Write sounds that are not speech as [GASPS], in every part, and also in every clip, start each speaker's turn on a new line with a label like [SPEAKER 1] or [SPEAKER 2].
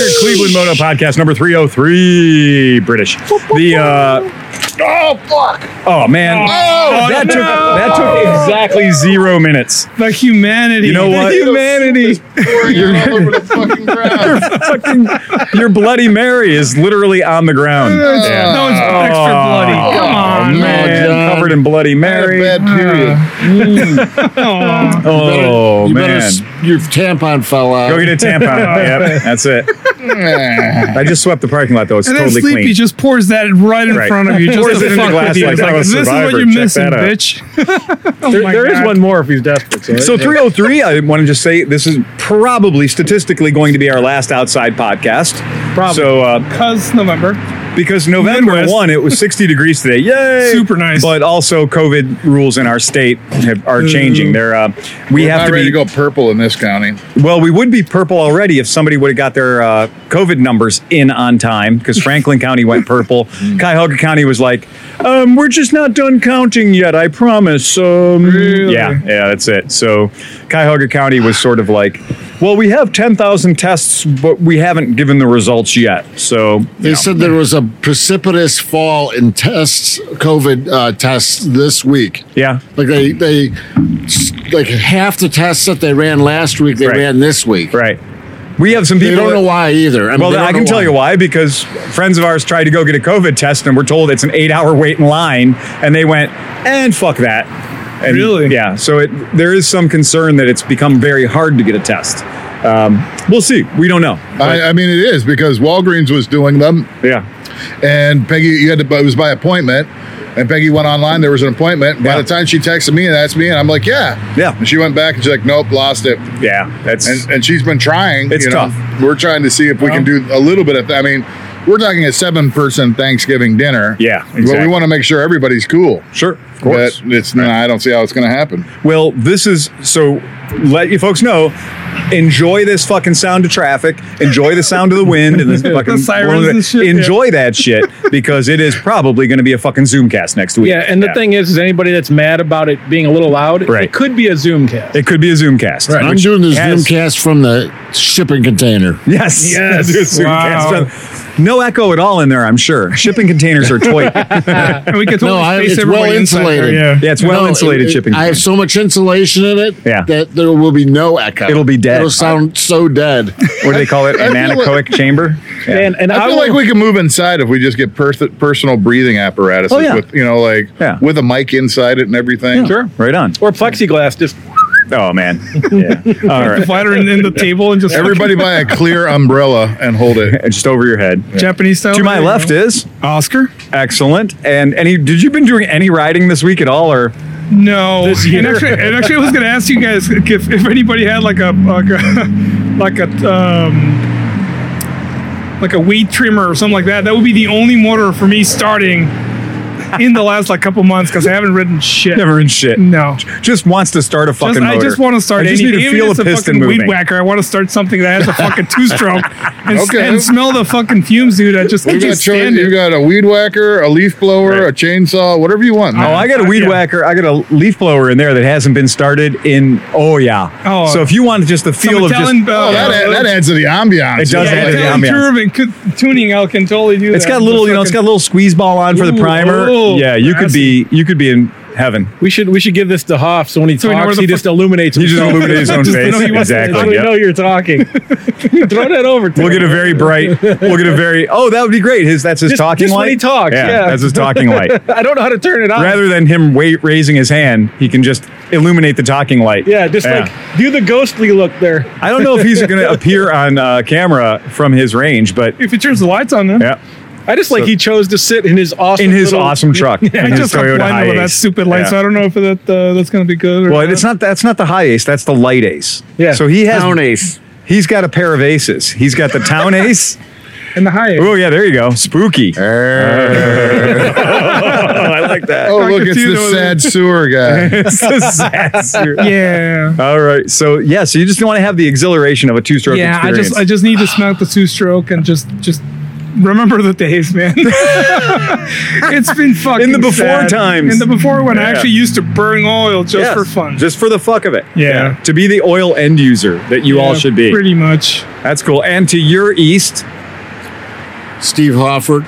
[SPEAKER 1] Moto Podcast number 303 British. The uh
[SPEAKER 2] Oh fuck!
[SPEAKER 1] oh man.
[SPEAKER 2] Oh,
[SPEAKER 1] that
[SPEAKER 2] no.
[SPEAKER 1] took that took exactly 0 minutes.
[SPEAKER 3] The humanity.
[SPEAKER 1] You know
[SPEAKER 3] the
[SPEAKER 1] what?
[SPEAKER 3] [LAUGHS] Humanity.
[SPEAKER 2] Pouring out all over the fucking ground.
[SPEAKER 1] Fucking your bloody Mary is literally on the ground. Oh,
[SPEAKER 2] Yeah.
[SPEAKER 3] No, it's
[SPEAKER 4] Oh.
[SPEAKER 3] extra bloody. Come on,
[SPEAKER 2] no,
[SPEAKER 1] man.
[SPEAKER 2] John.
[SPEAKER 1] Covered in bloody
[SPEAKER 2] Had a
[SPEAKER 1] Mary.
[SPEAKER 2] bad period.
[SPEAKER 3] Aw.
[SPEAKER 1] oh
[SPEAKER 2] you
[SPEAKER 1] man.
[SPEAKER 2] Better, s- your tampon fell out.
[SPEAKER 1] Go get a tampon. yep, that's it. I just swept the parking lot though. It's
[SPEAKER 3] And then
[SPEAKER 1] totally
[SPEAKER 3] Sleepy
[SPEAKER 1] clean.
[SPEAKER 3] just pours that right in
[SPEAKER 1] Right.
[SPEAKER 3] front of you. Just
[SPEAKER 1] Pours
[SPEAKER 3] to
[SPEAKER 1] it in the
[SPEAKER 3] fuck
[SPEAKER 1] glass
[SPEAKER 3] with you.
[SPEAKER 1] like
[SPEAKER 3] It's
[SPEAKER 1] I was
[SPEAKER 3] this is what
[SPEAKER 1] Survivor.
[SPEAKER 3] you're
[SPEAKER 1] Check
[SPEAKER 3] missing,
[SPEAKER 1] that out."
[SPEAKER 3] bitch. oh
[SPEAKER 4] There-
[SPEAKER 3] my
[SPEAKER 4] there is
[SPEAKER 3] God.
[SPEAKER 4] one more if he's desperate. So,
[SPEAKER 1] So 303, I want to just say this is probably statistically going to be our last outside podcast.
[SPEAKER 3] Probably.
[SPEAKER 1] So uh,
[SPEAKER 3] Cause November.
[SPEAKER 1] because November
[SPEAKER 3] Midwest.
[SPEAKER 1] 1, it was 60 degrees today. Yay!
[SPEAKER 3] Super nice.
[SPEAKER 1] But also COVID rules in our state have, are changing. They're uh, we
[SPEAKER 2] We're
[SPEAKER 1] have
[SPEAKER 2] not
[SPEAKER 1] to
[SPEAKER 2] ready
[SPEAKER 1] be
[SPEAKER 2] to go purple in this county.
[SPEAKER 1] well, we would be purple already if somebody would have got their uh, COVID numbers in on time because Franklin County went
[SPEAKER 2] [LAUGHS]
[SPEAKER 1] purple.
[SPEAKER 2] Mm.
[SPEAKER 1] Cuyahoga County was like, um, we're just not done counting yet, I promise. Um, Yeah, yeah, that's it. So Cuyahoga County was sort of like, well, we have 10,000 tests, but we haven't given the results yet. So
[SPEAKER 2] They said there was a precipitous fall in tests, COVID uh, tests this week.
[SPEAKER 1] yeah,
[SPEAKER 2] Like they, they, like half the tests that they ran last week, they
[SPEAKER 1] Right.
[SPEAKER 2] ran this week.
[SPEAKER 1] right. We have some people.
[SPEAKER 2] They don't
[SPEAKER 1] that-
[SPEAKER 2] know why either. I mean, they
[SPEAKER 1] Well,
[SPEAKER 2] don't
[SPEAKER 1] I can
[SPEAKER 2] know
[SPEAKER 1] tell you why because friends of ours tried to go get a COVID test and we're told it's an eight hour wait in line, and they went and fuck that. And
[SPEAKER 3] Really?
[SPEAKER 1] Yeah. So it there is some concern that it's become very hard to get a test. Um, we'll see. We don't know.
[SPEAKER 2] I, I mean, it is because Walgreens was doing them,
[SPEAKER 1] Yeah.
[SPEAKER 2] and Peggy, you had to, but it was by appointment. And Peggy went online. There was an appointment. By
[SPEAKER 1] Yeah.
[SPEAKER 2] the time she texted me and asked me, and I'm like, "Yeah,
[SPEAKER 1] Yeah.
[SPEAKER 2] And she went back and she's like, "Nope, lost it."
[SPEAKER 1] Yeah. That's
[SPEAKER 2] and, and she's been trying.
[SPEAKER 1] It's
[SPEAKER 2] you know.
[SPEAKER 1] tough.
[SPEAKER 2] We're trying to see if we can do a little bit of. I mean, we're talking a seven-person Thanksgiving dinner.
[SPEAKER 1] Yeah,
[SPEAKER 2] but
[SPEAKER 1] exactly.
[SPEAKER 2] we want to make sure everybody's cool.
[SPEAKER 1] sure. Of course.
[SPEAKER 2] But it's not. I don't see how it's going to happen.
[SPEAKER 1] Well, this is so let you folks know. Enjoy this fucking sound of traffic. Enjoy the sound of the wind
[SPEAKER 3] [LAUGHS]
[SPEAKER 1] and this fucking
[SPEAKER 3] The sirens and shit, yeah.
[SPEAKER 1] enjoy that shit because it is probably going to be a fucking Zoomcast next week.
[SPEAKER 4] yeah, and the thing is, is anybody that's mad about it being a little loud,
[SPEAKER 1] Right.
[SPEAKER 4] it could be a Zoom cast.
[SPEAKER 1] It could be a Zoomcast.
[SPEAKER 2] I'm
[SPEAKER 1] Which
[SPEAKER 2] doing this
[SPEAKER 1] has-
[SPEAKER 2] Zoomcast from the shipping container.
[SPEAKER 1] [LAUGHS] Yes.
[SPEAKER 4] Yes.
[SPEAKER 1] Do a Zoomcast. No echo at all in there, I'm sure. Shipping containers are
[SPEAKER 3] [LAUGHS]
[SPEAKER 1] toy.
[SPEAKER 3] And we could totally
[SPEAKER 2] No, I-
[SPEAKER 3] space
[SPEAKER 2] it's
[SPEAKER 3] everybody
[SPEAKER 2] well
[SPEAKER 3] inside there,
[SPEAKER 2] insulated.
[SPEAKER 3] Yeah.
[SPEAKER 1] yeah, it's well
[SPEAKER 2] No,
[SPEAKER 1] insulated
[SPEAKER 2] it- it-
[SPEAKER 1] shipping.
[SPEAKER 2] I have
[SPEAKER 1] container.
[SPEAKER 2] so much insulation in it
[SPEAKER 1] Yeah.
[SPEAKER 2] that there will be no echo.
[SPEAKER 1] It'll be dead.
[SPEAKER 2] It'll sound
[SPEAKER 1] [LAUGHS]
[SPEAKER 2] so dead.
[SPEAKER 1] what do they call it? An
[SPEAKER 2] I feel like-
[SPEAKER 1] anechoic chamber? Yeah.
[SPEAKER 4] And, and I,
[SPEAKER 2] I feel
[SPEAKER 4] will-
[SPEAKER 2] like we can move inside if we just get pers- personal breathing apparatuses
[SPEAKER 1] Oh, yeah.
[SPEAKER 2] with you know like
[SPEAKER 1] Yeah.
[SPEAKER 2] with a mic inside it and everything.
[SPEAKER 1] Sure. Right on.
[SPEAKER 4] or plexiglass just
[SPEAKER 1] Oh, man. Yeah. All right.
[SPEAKER 3] Flatter
[SPEAKER 4] [LAUGHS]
[SPEAKER 3] in, in the table and just
[SPEAKER 2] Everybody buy a clear umbrella and hold it.
[SPEAKER 1] And Just over your head.
[SPEAKER 3] [LAUGHS] Japanese style.
[SPEAKER 1] To my
[SPEAKER 3] There you
[SPEAKER 1] left
[SPEAKER 3] go.
[SPEAKER 1] is
[SPEAKER 3] Oscar.
[SPEAKER 1] excellent. And any did you been doing any riding this week at all or
[SPEAKER 3] No,
[SPEAKER 1] This
[SPEAKER 3] and
[SPEAKER 1] year.
[SPEAKER 3] actually, and actually, I was going to ask you guys if, if anybody had like a like a [LAUGHS] like a um, like a weed trimmer or something like that. That would be the only motor for me starting in the last like couple months because I haven't ridden shit.
[SPEAKER 1] never in shit?
[SPEAKER 3] No.
[SPEAKER 1] Just wants to start a fucking
[SPEAKER 3] Just, I
[SPEAKER 1] motor.
[SPEAKER 3] just want to start.
[SPEAKER 1] I just need
[SPEAKER 3] any-
[SPEAKER 1] to
[SPEAKER 3] even
[SPEAKER 1] feel
[SPEAKER 3] if
[SPEAKER 1] a
[SPEAKER 3] it's
[SPEAKER 1] piston
[SPEAKER 3] fucking
[SPEAKER 1] moving.
[SPEAKER 3] weed whacker. I want to start something that has a
[SPEAKER 1] [LAUGHS]
[SPEAKER 3] fucking two stroke and, s-
[SPEAKER 2] Okay.
[SPEAKER 3] and smell the fucking fumes, dude. I just
[SPEAKER 2] You
[SPEAKER 3] can't
[SPEAKER 2] got, choice,
[SPEAKER 3] stand
[SPEAKER 2] you
[SPEAKER 3] it.
[SPEAKER 2] got a weed whacker, a leaf blower,
[SPEAKER 1] Right.
[SPEAKER 2] a chainsaw, whatever you want.
[SPEAKER 1] Oh,
[SPEAKER 2] man.
[SPEAKER 1] I got a weed
[SPEAKER 3] Yeah.
[SPEAKER 1] whacker. I got a leaf blower in there that hasn't been started in. Oh yeah.
[SPEAKER 3] Oh.
[SPEAKER 1] so if you want just the feel of just,
[SPEAKER 3] Italian, uh,
[SPEAKER 2] Oh, that, add- that adds to the ambiance.
[SPEAKER 1] It does
[SPEAKER 3] Yeah,
[SPEAKER 1] add to the
[SPEAKER 3] Italian
[SPEAKER 1] ambiance.
[SPEAKER 3] curve and cu- tuning out can totally do that.
[SPEAKER 1] it's got a little, you know, it's got a little squeeze ball on for the
[SPEAKER 3] uh, Ooh,
[SPEAKER 1] primer.
[SPEAKER 3] oh,
[SPEAKER 1] yeah, you could be, you could be in heaven.
[SPEAKER 4] we should we should give this to Hoff so when he
[SPEAKER 3] we know where
[SPEAKER 4] talks
[SPEAKER 3] the
[SPEAKER 4] he
[SPEAKER 3] fu-
[SPEAKER 4] just illuminates
[SPEAKER 1] He just
[SPEAKER 4] himself.
[SPEAKER 1] illuminates his own
[SPEAKER 4] [LAUGHS] Just so
[SPEAKER 1] face.
[SPEAKER 4] he wants-
[SPEAKER 1] Exactly,
[SPEAKER 4] so we
[SPEAKER 1] yep.
[SPEAKER 4] know you're talking. [LAUGHS] Throw that over to
[SPEAKER 1] We'll get
[SPEAKER 4] him.
[SPEAKER 1] a very bright. We'll get a very. Oh, that would be great. His that's his
[SPEAKER 4] Just-
[SPEAKER 1] talking
[SPEAKER 4] just
[SPEAKER 1] light.
[SPEAKER 4] when he talks, yeah.
[SPEAKER 1] that's his talking
[SPEAKER 3] [LAUGHS]
[SPEAKER 1] light.
[SPEAKER 4] I don't know how to turn it on.
[SPEAKER 1] Rather than him wait, raising his hand, he can just illuminate the talking light.
[SPEAKER 4] yeah, just like do the ghostly look there.
[SPEAKER 1] I don't know if he's going to appear on uh, camera from his range, but
[SPEAKER 3] If it turns the lights on, then
[SPEAKER 1] yeah.
[SPEAKER 4] I just like
[SPEAKER 1] So-
[SPEAKER 4] he chose to sit in his awesome
[SPEAKER 1] in his
[SPEAKER 4] little-
[SPEAKER 1] awesome
[SPEAKER 3] [LAUGHS]
[SPEAKER 1] truck.
[SPEAKER 3] I
[SPEAKER 1] in his
[SPEAKER 3] just got
[SPEAKER 1] Toyota
[SPEAKER 3] blinded with that
[SPEAKER 1] Hiace.
[SPEAKER 3] stupid light,
[SPEAKER 1] Yeah.
[SPEAKER 3] so I don't know if that uh, that's gonna be good. Or
[SPEAKER 1] Well, it's not. That's not the high ace. That's the light ace.
[SPEAKER 4] Yeah.
[SPEAKER 1] So he has.
[SPEAKER 5] Town ace.
[SPEAKER 1] He's got a pair of aces. He's got the
[SPEAKER 3] [LAUGHS]
[SPEAKER 1] town ace.
[SPEAKER 3] in the high.
[SPEAKER 1] Oh yeah, there you go.
[SPEAKER 5] [LAUGHS]
[SPEAKER 1] Spooky. I like that.
[SPEAKER 2] Oh,
[SPEAKER 3] I
[SPEAKER 2] look,
[SPEAKER 3] could
[SPEAKER 2] it's
[SPEAKER 3] see
[SPEAKER 2] the
[SPEAKER 3] those-
[SPEAKER 2] sad sewer guy.
[SPEAKER 1] It's a [LAUGHS] disaster.
[SPEAKER 3] Yeah.
[SPEAKER 1] All right. So yeah. So you just want to have the exhilaration of a two-stroke
[SPEAKER 3] Yeah, I
[SPEAKER 1] experience.
[SPEAKER 3] just I just need to smack the two stroke and just just remember the days, man. [LAUGHS] it's been fucking
[SPEAKER 1] In the before
[SPEAKER 3] sad.
[SPEAKER 1] times.
[SPEAKER 3] In the before when I
[SPEAKER 1] Yeah.
[SPEAKER 3] actually used to burn oil just
[SPEAKER 1] Yes,
[SPEAKER 3] for fun.
[SPEAKER 1] Just for the fuck of it.
[SPEAKER 3] Yeah.
[SPEAKER 1] To be the oil end user that you all
[SPEAKER 3] Yeah,
[SPEAKER 1] should be.
[SPEAKER 3] Pretty much.
[SPEAKER 1] That's cool. And to your east,
[SPEAKER 5] Steve Hofford.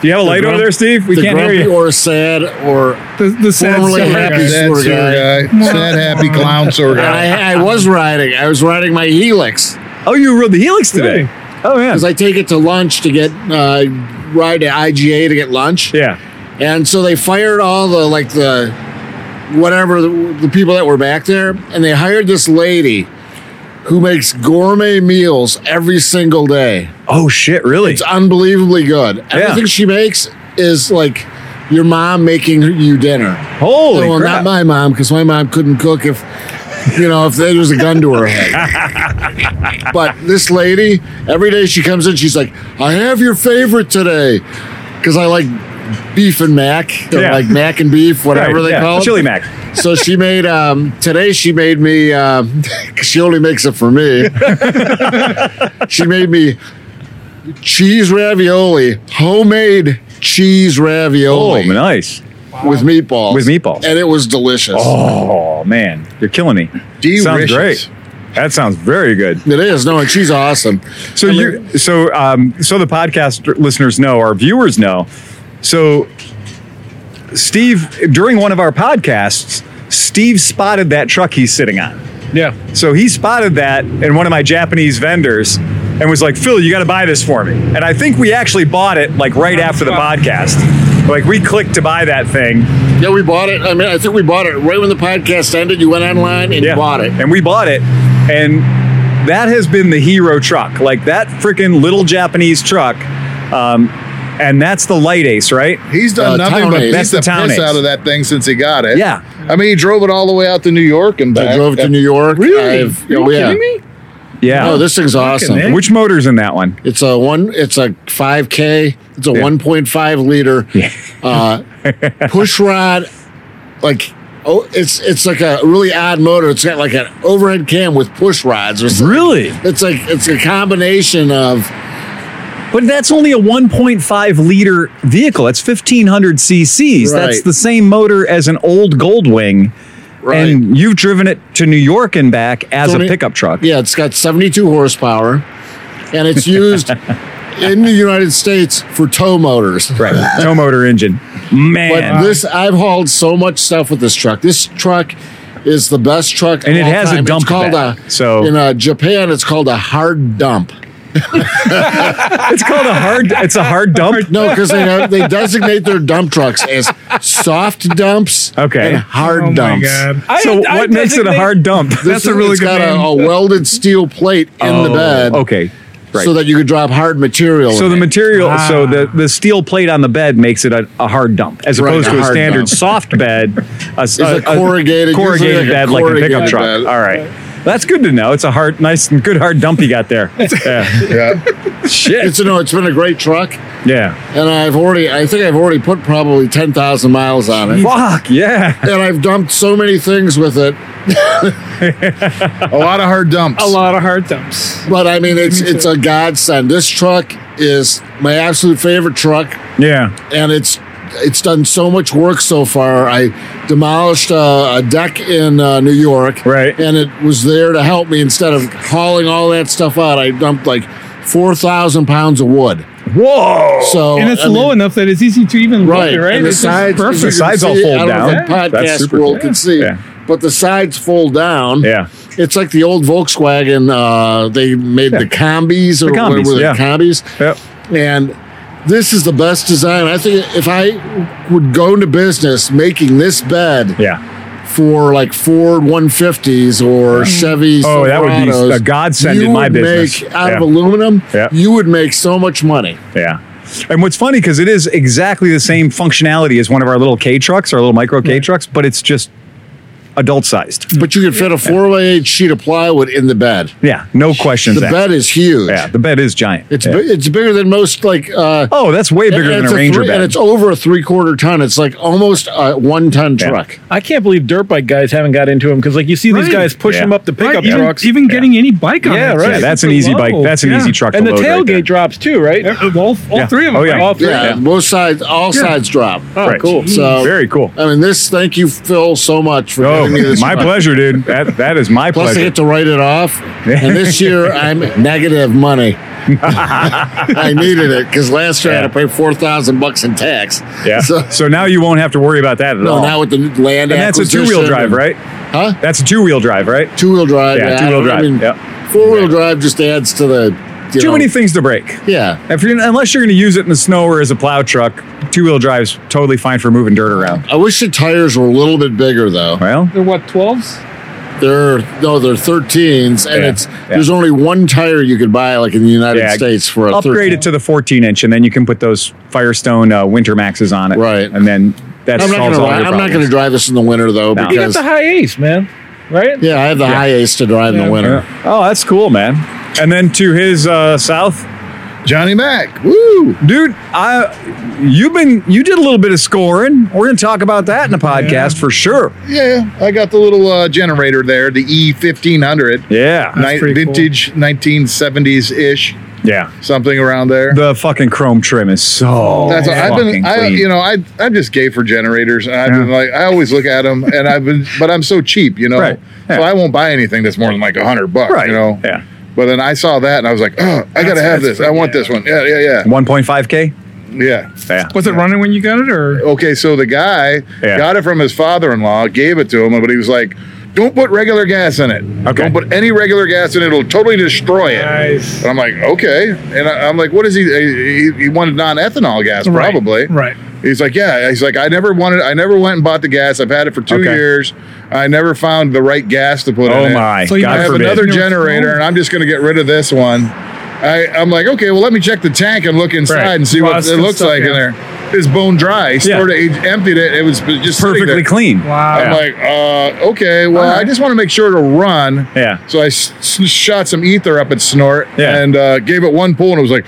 [SPEAKER 1] Do you have a light over
[SPEAKER 5] grump-
[SPEAKER 1] there, Steve? We
[SPEAKER 5] the
[SPEAKER 1] can't hear
[SPEAKER 5] grumpy
[SPEAKER 1] you.
[SPEAKER 5] or sad or
[SPEAKER 3] The, the sad
[SPEAKER 5] Formerly
[SPEAKER 3] story.
[SPEAKER 5] happy.
[SPEAKER 2] Sad
[SPEAKER 5] sewer
[SPEAKER 2] sewer guy. Sad happy clown sewer
[SPEAKER 5] and
[SPEAKER 2] guy.
[SPEAKER 5] I, I was riding. I was riding my Helix
[SPEAKER 1] Oh, you rode the Helix today.
[SPEAKER 4] Really?
[SPEAKER 1] Oh yeah.
[SPEAKER 5] because I take it to lunch to get uh, ride to IGA to get lunch.
[SPEAKER 1] Yeah.
[SPEAKER 5] And so they fired all the like the whatever the, the people that were back there, and they hired this lady who makes gourmet meals every single day.
[SPEAKER 1] Oh shit! Really?
[SPEAKER 5] It's unbelievably good. Everything
[SPEAKER 1] Yeah.
[SPEAKER 5] she makes is like your mom making you dinner.
[SPEAKER 1] Holy
[SPEAKER 5] well,
[SPEAKER 1] crap!
[SPEAKER 5] not my mom because my mom couldn't cook if you know if there was a gun to her head.
[SPEAKER 1] [LAUGHS]
[SPEAKER 5] but this lady, every day she comes in, she's like, "I have your favorite today," because I like beef and mac, or
[SPEAKER 1] Yeah.
[SPEAKER 5] like mac and beef,
[SPEAKER 1] [LAUGHS]
[SPEAKER 5] whatever
[SPEAKER 1] Right,
[SPEAKER 5] they
[SPEAKER 1] yeah.
[SPEAKER 5] call it.
[SPEAKER 1] Chili Mac.
[SPEAKER 5] So she made um, today. She made me. Um, [LAUGHS] 'cause she only makes it
[SPEAKER 1] [LAUGHS]
[SPEAKER 5] for me. she made me cheese ravioli, homemade cheese
[SPEAKER 1] Oh,
[SPEAKER 5] ravioli
[SPEAKER 1] nice.
[SPEAKER 5] with meatballs.
[SPEAKER 1] With meatballs.
[SPEAKER 5] and it was delicious.
[SPEAKER 1] Oh man, you're killing me. Sounds
[SPEAKER 2] Delicious.
[SPEAKER 1] great. That sounds very good.
[SPEAKER 5] It is no, and she's awesome.
[SPEAKER 1] So
[SPEAKER 5] I mean,
[SPEAKER 1] you, so um, so the podcast listeners know, our viewers know. So, Steve, during one of our podcasts, Steve spotted that truck he's sitting on.
[SPEAKER 4] Yeah.
[SPEAKER 1] So he spotted that in one of my Japanese vendors and was like, Phil, you got to buy this for me. And I think we actually bought it like right after the podcast. Like we clicked to buy that thing.
[SPEAKER 5] yeah, we bought it. I mean, I think we bought it right when the podcast ended. You went online and you bought it.
[SPEAKER 1] And we bought it. And that has been the hero truck. Like that freaking little Japanese truck. Um, and that's the Light Ace, right?
[SPEAKER 2] He's
[SPEAKER 5] Uh,
[SPEAKER 2] done nothing
[SPEAKER 5] town
[SPEAKER 2] but
[SPEAKER 5] ace.
[SPEAKER 2] beat
[SPEAKER 1] That's
[SPEAKER 2] the
[SPEAKER 1] the town
[SPEAKER 2] piss
[SPEAKER 1] ace.
[SPEAKER 2] out of that thing since he got it.
[SPEAKER 1] Yeah.
[SPEAKER 2] I mean, he drove it all the way out to New York and back.
[SPEAKER 5] I drove to New York.
[SPEAKER 4] Really?
[SPEAKER 5] I've-
[SPEAKER 4] you
[SPEAKER 5] oh, yeah.
[SPEAKER 4] kidding me?
[SPEAKER 1] Yeah.
[SPEAKER 5] No, this thing's
[SPEAKER 4] heck.
[SPEAKER 5] awesome.
[SPEAKER 1] Which motor's in that one?
[SPEAKER 5] It's a one. It's a five k. It's a
[SPEAKER 1] Yeah.
[SPEAKER 5] one point five liter
[SPEAKER 1] [LAUGHS]
[SPEAKER 5] uh, push rod. Like oh, it's it's like a really odd motor. It's got like an overhead cam with push rods or something.
[SPEAKER 1] Really?
[SPEAKER 5] It's like it's a combination of
[SPEAKER 1] But that's only a 1.5 liter vehicle. That's 1500 cc's. That's
[SPEAKER 5] Right.
[SPEAKER 1] the same motor as an old Goldwing.
[SPEAKER 5] Right.
[SPEAKER 1] And you've driven it to New York and back as
[SPEAKER 5] It's
[SPEAKER 1] a
[SPEAKER 5] only-
[SPEAKER 1] pickup truck.
[SPEAKER 5] Yeah, it's got 72 horsepower, and
[SPEAKER 1] [LAUGHS]
[SPEAKER 5] it's used in the United States for tow motors.
[SPEAKER 1] Right. No motor engine.
[SPEAKER 5] But
[SPEAKER 1] Man.
[SPEAKER 5] this, I've hauled so much stuff with this truck. This truck is the best truck,
[SPEAKER 1] And
[SPEAKER 5] of
[SPEAKER 1] it
[SPEAKER 5] all
[SPEAKER 1] has a
[SPEAKER 5] time. It's
[SPEAKER 1] dump
[SPEAKER 5] called
[SPEAKER 1] bed,
[SPEAKER 5] a
[SPEAKER 1] so-
[SPEAKER 5] in uh, Japan, it's called a hard dump.
[SPEAKER 1] it's called a hard it's a hard
[SPEAKER 5] [LAUGHS]
[SPEAKER 1] dump.
[SPEAKER 5] No, because they they designate their dump trucks as soft dumps
[SPEAKER 1] Okay.
[SPEAKER 5] and hard
[SPEAKER 3] Oh my
[SPEAKER 5] dumps.
[SPEAKER 3] god.
[SPEAKER 4] I-
[SPEAKER 1] so
[SPEAKER 4] I
[SPEAKER 1] what makes it a
[SPEAKER 4] designate-
[SPEAKER 1] hard dump?
[SPEAKER 3] That's a really
[SPEAKER 5] it's
[SPEAKER 3] good
[SPEAKER 5] got a,
[SPEAKER 3] name.
[SPEAKER 5] a welded steel plate in the bed,
[SPEAKER 1] Okay. Oh, Right.
[SPEAKER 5] so that you could drop hard material.
[SPEAKER 1] So
[SPEAKER 5] in
[SPEAKER 1] the
[SPEAKER 5] it.
[SPEAKER 1] material, so
[SPEAKER 3] Ah.
[SPEAKER 1] the, the steel plate on the bed makes it a, a hard dump, as
[SPEAKER 5] Right,
[SPEAKER 1] opposed
[SPEAKER 5] a
[SPEAKER 1] to a
[SPEAKER 5] hard
[SPEAKER 1] standard
[SPEAKER 5] dump.
[SPEAKER 1] soft bed, a, s-
[SPEAKER 5] It's a corrugated-
[SPEAKER 1] corrugated
[SPEAKER 5] usually like
[SPEAKER 1] bed
[SPEAKER 5] a
[SPEAKER 1] like a pickup
[SPEAKER 5] corrugated
[SPEAKER 1] truck.
[SPEAKER 2] bed.
[SPEAKER 1] All right, that's good to know. It's a hard, nice and good hard dump you got
[SPEAKER 3] [LAUGHS]
[SPEAKER 1] there. Yeah,
[SPEAKER 2] Yeah.
[SPEAKER 1] shit.
[SPEAKER 5] It's you know, it's been a great truck,
[SPEAKER 1] Yeah,
[SPEAKER 5] and I've already I think I've already put probably ten thousand miles on it,
[SPEAKER 1] fuck yeah.
[SPEAKER 5] and I've dumped so many things with it.
[SPEAKER 2] A lot of hard dumps.
[SPEAKER 3] A lot of hard dumps.
[SPEAKER 5] But I mean, it's it's a godsend. This truck is my absolute favorite truck,
[SPEAKER 1] Yeah,
[SPEAKER 5] and it's it's done so much work so far. I demolished a, a deck in uh, New York,
[SPEAKER 1] Right.
[SPEAKER 5] and it was there to help me instead of hauling all that stuff out. I dumped like four thousand pounds of wood.
[SPEAKER 1] whoa.
[SPEAKER 5] So
[SPEAKER 3] and it's
[SPEAKER 5] I
[SPEAKER 3] low
[SPEAKER 5] mean,
[SPEAKER 3] enough that it's easy to even look
[SPEAKER 5] Right.
[SPEAKER 3] at, right?
[SPEAKER 5] And the
[SPEAKER 3] It's just
[SPEAKER 5] sides,
[SPEAKER 3] perfect.
[SPEAKER 1] The sides all
[SPEAKER 5] See,
[SPEAKER 1] fold
[SPEAKER 5] I don't know
[SPEAKER 1] down.
[SPEAKER 5] if the
[SPEAKER 1] That's
[SPEAKER 5] podcast
[SPEAKER 1] super
[SPEAKER 5] world
[SPEAKER 1] cool.
[SPEAKER 5] can see,
[SPEAKER 1] Yeah.
[SPEAKER 5] but the sides fold down.
[SPEAKER 1] Yeah.
[SPEAKER 5] It's like the old Volkswagen. Uh, they made the combis or
[SPEAKER 1] The combis,
[SPEAKER 5] whatever
[SPEAKER 1] yeah.
[SPEAKER 5] the combis.
[SPEAKER 1] Yep.
[SPEAKER 5] And this is the best design. I think if I would go into business making this bed
[SPEAKER 1] Yeah.
[SPEAKER 5] for like Ford 150s or Chevy
[SPEAKER 1] Oh, that would be
[SPEAKER 5] Silverados,
[SPEAKER 1] a godsend
[SPEAKER 5] you
[SPEAKER 1] in my
[SPEAKER 5] would
[SPEAKER 1] business.
[SPEAKER 5] Make, out of
[SPEAKER 1] Yeah.
[SPEAKER 5] aluminum,
[SPEAKER 1] Yeah.
[SPEAKER 5] you would make so much money.
[SPEAKER 1] Yeah. And what's funny because it is exactly the same functionality as one of our little K trucks, our little micro K trucks, but it's just adult sized.
[SPEAKER 5] But you could fit a four by eight sheet of plywood in the bed.
[SPEAKER 1] Yeah, no questions
[SPEAKER 5] The
[SPEAKER 1] asked.
[SPEAKER 5] bed is huge.
[SPEAKER 1] yeah, the bed is giant.
[SPEAKER 5] It's
[SPEAKER 1] yeah.
[SPEAKER 5] bi- it's bigger than most like uh
[SPEAKER 1] Oh, that's way bigger
[SPEAKER 5] and
[SPEAKER 1] than
[SPEAKER 5] it's
[SPEAKER 1] a Ranger
[SPEAKER 5] three,
[SPEAKER 1] bed.
[SPEAKER 5] and it's over a three quarter ton. It's like almost a one ton
[SPEAKER 1] Yeah.
[SPEAKER 5] truck.
[SPEAKER 4] I can't believe dirt bike guys haven't got into them because like you see these
[SPEAKER 3] Right.
[SPEAKER 4] guys push
[SPEAKER 1] Yeah.
[SPEAKER 4] them up the
[SPEAKER 3] Right,
[SPEAKER 4] pickup
[SPEAKER 3] even,
[SPEAKER 4] trucks,
[SPEAKER 3] even getting any bike on
[SPEAKER 4] Yeah,
[SPEAKER 3] it.
[SPEAKER 4] right.
[SPEAKER 1] yeah, that's an easy bike. That's an easy truck.
[SPEAKER 4] and
[SPEAKER 1] to
[SPEAKER 4] the
[SPEAKER 1] load right
[SPEAKER 4] tailgate
[SPEAKER 1] there.
[SPEAKER 4] drops too, right?
[SPEAKER 3] All, all
[SPEAKER 1] Yeah.
[SPEAKER 3] three of them.
[SPEAKER 1] Oh, yeah.
[SPEAKER 4] All three.
[SPEAKER 5] Yeah,
[SPEAKER 4] Yeah.
[SPEAKER 5] both sides, all sides drop.
[SPEAKER 4] Oh,
[SPEAKER 1] Right.
[SPEAKER 4] cool.
[SPEAKER 5] So
[SPEAKER 1] Very cool.
[SPEAKER 5] I mean, this. Thank you, Phil, so much for
[SPEAKER 1] Oh,
[SPEAKER 5] giving me this.
[SPEAKER 1] my
[SPEAKER 5] truck.
[SPEAKER 1] pleasure, dude. That that is my
[SPEAKER 5] Plus, I
[SPEAKER 1] pleasure. [LAUGHS]
[SPEAKER 5] get to write it off. and this year, I'm negative money. I needed it because last year I had to pay four thousand bucks in tax.
[SPEAKER 1] Yeah.
[SPEAKER 5] So
[SPEAKER 1] So, now you won't have to worry about that at
[SPEAKER 5] no,
[SPEAKER 1] all.
[SPEAKER 5] now with the land
[SPEAKER 1] and that's a two wheel
[SPEAKER 5] acquisition
[SPEAKER 1] drive,
[SPEAKER 5] and-
[SPEAKER 1] right?
[SPEAKER 5] Huh?
[SPEAKER 1] That's a two wheel drive, right?
[SPEAKER 5] Two wheel drive.
[SPEAKER 1] Yeah,
[SPEAKER 5] I
[SPEAKER 1] two-wheel
[SPEAKER 5] don't-
[SPEAKER 1] drive,
[SPEAKER 5] I mean,
[SPEAKER 1] yep.
[SPEAKER 5] four wheel drive just adds to the you
[SPEAKER 1] Too
[SPEAKER 5] know,
[SPEAKER 1] many things to break.
[SPEAKER 5] Yeah.
[SPEAKER 1] If you're, unless you're going to use it in the snow or as a plow truck, two wheel drive's totally fine for moving dirt around.
[SPEAKER 5] I wish the tires were a little bit bigger though.
[SPEAKER 1] Well,
[SPEAKER 3] They're what, 12s?
[SPEAKER 5] They're no, they're 13s, and
[SPEAKER 1] Yeah,
[SPEAKER 5] it's
[SPEAKER 1] yeah.
[SPEAKER 5] there's only one tire you could buy like in the United
[SPEAKER 1] Yeah,
[SPEAKER 5] States for a
[SPEAKER 1] upgrade
[SPEAKER 5] 13.
[SPEAKER 1] it to the 14 inch, and then you can put those Firestone uh, Winter Maxes on it.
[SPEAKER 5] Right.
[SPEAKER 1] And then that
[SPEAKER 5] I'm not
[SPEAKER 1] solves
[SPEAKER 5] gonna.
[SPEAKER 1] all
[SPEAKER 5] ri-
[SPEAKER 1] your
[SPEAKER 5] I'm not
[SPEAKER 1] problems.
[SPEAKER 5] gonna drive this in the winter though
[SPEAKER 1] No. You
[SPEAKER 4] You got
[SPEAKER 5] because
[SPEAKER 4] the high ace, man. Right?
[SPEAKER 5] yeah, I have the high ace to drive in
[SPEAKER 3] Yeah.
[SPEAKER 5] the winter.
[SPEAKER 1] Yeah. Oh, that's cool, man. And then to his uh, south,
[SPEAKER 2] Johnny Mac. Woo.
[SPEAKER 1] dude. I, you've been you did a little bit of scoring. We're gonna talk about that in the podcast for sure.
[SPEAKER 2] Yeah, I got the little uh, generator there, the E1500.
[SPEAKER 1] Yeah,
[SPEAKER 2] Ni-
[SPEAKER 3] pretty cool.
[SPEAKER 2] vintage 1970s ish,
[SPEAKER 1] yeah.
[SPEAKER 2] something around there.
[SPEAKER 1] The fucking chrome trim is so.
[SPEAKER 2] That's
[SPEAKER 1] fucking
[SPEAKER 2] I've been, I,
[SPEAKER 1] clean.
[SPEAKER 2] you know, I I'm just gay for generators. and I've
[SPEAKER 1] Yeah.
[SPEAKER 2] been like, I always look at them, and I've been, but I'm so cheap, you know,
[SPEAKER 1] Right.
[SPEAKER 2] so
[SPEAKER 1] Yeah.
[SPEAKER 2] I won't buy anything that's more than like a hundred bucks,
[SPEAKER 1] right?
[SPEAKER 2] you know.
[SPEAKER 1] Yeah,
[SPEAKER 2] But then I saw that, and I was like, oh, I gotta have
[SPEAKER 3] that's
[SPEAKER 2] this. I want this one. Yeah, yeah,
[SPEAKER 1] one point five k.
[SPEAKER 2] yeah, yeah.
[SPEAKER 1] Yeah.
[SPEAKER 3] Was it running when you got it, or
[SPEAKER 2] Okay, so the guy
[SPEAKER 1] Yeah.
[SPEAKER 2] got it from his father-in-law, gave it to him, but he was like, don't put regular gas in it.
[SPEAKER 1] Okay.
[SPEAKER 2] Don't put any regular gas in it. It'll totally destroy it.
[SPEAKER 3] nice?
[SPEAKER 2] And I'm like, okay. And I, I'm like, what is he? He, he wanted non-ethanol gas,
[SPEAKER 3] Right,
[SPEAKER 2] probably.
[SPEAKER 3] right.
[SPEAKER 2] He's like, yeah. He's like, I never wanted. I never went and bought the gas. I've had it for two
[SPEAKER 1] Okay.
[SPEAKER 2] years. I never found the right gas to put in
[SPEAKER 1] Oh
[SPEAKER 2] it.
[SPEAKER 1] my!
[SPEAKER 3] So you
[SPEAKER 2] I
[SPEAKER 1] God
[SPEAKER 2] have
[SPEAKER 1] forbid.
[SPEAKER 2] another
[SPEAKER 3] No.
[SPEAKER 2] generator, and I'm just going to get rid of this one. I, I'm like, okay, well, let me check the tank and look inside
[SPEAKER 1] Right.
[SPEAKER 2] and see what
[SPEAKER 3] Lots
[SPEAKER 2] it
[SPEAKER 3] of
[SPEAKER 2] looks
[SPEAKER 3] stuff,
[SPEAKER 2] like in
[SPEAKER 3] yeah.
[SPEAKER 2] there. It's bone dry. He
[SPEAKER 1] Yeah.
[SPEAKER 2] stored it, he emptied it. It was just sitting
[SPEAKER 1] perfectly
[SPEAKER 2] there.
[SPEAKER 1] clean.
[SPEAKER 3] Wow.
[SPEAKER 2] I'm
[SPEAKER 1] Yeah.
[SPEAKER 2] like, uh, okay, well, I just want to make sure it'll run.
[SPEAKER 1] Yeah.
[SPEAKER 2] So I s- s- shot some ether up its snort
[SPEAKER 1] Yeah.
[SPEAKER 2] and uh, gave it one pull, and it was like,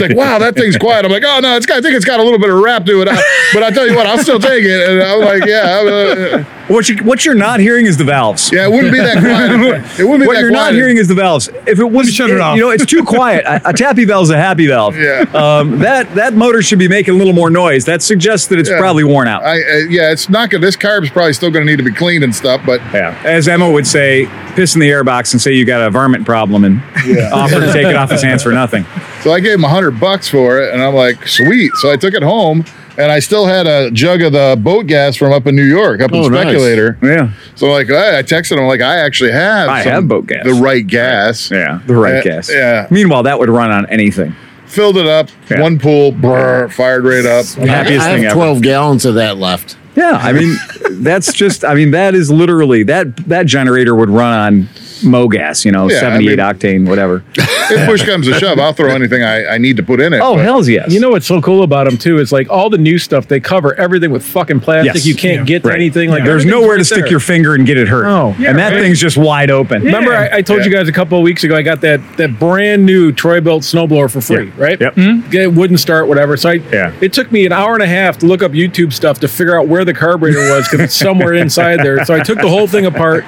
[SPEAKER 1] [LAUGHS]
[SPEAKER 2] like, wow, that thing's quiet. I'm like, oh no, it's got, I think it's got a little bit of rap to it, I- but I tell you what, I'll still take it. And I'm like, yeah, I'm, uh,
[SPEAKER 1] What you what you're not hearing is the valves.
[SPEAKER 2] yeah, it wouldn't be that quiet. It wouldn't
[SPEAKER 1] [LAUGHS]
[SPEAKER 2] be
[SPEAKER 1] What
[SPEAKER 2] that
[SPEAKER 1] you're not
[SPEAKER 2] quiet.
[SPEAKER 1] hearing is the valves. If it was,
[SPEAKER 3] Shut it off.
[SPEAKER 1] you know, it's too quiet. A, a tappy valve's a happy valve.
[SPEAKER 2] [LAUGHS] Yeah.
[SPEAKER 1] Um, that that motor should be making a little more noise. That suggests that it's
[SPEAKER 2] Yeah.
[SPEAKER 1] probably worn out.
[SPEAKER 2] I, uh, yeah, it's not gonna. This carb's probably still gonna need to be cleaned and stuff, but
[SPEAKER 1] yeah. As Emma would say, piss in the airbox and say you got a varmint problem
[SPEAKER 2] [LAUGHS]
[SPEAKER 1] and [LAUGHS] offer to take it off his hands for nothing.
[SPEAKER 2] So I gave him a hundred bucks for it, and I'm like, sweet. So I took it home, and I still had a jug of the boat gas from up in New York, up
[SPEAKER 5] Oh,
[SPEAKER 2] in
[SPEAKER 5] nice.
[SPEAKER 2] Speculator.
[SPEAKER 1] Yeah.
[SPEAKER 2] So like, I, I texted him like, I actually have,
[SPEAKER 1] I
[SPEAKER 2] some-
[SPEAKER 1] have boat gas.
[SPEAKER 2] the right gas.
[SPEAKER 1] Yeah. The right
[SPEAKER 2] Uh,
[SPEAKER 1] guess.
[SPEAKER 2] yeah.
[SPEAKER 1] Meanwhile, that would run on anything.
[SPEAKER 2] Filled it up,
[SPEAKER 1] Yeah.
[SPEAKER 2] one pull, brr, fired right up.
[SPEAKER 1] Happiest
[SPEAKER 5] I
[SPEAKER 1] thing
[SPEAKER 5] have
[SPEAKER 1] ever.
[SPEAKER 5] 12 gallons of that left.
[SPEAKER 1] Yeah, I mean, that's just. I mean, that is literally that that generator would run on mogas, you know,
[SPEAKER 2] Yeah, I
[SPEAKER 1] seventy eight
[SPEAKER 2] mean-
[SPEAKER 1] octane,
[SPEAKER 2] [LAUGHS]
[SPEAKER 1] whatever.
[SPEAKER 2] if push comes to shove, I'll throw anything I, I need to put in it.
[SPEAKER 1] Oh
[SPEAKER 2] but-
[SPEAKER 1] hell's yes!
[SPEAKER 4] You know what's so cool about them too is like all the new stuff they cover everything with fucking plastic.
[SPEAKER 1] Yes.
[SPEAKER 4] You can't
[SPEAKER 3] Yeah.
[SPEAKER 4] get to
[SPEAKER 1] Right.
[SPEAKER 4] anything like
[SPEAKER 1] there's
[SPEAKER 4] everything's
[SPEAKER 1] nowhere to
[SPEAKER 4] right
[SPEAKER 1] stick
[SPEAKER 4] there.
[SPEAKER 1] your finger and get it hurt.
[SPEAKER 4] No.
[SPEAKER 3] Yeah,
[SPEAKER 1] and that
[SPEAKER 3] right.
[SPEAKER 1] thing's just wide open.
[SPEAKER 4] Remember,
[SPEAKER 3] Yeah.
[SPEAKER 4] I, I told
[SPEAKER 2] Yeah.
[SPEAKER 4] you guys a couple of weeks ago, I got that that brand new Troy Belt snowblower for free,
[SPEAKER 1] Yeah.
[SPEAKER 4] right?
[SPEAKER 1] Yep.
[SPEAKER 4] It wouldn't start, whatever. So I,
[SPEAKER 1] Yeah.
[SPEAKER 4] it took me an hour and a half to look up YouTube stuff to figure out where the carburetor was because
[SPEAKER 1] [LAUGHS]
[SPEAKER 4] it's somewhere inside there. So I took the whole thing apart.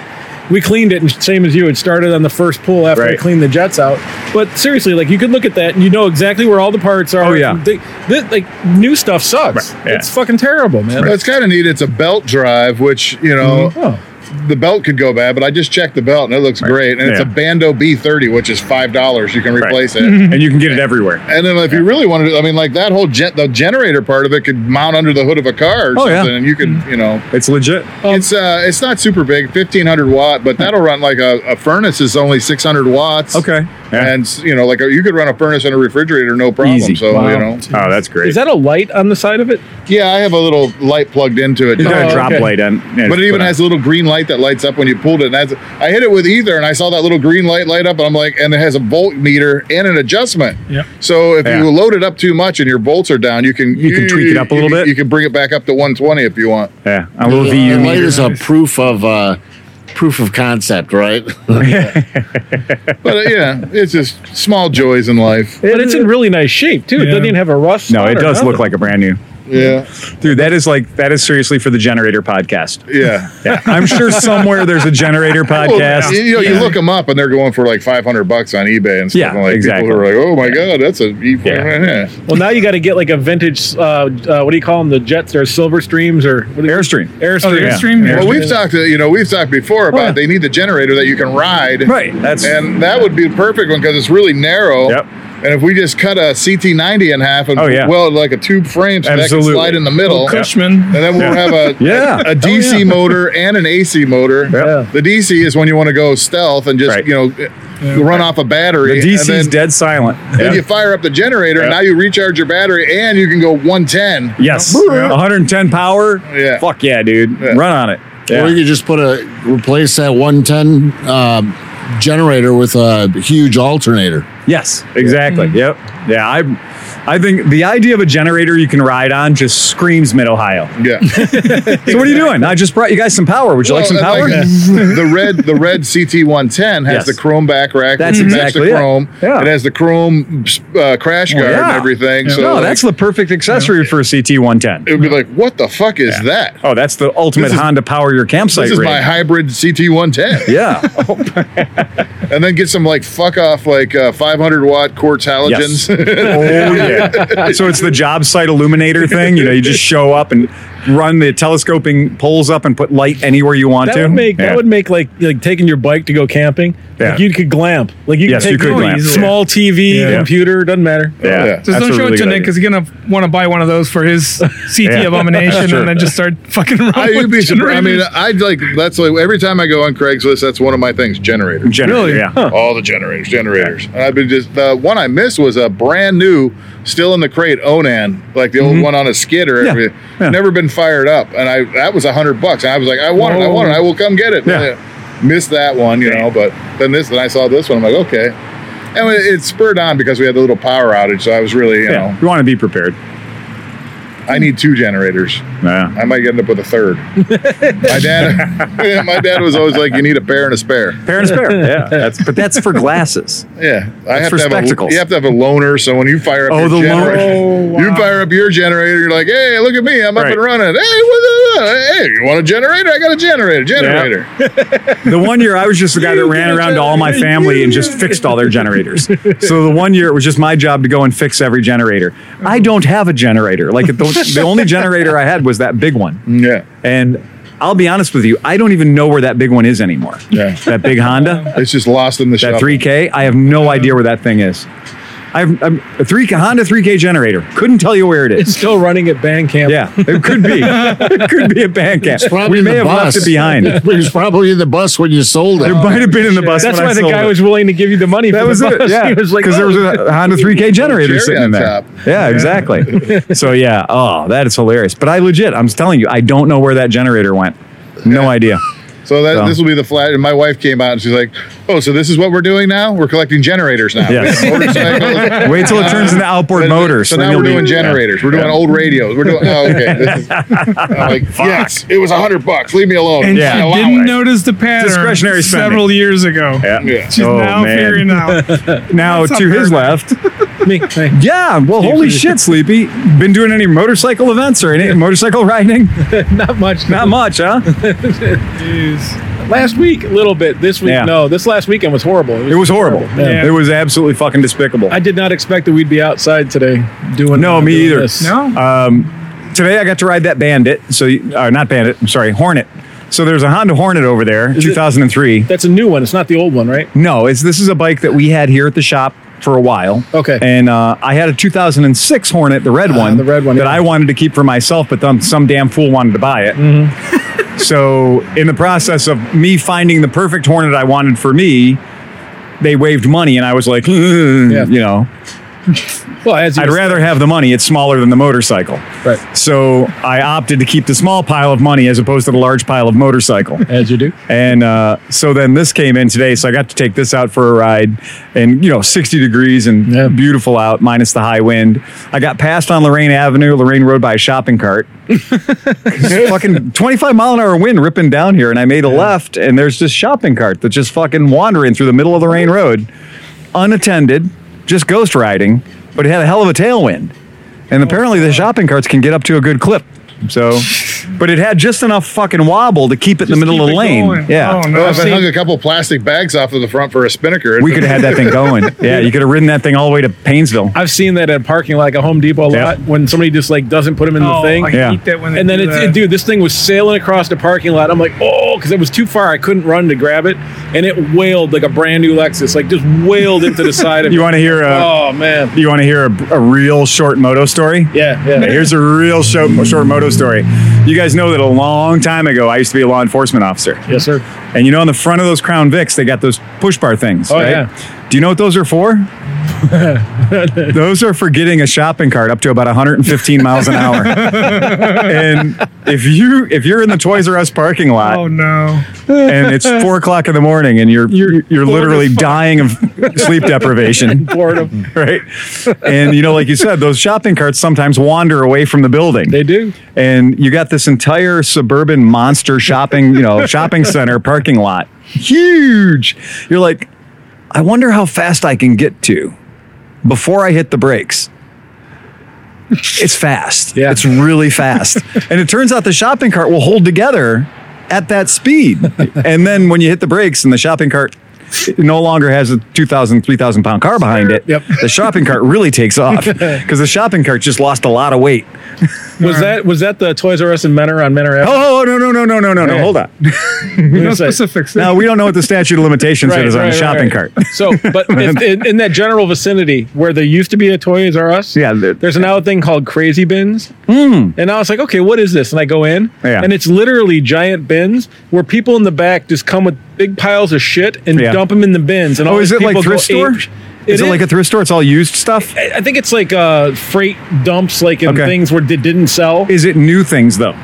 [SPEAKER 4] We cleaned it, and same as you, it started on the first pull after I
[SPEAKER 1] Right.
[SPEAKER 4] cleaned the jets out. But seriously, like you could look at that and you know exactly where all the parts are.
[SPEAKER 1] Oh, yeah.
[SPEAKER 4] They- thi- like new stuff sucks.
[SPEAKER 1] Right. Yeah.
[SPEAKER 4] It's fucking terrible, man.
[SPEAKER 2] Well, it's kind of neat. It's a belt drive, which you know.
[SPEAKER 1] Mm-hmm.
[SPEAKER 4] Oh.
[SPEAKER 2] The belt could go bad, but I just checked the belt and it looks great. And it's
[SPEAKER 1] Yeah.
[SPEAKER 2] a Bando B30, which is five dollars. You can
[SPEAKER 1] [LAUGHS]
[SPEAKER 2] replace it.
[SPEAKER 1] and you can get it everywhere.
[SPEAKER 2] And then if you really wanted to, I mean, like that whole gen- the generator part of it could mount under the hood of a car or
[SPEAKER 1] Oh,
[SPEAKER 2] something,
[SPEAKER 1] yeah.
[SPEAKER 2] and you could, you know,
[SPEAKER 1] It's legit.
[SPEAKER 2] it's uh, it's not super big, fifteen hundred watt, but that'll run like a, a furnace is only six hundred watts.
[SPEAKER 1] Okay. Yeah.
[SPEAKER 2] And you know, like uh, you could run a furnace and a refrigerator, no problem.
[SPEAKER 1] Easy.
[SPEAKER 2] So
[SPEAKER 1] Wow.
[SPEAKER 2] you know,
[SPEAKER 1] Oh, that's great.
[SPEAKER 4] Is that a light on the side of it?
[SPEAKER 2] yeah, I have a little light plugged into it, Uh,
[SPEAKER 1] you got
[SPEAKER 4] Oh,
[SPEAKER 1] a drop
[SPEAKER 4] okay.
[SPEAKER 1] light on, and
[SPEAKER 2] but it
[SPEAKER 1] it's
[SPEAKER 2] even
[SPEAKER 1] put on.
[SPEAKER 2] has a little green light that lights up when you pulled it. And that's, I hit it with ether, and I saw that little green light light up, and I'm like, and it has a volt meter and an adjustment.
[SPEAKER 3] Yeah.
[SPEAKER 2] So if
[SPEAKER 1] Yeah.
[SPEAKER 2] you load it up too much and your bolts are down, you can
[SPEAKER 1] You can tweak it up a little
[SPEAKER 2] you can-
[SPEAKER 1] bit.
[SPEAKER 2] You can bring it back up to 120 if you want.
[SPEAKER 1] yeah, a little
[SPEAKER 5] The
[SPEAKER 1] VU
[SPEAKER 5] light
[SPEAKER 1] meter.
[SPEAKER 5] is a proof of uh, proof of concept, right?
[SPEAKER 2] But uh, yeah, it's just small joys in life.
[SPEAKER 4] But it's in really nice shape too. It
[SPEAKER 3] Yeah.
[SPEAKER 4] doesn't even have a rust.
[SPEAKER 1] No,
[SPEAKER 4] spot
[SPEAKER 1] it
[SPEAKER 4] or
[SPEAKER 1] does
[SPEAKER 4] nothing.
[SPEAKER 1] look like a brand new.
[SPEAKER 2] Yeah.
[SPEAKER 1] Dude, that is like that is seriously for the generator podcast.
[SPEAKER 2] Yeah.
[SPEAKER 1] Yeah. I'm sure somewhere there's a
[SPEAKER 2] [LAUGHS]
[SPEAKER 1] generator
[SPEAKER 2] Well,
[SPEAKER 1] podcast.
[SPEAKER 2] Oh, you know, you
[SPEAKER 1] Yeah.
[SPEAKER 2] look them up and they're going for like 500 bucks on eBay and stuff.
[SPEAKER 1] Yeah,
[SPEAKER 2] and like
[SPEAKER 1] exactly.
[SPEAKER 2] people who are like, oh my God, that's a E4.
[SPEAKER 1] Yeah.
[SPEAKER 2] Yeah.
[SPEAKER 4] Well, now you got to get like a vintage. Uh, uh, what do you call them? The jets or silver streams or what do you-
[SPEAKER 1] Airstream.
[SPEAKER 4] Airstream.
[SPEAKER 3] Oh, the Airstream?
[SPEAKER 4] Yeah.
[SPEAKER 2] Well, we've talked, to, you know, we've talked before about
[SPEAKER 1] Oh, yeah.
[SPEAKER 2] they need the generator that you can ride.
[SPEAKER 1] Right, that's-
[SPEAKER 2] and that would be a perfect one because it's really narrow.
[SPEAKER 1] Yep.
[SPEAKER 2] And if we just cut a CT90 in half and
[SPEAKER 1] Oh, yeah.
[SPEAKER 2] weld like a tube frame so that
[SPEAKER 1] Absolutely.
[SPEAKER 2] can slide in the middle.
[SPEAKER 3] Cushman.
[SPEAKER 2] And then we'll have a,
[SPEAKER 1] Yeah.
[SPEAKER 2] a, a DC
[SPEAKER 1] yeah.
[SPEAKER 2] motor and an AC motor.
[SPEAKER 1] Yeah.
[SPEAKER 2] The DC is when you want to go stealth and just,
[SPEAKER 1] Right.
[SPEAKER 2] you know, run off a battery.
[SPEAKER 1] The
[SPEAKER 2] and
[SPEAKER 1] DC's
[SPEAKER 2] then-
[SPEAKER 1] dead silent.
[SPEAKER 2] Then
[SPEAKER 1] Yeah.
[SPEAKER 2] you fire up the generator,
[SPEAKER 1] Yeah.
[SPEAKER 2] now you recharge your battery, and you can go 110.
[SPEAKER 1] Yes. 110 power.
[SPEAKER 2] Yeah.
[SPEAKER 1] Fuck yeah, dude.
[SPEAKER 2] Yeah.
[SPEAKER 1] Run on it.
[SPEAKER 5] Or you
[SPEAKER 1] Yeah.
[SPEAKER 5] could just put a replace that 110 uh, generator with a huge alternator.
[SPEAKER 1] Yes. Exactly. Yep. Yeah. I I think the idea of a generator you can ride on just screams mid Ohio. [LAUGHS]
[SPEAKER 2] Yeah.
[SPEAKER 1] So what are you doing? I just brought you guys some power. Would you like some
[SPEAKER 2] Well,
[SPEAKER 1] power?
[SPEAKER 2] and
[SPEAKER 1] [LAUGHS]
[SPEAKER 2] like the red, the red CT 110 has
[SPEAKER 1] Yes.
[SPEAKER 2] the chrome back rack.
[SPEAKER 1] That's
[SPEAKER 2] it matches
[SPEAKER 1] exactly it.
[SPEAKER 2] the chrome.
[SPEAKER 1] Yeah.
[SPEAKER 2] It has the chrome uh, crash guard
[SPEAKER 1] yeah.
[SPEAKER 2] and everything. So
[SPEAKER 1] no,
[SPEAKER 2] like,
[SPEAKER 1] that's the perfect accessory for a CT 110.
[SPEAKER 2] it would be like, what the fuck is that?
[SPEAKER 1] Oh, that's the ultimate
[SPEAKER 2] This is-
[SPEAKER 1] Honda power your campsite
[SPEAKER 2] This is
[SPEAKER 1] rig.
[SPEAKER 2] my hybrid CT 110,
[SPEAKER 1] yeah.
[SPEAKER 2] and then get some like fuck off like uh, 500 watt quartz halogens. [LAUGHS]
[SPEAKER 1] [LAUGHS] Oh yeah. so it's the job site illuminator thing. You know, you just show up and run the telescoping poles up and put light anywhere you want
[SPEAKER 4] That
[SPEAKER 1] to.
[SPEAKER 4] would make
[SPEAKER 1] Yeah.
[SPEAKER 4] that would make like like taking your bike to go camping.
[SPEAKER 1] Yeah.
[SPEAKER 4] Like you could glamp. Like you
[SPEAKER 1] Yes,
[SPEAKER 4] could
[SPEAKER 1] you
[SPEAKER 4] take
[SPEAKER 1] could
[SPEAKER 4] your
[SPEAKER 1] glamp.
[SPEAKER 4] small TV,
[SPEAKER 3] Yeah.
[SPEAKER 4] computer, doesn't matter.
[SPEAKER 1] yeah.
[SPEAKER 2] Yeah.
[SPEAKER 3] Just
[SPEAKER 1] That's
[SPEAKER 3] don't
[SPEAKER 1] a
[SPEAKER 3] show
[SPEAKER 1] really
[SPEAKER 3] it to
[SPEAKER 1] good
[SPEAKER 3] Nick
[SPEAKER 1] idea.
[SPEAKER 3] because he's gonna want to buy one of those
[SPEAKER 1] [LAUGHS]
[SPEAKER 3] for his CT
[SPEAKER 1] Yeah.
[SPEAKER 3] abomination
[SPEAKER 1] Sure.
[SPEAKER 3] and then just start fucking around.
[SPEAKER 2] I, would
[SPEAKER 3] with
[SPEAKER 2] be surprised. I mean,
[SPEAKER 1] uh,
[SPEAKER 2] I'd
[SPEAKER 3] generators.
[SPEAKER 2] like that's like every time I go on Craigslist, that's one of my things: generators.
[SPEAKER 1] Generator,
[SPEAKER 3] Really?
[SPEAKER 1] Yeah.
[SPEAKER 2] All the generators, generators. And I've been just the one I missed was a brand new, still in the crate Onan, like the old one on a skid or
[SPEAKER 1] Mm-hmm. Yeah,
[SPEAKER 2] everything.
[SPEAKER 1] yeah.
[SPEAKER 2] Never been fired up, and I that was a hundred bucks. And I was like, I want it, I want it, I will come get it.
[SPEAKER 1] Yeah.
[SPEAKER 2] Missed that one, you know. But then this, then I saw this one. I'm like, okay. And it, it spurred on because we had the little power outage, so I was really, you
[SPEAKER 1] Yeah.
[SPEAKER 2] know,
[SPEAKER 1] You want to be prepared.
[SPEAKER 2] I need two generators.
[SPEAKER 1] Yeah.
[SPEAKER 2] I might end up with a third.
[SPEAKER 1] [LAUGHS]
[SPEAKER 2] my dad, [LAUGHS] my dad was always like, you need a pair and a spare.
[SPEAKER 1] Pair and spare.
[SPEAKER 5] [LAUGHS]
[SPEAKER 1] Yeah. That's, but that's for glasses.
[SPEAKER 2] Yeah, I have
[SPEAKER 1] for
[SPEAKER 2] to have
[SPEAKER 1] spectacles.
[SPEAKER 2] a you have to have a loaner. So when you fire up
[SPEAKER 1] Oh,
[SPEAKER 2] your
[SPEAKER 1] the
[SPEAKER 2] generator,
[SPEAKER 1] loaner.
[SPEAKER 3] Oh,
[SPEAKER 2] you
[SPEAKER 3] wow.
[SPEAKER 2] fire up your generator. You're like, hey, look at me, I'm
[SPEAKER 1] Right.
[SPEAKER 2] up and running. Hey, what the, hey, you want a generator? I got a generator. Generator.
[SPEAKER 1] The one year I was just the guy that ran around to all my family and just fixed all their generators. So the one year it was just my job to go and fix every generator. I don't have a generator. Like the, the only generator I had was that big one.
[SPEAKER 2] Yeah,
[SPEAKER 1] And I'll be honest with you, I don't even know where that big one is anymore.
[SPEAKER 2] Yeah.
[SPEAKER 1] That big Honda,
[SPEAKER 2] it's just lost in the
[SPEAKER 1] that
[SPEAKER 2] shuffle.
[SPEAKER 1] 3K, I have no idea where that thing is. I've I'm, a three Honda 3K generator. Couldn't tell you where it
[SPEAKER 4] It's
[SPEAKER 1] is.
[SPEAKER 4] still running at band camp.
[SPEAKER 1] Yeah, it could be. It could be a band camp.
[SPEAKER 5] probably
[SPEAKER 1] We may
[SPEAKER 5] the
[SPEAKER 1] have
[SPEAKER 5] bus.
[SPEAKER 1] left it behind.
[SPEAKER 5] [LAUGHS] It was probably in the bus when you sold
[SPEAKER 1] There
[SPEAKER 5] it. [LAUGHS]
[SPEAKER 1] might have been in the bus.
[SPEAKER 4] That's
[SPEAKER 1] when I
[SPEAKER 4] why the
[SPEAKER 1] sold
[SPEAKER 4] guy
[SPEAKER 1] it.
[SPEAKER 4] was willing to give you the money.
[SPEAKER 1] That
[SPEAKER 4] for
[SPEAKER 1] was
[SPEAKER 4] the
[SPEAKER 1] it. [LAUGHS]
[SPEAKER 4] bus. [LAUGHS]
[SPEAKER 1] Yeah,
[SPEAKER 4] he was like,
[SPEAKER 1] because there was a Honda 3K generator
[SPEAKER 2] Cherry
[SPEAKER 1] sitting
[SPEAKER 2] on
[SPEAKER 1] in there.
[SPEAKER 2] top.
[SPEAKER 1] Yeah, exactly. so yeah, oh, that is hilarious. But I legit, I'm telling you, I don't know where that generator went. No idea.
[SPEAKER 2] So that
[SPEAKER 1] So.
[SPEAKER 2] this will be the flat. And my wife came out and she's like, oh, so this is what we're doing now? We're collecting generators now.
[SPEAKER 1] Yes.
[SPEAKER 2] [LAUGHS] Motorcycles.
[SPEAKER 1] Wait till it turns into outboard motors.
[SPEAKER 2] So now we're doing generators. We're doing old radios. We're doing. Oh, okay.
[SPEAKER 1] [LAUGHS]
[SPEAKER 2] This is, I'm like, yes, it was a hundred bucks. Leave me alone.
[SPEAKER 3] and
[SPEAKER 1] Yeah.
[SPEAKER 2] I
[SPEAKER 3] she
[SPEAKER 2] allow
[SPEAKER 3] didn't
[SPEAKER 2] it.
[SPEAKER 3] notice the pattern
[SPEAKER 1] Discretionary spending.
[SPEAKER 3] several years ago.
[SPEAKER 1] Yeah.
[SPEAKER 2] Yeah.
[SPEAKER 3] She's
[SPEAKER 1] Oh,
[SPEAKER 3] now
[SPEAKER 1] man. [LAUGHS]
[SPEAKER 3] figuring out.
[SPEAKER 1] Now
[SPEAKER 3] That's
[SPEAKER 1] to
[SPEAKER 3] unheard
[SPEAKER 1] his
[SPEAKER 3] of. [LAUGHS]
[SPEAKER 1] left.
[SPEAKER 4] me, me.
[SPEAKER 1] Yeah. Well, holy shit, Sleepy. Been doing any motorcycle events or any motorcycle riding?
[SPEAKER 4] not much.
[SPEAKER 1] Not much, huh?
[SPEAKER 3] Jeez.
[SPEAKER 4] Last week, a little bit. This week,
[SPEAKER 1] Yeah.
[SPEAKER 4] no. This last weekend was horrible.
[SPEAKER 1] It was horrible.
[SPEAKER 4] Yeah.
[SPEAKER 1] It was absolutely fucking despicable.
[SPEAKER 4] I did not expect that we'd be outside today doing.
[SPEAKER 1] No, me
[SPEAKER 4] doing
[SPEAKER 1] either.
[SPEAKER 4] this.
[SPEAKER 3] No.
[SPEAKER 1] Um, today I got to ride that Bandit. So, you- uh, not Bandit. I'm sorry, Hornet. So there's a Honda Hornet over there, 2003.
[SPEAKER 4] That's a new one. It's not the old one, right?
[SPEAKER 1] No, it's this is a bike that we had here at the shop for a while.
[SPEAKER 4] Okay. Uh,
[SPEAKER 1] And uh, I had a 2006 Hornet, the red one,
[SPEAKER 4] the red one,
[SPEAKER 1] that
[SPEAKER 4] yeah.
[SPEAKER 1] I wanted to keep for myself, but then some damn fool wanted to buy it. [LAUGHS]
[SPEAKER 4] Mm-hmm.
[SPEAKER 1] so in the process of me finding the perfect Hornet I wanted for me, they waived money, and I was like, [LAUGHS] you know,
[SPEAKER 4] Well, as you
[SPEAKER 1] I'd rather have the money. It's smaller than the motorcycle.
[SPEAKER 4] Right.
[SPEAKER 1] So I opted to keep the small pile of money as opposed to the large pile of motorcycle.
[SPEAKER 4] as you do.
[SPEAKER 1] And uh, so then this came in today, so I got to take this out for a ride, and you know, 60 degrees and
[SPEAKER 4] Yeah.
[SPEAKER 1] beautiful out, minus the high wind. I got passed on Lorraine Avenue, Lorraine Road by a shopping cart. It's fucking 25 mile an hour wind ripping down here, and I made a left, and there's this shopping cart that's just fucking wandering through the middle of Lorraine Road, unattended, just ghost riding, but it had a hell of a tailwind. And apparently the shopping carts can get up to a good clip. So, but it had just enough fucking wobble to keep it in the
[SPEAKER 3] Just
[SPEAKER 1] middle
[SPEAKER 3] keep
[SPEAKER 1] of the
[SPEAKER 3] it
[SPEAKER 1] lane.
[SPEAKER 3] going.
[SPEAKER 1] Yeah.
[SPEAKER 3] Oh, no,
[SPEAKER 2] Well,
[SPEAKER 3] I've
[SPEAKER 2] if I
[SPEAKER 3] seen-
[SPEAKER 2] hung a couple plastic bags off of the front for a spinnaker,
[SPEAKER 1] We could have had that thing
[SPEAKER 3] [LAUGHS]
[SPEAKER 1] going. Yeah, you could have ridden that thing all the way to Paynesville.
[SPEAKER 4] I've seen that at a parking lot, like a Home Depot
[SPEAKER 1] Yeah.
[SPEAKER 4] lot, when somebody just like doesn't put them in
[SPEAKER 3] oh,
[SPEAKER 4] the thing.
[SPEAKER 3] I
[SPEAKER 1] Yeah.
[SPEAKER 3] hate that when they
[SPEAKER 4] And then
[SPEAKER 3] do
[SPEAKER 4] it,
[SPEAKER 3] that.
[SPEAKER 4] it, dude, this thing was sailing across the parking lot. I'm like, oh, because it was too far. I couldn't run to grab it, and it wailed like a brand new Lexus, like just wailed into the
[SPEAKER 1] [LAUGHS]
[SPEAKER 4] side of
[SPEAKER 1] You uh,
[SPEAKER 4] me.
[SPEAKER 1] want to hear a
[SPEAKER 4] Oh man,
[SPEAKER 1] you want to hear a, a real short moto story?
[SPEAKER 4] yeah, yeah.
[SPEAKER 1] Yeah, here's a real short, short moto story. You guys know that a long time ago, I used to be a law enforcement officer.
[SPEAKER 4] Yes, sir.
[SPEAKER 1] And you know, on the front of those Crown Vics, they got those push bar things.
[SPEAKER 4] Oh,
[SPEAKER 1] right?
[SPEAKER 4] yeah.
[SPEAKER 1] Do you know what those are
[SPEAKER 4] [LAUGHS]
[SPEAKER 1] for? those are for getting a shopping cart up to about 115 miles an hour. and if you if you're in the Toys R Us parking lot
[SPEAKER 3] Oh no!
[SPEAKER 1] and it's four o'clock in the morning and you're you're, you're
[SPEAKER 3] bored
[SPEAKER 1] literally
[SPEAKER 3] as fuck.
[SPEAKER 1] dying of sleep deprivation [LAUGHS]
[SPEAKER 4] Boredom.
[SPEAKER 1] right? And you know, like you said, those shopping carts sometimes wander away from the building.
[SPEAKER 4] They do.
[SPEAKER 1] And you got this entire suburban monster shopping, you
[SPEAKER 4] [LAUGHS]
[SPEAKER 1] know, shopping center parking lot. Huge. You're like, I wonder how fast I can get to before I hit the brakes. It's fast.
[SPEAKER 4] Yeah.
[SPEAKER 1] It's really
[SPEAKER 4] [LAUGHS]
[SPEAKER 1] fast. and it turns out the shopping cart will hold together at that speed. and then when you hit the brakes and the shopping cart no longer has a 2,000, 3,000 pound car behind it,
[SPEAKER 4] Yep.
[SPEAKER 1] the shopping cart really takes
[SPEAKER 4] [LAUGHS]
[SPEAKER 1] off because the shopping cart just lost a lot of weight.
[SPEAKER 4] Was that was that the Toys R Us in Menor on Menor Avenue?
[SPEAKER 1] Oh, oh, no, no, no, no, no, no, no.
[SPEAKER 4] Okay.
[SPEAKER 1] Hold
[SPEAKER 4] [LAUGHS]
[SPEAKER 1] on.
[SPEAKER 4] What
[SPEAKER 3] No
[SPEAKER 4] was I saying?
[SPEAKER 3] specifics.
[SPEAKER 1] Now, we don't know what the statute of limitations is on a shopping
[SPEAKER 4] right.
[SPEAKER 1] cart.
[SPEAKER 4] So,
[SPEAKER 1] [LAUGHS]
[SPEAKER 4] but if, in, in that general vicinity where there used to be a Toys R Us,
[SPEAKER 1] Yeah, there-
[SPEAKER 4] there's an now thing called Crazy Bins. And I was like, okay, what is this? And I go in,
[SPEAKER 1] Yeah.
[SPEAKER 4] and it's literally giant bins where people in the back just come with big piles of shit and
[SPEAKER 1] Yeah.
[SPEAKER 4] dump them in the bins. [LAUGHS] And
[SPEAKER 1] Oh,
[SPEAKER 4] all
[SPEAKER 1] is
[SPEAKER 4] these
[SPEAKER 1] it like
[SPEAKER 4] people go
[SPEAKER 1] thrift store?
[SPEAKER 4] ape-
[SPEAKER 1] Is it like a thrift store? It's all used stuff?
[SPEAKER 4] I I think it's like uh, freight dumps, like in
[SPEAKER 1] Okay.
[SPEAKER 4] things where they didn't sell.
[SPEAKER 1] Is it new things, though?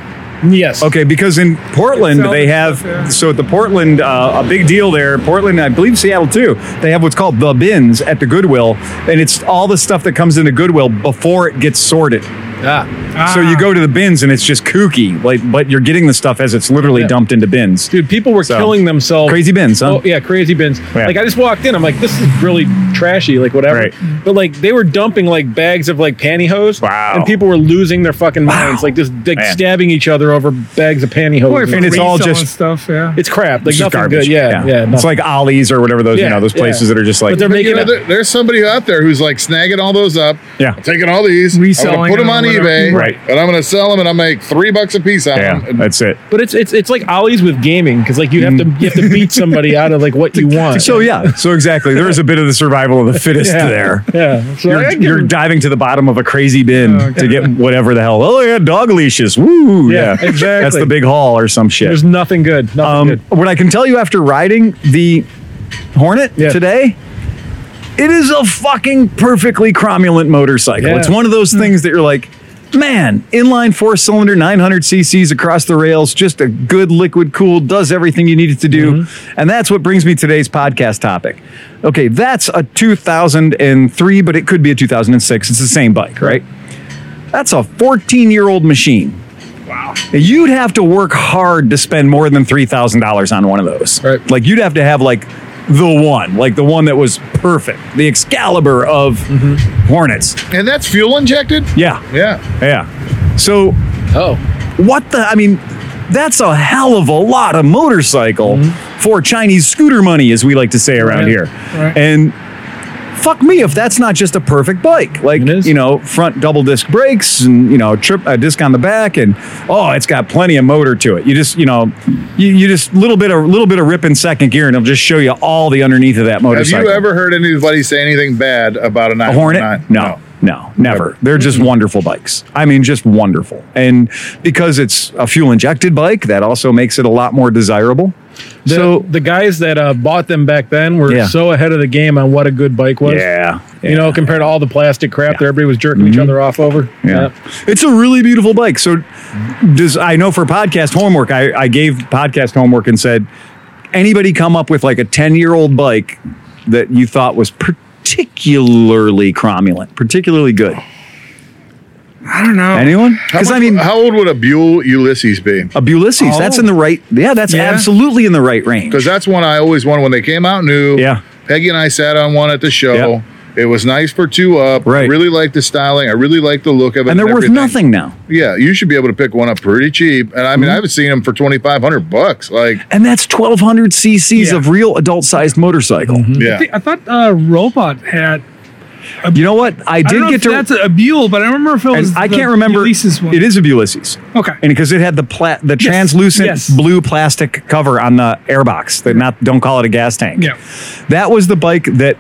[SPEAKER 4] yes.
[SPEAKER 1] Okay, because in Portland
[SPEAKER 3] It's all
[SPEAKER 1] they
[SPEAKER 3] the
[SPEAKER 1] have
[SPEAKER 3] stuff, yeah.
[SPEAKER 1] so at the Portland uh, a big deal there. Portland, I believe Seattle too. They have what's called the bins at the Goodwill, and it's all the stuff that comes into Goodwill before it gets sorted.
[SPEAKER 4] Ah.
[SPEAKER 1] So you go to the bins and it's just kooky, like but you're getting the stuff as it's literally
[SPEAKER 4] Yeah.
[SPEAKER 1] dumped into bins.
[SPEAKER 4] Dude, people were
[SPEAKER 1] So,
[SPEAKER 4] killing themselves.
[SPEAKER 1] crazy bins, huh?
[SPEAKER 4] Oh, yeah, crazy bins.
[SPEAKER 1] Yeah.
[SPEAKER 4] Like I just walked in, I'm like, this is really trashy, like whatever.
[SPEAKER 1] Right.
[SPEAKER 4] But like they were dumping like bags of like pantyhose.
[SPEAKER 1] Wow.
[SPEAKER 4] And people were losing their fucking minds, like just like
[SPEAKER 1] Man.
[SPEAKER 4] stabbing each other over bags of pantyhose.
[SPEAKER 3] Or if
[SPEAKER 4] and
[SPEAKER 1] And it's all
[SPEAKER 3] reselling
[SPEAKER 1] just-
[SPEAKER 3] stuff. Yeah.
[SPEAKER 4] it's crap. Like
[SPEAKER 1] It's just
[SPEAKER 4] nothing
[SPEAKER 1] garbage.
[SPEAKER 4] good. Yeah. Yeah.
[SPEAKER 1] it's
[SPEAKER 4] nothing.
[SPEAKER 1] like Ollie's or whatever those you
[SPEAKER 4] Yeah,
[SPEAKER 1] know those
[SPEAKER 4] yeah.
[SPEAKER 1] places that are just like
[SPEAKER 4] but they're
[SPEAKER 2] But, you
[SPEAKER 4] making
[SPEAKER 2] know,
[SPEAKER 4] it-
[SPEAKER 2] there- there's somebody out there who's like snagging all those up.
[SPEAKER 1] Yeah.
[SPEAKER 2] I'm taking all these, I'm
[SPEAKER 3] Reselling
[SPEAKER 2] gonna put them
[SPEAKER 3] them
[SPEAKER 2] on
[SPEAKER 3] or whatever.
[SPEAKER 2] eBay,
[SPEAKER 1] Right.
[SPEAKER 2] And I'm gonna sell them, and I make three bucks a piece out
[SPEAKER 1] yeah,
[SPEAKER 2] of them.
[SPEAKER 1] that's it.
[SPEAKER 4] but it's it's it's like Ollie's with gaming because like you have to you have to beat somebody out of like what
[SPEAKER 1] [LAUGHS]
[SPEAKER 4] you want.
[SPEAKER 1] Mm. So yeah, so exactly. There is a bit of the survival of the fittest
[SPEAKER 4] yeah.
[SPEAKER 1] [LAUGHS] there.
[SPEAKER 4] Yeah. So I
[SPEAKER 1] You're,
[SPEAKER 4] give
[SPEAKER 1] you're
[SPEAKER 4] them-
[SPEAKER 1] diving to the bottom of a crazy bin
[SPEAKER 3] Oh,
[SPEAKER 1] to get whatever the hell. Oh yeah, dog leashes. Woo.
[SPEAKER 4] Yeah, exactly.
[SPEAKER 1] [LAUGHS] That's the big haul or some shit.
[SPEAKER 4] there's nothing good. Nothing
[SPEAKER 1] Um,
[SPEAKER 4] good.
[SPEAKER 1] what I can tell you after riding the Hornet
[SPEAKER 4] Yeah.
[SPEAKER 1] today, it is a fucking perfectly cromulent motorcycle.
[SPEAKER 4] Yeah. Hmm.
[SPEAKER 1] It's one of those things that you're like, man, inline four cylinder, 900 cc's across the rails, just a good liquid cool, does everything you need it to do.
[SPEAKER 4] Mm-hmm.
[SPEAKER 1] And that's what brings me today's podcast topic. Okay, that's a 2003, but it could be a 2006. It's the same bike, right? That's a 14 year old machine. You'd have to work hard to spend more than three thousand dollars on one of those.
[SPEAKER 4] Right.
[SPEAKER 1] Like you'd have to have like the one, like the one that was perfect, the Excalibur of Hornets.
[SPEAKER 2] And, and that's fuel injected.
[SPEAKER 1] Yeah,
[SPEAKER 2] Yeah,
[SPEAKER 1] yeah. So
[SPEAKER 4] Oh.
[SPEAKER 1] what the? I mean, that's a hell of a lot of motorcycle for Chinese scooter money, as we like to say around
[SPEAKER 4] Right.
[SPEAKER 1] here.
[SPEAKER 3] Right.
[SPEAKER 1] And fuck me if that's not just a perfect bike. Like
[SPEAKER 4] It is.
[SPEAKER 1] you know, front double disc brakes and you know, trip a disc on the back, and oh, it's got plenty of motor to it. You just you know, you, you just little bit of little bit of rip in second gear, and it'll just show you all the underneath of that
[SPEAKER 2] Have
[SPEAKER 1] motorcycle.
[SPEAKER 2] you ever heard anybody say anything bad about a
[SPEAKER 1] A
[SPEAKER 2] 9?
[SPEAKER 1] Hornet? No, no, never. They're just wonderful bikes. I mean, just wonderful. And because it's a fuel injected bike, that also makes it a lot more desirable.
[SPEAKER 4] The,
[SPEAKER 1] so,
[SPEAKER 4] the guys that uh, bought them back then were
[SPEAKER 1] Yeah.
[SPEAKER 4] so ahead of the game on what a good bike was.
[SPEAKER 1] yeah, Mm-hmm.
[SPEAKER 4] You know, compared to all the plastic crap that everybody was jerking each other off over.
[SPEAKER 1] Yeah. It's a really beautiful bike. So does I know for podcast homework, I, I gave podcast homework and said, anybody come up with like a 10 year old bike that you thought was particularly cromulent, particularly good?
[SPEAKER 3] I don't know.
[SPEAKER 1] Anyone? Because I mean, Oh.
[SPEAKER 2] how old would a Buell Ulysses be?
[SPEAKER 1] a Ulysses, that's in the right. Yeah, that's
[SPEAKER 3] Oh. Yeah.
[SPEAKER 1] absolutely in the right range.
[SPEAKER 2] Because that's one I always wanted when they came out new.
[SPEAKER 1] Yeah.
[SPEAKER 2] Peggy and I sat on one at the show.
[SPEAKER 1] Yeah.
[SPEAKER 2] It was nice for two up.
[SPEAKER 1] Right.
[SPEAKER 2] Really like the styling. I really like the look of it.
[SPEAKER 1] and they're worth
[SPEAKER 2] everything.
[SPEAKER 1] nothing now.
[SPEAKER 2] Yeah, you should be able to pick one up pretty cheap. And
[SPEAKER 1] Mm-hmm.
[SPEAKER 2] I mean, I've seen them for twenty five hundred bucks. Like,
[SPEAKER 1] And that's 1,200 cc's
[SPEAKER 3] Yeah.
[SPEAKER 1] of real adult sized motorcycle.
[SPEAKER 2] yeah,
[SPEAKER 3] I, think, I thought uh, Robot had.
[SPEAKER 1] You know what? I
[SPEAKER 3] I
[SPEAKER 1] did
[SPEAKER 3] don't know
[SPEAKER 1] get
[SPEAKER 3] if
[SPEAKER 1] to.
[SPEAKER 3] that's a Buell, but I remember if it was.
[SPEAKER 1] and I
[SPEAKER 3] the
[SPEAKER 1] can't remember.
[SPEAKER 3] Ulysses one.
[SPEAKER 1] It is a Ulysses. [LAUGHS]
[SPEAKER 3] Okay. [LAUGHS]
[SPEAKER 1] And because it had the pla- the translucent
[SPEAKER 3] yes.
[SPEAKER 1] blue plastic cover on the airbox, that not don't call it a gas tank.
[SPEAKER 3] Yeah.
[SPEAKER 1] That was the bike that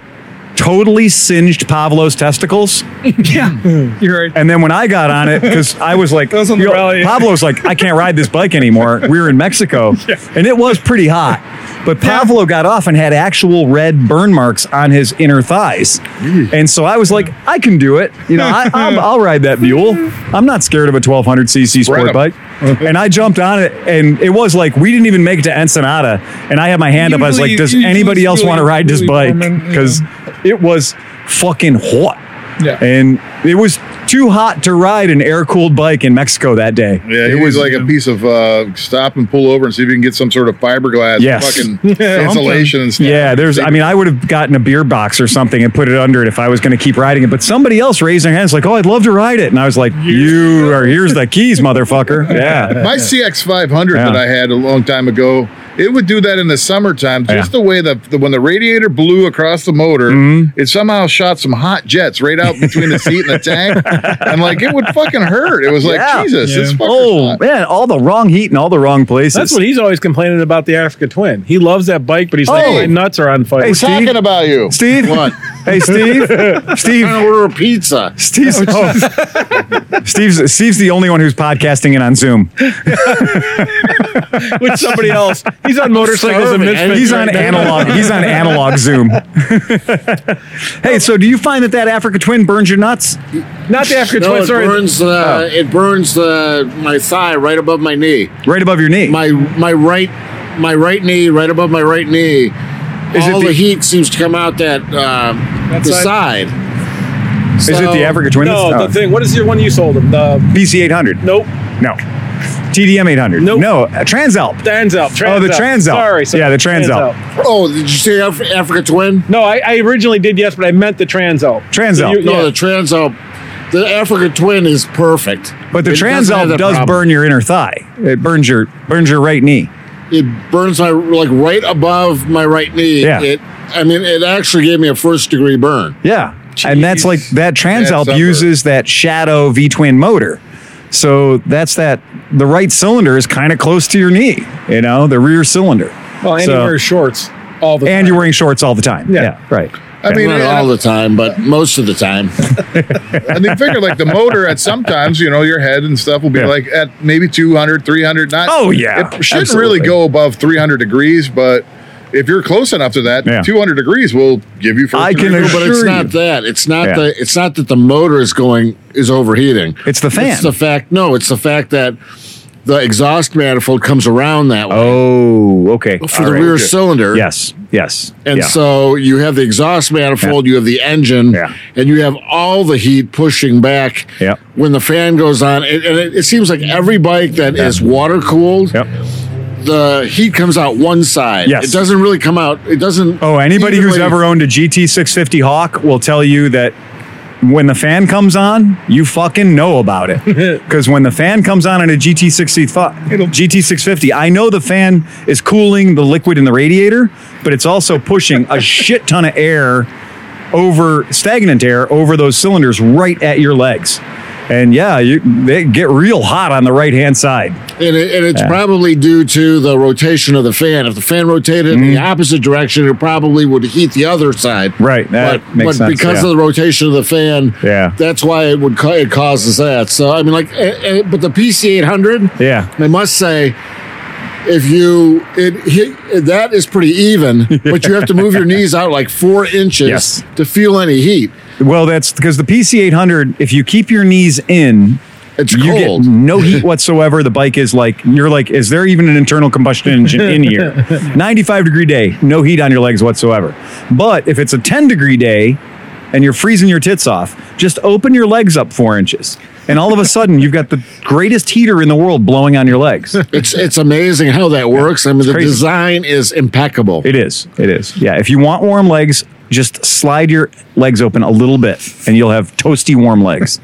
[SPEAKER 1] totally singed Pavlo's testicles.
[SPEAKER 3] yeah, you're right.
[SPEAKER 1] And then when I got on it, because I was like,
[SPEAKER 3] That was on the
[SPEAKER 1] you know,
[SPEAKER 3] rally.
[SPEAKER 1] Pablo's like, I can't ride this bike anymore. We were in Mexico,
[SPEAKER 3] [LAUGHS]
[SPEAKER 1] and it was pretty hot. But Pablo got off and had actual red burn marks on his inner thighs, and so I was like, I can do it. You know,
[SPEAKER 3] [LAUGHS]
[SPEAKER 1] I, I'll, I'll ride that mule. I'm not scared of a 1200 cc sport
[SPEAKER 2] Right.
[SPEAKER 3] [LAUGHS]
[SPEAKER 1] bike. And I jumped on it, and it was like we didn't even make it to Ensenada. And I had my hand up. I was
[SPEAKER 3] Usually-
[SPEAKER 1] like, Does
[SPEAKER 3] usually
[SPEAKER 1] anybody
[SPEAKER 3] it's
[SPEAKER 1] else
[SPEAKER 3] really-
[SPEAKER 1] want to ride this
[SPEAKER 3] really
[SPEAKER 1] bike?
[SPEAKER 3] warm and-
[SPEAKER 1] Because
[SPEAKER 3] yeah.
[SPEAKER 1] it was fucking hot.
[SPEAKER 3] Yeah.
[SPEAKER 1] And it was too hot to ride an air cooled bike in Mexico that day.
[SPEAKER 2] yeah. It was like a piece of uh, stop and pull over and see if you can get some sort of fiberglass
[SPEAKER 1] Yes. [LAUGHS]
[SPEAKER 2] fucking insulation and stuff.
[SPEAKER 1] Yeah, there's, I mean, I would have gotten a beer box or something and put it under it if I was going to keep riding it. But somebody else raised their hands, like, oh, I'd love to ride it. And I was like,
[SPEAKER 2] [LAUGHS]
[SPEAKER 1] you are, here's the keys, motherfucker. Yeah.
[SPEAKER 2] My CX 500 that
[SPEAKER 1] Yeah.
[SPEAKER 2] I had a long time ago, it would do that in the summertime. Just
[SPEAKER 1] Yeah.
[SPEAKER 2] the way the, the when the radiator blew across the motor,
[SPEAKER 1] Mm-hmm.
[SPEAKER 2] it somehow shot some hot jets right out between the seat and
[SPEAKER 1] [LAUGHS]
[SPEAKER 2] the tank, and like it would fucking hurt. It was like
[SPEAKER 1] Yeah.
[SPEAKER 2] Jesus,
[SPEAKER 3] Yeah.
[SPEAKER 2] this fucker's
[SPEAKER 1] Oh,
[SPEAKER 2] hot.
[SPEAKER 1] man, all the wrong heat in all the wrong places.
[SPEAKER 4] That's what he's always complaining about the Africa Twin. He loves that bike, but he's like,
[SPEAKER 2] Oh.
[SPEAKER 4] my nuts are on fire.
[SPEAKER 1] Hey,
[SPEAKER 2] We're
[SPEAKER 1] Steve?
[SPEAKER 2] talking about you,
[SPEAKER 1] Steve?
[SPEAKER 2] What?
[SPEAKER 1] Hey, Steve. Steve.
[SPEAKER 5] I order a pizza.
[SPEAKER 4] [LAUGHS]
[SPEAKER 1] Steve's, oh. Steve's Steve's the only one who's podcasting in on Zoom.
[SPEAKER 4] [LAUGHS] with somebody else. He's
[SPEAKER 1] [LAUGHS]
[SPEAKER 4] on motorcycles and
[SPEAKER 5] starving.
[SPEAKER 4] misfits.
[SPEAKER 1] He's
[SPEAKER 4] right
[SPEAKER 1] on
[SPEAKER 4] now.
[SPEAKER 1] analog. He's on analog
[SPEAKER 4] [LAUGHS]
[SPEAKER 1] Zoom. hey, so do you find that that Africa twin burns your nuts?
[SPEAKER 4] Not the Africa
[SPEAKER 5] No,
[SPEAKER 4] Twin.
[SPEAKER 5] it
[SPEAKER 4] Sorry,
[SPEAKER 5] burns the
[SPEAKER 1] Oh.
[SPEAKER 5] it burns the my thigh right above my knee.
[SPEAKER 1] Right above your knee.
[SPEAKER 5] My my right my right knee right above my right knee.
[SPEAKER 1] Is it
[SPEAKER 5] All
[SPEAKER 1] the-
[SPEAKER 5] the, heat seems to come out that uh, the side.
[SPEAKER 1] Is it the Africa twin?
[SPEAKER 4] No,
[SPEAKER 1] Oh.
[SPEAKER 4] the thing. What is your one you sold him? The
[SPEAKER 1] BC 800.
[SPEAKER 4] nope.
[SPEAKER 1] No. TDM 800.
[SPEAKER 4] Nope.
[SPEAKER 1] No. uh, Transalp.
[SPEAKER 4] Transalp.
[SPEAKER 1] Oh, the
[SPEAKER 4] Transalp.
[SPEAKER 1] Transalp.
[SPEAKER 4] Sorry, sorry.
[SPEAKER 1] Yeah, the Transalp.
[SPEAKER 5] Oh, did you say Af- Africa Twin?
[SPEAKER 4] No, I, I originally did yes, but I meant the Transalp.
[SPEAKER 1] Transalp.
[SPEAKER 4] You-
[SPEAKER 5] No,
[SPEAKER 4] yeah.
[SPEAKER 5] the Transalp, the Africa Twin is perfect.
[SPEAKER 1] But the
[SPEAKER 5] It doesn't have
[SPEAKER 1] Transalp
[SPEAKER 5] that
[SPEAKER 1] does
[SPEAKER 5] problem.
[SPEAKER 1] burn your inner thigh. It burns your burns your right knee.
[SPEAKER 5] It burns my like right above my right knee.
[SPEAKER 1] Yeah.
[SPEAKER 5] It, I mean, it actually gave me a first degree burn.
[SPEAKER 1] Yeah. And that's like that Transalp
[SPEAKER 2] upper.
[SPEAKER 1] uses that shadow V twin motor. So that's that the right cylinder is kind of close to your knee, you know, the rear cylinder.
[SPEAKER 4] Well, and
[SPEAKER 1] So-
[SPEAKER 4] he wears shorts all the
[SPEAKER 1] and
[SPEAKER 4] time.
[SPEAKER 1] you're wearing shorts all the time.
[SPEAKER 4] Yeah.
[SPEAKER 1] right.
[SPEAKER 2] I mean,
[SPEAKER 5] Not
[SPEAKER 2] and
[SPEAKER 5] all the time, but most of the time.
[SPEAKER 2] and they figure like the motor at sometimes you know your head and stuff will be
[SPEAKER 1] Yeah.
[SPEAKER 2] like at maybe 200 300 not
[SPEAKER 1] Oh, yeah.
[SPEAKER 2] it shouldn't
[SPEAKER 1] Absolutely.
[SPEAKER 2] really go above 300 degrees but if you're close enough to that
[SPEAKER 1] Yeah.
[SPEAKER 2] 200 degrees will give you first
[SPEAKER 1] I can
[SPEAKER 2] degree burn.
[SPEAKER 5] but it's
[SPEAKER 1] Sure
[SPEAKER 5] not
[SPEAKER 1] you-
[SPEAKER 5] that. It's not
[SPEAKER 1] Yeah.
[SPEAKER 5] the. It's not that the motor is going is overheating.
[SPEAKER 1] It's the fan.
[SPEAKER 5] It's the fact. No, it's the fact that the exhaust manifold comes around that way
[SPEAKER 1] Oh, okay.
[SPEAKER 5] for
[SPEAKER 1] All
[SPEAKER 5] the
[SPEAKER 1] right.
[SPEAKER 5] rear cylinder.
[SPEAKER 1] Yes. Yes.
[SPEAKER 5] And
[SPEAKER 1] yeah.
[SPEAKER 5] so you have the exhaust manifold, you have the engine,
[SPEAKER 1] Yeah.
[SPEAKER 5] and you have all the heat pushing back
[SPEAKER 1] Yep.
[SPEAKER 5] when the fan goes on. And, and it, it seems like every bike that is water cooled,
[SPEAKER 1] Yep.
[SPEAKER 5] the heat comes out one side.
[SPEAKER 1] Yes.
[SPEAKER 5] It doesn't really come out. It doesn't.
[SPEAKER 1] Oh, anybody who's
[SPEAKER 5] evenly-
[SPEAKER 1] ever owned a GT 650 Hawk will tell you that when the fan comes on, you fucking know about it. Because when the fan comes on in a GT 650, GT 650, I know the fan is cooling the liquid in the radiator, but it's also pushing a shit ton of air over stagnant air over those cylinders right at your legs. And yeah, you they get real hot on the right hand side.
[SPEAKER 5] And, it, and it's probably due to the rotation of the fan. If the fan rotated in the opposite direction, it probably would heat the other side.
[SPEAKER 1] Mm-hmm. Right, that
[SPEAKER 5] but
[SPEAKER 1] makes
[SPEAKER 5] but
[SPEAKER 1] sense,
[SPEAKER 5] because
[SPEAKER 1] yeah.
[SPEAKER 5] of the rotation of the fan,
[SPEAKER 1] Yeah.
[SPEAKER 5] that's why it would ca- it causes that. So I mean, like, eh, eh, but the PC eight hundred,
[SPEAKER 1] Yeah.
[SPEAKER 5] I must say, if you it, hit- that is pretty even, but you have
[SPEAKER 1] [LAUGHS]
[SPEAKER 5] to move your knees out like four inches
[SPEAKER 1] Yes.
[SPEAKER 5] to feel any heat.
[SPEAKER 1] Well, that's because the PC 800, if you keep your knees in,
[SPEAKER 5] It's
[SPEAKER 1] you
[SPEAKER 5] cold.
[SPEAKER 1] get no heat
[SPEAKER 5] [LAUGHS]
[SPEAKER 1] whatsoever. The bike is like you're like, is there even an internal combustion engine in
[SPEAKER 5] [LAUGHS]
[SPEAKER 1] here? 95 degree day, no heat on your legs whatsoever. But if it's a 10 degree day and you're freezing your tits off, just open your legs up four inches, and all of a sudden you've got the greatest heater in the world blowing on your legs.
[SPEAKER 5] It's it's amazing how that works. I mean, the
[SPEAKER 1] crazy.
[SPEAKER 5] design is impeccable.
[SPEAKER 1] It is. It is. Yeah. If you want warm legs, just slide your legs open a little bit and you'll have toasty warm legs.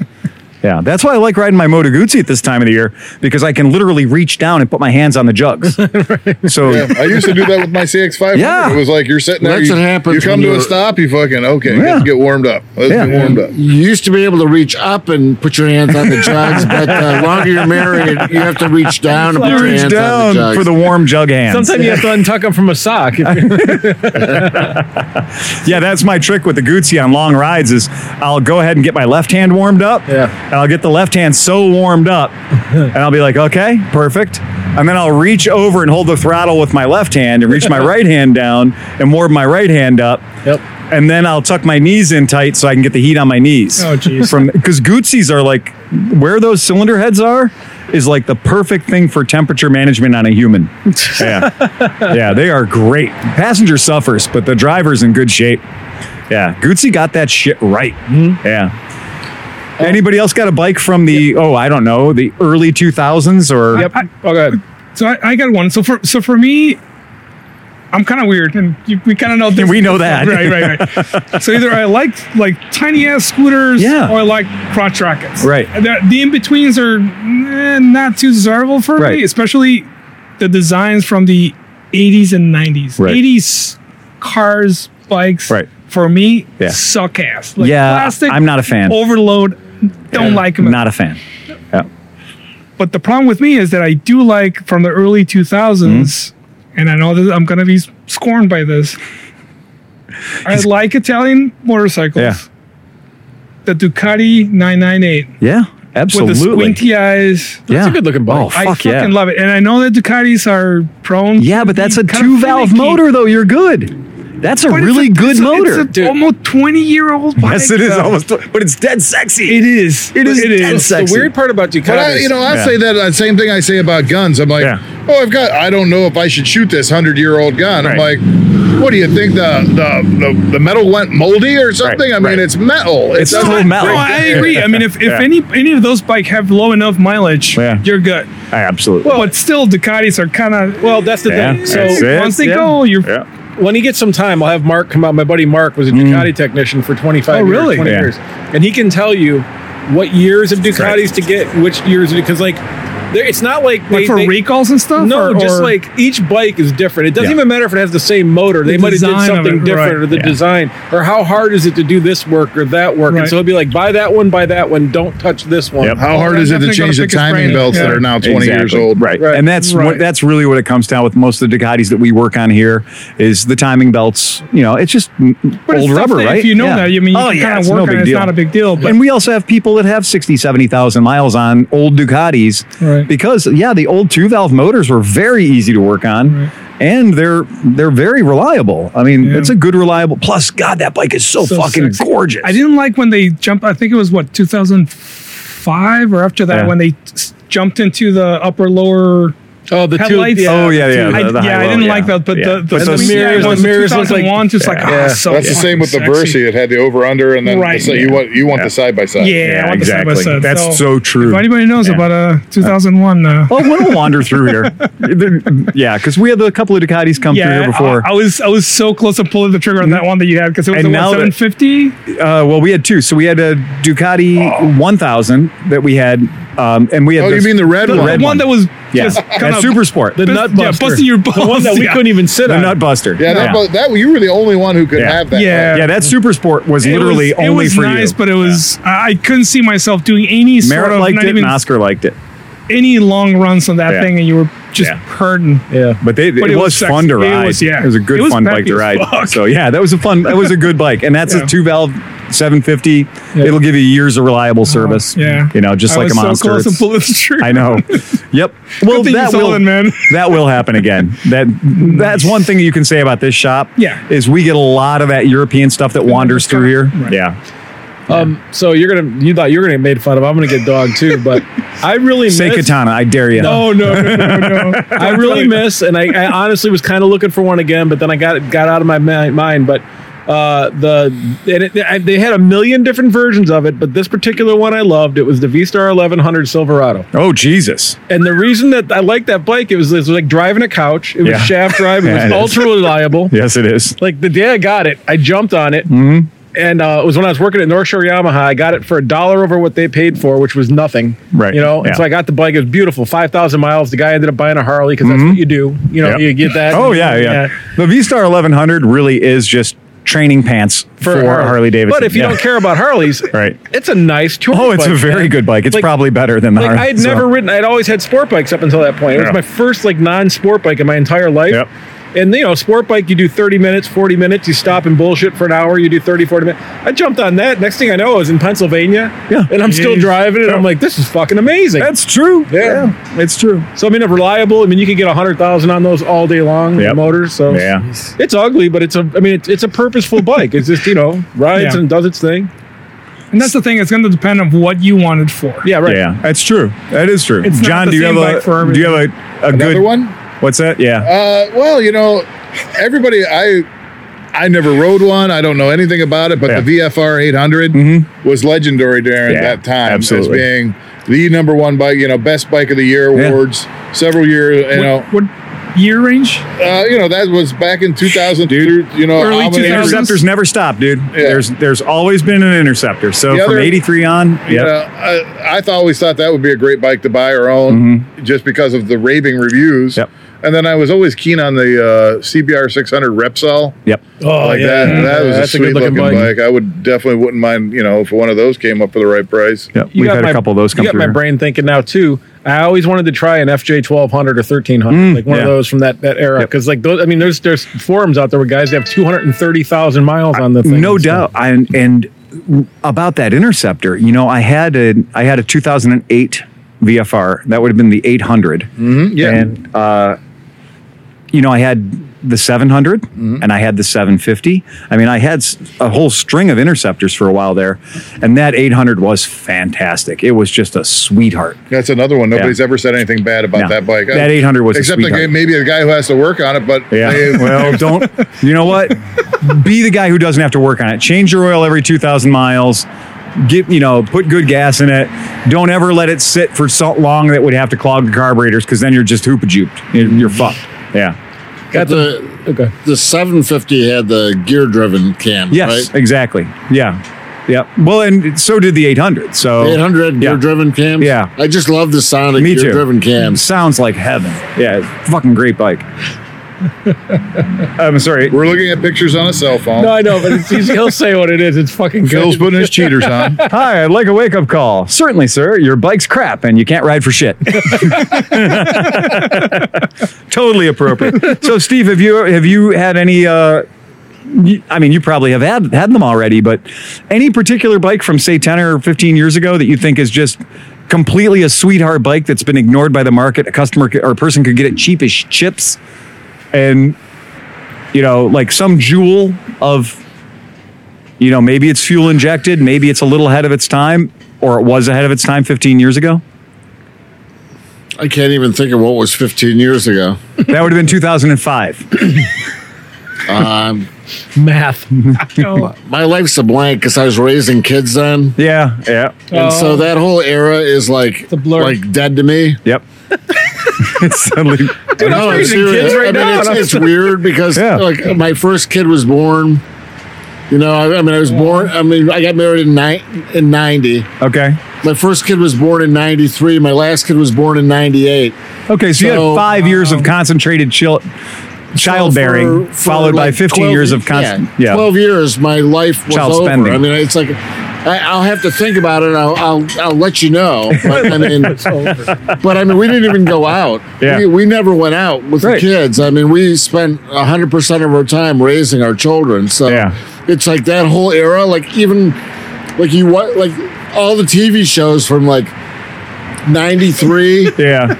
[SPEAKER 1] yeah, that's why I like riding my Moto Guzzi at this time of the year because I can literally reach down and put my hands on the jugs. So
[SPEAKER 2] Yeah, I used to do that
[SPEAKER 1] [LAUGHS]
[SPEAKER 2] with my CX5.
[SPEAKER 1] Yeah.
[SPEAKER 2] It was like you're sitting there.
[SPEAKER 5] That's
[SPEAKER 2] you,
[SPEAKER 5] what happens
[SPEAKER 2] You come
[SPEAKER 5] when
[SPEAKER 2] to a
[SPEAKER 5] you're-
[SPEAKER 2] stop. You fucking okay.
[SPEAKER 1] Yeah.
[SPEAKER 2] Let's get warmed up. Let's
[SPEAKER 1] Yeah.
[SPEAKER 2] get warmed up.
[SPEAKER 5] You used to be able to reach up and put your hands on the jugs, but the longer you're married, you have to reach down and put
[SPEAKER 1] you
[SPEAKER 5] your
[SPEAKER 1] reach
[SPEAKER 5] hands on
[SPEAKER 1] down
[SPEAKER 5] the jugs.
[SPEAKER 1] for the warm jug hands.
[SPEAKER 4] Sometimes you have to untuck them from a sock. If you're-
[SPEAKER 1] Yeah, that's my trick with the Gucci on long rides is I'll go ahead and get my left hand warmed up.
[SPEAKER 4] Yeah.
[SPEAKER 1] And I'll get the left hand so warmed up. and I'll be like, okay, perfect. And then I'll reach over and hold the throttle with my left hand and reach my right hand down and warm my right hand up.
[SPEAKER 4] Yep.
[SPEAKER 1] And then I'll tuck my knees in tight so I can get the heat on my knees.
[SPEAKER 4] Oh, jeez.
[SPEAKER 1] From because Gucci's are like where those cylinder heads are is like the perfect thing for temperature management on a human.
[SPEAKER 4] [LAUGHS]
[SPEAKER 1] Yeah, yeah, they are great. Passenger suffers, but the driver's in good shape. Yeah, Gucci got that shit right.
[SPEAKER 4] Mm-hmm.
[SPEAKER 1] Yeah. Anybody else got a bike from the oh I don't know the early two thousands or
[SPEAKER 4] yep. Oh, go ahead.
[SPEAKER 3] So I, I got one. So for so for me, I'm kind of weird, and you, we kind of know. This,
[SPEAKER 1] We know that.
[SPEAKER 3] right, right, right. so either I like like tiny ass scooters,
[SPEAKER 1] Yeah.
[SPEAKER 3] or I like crotch rockets.
[SPEAKER 1] Right.
[SPEAKER 3] The, the in betweens are eh, not too desirable for
[SPEAKER 1] Right.
[SPEAKER 3] me, especially the designs from the 80s and 90s.
[SPEAKER 1] Right.
[SPEAKER 3] 80s cars, bikes.
[SPEAKER 1] Right.
[SPEAKER 3] For me,
[SPEAKER 1] Yeah.
[SPEAKER 3] suck ass.
[SPEAKER 1] Yeah, I'm not a fan.
[SPEAKER 3] Overload, don't like them.
[SPEAKER 1] not a fan. Yeah.
[SPEAKER 3] But the problem with me is that I do like from the early 2000s,
[SPEAKER 1] Hmm.
[SPEAKER 3] and I know that I'm going to be scorned by this. I like Italian motorcycles.
[SPEAKER 1] Yeah.
[SPEAKER 3] The Ducati 998
[SPEAKER 1] Yeah.
[SPEAKER 3] with the
[SPEAKER 1] Absolutely.
[SPEAKER 3] squinty eyes.
[SPEAKER 1] yeah.
[SPEAKER 4] That's a good looking bike.
[SPEAKER 1] Oh
[SPEAKER 3] I
[SPEAKER 1] fuck
[SPEAKER 3] fucking
[SPEAKER 1] yeah.
[SPEAKER 3] love it. And I know that Ducatis are prone.
[SPEAKER 1] yeah,
[SPEAKER 3] to
[SPEAKER 1] but
[SPEAKER 3] be
[SPEAKER 1] that's a
[SPEAKER 3] kind of
[SPEAKER 1] two valve
[SPEAKER 3] finicky,
[SPEAKER 1] motor though. You're good. That's a
[SPEAKER 3] but it's
[SPEAKER 1] really
[SPEAKER 3] a-
[SPEAKER 1] good
[SPEAKER 3] it's a-
[SPEAKER 1] motor.
[SPEAKER 3] It's a almost 20 year old bike.
[SPEAKER 1] yes, it is
[SPEAKER 3] though.
[SPEAKER 1] almost, but it's dead sexy.
[SPEAKER 3] It is.
[SPEAKER 1] It is
[SPEAKER 3] It is.
[SPEAKER 1] dense. Sexy.
[SPEAKER 4] The weird part about Ducatis,
[SPEAKER 2] But I, you know, I
[SPEAKER 1] Yeah.
[SPEAKER 2] say that uh, same thing I say about guns. I'm like,
[SPEAKER 1] Yeah.
[SPEAKER 2] oh, I've got. I don't know if I should shoot this hundred year old gun. I'm
[SPEAKER 1] Right.
[SPEAKER 2] like, what do you think the the, the, the metal went moldy or something? I mean,
[SPEAKER 1] right.
[SPEAKER 2] it's metal.
[SPEAKER 1] It's
[SPEAKER 2] doesn't-
[SPEAKER 1] still metal.
[SPEAKER 3] No, I agree. I mean, if, if
[SPEAKER 1] Yeah.
[SPEAKER 3] any any of those bike have low enough mileage,
[SPEAKER 1] Yeah.
[SPEAKER 3] you're good.
[SPEAKER 1] I absolutely.
[SPEAKER 3] Well, but still, Ducatis are kind of well.
[SPEAKER 4] well, that's the
[SPEAKER 1] yeah,
[SPEAKER 4] thing. So
[SPEAKER 1] that's it.
[SPEAKER 3] once they
[SPEAKER 1] yeah.
[SPEAKER 3] go, you're
[SPEAKER 1] Yeah.
[SPEAKER 4] when he gets some time, I'll have Mark come out. My buddy Mark was a Ducati technician for 25
[SPEAKER 3] Mm. Oh,
[SPEAKER 4] years,
[SPEAKER 3] really?
[SPEAKER 4] 20
[SPEAKER 1] Yeah.
[SPEAKER 4] years. And he can tell you what years of Ducatis to get, which years, because like, there- it's not like,
[SPEAKER 3] like
[SPEAKER 4] they-
[SPEAKER 3] for
[SPEAKER 4] they-
[SPEAKER 3] recalls and stuff.
[SPEAKER 4] No,
[SPEAKER 3] or-
[SPEAKER 4] just
[SPEAKER 3] or-
[SPEAKER 4] like each bike is different. It doesn't
[SPEAKER 1] Yeah.
[SPEAKER 4] even matter if it has the same motor. They might have
[SPEAKER 3] design
[SPEAKER 4] did
[SPEAKER 3] of
[SPEAKER 4] something
[SPEAKER 3] it,
[SPEAKER 4] different,
[SPEAKER 3] right.
[SPEAKER 4] or the
[SPEAKER 1] Yeah.
[SPEAKER 4] design, or how hard is it to do this work or that work. And
[SPEAKER 3] Right.
[SPEAKER 4] so he'll be like, buy that one, buy that one, don't touch this one.
[SPEAKER 1] Yep.
[SPEAKER 2] How hard is it to
[SPEAKER 3] Definitely
[SPEAKER 2] change
[SPEAKER 3] gotta
[SPEAKER 2] the
[SPEAKER 3] pick his brain.
[SPEAKER 2] timing belts that
[SPEAKER 3] Yeah.
[SPEAKER 2] are now 20 years
[SPEAKER 1] Exactly.
[SPEAKER 2] old?
[SPEAKER 1] right?
[SPEAKER 4] Right.
[SPEAKER 1] And that's
[SPEAKER 3] Right.
[SPEAKER 1] what that's really what it comes down with most of the Ducatis that we work on here is the timing belts. You know, it's just m-
[SPEAKER 3] But it's
[SPEAKER 1] old
[SPEAKER 3] stuff
[SPEAKER 1] rubber,
[SPEAKER 3] that
[SPEAKER 1] right?
[SPEAKER 3] If you know that, you mean you
[SPEAKER 1] oh
[SPEAKER 3] can
[SPEAKER 1] yeah,
[SPEAKER 3] kind
[SPEAKER 1] it's
[SPEAKER 3] of work
[SPEAKER 1] no
[SPEAKER 3] on
[SPEAKER 1] big
[SPEAKER 3] it. It's
[SPEAKER 1] deal.
[SPEAKER 3] not a big deal. But
[SPEAKER 1] and we also have people that have 60, 70,000 miles on old Ducatis
[SPEAKER 3] Right.
[SPEAKER 1] because yeah, the old two valve motors were very easy to work on.
[SPEAKER 3] Right.
[SPEAKER 1] And they're they're very reliable. I mean,
[SPEAKER 3] Yeah.
[SPEAKER 1] it's a good reliable. Plus, God, that bike is so,
[SPEAKER 3] So
[SPEAKER 1] fucking
[SPEAKER 3] sexy.
[SPEAKER 1] gorgeous.
[SPEAKER 3] I didn't like when they jumped. I think it was what 2005 or after that
[SPEAKER 1] Yeah.
[SPEAKER 3] when they s- jumped into the upper lower.
[SPEAKER 4] Oh, the two.
[SPEAKER 3] Headlights?
[SPEAKER 1] Oh yeah, yeah.
[SPEAKER 3] I,
[SPEAKER 1] the- the
[SPEAKER 3] yeah,
[SPEAKER 1] high
[SPEAKER 3] I didn't
[SPEAKER 1] low,
[SPEAKER 3] like
[SPEAKER 1] yeah.
[SPEAKER 3] that. But
[SPEAKER 1] Yeah.
[SPEAKER 3] the, the,
[SPEAKER 1] But
[SPEAKER 4] those mirrors-
[SPEAKER 3] ones,
[SPEAKER 4] the mirrors look like-
[SPEAKER 3] 2001, just like
[SPEAKER 4] Yeah.
[SPEAKER 3] ah, so
[SPEAKER 2] That's the same with the
[SPEAKER 3] fucking sexy.
[SPEAKER 2] Versi. It had the over under, and then
[SPEAKER 3] Right.
[SPEAKER 2] the, so you want you want
[SPEAKER 1] Yeah.
[SPEAKER 2] the side by side.
[SPEAKER 3] Yeah, I
[SPEAKER 1] yeah,
[SPEAKER 3] want the side by
[SPEAKER 1] exactly.
[SPEAKER 3] side.
[SPEAKER 1] That's so true.
[SPEAKER 3] If anybody knows
[SPEAKER 1] Yeah.
[SPEAKER 3] about uh 2001, uh,
[SPEAKER 1] Well, Oh, we'll wander through here. [LAUGHS] yeah, because we had a couple of Ducatis come through here before. Mm-hmm.
[SPEAKER 3] I, I was I was so close to pulling the trigger on that one that you had because it was
[SPEAKER 1] And
[SPEAKER 3] a
[SPEAKER 1] now that-
[SPEAKER 3] 750.
[SPEAKER 1] uh, well, we had two. So we had a
[SPEAKER 3] Oh.
[SPEAKER 1] Ducati 1000 that we had, um, and we had.
[SPEAKER 2] Oh, you
[SPEAKER 1] this-
[SPEAKER 2] mean the red
[SPEAKER 3] The
[SPEAKER 2] one?
[SPEAKER 1] red
[SPEAKER 3] one, that was
[SPEAKER 1] Yeah,
[SPEAKER 3] just
[SPEAKER 1] that
[SPEAKER 3] kind of
[SPEAKER 1] super sport.
[SPEAKER 4] The
[SPEAKER 1] The,
[SPEAKER 3] Best-
[SPEAKER 4] nut
[SPEAKER 3] yeah,
[SPEAKER 4] buster.
[SPEAKER 3] busting your
[SPEAKER 4] The one that we
[SPEAKER 3] balls,
[SPEAKER 4] couldn't even sit on.
[SPEAKER 1] nut buster.
[SPEAKER 2] Yeah, that, bu- that you were the only one who could
[SPEAKER 1] Yeah.
[SPEAKER 2] have that.
[SPEAKER 3] Yeah.
[SPEAKER 1] Yeah, that super sport was
[SPEAKER 3] It
[SPEAKER 1] literally
[SPEAKER 3] was, it
[SPEAKER 1] only
[SPEAKER 3] was
[SPEAKER 1] for
[SPEAKER 3] nice,
[SPEAKER 1] you.
[SPEAKER 3] but it was I I couldn't see myself doing any
[SPEAKER 1] Merritt
[SPEAKER 3] sort of
[SPEAKER 1] liked
[SPEAKER 3] not
[SPEAKER 1] it,
[SPEAKER 3] even
[SPEAKER 1] and Oscar liked it,
[SPEAKER 3] any long runs on that
[SPEAKER 1] Yeah.
[SPEAKER 3] thing, and you were just
[SPEAKER 1] Yeah.
[SPEAKER 3] hurting.
[SPEAKER 4] Yeah.
[SPEAKER 1] but they
[SPEAKER 3] But
[SPEAKER 1] it,
[SPEAKER 3] it
[SPEAKER 1] was,
[SPEAKER 3] was sexy.
[SPEAKER 1] fun to
[SPEAKER 3] It
[SPEAKER 1] ride.
[SPEAKER 3] was- yeah.
[SPEAKER 1] it was a good
[SPEAKER 3] It was
[SPEAKER 1] fun bike
[SPEAKER 3] peppy
[SPEAKER 1] to
[SPEAKER 3] as
[SPEAKER 1] ride.
[SPEAKER 3] fuck.
[SPEAKER 1] So yeah, that was a fun. That was a good bike, and that's
[SPEAKER 3] Yeah.
[SPEAKER 1] a two valve 750.
[SPEAKER 4] Yeah.
[SPEAKER 1] It'll give you years of reliable service.
[SPEAKER 3] Uh-huh. yeah.
[SPEAKER 1] you know, just
[SPEAKER 3] I
[SPEAKER 1] like
[SPEAKER 3] was
[SPEAKER 1] a monster.
[SPEAKER 3] So close to
[SPEAKER 1] It's-
[SPEAKER 3] pulling the trigger.
[SPEAKER 1] I know. Yep. Well,
[SPEAKER 3] thing you
[SPEAKER 1] that
[SPEAKER 3] sold
[SPEAKER 1] will
[SPEAKER 3] it, man.
[SPEAKER 1] [LAUGHS] that will happen again. That that's one thing you can say about this shop.
[SPEAKER 3] Yeah.
[SPEAKER 1] is we get a lot of that European stuff that wanders
[SPEAKER 3] just kinda-
[SPEAKER 1] through here.
[SPEAKER 3] right.
[SPEAKER 1] Yeah,
[SPEAKER 4] Um, so you're gonna you thought you were gonna get made fun of. I'm gonna get dog too,
[SPEAKER 3] [LAUGHS]
[SPEAKER 4] but I really
[SPEAKER 1] say
[SPEAKER 4] miss-
[SPEAKER 1] katana. I dare you.
[SPEAKER 3] [LAUGHS] Oh no, no, no, no, no.
[SPEAKER 1] [LAUGHS]
[SPEAKER 4] I really miss, and I, I honestly was kind of looking for one again, but then I got it got out of my mi- mind. But Uh, the and it, I- they had a million different versions of it, but this particular one I loved. It was the V Star 1100 Silverado.
[SPEAKER 1] Oh Jesus!
[SPEAKER 4] And the reason that I liked that bike, it was, it was like driving a couch. It was
[SPEAKER 1] Yeah.
[SPEAKER 4] shaft drive.
[SPEAKER 1] [LAUGHS]
[SPEAKER 4] It
[SPEAKER 1] Yeah,
[SPEAKER 4] was
[SPEAKER 1] it is.
[SPEAKER 4] ultra
[SPEAKER 1] [LAUGHS]
[SPEAKER 4] reliable.
[SPEAKER 1] Yes, it is.
[SPEAKER 4] Like the day I got it, I jumped on it.
[SPEAKER 1] Mm-hmm.
[SPEAKER 4] And uh, it was when I was working at North Shore Yamaha. I got it for a dollar over what they paid for, which was nothing.
[SPEAKER 1] Right,
[SPEAKER 4] You know, and
[SPEAKER 1] yeah.
[SPEAKER 4] so I got the bike. It was beautiful, 5,000 miles. The guy ended up buying a Harley because that's what you do. You know,
[SPEAKER 1] Mm-hmm. Yep.
[SPEAKER 4] you get that.
[SPEAKER 1] Oh yeah, yeah. The V Star 1100 really is just training pants for,
[SPEAKER 4] a
[SPEAKER 1] Harley Davidson.
[SPEAKER 4] But if you
[SPEAKER 1] Yeah.
[SPEAKER 4] don't care about Harleys,
[SPEAKER 1] [LAUGHS] Right.
[SPEAKER 4] it's a nice tour.
[SPEAKER 1] [LAUGHS] oh, it's
[SPEAKER 4] bike,
[SPEAKER 1] a very
[SPEAKER 4] man.
[SPEAKER 1] good bike. It's
[SPEAKER 4] Like-
[SPEAKER 1] probably better than the
[SPEAKER 4] Like
[SPEAKER 1] Harley.
[SPEAKER 4] I had
[SPEAKER 1] so-
[SPEAKER 4] never ridden. I'd always had sport bikes up until that point. It was
[SPEAKER 1] Yeah.
[SPEAKER 4] my first like non-sport bike in my entire life.
[SPEAKER 1] Yep.
[SPEAKER 4] And you know, sport bike, you do 30 minutes, 40 minutes, you stop and bullshit for an hour, you do 30, 40 minutes. I jumped on that. Next thing I know, I was in Pennsylvania.
[SPEAKER 1] Yeah.
[SPEAKER 4] And I'm still
[SPEAKER 1] Jeez.
[SPEAKER 4] driving it. I'm like, this is fucking amazing.
[SPEAKER 1] That's true.
[SPEAKER 4] Yeah.
[SPEAKER 1] it's true.
[SPEAKER 4] so I mean, a reliable. I mean, you can get 100,000 on those all day long
[SPEAKER 1] Yep.
[SPEAKER 4] motors. So
[SPEAKER 1] Yeah.
[SPEAKER 4] it's ugly, but it's a, I mean, it's, it's a purposeful bike. It's just, you know, rides
[SPEAKER 3] Yeah.
[SPEAKER 4] and does its thing.
[SPEAKER 3] And that's the thing. It's going to depend on what you want it for.
[SPEAKER 4] Yeah, right.
[SPEAKER 1] Yeah, that's true. That is true.
[SPEAKER 3] It's not
[SPEAKER 1] John,
[SPEAKER 3] the
[SPEAKER 1] do you
[SPEAKER 3] same
[SPEAKER 1] have a
[SPEAKER 3] bike for
[SPEAKER 1] do you have a, a
[SPEAKER 2] Another
[SPEAKER 1] good
[SPEAKER 2] one?
[SPEAKER 1] What's that? Yeah.
[SPEAKER 2] Uh, well, you know, everybody, I I never rode one. I don't know anything about it, but
[SPEAKER 1] Yeah. Mm-hmm.
[SPEAKER 2] the VFR 800 was legendary during
[SPEAKER 1] Yeah,
[SPEAKER 2] that time
[SPEAKER 1] absolutely.
[SPEAKER 2] as being the number one bike, you know, best bike of the year
[SPEAKER 1] Yeah.
[SPEAKER 2] awards several years. You know,
[SPEAKER 3] What year range?
[SPEAKER 2] uh, you know that was back in 2000. you know,
[SPEAKER 3] Early
[SPEAKER 2] how many-
[SPEAKER 3] 2000s.
[SPEAKER 1] Interceptors never stop, dude. There's there's always been an interceptor. So
[SPEAKER 2] The
[SPEAKER 1] from
[SPEAKER 2] other-
[SPEAKER 1] '83 on,
[SPEAKER 2] You
[SPEAKER 1] yeah,
[SPEAKER 2] know, I, I th- always thought that would be a great bike to buy or own just because of the raving reviews.
[SPEAKER 1] Mm-hmm. Yep.
[SPEAKER 2] And then I was always keen on the uh, CBR 600 Repsol.
[SPEAKER 1] yep.
[SPEAKER 4] Oh,
[SPEAKER 2] like that. That was a
[SPEAKER 4] that's
[SPEAKER 2] sweet
[SPEAKER 4] good-looking
[SPEAKER 2] looking bike. I would definitely wouldn't mind, you know, if one of those came up for the right price.
[SPEAKER 1] Yep.
[SPEAKER 4] You
[SPEAKER 1] We've
[SPEAKER 4] got
[SPEAKER 1] had
[SPEAKER 4] my-
[SPEAKER 1] a couple of those come
[SPEAKER 4] You got
[SPEAKER 1] through.
[SPEAKER 4] my brain thinking now too. I always wanted to try an FJ twelve hundred or thirteen hundred, like one
[SPEAKER 1] Mm, yeah.
[SPEAKER 4] of those from that that era. Because like those, I mean, there's there's forums out there where guys have two hundred and thirty thousand miles on the thing.
[SPEAKER 1] No
[SPEAKER 4] and stuff.
[SPEAKER 1] doubt. And and about that interceptor, you know, I had a I had a 2008 VFR. That would have been the 800.
[SPEAKER 4] Yeah.
[SPEAKER 1] And uh, you know, I had the 700 and I had the 750. I mean, I had s- a whole string of interceptors for a while there, and that 800 was fantastic. It was just a sweetheart.
[SPEAKER 2] That's another one. Nobody's
[SPEAKER 1] Yeah.
[SPEAKER 2] ever said anything bad about
[SPEAKER 1] No.
[SPEAKER 2] that bike.
[SPEAKER 1] That 800 was a
[SPEAKER 2] except the
[SPEAKER 1] sweetheart.
[SPEAKER 2] guy, maybe a guy who has to work on it, but they-
[SPEAKER 5] [LAUGHS]
[SPEAKER 1] Yeah. Well, don't. You know what? Be the guy who doesn't have to work on it. Change your oil every 2,000 miles. Get you know, put good gas in it. Don't ever let it sit for so long that would have to clog the carburetors because then you're just hoopa juped. You're, you're fucked. Yeah.
[SPEAKER 4] Got the,
[SPEAKER 5] The,
[SPEAKER 4] okay.
[SPEAKER 5] the 750 had the gear driven cam,
[SPEAKER 1] Yes.
[SPEAKER 5] right?
[SPEAKER 1] Exactly. Yeah. Yeah. Well, and so did the 800. So
[SPEAKER 5] 800
[SPEAKER 1] Oh. Yeah.
[SPEAKER 5] gear driven cams.
[SPEAKER 1] Yeah.
[SPEAKER 5] I just love the sound of
[SPEAKER 1] Me too.
[SPEAKER 5] gear driven cams.
[SPEAKER 1] Sounds like heaven. Yeah. it's a Fucking great bike. [LAUGHS] I'm sorry.
[SPEAKER 2] we're looking at pictures on a cell phone.
[SPEAKER 4] No, I know, but it's, he's, he'll say what it is. It's
[SPEAKER 3] [LAUGHS]
[SPEAKER 4] fucking
[SPEAKER 2] Phil's
[SPEAKER 4] good.
[SPEAKER 2] putting his cheaters on.
[SPEAKER 1] [LAUGHS] Hi, I'd like a wake up call. Certainly, sir. Your bike's crap and you can't ride for shit. [LAUGHS] totally appropriate. So, Steve, have you have you had any? Uh, y- I mean, you probably have had had them already, but any particular bike from say ten or fifteen years ago that you think is just completely a sweetheart bike that's been ignored by the market? A customer c- or a person could get it cheap as chips, and you know, like some jewel of you know, maybe it's fuel injected, maybe it's a little ahead of its time, or it was ahead of its time 15 years ago.
[SPEAKER 5] [LAUGHS] I can't even think of what was 15 years ago.
[SPEAKER 1] That would have been 2005.
[SPEAKER 5] Um,
[SPEAKER 4] Math.
[SPEAKER 3] No.
[SPEAKER 5] my life's a blank because I was raising kids then.
[SPEAKER 1] Yeah, yeah,
[SPEAKER 5] And so
[SPEAKER 3] Oh.
[SPEAKER 5] that whole era is like,
[SPEAKER 4] a blur.
[SPEAKER 5] like dead to me.
[SPEAKER 1] yep. [LAUGHS] it's suddenly
[SPEAKER 5] Dude,
[SPEAKER 3] I'm raising kids right
[SPEAKER 5] I mean,
[SPEAKER 3] now, and I'm
[SPEAKER 5] It's, it's weird because
[SPEAKER 1] Yeah.
[SPEAKER 5] like my first kid was born. You know, I, I mean, I was born. I mean, I got married in ni- in ninety.
[SPEAKER 1] okay.
[SPEAKER 5] My first kid was born in ninety three. My last kid was born in ninety eight.
[SPEAKER 1] Okay, so, you
[SPEAKER 5] So,
[SPEAKER 1] had five years of concentrated chill, childbearing, followed by 15 years of constant. Yeah,
[SPEAKER 5] twelve years. My life was
[SPEAKER 1] Child
[SPEAKER 5] over.
[SPEAKER 1] spending.
[SPEAKER 5] I mean, it's like. I, I'll have to think about it. And I'll, I'll I'll let
[SPEAKER 1] [LAUGHS]
[SPEAKER 5] you know. But I mean, but I mean, we didn't even go out.
[SPEAKER 1] Yeah.
[SPEAKER 5] We, we never went out with
[SPEAKER 1] Right.
[SPEAKER 5] the kids. I mean, we spent hundred percent of our time raising our children. So
[SPEAKER 1] Yeah.
[SPEAKER 5] it's like that whole era. Like even like you what like all the TV shows from like ninety three
[SPEAKER 1] yeah,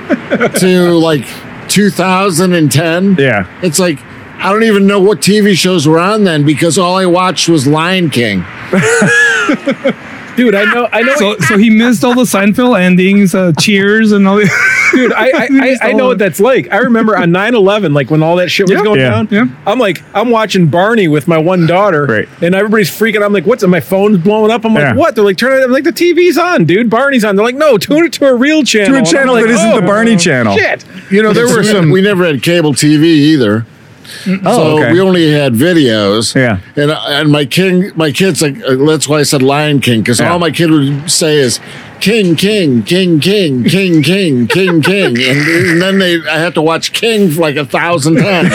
[SPEAKER 5] to like two thousand and ten.
[SPEAKER 1] yeah.
[SPEAKER 5] It's like I don't even know what TV shows were on then because all I watched was Lion King.
[SPEAKER 4] dude. I know, I know,
[SPEAKER 3] So, so he missed all the Seinfeld endings, uh, Cheers, and all. The [LAUGHS]
[SPEAKER 4] dude. I,
[SPEAKER 1] [LAUGHS]
[SPEAKER 4] I, I, I know what that's like. I remember on 9-11, like when all that shit was
[SPEAKER 3] Yeah.
[SPEAKER 4] going
[SPEAKER 1] Yeah.
[SPEAKER 4] down.
[SPEAKER 3] Yeah.
[SPEAKER 4] I'm like, I'm watching Barney with my one daughter,
[SPEAKER 1] Right.
[SPEAKER 4] and everybody's freaking. I'm like, what's it? My phone's blowing up. I'm like,
[SPEAKER 1] Yeah.
[SPEAKER 4] what? They're like, turn it. I'm like, the TV's on, dude. Barney's on. They're like, no, tune it to a real channel.
[SPEAKER 1] To a
[SPEAKER 4] And I'm
[SPEAKER 1] channel
[SPEAKER 4] like,
[SPEAKER 1] that isn't the
[SPEAKER 4] oh,
[SPEAKER 1] Barney channel.
[SPEAKER 4] Shit.
[SPEAKER 2] You know, there were
[SPEAKER 5] It's-
[SPEAKER 1] [LAUGHS]
[SPEAKER 2] some.
[SPEAKER 5] We never had cable TV either. so
[SPEAKER 1] Oh, okay.
[SPEAKER 5] we only had videos.
[SPEAKER 1] Yeah.
[SPEAKER 5] And uh, and my king, my kids like uh, that's why I said Lion King because
[SPEAKER 1] Yeah.
[SPEAKER 5] all my kid would say is King, King, King, King, King, King, King, King, and, and then they I had to watch King for like a thousand times.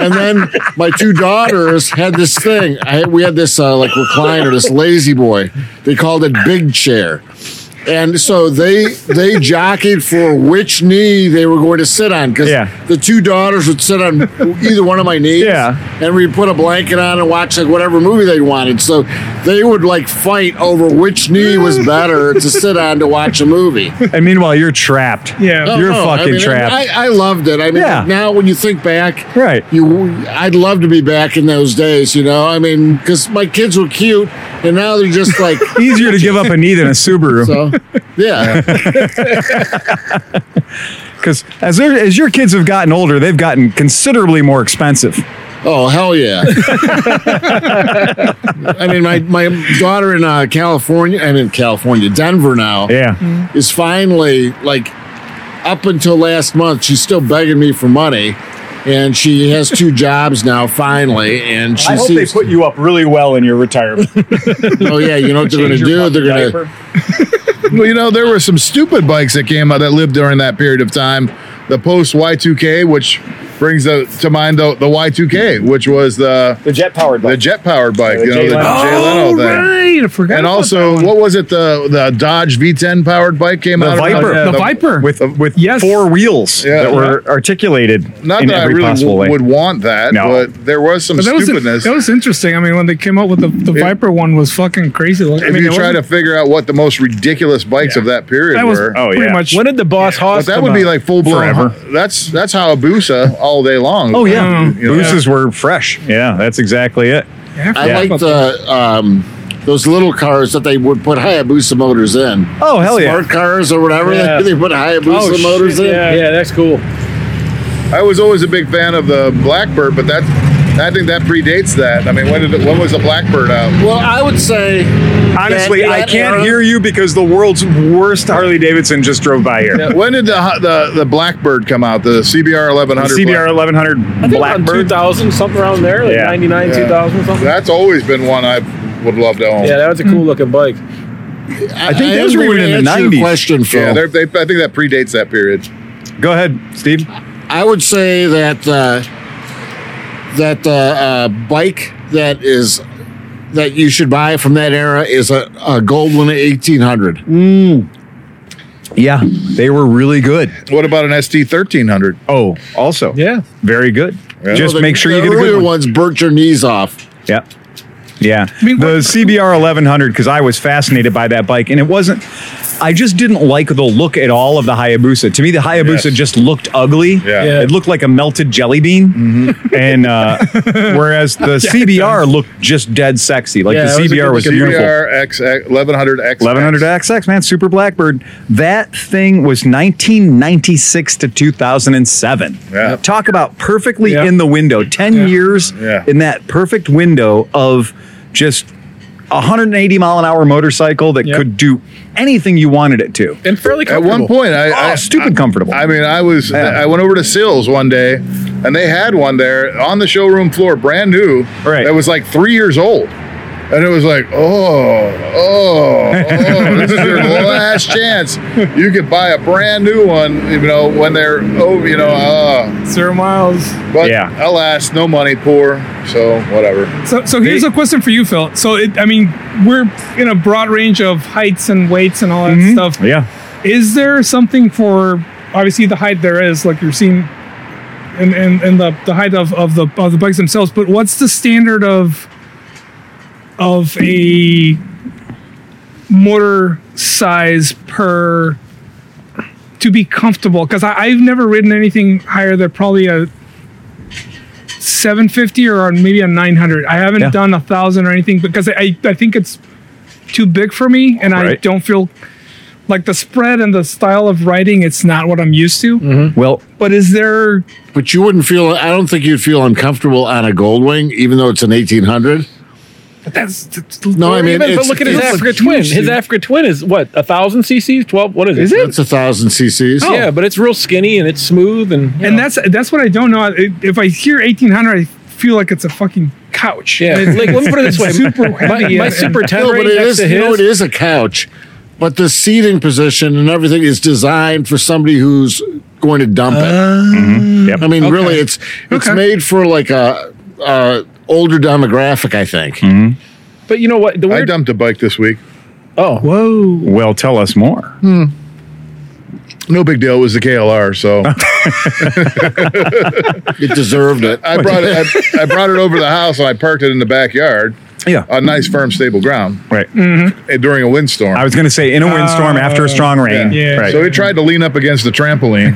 [SPEAKER 5] and then my two daughters had this thing. I, we had this uh, like recliner, this lazy boy. They called it big chair. And so they they jockeyed for which knee they were going to sit on because
[SPEAKER 1] Yeah.
[SPEAKER 5] the two daughters would sit on either one of my knees,
[SPEAKER 1] Yeah.
[SPEAKER 5] and we put a blanket on and watch like whatever movie they wanted. So they would like fight over which knee was better to sit on to watch a movie.
[SPEAKER 1] And meanwhile, you're trapped.
[SPEAKER 3] Yeah.
[SPEAKER 5] Oh,
[SPEAKER 1] you're
[SPEAKER 5] no, I
[SPEAKER 1] fucking
[SPEAKER 5] mean,
[SPEAKER 1] trapped.
[SPEAKER 5] I, I loved it. I mean,
[SPEAKER 1] Yeah.
[SPEAKER 5] now when you think back,
[SPEAKER 1] Right.
[SPEAKER 5] You, I'd love to be back in those days. You know, I mean, because my kids were cute, and now they're just like. [LAUGHS]
[SPEAKER 1] Easier to give up a knee than a Subaru.
[SPEAKER 5] So, yeah,
[SPEAKER 1] Because as their as your kids have gotten older, they've gotten considerably more expensive.
[SPEAKER 5] oh hell yeah! [LAUGHS] I mean, my my daughter in uh, California, and in California, Denver now,
[SPEAKER 4] Mm-hmm.
[SPEAKER 1] Yeah.
[SPEAKER 5] is finally like up until last month she's still begging me for money and she has two jobs now finally and she seems
[SPEAKER 1] you up really well in your [LAUGHS] retirement.
[SPEAKER 5] oh yeah you know what they're
[SPEAKER 1] [LAUGHS]
[SPEAKER 5] gonna do they're gonna
[SPEAKER 2] Well, you know, there were some stupid bikes that came out that lived during that period of time. The post Y2K, which brings the, to mind the, the Y2K, which was the
[SPEAKER 1] the jet powered
[SPEAKER 2] the jet powered bike, you know,
[SPEAKER 1] Jay
[SPEAKER 2] the
[SPEAKER 1] Leno.
[SPEAKER 2] Jay Leno thing.
[SPEAKER 3] Oh, right, I forgot.
[SPEAKER 2] And
[SPEAKER 3] about that
[SPEAKER 2] also,
[SPEAKER 3] one.
[SPEAKER 2] what was it? The the Dodge V10 powered bike came
[SPEAKER 1] The
[SPEAKER 2] out. around-
[SPEAKER 1] Viper.
[SPEAKER 2] yeah,
[SPEAKER 3] the Viper
[SPEAKER 1] with with
[SPEAKER 3] Yes.
[SPEAKER 1] four wheels
[SPEAKER 2] Yeah.
[SPEAKER 1] that were articulated
[SPEAKER 2] Not
[SPEAKER 1] in
[SPEAKER 2] that I
[SPEAKER 1] every
[SPEAKER 2] really
[SPEAKER 1] possible
[SPEAKER 2] w-
[SPEAKER 1] way.
[SPEAKER 2] would want that,
[SPEAKER 1] No.
[SPEAKER 2] but there was some
[SPEAKER 3] But that was
[SPEAKER 2] stupidness.
[SPEAKER 3] that was interesting. I mean, when they came up with the, the
[SPEAKER 2] It-
[SPEAKER 3] Viper one was fucking crazy. Like, I
[SPEAKER 2] if
[SPEAKER 3] mean,
[SPEAKER 2] you
[SPEAKER 3] it
[SPEAKER 2] try to
[SPEAKER 3] wasn't-
[SPEAKER 2] figure out what the most ridiculous bikes of that period
[SPEAKER 3] that was
[SPEAKER 2] were,
[SPEAKER 1] Oh,
[SPEAKER 3] pretty
[SPEAKER 1] yeah.
[SPEAKER 3] much
[SPEAKER 4] When did the boss
[SPEAKER 2] but
[SPEAKER 4] hoss?
[SPEAKER 2] that
[SPEAKER 4] come
[SPEAKER 2] would be
[SPEAKER 4] out?
[SPEAKER 2] like full blown.
[SPEAKER 1] Forever.
[SPEAKER 2] That's that's how Abusa all day long.
[SPEAKER 1] oh yeah,
[SPEAKER 3] Mm.
[SPEAKER 2] You know?
[SPEAKER 1] Booses were fresh. Yeah, that's exactly it.
[SPEAKER 3] Yeah,
[SPEAKER 5] i
[SPEAKER 3] forgot
[SPEAKER 5] like
[SPEAKER 3] about
[SPEAKER 5] the um those little cars that they would put hayabusa motors in
[SPEAKER 1] Oh hell yeah!
[SPEAKER 5] smart cars or whatever they-
[SPEAKER 4] Yeah.
[SPEAKER 5] they, put hayabusa
[SPEAKER 4] Oh, shit,
[SPEAKER 5] motors in
[SPEAKER 4] yeah. yeah, that's cool.
[SPEAKER 2] I was always a big fan of the Blackbird, but that I think that predates that. I mean, when did it, when was the Blackbird out?
[SPEAKER 5] well i would say
[SPEAKER 1] Honestly,
[SPEAKER 5] that-
[SPEAKER 1] I
[SPEAKER 5] that
[SPEAKER 1] can't
[SPEAKER 5] era-
[SPEAKER 1] hear you because the world's worst Harley Davidson just drove by here.
[SPEAKER 2] When did the the, the Blackbird come out? The CBR 1100.
[SPEAKER 1] CBR 1100 Blackbird.
[SPEAKER 4] 2000, something around there, like
[SPEAKER 1] Yeah.
[SPEAKER 4] 99, 2000, something.
[SPEAKER 2] That's always been one I would love to own.
[SPEAKER 4] yeah, that was a cool looking bike.
[SPEAKER 5] i,
[SPEAKER 1] think
[SPEAKER 5] am
[SPEAKER 1] those were
[SPEAKER 5] going
[SPEAKER 1] even
[SPEAKER 5] to
[SPEAKER 1] in the
[SPEAKER 5] answer your
[SPEAKER 1] 90s.
[SPEAKER 5] question Phil.
[SPEAKER 2] Yeah, they're- they, I think that predates that period.
[SPEAKER 1] Go ahead, Steve.
[SPEAKER 5] I would say that uh, that the uh, bike that is that you should buy from that era is a, a Goldwyn 1800.
[SPEAKER 1] Yeah, they were really good.
[SPEAKER 2] What about an ST 1300?
[SPEAKER 1] Oh, also,
[SPEAKER 4] Yeah.
[SPEAKER 1] very good.
[SPEAKER 2] Yeah.
[SPEAKER 1] Just
[SPEAKER 5] The-
[SPEAKER 1] make sure you
[SPEAKER 5] the
[SPEAKER 1] get a
[SPEAKER 5] earlier
[SPEAKER 1] good one.
[SPEAKER 5] ones burnt your knees off.
[SPEAKER 1] Yeah. Yeah.
[SPEAKER 3] mean,
[SPEAKER 1] the
[SPEAKER 3] what-
[SPEAKER 1] CBR 1100, because I was fascinated by that bike, and it wasn't, I just didn't like the look at all of the Hayabusa. To me, the Hayabusa
[SPEAKER 2] Yes.
[SPEAKER 1] just looked ugly.
[SPEAKER 2] Yeah.
[SPEAKER 4] Yeah.
[SPEAKER 1] It looked like a melted jelly bean. And uh, whereas the CBR looked just dead sexy. Like
[SPEAKER 4] Yeah, it was
[SPEAKER 1] the CBR
[SPEAKER 4] a good
[SPEAKER 1] E was,
[SPEAKER 4] looking
[SPEAKER 1] beautiful.
[SPEAKER 2] CBR E X 1100 X.
[SPEAKER 1] 1100 XX, man, Super Blackbird. That thing was 1996 to 2007.
[SPEAKER 2] Yeah.
[SPEAKER 1] Talk about perfectly
[SPEAKER 4] Yeah.
[SPEAKER 1] in the window. 10 years
[SPEAKER 2] Yeah.
[SPEAKER 1] in that perfect window of just a 180 mile an hour motorcycle that
[SPEAKER 4] Yeah.
[SPEAKER 1] could do anything you wanted it to.
[SPEAKER 4] And fairly
[SPEAKER 2] At
[SPEAKER 4] comfortable.
[SPEAKER 2] one point, I,
[SPEAKER 1] Oh,
[SPEAKER 2] I
[SPEAKER 1] stupid
[SPEAKER 2] I-
[SPEAKER 1] comfortable.
[SPEAKER 2] I mean, I was
[SPEAKER 1] Yeah.
[SPEAKER 2] I went over to Sills one day, and they had one there on the showroom floor, brand new.
[SPEAKER 1] Right.
[SPEAKER 2] That was like three years old. And it was like, oh, oh, oh, this is
[SPEAKER 1] [LAUGHS]
[SPEAKER 2] your last chance. You could buy a brand new one, you know, when they're over, you know, uh,
[SPEAKER 3] zero miles.
[SPEAKER 2] but
[SPEAKER 1] Yeah.
[SPEAKER 2] alas, no money, poor, so whatever.
[SPEAKER 3] So, so here's a question for you, Phil. So, it, I mean, we're in a broad range of heights and weights and all that
[SPEAKER 2] Mm-hmm.
[SPEAKER 3] stuff.
[SPEAKER 1] Yeah.
[SPEAKER 3] Is there something for obviously the height there is, like you're seeing, and and, and the, the height of, of the of the bikes themselves? But what's the standard of of a motor size per to be comfortable? Because I've never ridden anything higher than probably a 750 or maybe a 900. I haven't
[SPEAKER 1] Yeah.
[SPEAKER 3] done a thousand or anything because I I think it's too big for me, and I
[SPEAKER 1] Right.
[SPEAKER 3] don't feel like the spread and the style of writing. It's not what I'm used to.
[SPEAKER 1] Well,
[SPEAKER 3] But is there?
[SPEAKER 5] But you wouldn't feel. I don't think you'd feel uncomfortable on a Goldwing, even though it's an eighteen hundred.
[SPEAKER 3] That's, that's
[SPEAKER 5] No, I mean,
[SPEAKER 4] Even, but
[SPEAKER 5] it's-
[SPEAKER 4] look at his
[SPEAKER 5] it's
[SPEAKER 4] Africa
[SPEAKER 5] huge,
[SPEAKER 4] twin. His
[SPEAKER 5] dude.
[SPEAKER 4] Africa twin is what a thousand cc's, twelve. What is it?
[SPEAKER 5] That's a thousand CCs.
[SPEAKER 1] Oh.
[SPEAKER 4] Yeah, but it's real skinny and it's smooth and you
[SPEAKER 3] and
[SPEAKER 4] know.
[SPEAKER 3] that's that's what I don't know. I- If I hear 1800, I feel like it's a fucking couch.
[SPEAKER 4] yeah.
[SPEAKER 3] And it's-
[SPEAKER 4] like let me put it this way:
[SPEAKER 3] super
[SPEAKER 4] my,
[SPEAKER 3] heavy
[SPEAKER 4] my [LAUGHS]
[SPEAKER 3] and-
[SPEAKER 4] super ten
[SPEAKER 5] No,
[SPEAKER 4] right
[SPEAKER 5] but it
[SPEAKER 4] next
[SPEAKER 5] is,
[SPEAKER 4] to
[SPEAKER 5] you know,
[SPEAKER 4] his.
[SPEAKER 5] it is a couch, but the seating position and everything is designed for somebody who's going to dump it.
[SPEAKER 1] Mm-hmm. Yep.
[SPEAKER 5] I mean, really, it's it's
[SPEAKER 3] Okay.
[SPEAKER 5] made for like a, a older demographic, I think.
[SPEAKER 1] Mm-hmm.
[SPEAKER 4] But you know what? The
[SPEAKER 2] I
[SPEAKER 4] weird.
[SPEAKER 2] dumped a bike this week.
[SPEAKER 4] Oh,
[SPEAKER 3] Whoa.
[SPEAKER 1] well, tell us more.
[SPEAKER 2] No big deal. It was the KLR,
[SPEAKER 3] [LAUGHS]
[SPEAKER 2] so
[SPEAKER 5] It
[SPEAKER 1] [LAUGHS]
[SPEAKER 5] deserved it.
[SPEAKER 2] I brought it. I, I brought it over the house and I parked it in the backyard
[SPEAKER 1] Yeah.
[SPEAKER 2] on nice, firm, stable ground
[SPEAKER 1] right.
[SPEAKER 2] eh, during a windstorm.
[SPEAKER 1] I was going to say in a windstorm after a strong rain.
[SPEAKER 3] Yeah.
[SPEAKER 1] Right.
[SPEAKER 2] So he tried to lean up against the
[SPEAKER 3] [LAUGHS]
[SPEAKER 2] trampoline.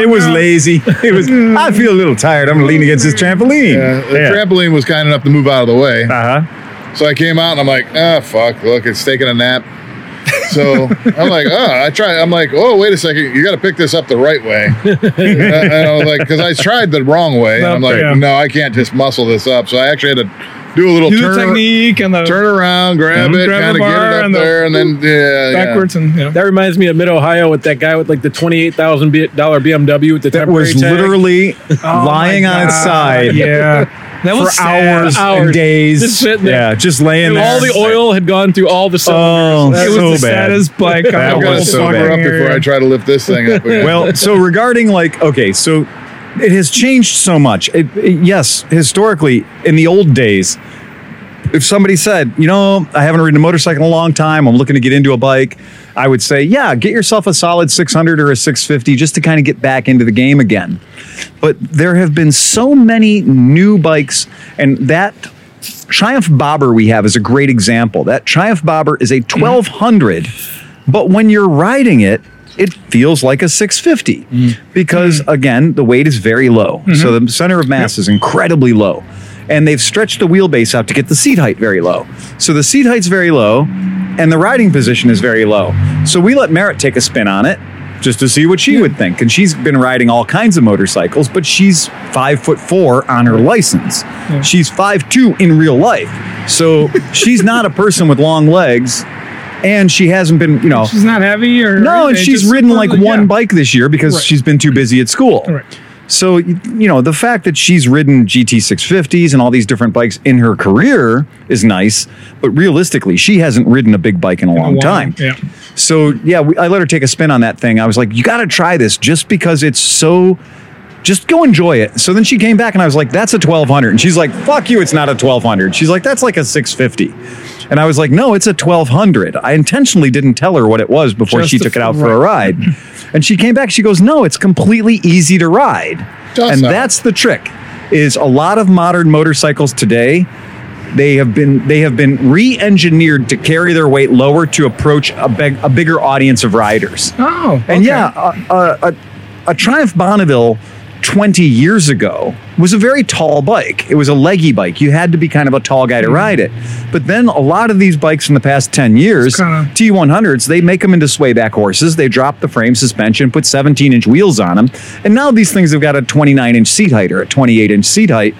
[SPEAKER 1] it was lazy. It was. I feel a little tired. I'm leaning against this trampoline.
[SPEAKER 2] Uh, the trampoline was kind enough to move out of the
[SPEAKER 3] [LAUGHS]
[SPEAKER 2] way.
[SPEAKER 1] Uh huh.
[SPEAKER 2] So I came out and I'm like, ah, fuck, look, it's taking a nap. So I'm like, oh, I tried. I'm like, oh, wait a second, you got to pick this up the right
[SPEAKER 3] [LAUGHS]
[SPEAKER 2] way. and I- and I was like, because I tried the wrong way. And I'm like,
[SPEAKER 3] Yeah.
[SPEAKER 2] no, I can't just muscle this up. So I actually had to do a little
[SPEAKER 3] Do the
[SPEAKER 2] turn,
[SPEAKER 3] technique and the
[SPEAKER 2] turn around, grab it,
[SPEAKER 3] Grab the
[SPEAKER 2] kind of get
[SPEAKER 3] bar
[SPEAKER 2] it up
[SPEAKER 3] and the-
[SPEAKER 2] there, and then yeah, yeah.
[SPEAKER 3] backwards and yeah.
[SPEAKER 4] that reminds me of Mid Ohio with that guy with like the twenty-eight thousand dollar BMW with the
[SPEAKER 1] That
[SPEAKER 4] temporary
[SPEAKER 1] was
[SPEAKER 4] tag.
[SPEAKER 1] literally
[SPEAKER 3] Oh
[SPEAKER 1] lying
[SPEAKER 3] my
[SPEAKER 1] on its
[SPEAKER 3] God,
[SPEAKER 1] side [LAUGHS]
[SPEAKER 3] Yeah, that
[SPEAKER 1] for
[SPEAKER 3] was sad.
[SPEAKER 1] hours, and
[SPEAKER 4] Hours.
[SPEAKER 1] days.
[SPEAKER 4] Just sitting there.
[SPEAKER 1] Yeah, just laying there.
[SPEAKER 4] all the oil had gone through all the
[SPEAKER 1] Oh,
[SPEAKER 4] cylinders.
[SPEAKER 3] It was
[SPEAKER 1] so
[SPEAKER 3] the
[SPEAKER 1] bad.
[SPEAKER 3] saddest bike. I've
[SPEAKER 1] That
[SPEAKER 2] I've got to
[SPEAKER 1] was so
[SPEAKER 2] sober
[SPEAKER 1] bad.
[SPEAKER 2] up before I try to lift this thing up. Again.
[SPEAKER 1] well, so regarding like, okay, so it has changed so much. It, it- yes, historically, in the old days, if somebody said, you know, I haven't ridden a motorcycle in a long time, I'm looking to get into a bike, I would say, yeah, get yourself a solid 600 or a 650 just to kind of get back into the game again. But there have been so many new bikes, and that Triumph Bobber we have is a great example. That Triumph Bobber is a 1200, but when you're riding it, it feels like a 650 because, again, the weight is very low. So the center of mass is incredibly low. And they've stretched the wheelbase out to get the seat height very low. So the seat height's very low and the riding position is very low. So we let Merritt take a spin on it just to see what she would think. And she's been riding all kinds of motorcycles, but she's five foot four on her license. She's five two in real life. So she's not a person with long legs. And she hasn't been, you know,
[SPEAKER 3] She's not heavy
[SPEAKER 1] no,
[SPEAKER 3] or
[SPEAKER 1] and
[SPEAKER 3] anything,
[SPEAKER 1] she's
[SPEAKER 3] just
[SPEAKER 1] ridden
[SPEAKER 3] for
[SPEAKER 1] like
[SPEAKER 3] the-
[SPEAKER 1] one
[SPEAKER 3] yeah.
[SPEAKER 1] bike this year because
[SPEAKER 3] Right.
[SPEAKER 1] she's been too busy at school.
[SPEAKER 3] Right.
[SPEAKER 1] So, y- you know, the fact that she's ridden GT650s and all these different bikes in her career is nice, but realistically, she hasn't ridden a big bike in a long
[SPEAKER 3] One,
[SPEAKER 1] time.
[SPEAKER 3] Yeah,
[SPEAKER 1] So, yeah, we, I let her take a spin on that thing. I was like, you got to try this just because it's so. Just go enjoy it. So then she came back and I was like, that's a 1200. And she's like, fuck you, it's not a 1200. She's like, that's like a 650. And I was like, no, it's a 1200. I intentionally didn't tell her what it was before
[SPEAKER 3] Just
[SPEAKER 1] she
[SPEAKER 3] the
[SPEAKER 1] took it out
[SPEAKER 3] f-
[SPEAKER 1] for a ride. and she came back, she goes, no, it's completely easy to ride.
[SPEAKER 2] Just
[SPEAKER 1] and
[SPEAKER 2] that.
[SPEAKER 1] that's the trick is a lot of modern motorcycles today they have been they have been re-engineered to carry their weight lower to approach a, big, a bigger audience of riders.
[SPEAKER 3] Oh,
[SPEAKER 1] and
[SPEAKER 3] okay.
[SPEAKER 1] yeah, a, a, a, a Triumph Bonneville 20 years ago was a very tall bike. It was a leggy bike. You had to be kind of a tall guy to
[SPEAKER 3] Mm-hmm.
[SPEAKER 1] ride it. But then a lot of these bikes in the past 10 years,
[SPEAKER 3] kinda-
[SPEAKER 1] T100s, they make them into swayback horses. They drop the frame suspension, put 17 inch wheels on them. And now these things have got a 29 inch seat height or a 28 inch seat height.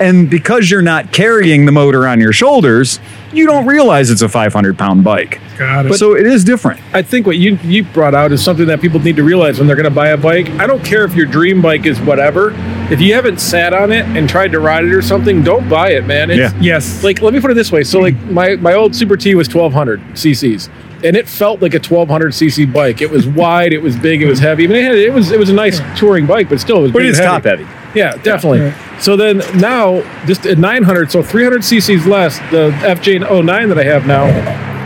[SPEAKER 1] And because you're not carrying the motor on your shoulders, you don't realize it's a 500 pound bike.
[SPEAKER 3] got it.
[SPEAKER 1] so it is different.
[SPEAKER 4] I think what you you brought out is something that people need to realize when they're going to buy a bike. I don't care if your dream bike is whatever. If you haven't sat on it and tried to ride it or something, don't buy it, man. It's,
[SPEAKER 1] Yeah.
[SPEAKER 3] yes,
[SPEAKER 4] Like, let me put it this way. So, like, my my old Super T was 1200 cc's, and it felt like a 1200 cc bike. It was [LAUGHS] wide, it was big, it was heavy. I mean, it, had, it was it was a nice touring bike, but still, it was
[SPEAKER 1] But
[SPEAKER 4] big
[SPEAKER 1] it's
[SPEAKER 4] and
[SPEAKER 1] top heavy.
[SPEAKER 4] yeah, definitely. So then now, just at 900, so 300 cc's less, the FJ09 that I have now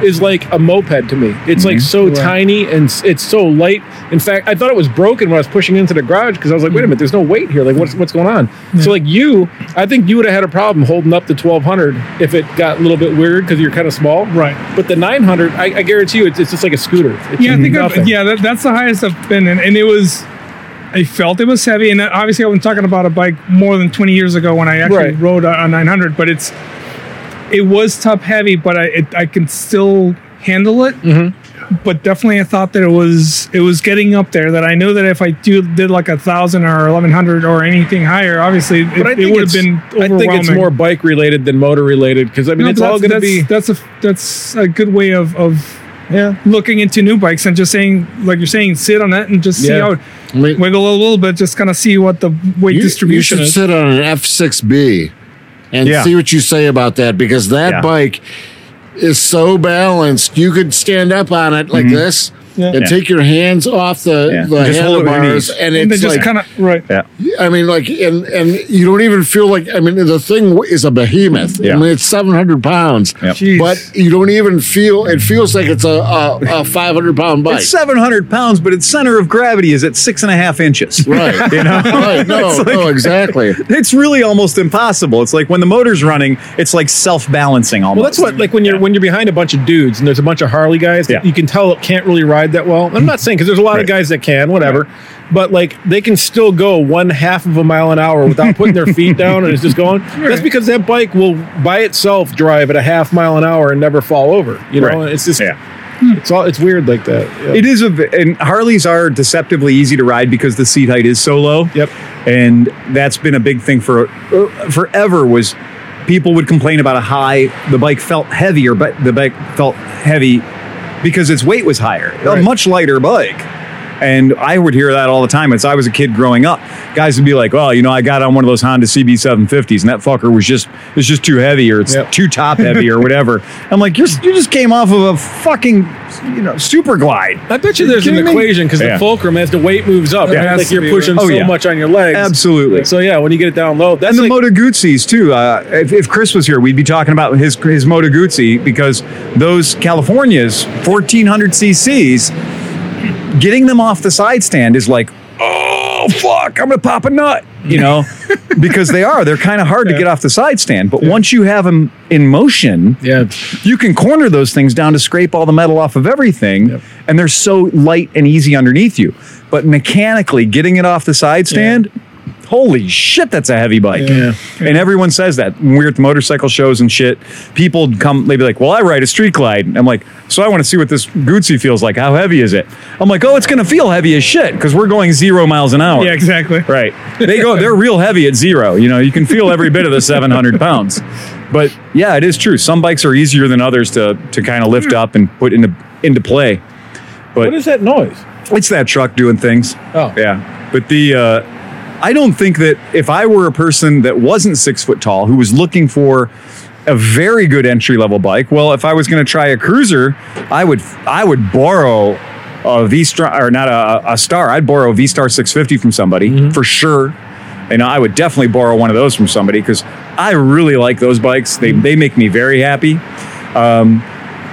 [SPEAKER 4] is like a moped to me. It's
[SPEAKER 3] Mhm.
[SPEAKER 4] like so tiny and s- it's so light. In fact, I thought it was broken when I was pushing into the garage because I was like, wait
[SPEAKER 3] Mm.
[SPEAKER 4] a minute, there's no weight here. Like, what's what's going on? So like you, I think you would have had a problem holding up the 1200 if it got a little bit weird because you're kind of small.
[SPEAKER 3] Right.
[SPEAKER 4] But the 900, I, I guarantee you, it's, it's just like a scooter. It's
[SPEAKER 3] yeah, I think
[SPEAKER 4] nothing.
[SPEAKER 3] I've, yeah, that, that's the highest I've been, and, and it was. I felt it was heavy, and obviously, I've been talking about a bike more than 20 years ago when I actually
[SPEAKER 4] Right.
[SPEAKER 3] rode a, a 900. But it's it was top heavy, but I it, I can still handle it.
[SPEAKER 4] Mm-hmm.
[SPEAKER 3] But definitely, I thought that it was it was getting up there. That I knew that if I do did like a thousand or eleven hundred or anything higher, obviously it,
[SPEAKER 4] But I
[SPEAKER 3] it
[SPEAKER 4] think
[SPEAKER 3] would have
[SPEAKER 4] it's-
[SPEAKER 3] been overwhelming.
[SPEAKER 4] I think it's more bike related than motor related because I mean
[SPEAKER 3] No,
[SPEAKER 4] it's
[SPEAKER 3] but
[SPEAKER 4] all
[SPEAKER 3] that's-
[SPEAKER 4] going to be
[SPEAKER 3] that's that's a that's a good way of of
[SPEAKER 4] yeah.
[SPEAKER 3] looking into new bikes and just saying like you're saying sit on that and just
[SPEAKER 4] Yeah.
[SPEAKER 3] see how
[SPEAKER 5] I mean,
[SPEAKER 3] wiggle a little bit just kind of see what the weight
[SPEAKER 5] you,
[SPEAKER 3] distribution
[SPEAKER 5] you should
[SPEAKER 3] is
[SPEAKER 5] sit on an F6B and
[SPEAKER 1] Yeah.
[SPEAKER 5] see what you say about that because that
[SPEAKER 1] Yeah.
[SPEAKER 5] bike is so balanced. You could stand up on it like this and
[SPEAKER 1] Mm-hmm. Yeah.
[SPEAKER 5] take your hands off the,
[SPEAKER 1] Yeah.
[SPEAKER 5] the
[SPEAKER 1] Just hold it with your
[SPEAKER 5] handlebars,
[SPEAKER 1] knees.
[SPEAKER 5] and
[SPEAKER 3] and then
[SPEAKER 5] it's
[SPEAKER 3] just
[SPEAKER 5] like
[SPEAKER 3] kind of right
[SPEAKER 1] Yeah.
[SPEAKER 5] I mean, like, and and you don't even feel like. I mean, the thing w- is a behemoth.
[SPEAKER 1] Yeah.
[SPEAKER 5] I mean, it's seven hundred pounds,
[SPEAKER 1] Yep.
[SPEAKER 3] Jeez.
[SPEAKER 5] but you don't even feel. It feels like it's a a, a five hundred pound bike.
[SPEAKER 1] It's 700 pounds, but its center of gravity is at six and a half
[SPEAKER 4] [LAUGHS]
[SPEAKER 1] inches.
[SPEAKER 5] right.
[SPEAKER 1] [LAUGHS] You know?
[SPEAKER 5] Right. No.
[SPEAKER 1] It's like-
[SPEAKER 5] no. Exactly.
[SPEAKER 1] It's really almost impossible. It's like when the motor's running, it's like self balancing almost.
[SPEAKER 4] Well, that's what like when you're when you're behind a bunch of dudes and there's a bunch of Harley guys that
[SPEAKER 1] Yeah.
[SPEAKER 4] you can tell can't really ride that well. I'm not saying because there's a lot
[SPEAKER 1] Right.
[SPEAKER 4] of guys that can, whatever, but like they can still go one half of a mile an hour without putting their [LAUGHS] feet down and it's just going. That's because that bike will by itself drive at a half mile an hour and never fall over. You know,
[SPEAKER 1] Right.
[SPEAKER 4] And it's just
[SPEAKER 1] Yeah.
[SPEAKER 4] it's all it's weird like that. Yeah.
[SPEAKER 1] It is a and Harleys are deceptively easy to ride because the seat height is so low.
[SPEAKER 4] Yep.
[SPEAKER 1] And that's been a big thing for uh, forever was people would complain about a high the bike felt heavier but the bike felt heavy because its weight was higher. A
[SPEAKER 4] Right.
[SPEAKER 1] much lighter bike. And I would hear that all the time as I was a kid growing up. Guys would be like, "Well, you know, I got on one of those Honda CB750s, and that fucker was just it's just too heavy, or it's
[SPEAKER 4] Yep.
[SPEAKER 1] too top heavy,
[SPEAKER 4] [LAUGHS]
[SPEAKER 1] or whatever." I'm like, you're, "You just came off of a fucking, you know, super glide."
[SPEAKER 4] I bet you there's an
[SPEAKER 1] kidding me?
[SPEAKER 4] equation because
[SPEAKER 1] Yeah.
[SPEAKER 4] the fulcrum as the weight moves up,
[SPEAKER 1] Yeah.
[SPEAKER 4] right?
[SPEAKER 1] It has
[SPEAKER 4] like
[SPEAKER 3] to
[SPEAKER 4] you're
[SPEAKER 3] be,
[SPEAKER 4] pushing
[SPEAKER 1] right? Oh,
[SPEAKER 4] so
[SPEAKER 1] yeah.
[SPEAKER 4] much on your legs.
[SPEAKER 1] Absolutely.
[SPEAKER 4] So yeah, when you get it down low, that's
[SPEAKER 1] and the
[SPEAKER 4] like,
[SPEAKER 1] Moto Guzzi's too. Uh, if, if Chris was here, we'd be talking about his his Moto Guzzi because those Californias, fourteen hundred CCs, getting them off the side stand is like, oh fuck, I'm gonna pop a nut, you
[SPEAKER 4] [LAUGHS]
[SPEAKER 1] know, because they are they're kind of hard to get off the side stand. But once you have them in motion,
[SPEAKER 4] yeah.
[SPEAKER 1] you can corner those things down to scrape all the metal off of everything and they're so light and easy underneath you but mechanically getting it off the side stand holy shit that's a heavy bike
[SPEAKER 4] Yeah.
[SPEAKER 1] and everyone says that when we're at the motorcycle shows and shit people come they be like well i ride a street glide i'm like so i want to see what this gucci feels like how heavy is it i'm like oh it's going to feel heavy as shit because we're going zero miles an hour
[SPEAKER 3] yeah exactly
[SPEAKER 1] [LAUGHS] Right. They go, they're real heavy at zero. You know, you can feel every bit of the 700 pounds. But yeah, it is true. Some bikes are easier than others to, to kind of lift up and put into, into play.
[SPEAKER 4] What is that noise?
[SPEAKER 1] It's that truck doing things.
[SPEAKER 4] Oh.
[SPEAKER 1] Yeah. But the, uh, I don't think that if I were a person that wasn't six foot tall who was looking for a very good entry level bike, well, if I was going to try a cruiser, I would I would borrow a V Star or not a, a Star. I'd borrow a V Star 650 from somebody for sure. And I would definitely borrow one of those from somebody because I really like those bikes. They they make me very happy. Um,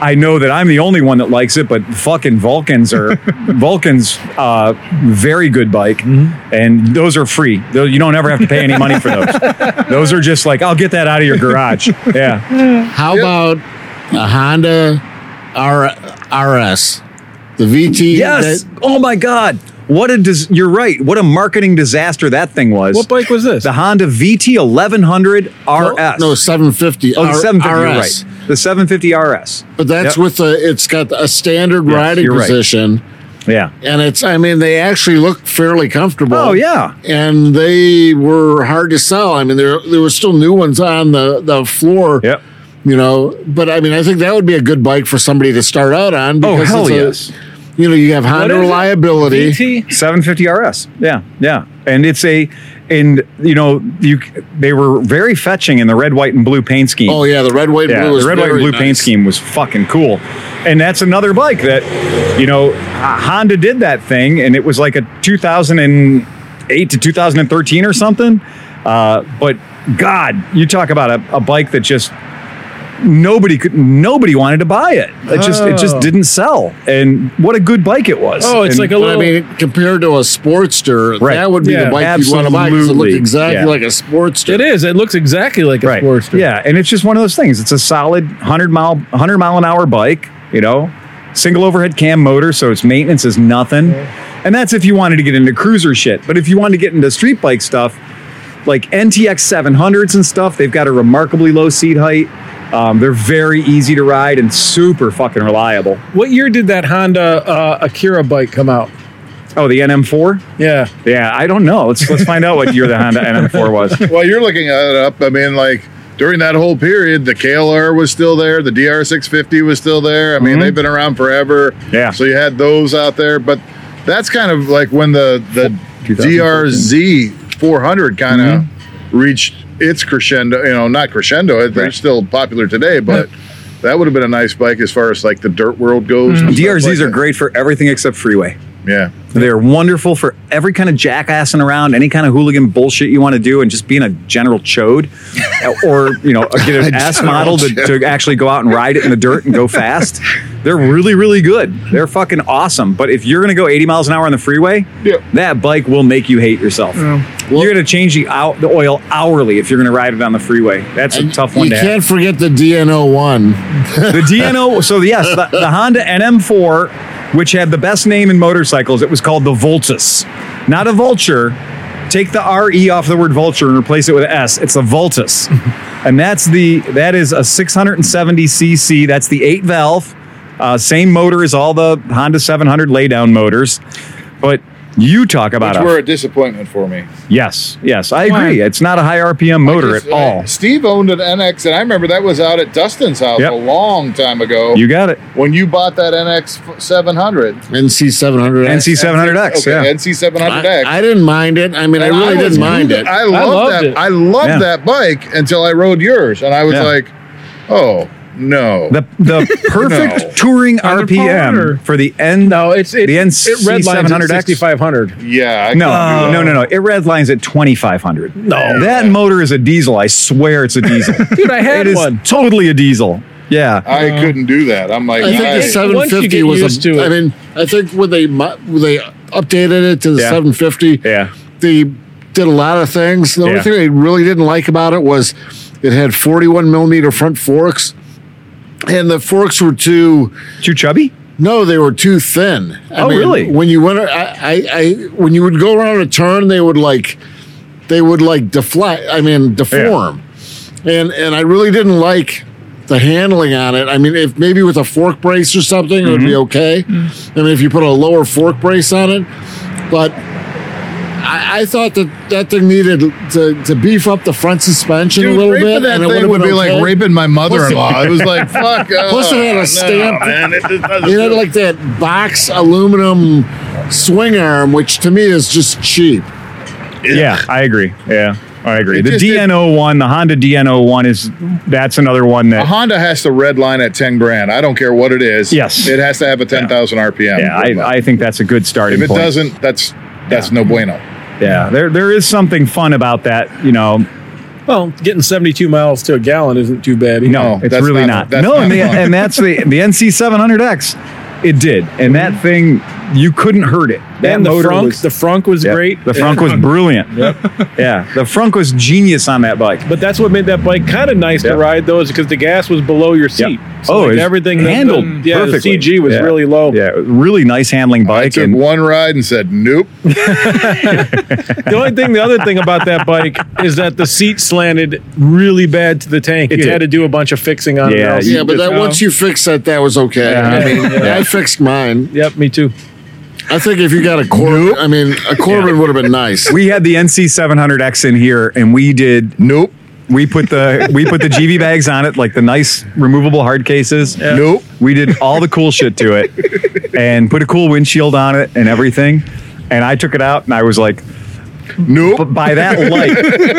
[SPEAKER 1] I know that I'm the only one that likes it, but fucking Vulcans [LAUGHS] are Vulcans, uh, very good bike, and those are free. Tho- You don't ever have to pay any money [LAUGHS] for those. those are just like I'll get that out of your garage.
[SPEAKER 5] [LAUGHS]
[SPEAKER 1] Yeah,
[SPEAKER 5] How about a Honda R- RS, the VT?
[SPEAKER 1] yes.
[SPEAKER 5] that-
[SPEAKER 1] Oh my god, what a dis- you're right. What a marketing disaster that thing was.
[SPEAKER 4] What bike was this?
[SPEAKER 1] The Honda VT 1100 RS.
[SPEAKER 5] oh, No, 750.
[SPEAKER 1] Oh, the
[SPEAKER 5] R-
[SPEAKER 1] 750, you're
[SPEAKER 5] RS.
[SPEAKER 1] right. The 750 RS.
[SPEAKER 5] But that's
[SPEAKER 1] Yep.
[SPEAKER 5] with the, it's got a standard
[SPEAKER 1] Yes,
[SPEAKER 5] riding
[SPEAKER 1] you're right.
[SPEAKER 5] position.
[SPEAKER 1] Yeah.
[SPEAKER 5] And it's, I mean, they actually look fairly comfortable.
[SPEAKER 1] Oh, yeah.
[SPEAKER 5] And they were hard to sell. I mean, there there were still new ones on the, the floor.
[SPEAKER 1] Yep.
[SPEAKER 5] You know, but I mean, I think that would be a good bike for somebody to start out on.
[SPEAKER 1] Oh, hell
[SPEAKER 5] it's a-
[SPEAKER 1] yes.
[SPEAKER 5] You know, you have Honda
[SPEAKER 4] is it?
[SPEAKER 5] reliability.
[SPEAKER 4] VT?
[SPEAKER 1] 750 RS. Yeah, yeah. And it's a, and you know, you they were very fetching in the red, white, and blue paint scheme.
[SPEAKER 5] Oh yeah, the red, white, and
[SPEAKER 1] yeah,
[SPEAKER 5] blue. is
[SPEAKER 1] the red, white, and
[SPEAKER 5] very
[SPEAKER 1] blue paint
[SPEAKER 5] nice.
[SPEAKER 1] scheme was fucking cool. And that's another bike that, you know, Honda did that thing, and it was like a 2008 to 2013 or something. Uh, but God, you talk about a, a bike that just nobody could nobody wanted to buy it. It just it just
[SPEAKER 4] Oh.
[SPEAKER 1] didn't sell. And what a good bike it was.
[SPEAKER 4] Oh, it's
[SPEAKER 1] And-
[SPEAKER 4] like a
[SPEAKER 5] But I
[SPEAKER 4] little.
[SPEAKER 5] mean, compared to a Sportster,
[SPEAKER 1] Right.
[SPEAKER 5] that would be
[SPEAKER 4] Yeah,
[SPEAKER 5] the bike you'd want to buy because it looked
[SPEAKER 1] absolutely.
[SPEAKER 5] exactly
[SPEAKER 1] Yeah.
[SPEAKER 5] like a Sportster.
[SPEAKER 4] it is. It looks exactly like a
[SPEAKER 1] right.
[SPEAKER 4] Sportster.
[SPEAKER 1] Yeah, and it's just one of those things. It's a solid hundred mile hundred mile an hour bike. You know, single overhead cam motor, so its maintenance is nothing. And that's if you wanted to get into cruiser shit. But if you wanted to get into street bike stuff, like NTX 700s and stuff, they've got a remarkably low seat height. Um, they're very easy to ride and super fucking reliable.
[SPEAKER 4] What year did that Honda uh, Akira bike come out?
[SPEAKER 1] Oh, the NM4?
[SPEAKER 4] Yeah,
[SPEAKER 1] Yeah, I don't know. Let's let's find out what year the Honda NM4
[SPEAKER 2] [LAUGHS]
[SPEAKER 1] was.
[SPEAKER 2] Well, you're looking at it up. I mean, like during that whole period, the KLR was still there, the DR650 was still there. I mean, they've been around forever.
[SPEAKER 1] Mm-hmm. Yeah.
[SPEAKER 2] So you had those out there, but that's kind of like when the the
[SPEAKER 1] 2014.
[SPEAKER 2] DRZ 400 kind of reached its crescendo. You know, not crescendo. They're
[SPEAKER 1] Mm-hmm. Right.
[SPEAKER 2] still popular today, but. That would have been a nice bike as far as like the dirt world goes. and stuff
[SPEAKER 1] DRZs
[SPEAKER 2] like
[SPEAKER 1] are
[SPEAKER 2] that.
[SPEAKER 1] great for everything except freeway.
[SPEAKER 2] Yeah.
[SPEAKER 1] They're wonderful for every kind of jackassing around, any kind of hooligan bullshit you want to do, and just being a general chode, uh, or you know, get an ass model to, to actually go out and ride it in the dirt and go fast. They're really, really good. They're fucking awesome. But if you're gonna go 80 miles an hour on the freeway,
[SPEAKER 2] Yep.
[SPEAKER 1] that bike will make you hate yourself. you're gonna change the out the oil hourly if you're gonna ride it on the freeway. That's a
[SPEAKER 5] And
[SPEAKER 1] tough one.
[SPEAKER 5] You
[SPEAKER 1] to have.
[SPEAKER 5] can't forget the DNO one.
[SPEAKER 1] The DNO, so yes, the, the Honda NM4, which had the best name in motorcycles, it was called the Voltus. Not a vulture. Take the RE off the word vulture and replace it with a S. It's a Voltus. and that's the that is a 670cc. That's the 8 valve. Uh, same motor as all the Honda 700 laydown motors. But you talk about
[SPEAKER 2] Which
[SPEAKER 1] it.
[SPEAKER 2] were a disappointment for me.
[SPEAKER 1] Yes, yes, I agree. It's not a high RPM motor
[SPEAKER 2] Just,
[SPEAKER 1] at
[SPEAKER 2] uh,
[SPEAKER 1] all.
[SPEAKER 2] Steve owned an NX, and I remember that was out at Dustin's house
[SPEAKER 1] Yep.
[SPEAKER 2] a long time ago.
[SPEAKER 1] You got it.
[SPEAKER 2] when you bought that NX 700
[SPEAKER 5] NC seven hundred.
[SPEAKER 1] NC 700X,
[SPEAKER 2] okay,
[SPEAKER 1] yeah.
[SPEAKER 2] NC 700X.
[SPEAKER 5] I, I didn't mind it. I mean, I really
[SPEAKER 2] was-
[SPEAKER 5] didn't mind it.
[SPEAKER 2] I loved,
[SPEAKER 4] loved
[SPEAKER 2] that.
[SPEAKER 4] it.
[SPEAKER 2] I loved
[SPEAKER 1] Yeah.
[SPEAKER 2] that bike until I rode yours, and I was
[SPEAKER 1] Yeah.
[SPEAKER 2] like, "Oh no!"
[SPEAKER 1] The
[SPEAKER 4] [LAUGHS]
[SPEAKER 1] the perfect
[SPEAKER 2] No.
[SPEAKER 1] touring
[SPEAKER 3] Are they
[SPEAKER 1] RPM
[SPEAKER 3] powder?
[SPEAKER 1] for the end.
[SPEAKER 4] no, it's it,
[SPEAKER 1] The NC
[SPEAKER 4] it red lines at
[SPEAKER 1] 700X?
[SPEAKER 4] 6500.
[SPEAKER 2] yeah,
[SPEAKER 1] No,
[SPEAKER 4] Oh.
[SPEAKER 2] I couldn't do
[SPEAKER 1] no,
[SPEAKER 2] that.
[SPEAKER 1] no, no. It redlines at 2,500. No. That motor is a diesel. I swear it's a diesel.
[SPEAKER 4] [LAUGHS] Dude, I
[SPEAKER 1] it
[SPEAKER 4] had
[SPEAKER 1] is
[SPEAKER 4] one.
[SPEAKER 1] totally a diesel. Yeah.
[SPEAKER 2] I couldn't do that. I'm like,
[SPEAKER 5] Uh-huh. I think
[SPEAKER 2] I-
[SPEAKER 5] the
[SPEAKER 4] it- seven- once you
[SPEAKER 5] 750
[SPEAKER 4] get
[SPEAKER 5] was.
[SPEAKER 4] used
[SPEAKER 5] A,
[SPEAKER 4] to it.
[SPEAKER 5] I mean, I think when they mu- when they updated it to the
[SPEAKER 1] Yeah.
[SPEAKER 5] 750,
[SPEAKER 1] Yeah.
[SPEAKER 5] they did a lot of things. The
[SPEAKER 1] Yeah.
[SPEAKER 5] only thing I really didn't like about it was it had 41 millimeter front forks, and the forks were too.
[SPEAKER 1] Too chubby?
[SPEAKER 5] No, they were too thin. I
[SPEAKER 1] Oh, really?
[SPEAKER 5] When you went, I, I, I, when you would go around a turn, they would like, they would like deflect. I mean, deform. And and I really didn't like the handling on it. I mean, if maybe with a fork brace or something, it would be
[SPEAKER 2] Mm-hmm.
[SPEAKER 5] okay. I mean, if you put a lower fork brace on it, but. I, I thought that that thing needed to, to beef up the front suspension
[SPEAKER 2] dude,
[SPEAKER 5] a little
[SPEAKER 2] raping
[SPEAKER 5] bit.
[SPEAKER 2] that
[SPEAKER 5] and it
[SPEAKER 2] thing
[SPEAKER 5] would've
[SPEAKER 2] would
[SPEAKER 5] been
[SPEAKER 2] be like
[SPEAKER 5] okay.
[SPEAKER 2] raping my mother-in-law. it was like,
[SPEAKER 5] [LAUGHS]
[SPEAKER 2] fuck.
[SPEAKER 5] Plus it had
[SPEAKER 2] uh,
[SPEAKER 5] a
[SPEAKER 2] no,
[SPEAKER 5] stamp.
[SPEAKER 2] man, it
[SPEAKER 5] [LAUGHS]
[SPEAKER 2] just doesn't
[SPEAKER 5] It had
[SPEAKER 2] do it.
[SPEAKER 5] like that box aluminum swing arm, which to me is just cheap.
[SPEAKER 1] Yeah. I agree. Yeah. I agree.
[SPEAKER 2] It
[SPEAKER 1] The
[SPEAKER 2] just did-
[SPEAKER 1] DNO one, the Honda DNO one is that's another one
[SPEAKER 2] A
[SPEAKER 1] that
[SPEAKER 2] Honda has to red line at 10 grand. I don't care what it is.
[SPEAKER 1] Yes.
[SPEAKER 2] It has to have a 10,000 RPM.
[SPEAKER 1] yeah, I, I think that's a good starting
[SPEAKER 2] if it
[SPEAKER 1] point.
[SPEAKER 2] doesn't, that's that's no bueno.
[SPEAKER 1] yeah, there there is something fun about that, you know,
[SPEAKER 4] Well, getting 72 miles to a gallon isn't too bad. either.
[SPEAKER 1] No,
[SPEAKER 2] No,
[SPEAKER 1] Oh, it's
[SPEAKER 2] that's
[SPEAKER 1] really not.
[SPEAKER 2] not- that's
[SPEAKER 1] no, and,
[SPEAKER 2] not
[SPEAKER 1] the,
[SPEAKER 2] fun.
[SPEAKER 1] and that's the the NC 700X. It did, and that thing you couldn't hurt it. That
[SPEAKER 4] Mm-hmm. and the
[SPEAKER 1] motor
[SPEAKER 4] frunk,
[SPEAKER 1] was
[SPEAKER 4] the frunk was
[SPEAKER 1] yeah,
[SPEAKER 4] great.
[SPEAKER 1] The frunk
[SPEAKER 4] [LAUGHS]
[SPEAKER 1] was brilliant. Yeah, the frunk was genius on that bike.
[SPEAKER 4] But that's what made that bike kind of nice
[SPEAKER 1] Yeah.
[SPEAKER 4] to ride, though, is because the gas was below your seat.
[SPEAKER 1] Yeah.
[SPEAKER 4] So
[SPEAKER 1] Oh,
[SPEAKER 4] like
[SPEAKER 1] it's
[SPEAKER 4] everything the-
[SPEAKER 1] handled
[SPEAKER 4] the, yeah, the
[SPEAKER 1] perfectly.
[SPEAKER 4] CG was
[SPEAKER 1] Yeah.
[SPEAKER 4] really low.
[SPEAKER 1] Yeah, really nice handling
[SPEAKER 2] I
[SPEAKER 1] bike,
[SPEAKER 2] took
[SPEAKER 1] and
[SPEAKER 2] one ride and said, nope.
[SPEAKER 4] The only thing, the other thing about that
[SPEAKER 1] [LAUGHS]
[SPEAKER 4] bike is that the seat slanted really bad to the tank.
[SPEAKER 1] It
[SPEAKER 4] you
[SPEAKER 1] did.
[SPEAKER 4] had to do a bunch of fixing on it.
[SPEAKER 1] Yeah,
[SPEAKER 4] else.
[SPEAKER 1] you-
[SPEAKER 5] Yeah, but that
[SPEAKER 4] No.
[SPEAKER 5] once you fix that, that was okay. I mean, I fixed mine.
[SPEAKER 4] Yep, me too.
[SPEAKER 5] I think if you got a Corbin, I mean, a Corbin would have been nice.
[SPEAKER 1] we had the NC 700X in here, and we did
[SPEAKER 2] Nope.
[SPEAKER 1] we put the we put the GV bags on it, like the nice removable hard cases.
[SPEAKER 2] Nope.
[SPEAKER 1] We did all the cool shit to it, and put a cool windshield on it and everything. And I took it out, and I was like,
[SPEAKER 2] Nope.
[SPEAKER 1] But by that light,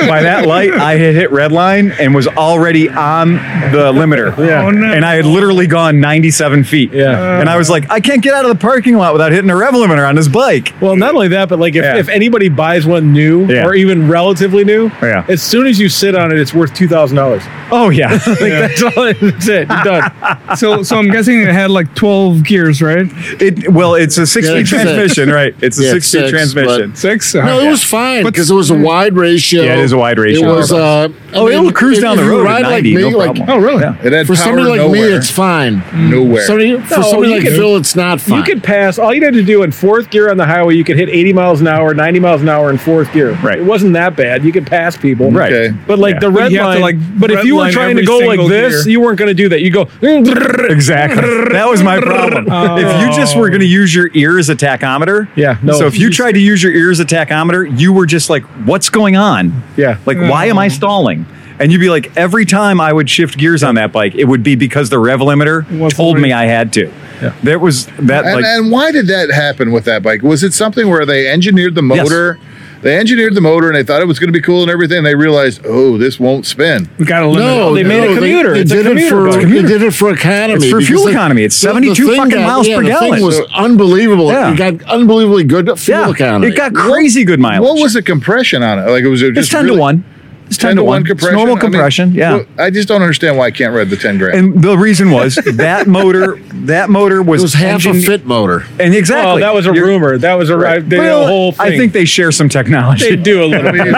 [SPEAKER 1] by that light, I had hit red line and was already on the limiter.
[SPEAKER 4] Yeah.
[SPEAKER 3] Oh, no.
[SPEAKER 1] And I had literally gone 97 feet.
[SPEAKER 4] Yeah.
[SPEAKER 1] And I was like, I can't get out of the parking lot without hitting a rev limiter on this bike.
[SPEAKER 4] Well, not only that, but like if,
[SPEAKER 1] Yeah.
[SPEAKER 4] if anybody buys one new
[SPEAKER 1] Yeah.
[SPEAKER 4] or even relatively new,
[SPEAKER 1] Yeah.
[SPEAKER 4] as soon as you sit on it, it's worth two thousand dollars.
[SPEAKER 1] Oh yeah.
[SPEAKER 4] Like that's all. it- That's it. You're done.
[SPEAKER 3] So, so I'm guessing it had like 12 gears, right?
[SPEAKER 1] [LAUGHS] It well, it's a six
[SPEAKER 5] Yeah,
[SPEAKER 1] speed
[SPEAKER 5] it's six.
[SPEAKER 1] transmission, right? It's a
[SPEAKER 5] Yeah,
[SPEAKER 1] six speed
[SPEAKER 5] six,
[SPEAKER 1] transmission. [LAUGHS]
[SPEAKER 3] Six.
[SPEAKER 5] No,
[SPEAKER 3] Uh,
[SPEAKER 5] it was fine
[SPEAKER 3] But-
[SPEAKER 5] because it was a wide ratio.
[SPEAKER 1] Yeah, it is a wide ratio.
[SPEAKER 5] It was. Uh, I
[SPEAKER 1] Oh, it'll
[SPEAKER 5] mean,
[SPEAKER 1] cruise
[SPEAKER 5] if-
[SPEAKER 1] down the
[SPEAKER 5] if you
[SPEAKER 1] road at
[SPEAKER 5] ride
[SPEAKER 1] 90,
[SPEAKER 5] like me,
[SPEAKER 1] no
[SPEAKER 5] like
[SPEAKER 1] problem.
[SPEAKER 3] Oh, really?
[SPEAKER 1] Yeah.
[SPEAKER 2] It had
[SPEAKER 5] for
[SPEAKER 2] power
[SPEAKER 5] somebody like
[SPEAKER 2] nowhere.
[SPEAKER 5] me, it's fine.
[SPEAKER 2] nowhere.
[SPEAKER 5] Somebody, for
[SPEAKER 4] No,
[SPEAKER 5] somebody
[SPEAKER 4] you
[SPEAKER 5] like
[SPEAKER 4] can-
[SPEAKER 5] Phil, it's not fine.
[SPEAKER 4] You could pass. All you had to do in fourth gear on the highway, you could hit 80 miles an hour, 90 miles an hour in fourth gear.
[SPEAKER 1] Right.
[SPEAKER 4] It wasn't that bad. You could pass people.
[SPEAKER 1] Right.
[SPEAKER 2] Okay.
[SPEAKER 4] But like
[SPEAKER 1] Yeah.
[SPEAKER 4] the
[SPEAKER 1] But
[SPEAKER 4] red
[SPEAKER 3] you have to,
[SPEAKER 4] line,
[SPEAKER 3] like,
[SPEAKER 4] but if
[SPEAKER 3] red
[SPEAKER 4] you were
[SPEAKER 3] line
[SPEAKER 4] trying to
[SPEAKER 3] every
[SPEAKER 4] go like
[SPEAKER 3] single
[SPEAKER 4] this,
[SPEAKER 3] gear.
[SPEAKER 4] you weren't going to do that. You go. [LAUGHS]
[SPEAKER 1] Exactly. That was my problem. If you just were going to use your ear as a tachometer,
[SPEAKER 4] Yeah, no.
[SPEAKER 1] so if you tried to use your ear as a tachometer, you were just like, "What's going on?
[SPEAKER 4] Yeah.
[SPEAKER 1] like why am I stalling?" And you'd be like, every time I would shift gears on that bike, it would be because the rev limiter
[SPEAKER 3] Wasn't
[SPEAKER 1] told me
[SPEAKER 3] right.
[SPEAKER 1] I had to. Yeah. There was that
[SPEAKER 2] And,
[SPEAKER 1] like
[SPEAKER 2] and why did that happen with that bike? Was it something where they engineered the
[SPEAKER 1] Yes.
[SPEAKER 2] motor? They engineered the motor and they thought it was going to be cool and everything. And they realized, oh, this won't spin.
[SPEAKER 3] We got to limit.
[SPEAKER 5] No,
[SPEAKER 4] they made a
[SPEAKER 5] no,
[SPEAKER 4] commuter.
[SPEAKER 5] They,
[SPEAKER 4] It's a
[SPEAKER 5] did
[SPEAKER 4] commuter
[SPEAKER 5] it
[SPEAKER 4] bike.
[SPEAKER 5] for
[SPEAKER 4] Commuter.
[SPEAKER 5] they did it for economy.
[SPEAKER 1] It's for
[SPEAKER 5] because
[SPEAKER 1] fuel
[SPEAKER 5] the-
[SPEAKER 1] economy. It's
[SPEAKER 5] the- the
[SPEAKER 1] 72
[SPEAKER 5] thing
[SPEAKER 1] fucking
[SPEAKER 5] got-
[SPEAKER 1] miles
[SPEAKER 5] yeah,
[SPEAKER 1] per
[SPEAKER 5] the
[SPEAKER 1] gallon.
[SPEAKER 5] Thing was unbelievable.
[SPEAKER 1] Yeah.
[SPEAKER 5] It got unbelievably good fuel
[SPEAKER 1] yeah,
[SPEAKER 5] economy.
[SPEAKER 1] it got crazy good mileage.
[SPEAKER 2] What was the compression on it? Like it was just
[SPEAKER 1] It's ten
[SPEAKER 2] really-
[SPEAKER 1] to one. It's ten, to one. It's
[SPEAKER 2] compression.
[SPEAKER 1] normal
[SPEAKER 2] I mean,
[SPEAKER 1] compression. yeah.
[SPEAKER 2] well, I just don't understand why I can't read the ten grand.
[SPEAKER 1] and the reason was that motor. That motor was,
[SPEAKER 5] It was half a
[SPEAKER 1] engine-
[SPEAKER 5] fit motor.
[SPEAKER 1] And exactly.
[SPEAKER 4] Oh, that was a
[SPEAKER 1] You're-
[SPEAKER 4] rumor. That was a.
[SPEAKER 2] Right.
[SPEAKER 4] They did a
[SPEAKER 1] Well,
[SPEAKER 4] whole thing.
[SPEAKER 1] I think they share some
[SPEAKER 4] they
[SPEAKER 1] technology.
[SPEAKER 4] do a little.
[SPEAKER 2] I mean,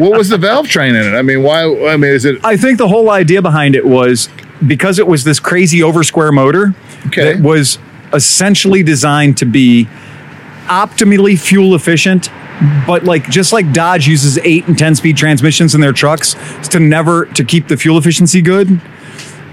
[SPEAKER 2] what was the valve train in it? I mean, why? I mean, is it
[SPEAKER 1] I think the whole idea behind it was because it was this crazy over square motor
[SPEAKER 2] Okay.
[SPEAKER 1] that was essentially designed to be optimally fuel efficient. But like just like Dodge uses eight and ten speed transmissions in their trucks to never to keep the fuel efficiency good.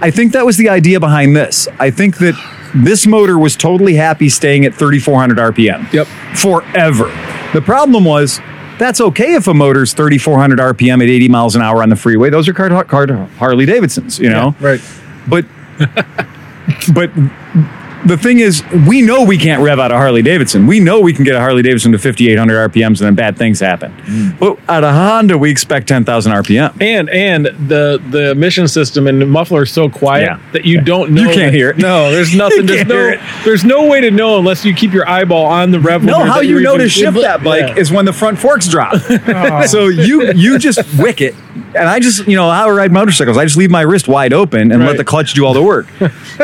[SPEAKER 1] I think that was the idea behind this. I think that this motor was totally happy staying at 3,400 RPM.
[SPEAKER 4] [LAUGHS] Yep.
[SPEAKER 1] Forever. The problem was that's okay if a motor's 3,400 RPM at 80 miles an hour on the freeway. Those are car, car Harley Davidsons, you know?
[SPEAKER 4] right.
[SPEAKER 1] But, but the thing is, we know we can't rev out a Harley Davidson. We know we can get a Harley Davidson to 5,800 RPMs and then bad things happen. But at a Honda, we expect 10,000 RPM.
[SPEAKER 4] And and the the emission system and the muffler is so quiet
[SPEAKER 1] Yeah.
[SPEAKER 4] that you don't
[SPEAKER 1] [LAUGHS]
[SPEAKER 4] know.
[SPEAKER 1] You can't
[SPEAKER 4] that-
[SPEAKER 1] hear it.
[SPEAKER 4] No, there's nothing. there's
[SPEAKER 1] can't
[SPEAKER 4] no.
[SPEAKER 1] hear it.
[SPEAKER 4] There's no way to know unless you keep your eyeball on the rev.
[SPEAKER 1] No,
[SPEAKER 4] limiter
[SPEAKER 1] how
[SPEAKER 4] that
[SPEAKER 1] you
[SPEAKER 4] you're
[SPEAKER 1] know
[SPEAKER 4] even-
[SPEAKER 1] to shift that bike
[SPEAKER 4] Yeah.
[SPEAKER 1] is when the front forks
[SPEAKER 4] [LAUGHS]
[SPEAKER 1] drop. [LAUGHS] so you you just wick it, and I just you know how I ride motorcycles. I just leave my wrist wide open and let
[SPEAKER 4] Right.
[SPEAKER 1] the clutch do all the
[SPEAKER 4] [LAUGHS]
[SPEAKER 1] work.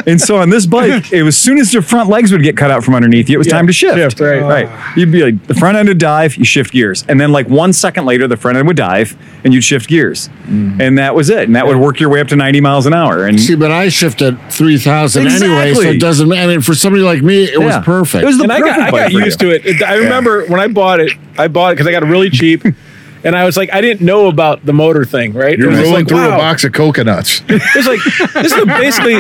[SPEAKER 1] and so on this bike, it was soon as your front legs would get cut out from underneath you, it was time to shift.
[SPEAKER 4] shift, right.
[SPEAKER 1] right. You'd be like the front end would dive, you shift gears, and then like one second later, the front end would dive, and you'd shift gears,
[SPEAKER 4] Mm.
[SPEAKER 1] and that was it. And that would work your way up to ninety miles an hour. And
[SPEAKER 5] See, but I shifted three thousand anyway, so
[SPEAKER 1] Exactly.
[SPEAKER 5] it doesn't. I mean, for somebody like me, it was
[SPEAKER 1] Yeah.
[SPEAKER 5] perfect.
[SPEAKER 1] It was the
[SPEAKER 4] and I
[SPEAKER 1] perfect
[SPEAKER 4] got, I
[SPEAKER 1] bike
[SPEAKER 4] got
[SPEAKER 1] for
[SPEAKER 4] used
[SPEAKER 1] you.
[SPEAKER 4] to it. I remember when I bought it, I bought it because I got it really cheap. And I was like, I didn't know about the motor thing, right?
[SPEAKER 2] you're
[SPEAKER 4] It was
[SPEAKER 2] rolling
[SPEAKER 4] like,
[SPEAKER 2] through a
[SPEAKER 4] wow.
[SPEAKER 2] box of
[SPEAKER 4] [LAUGHS]
[SPEAKER 2] coconuts?
[SPEAKER 4] It's like this is basically.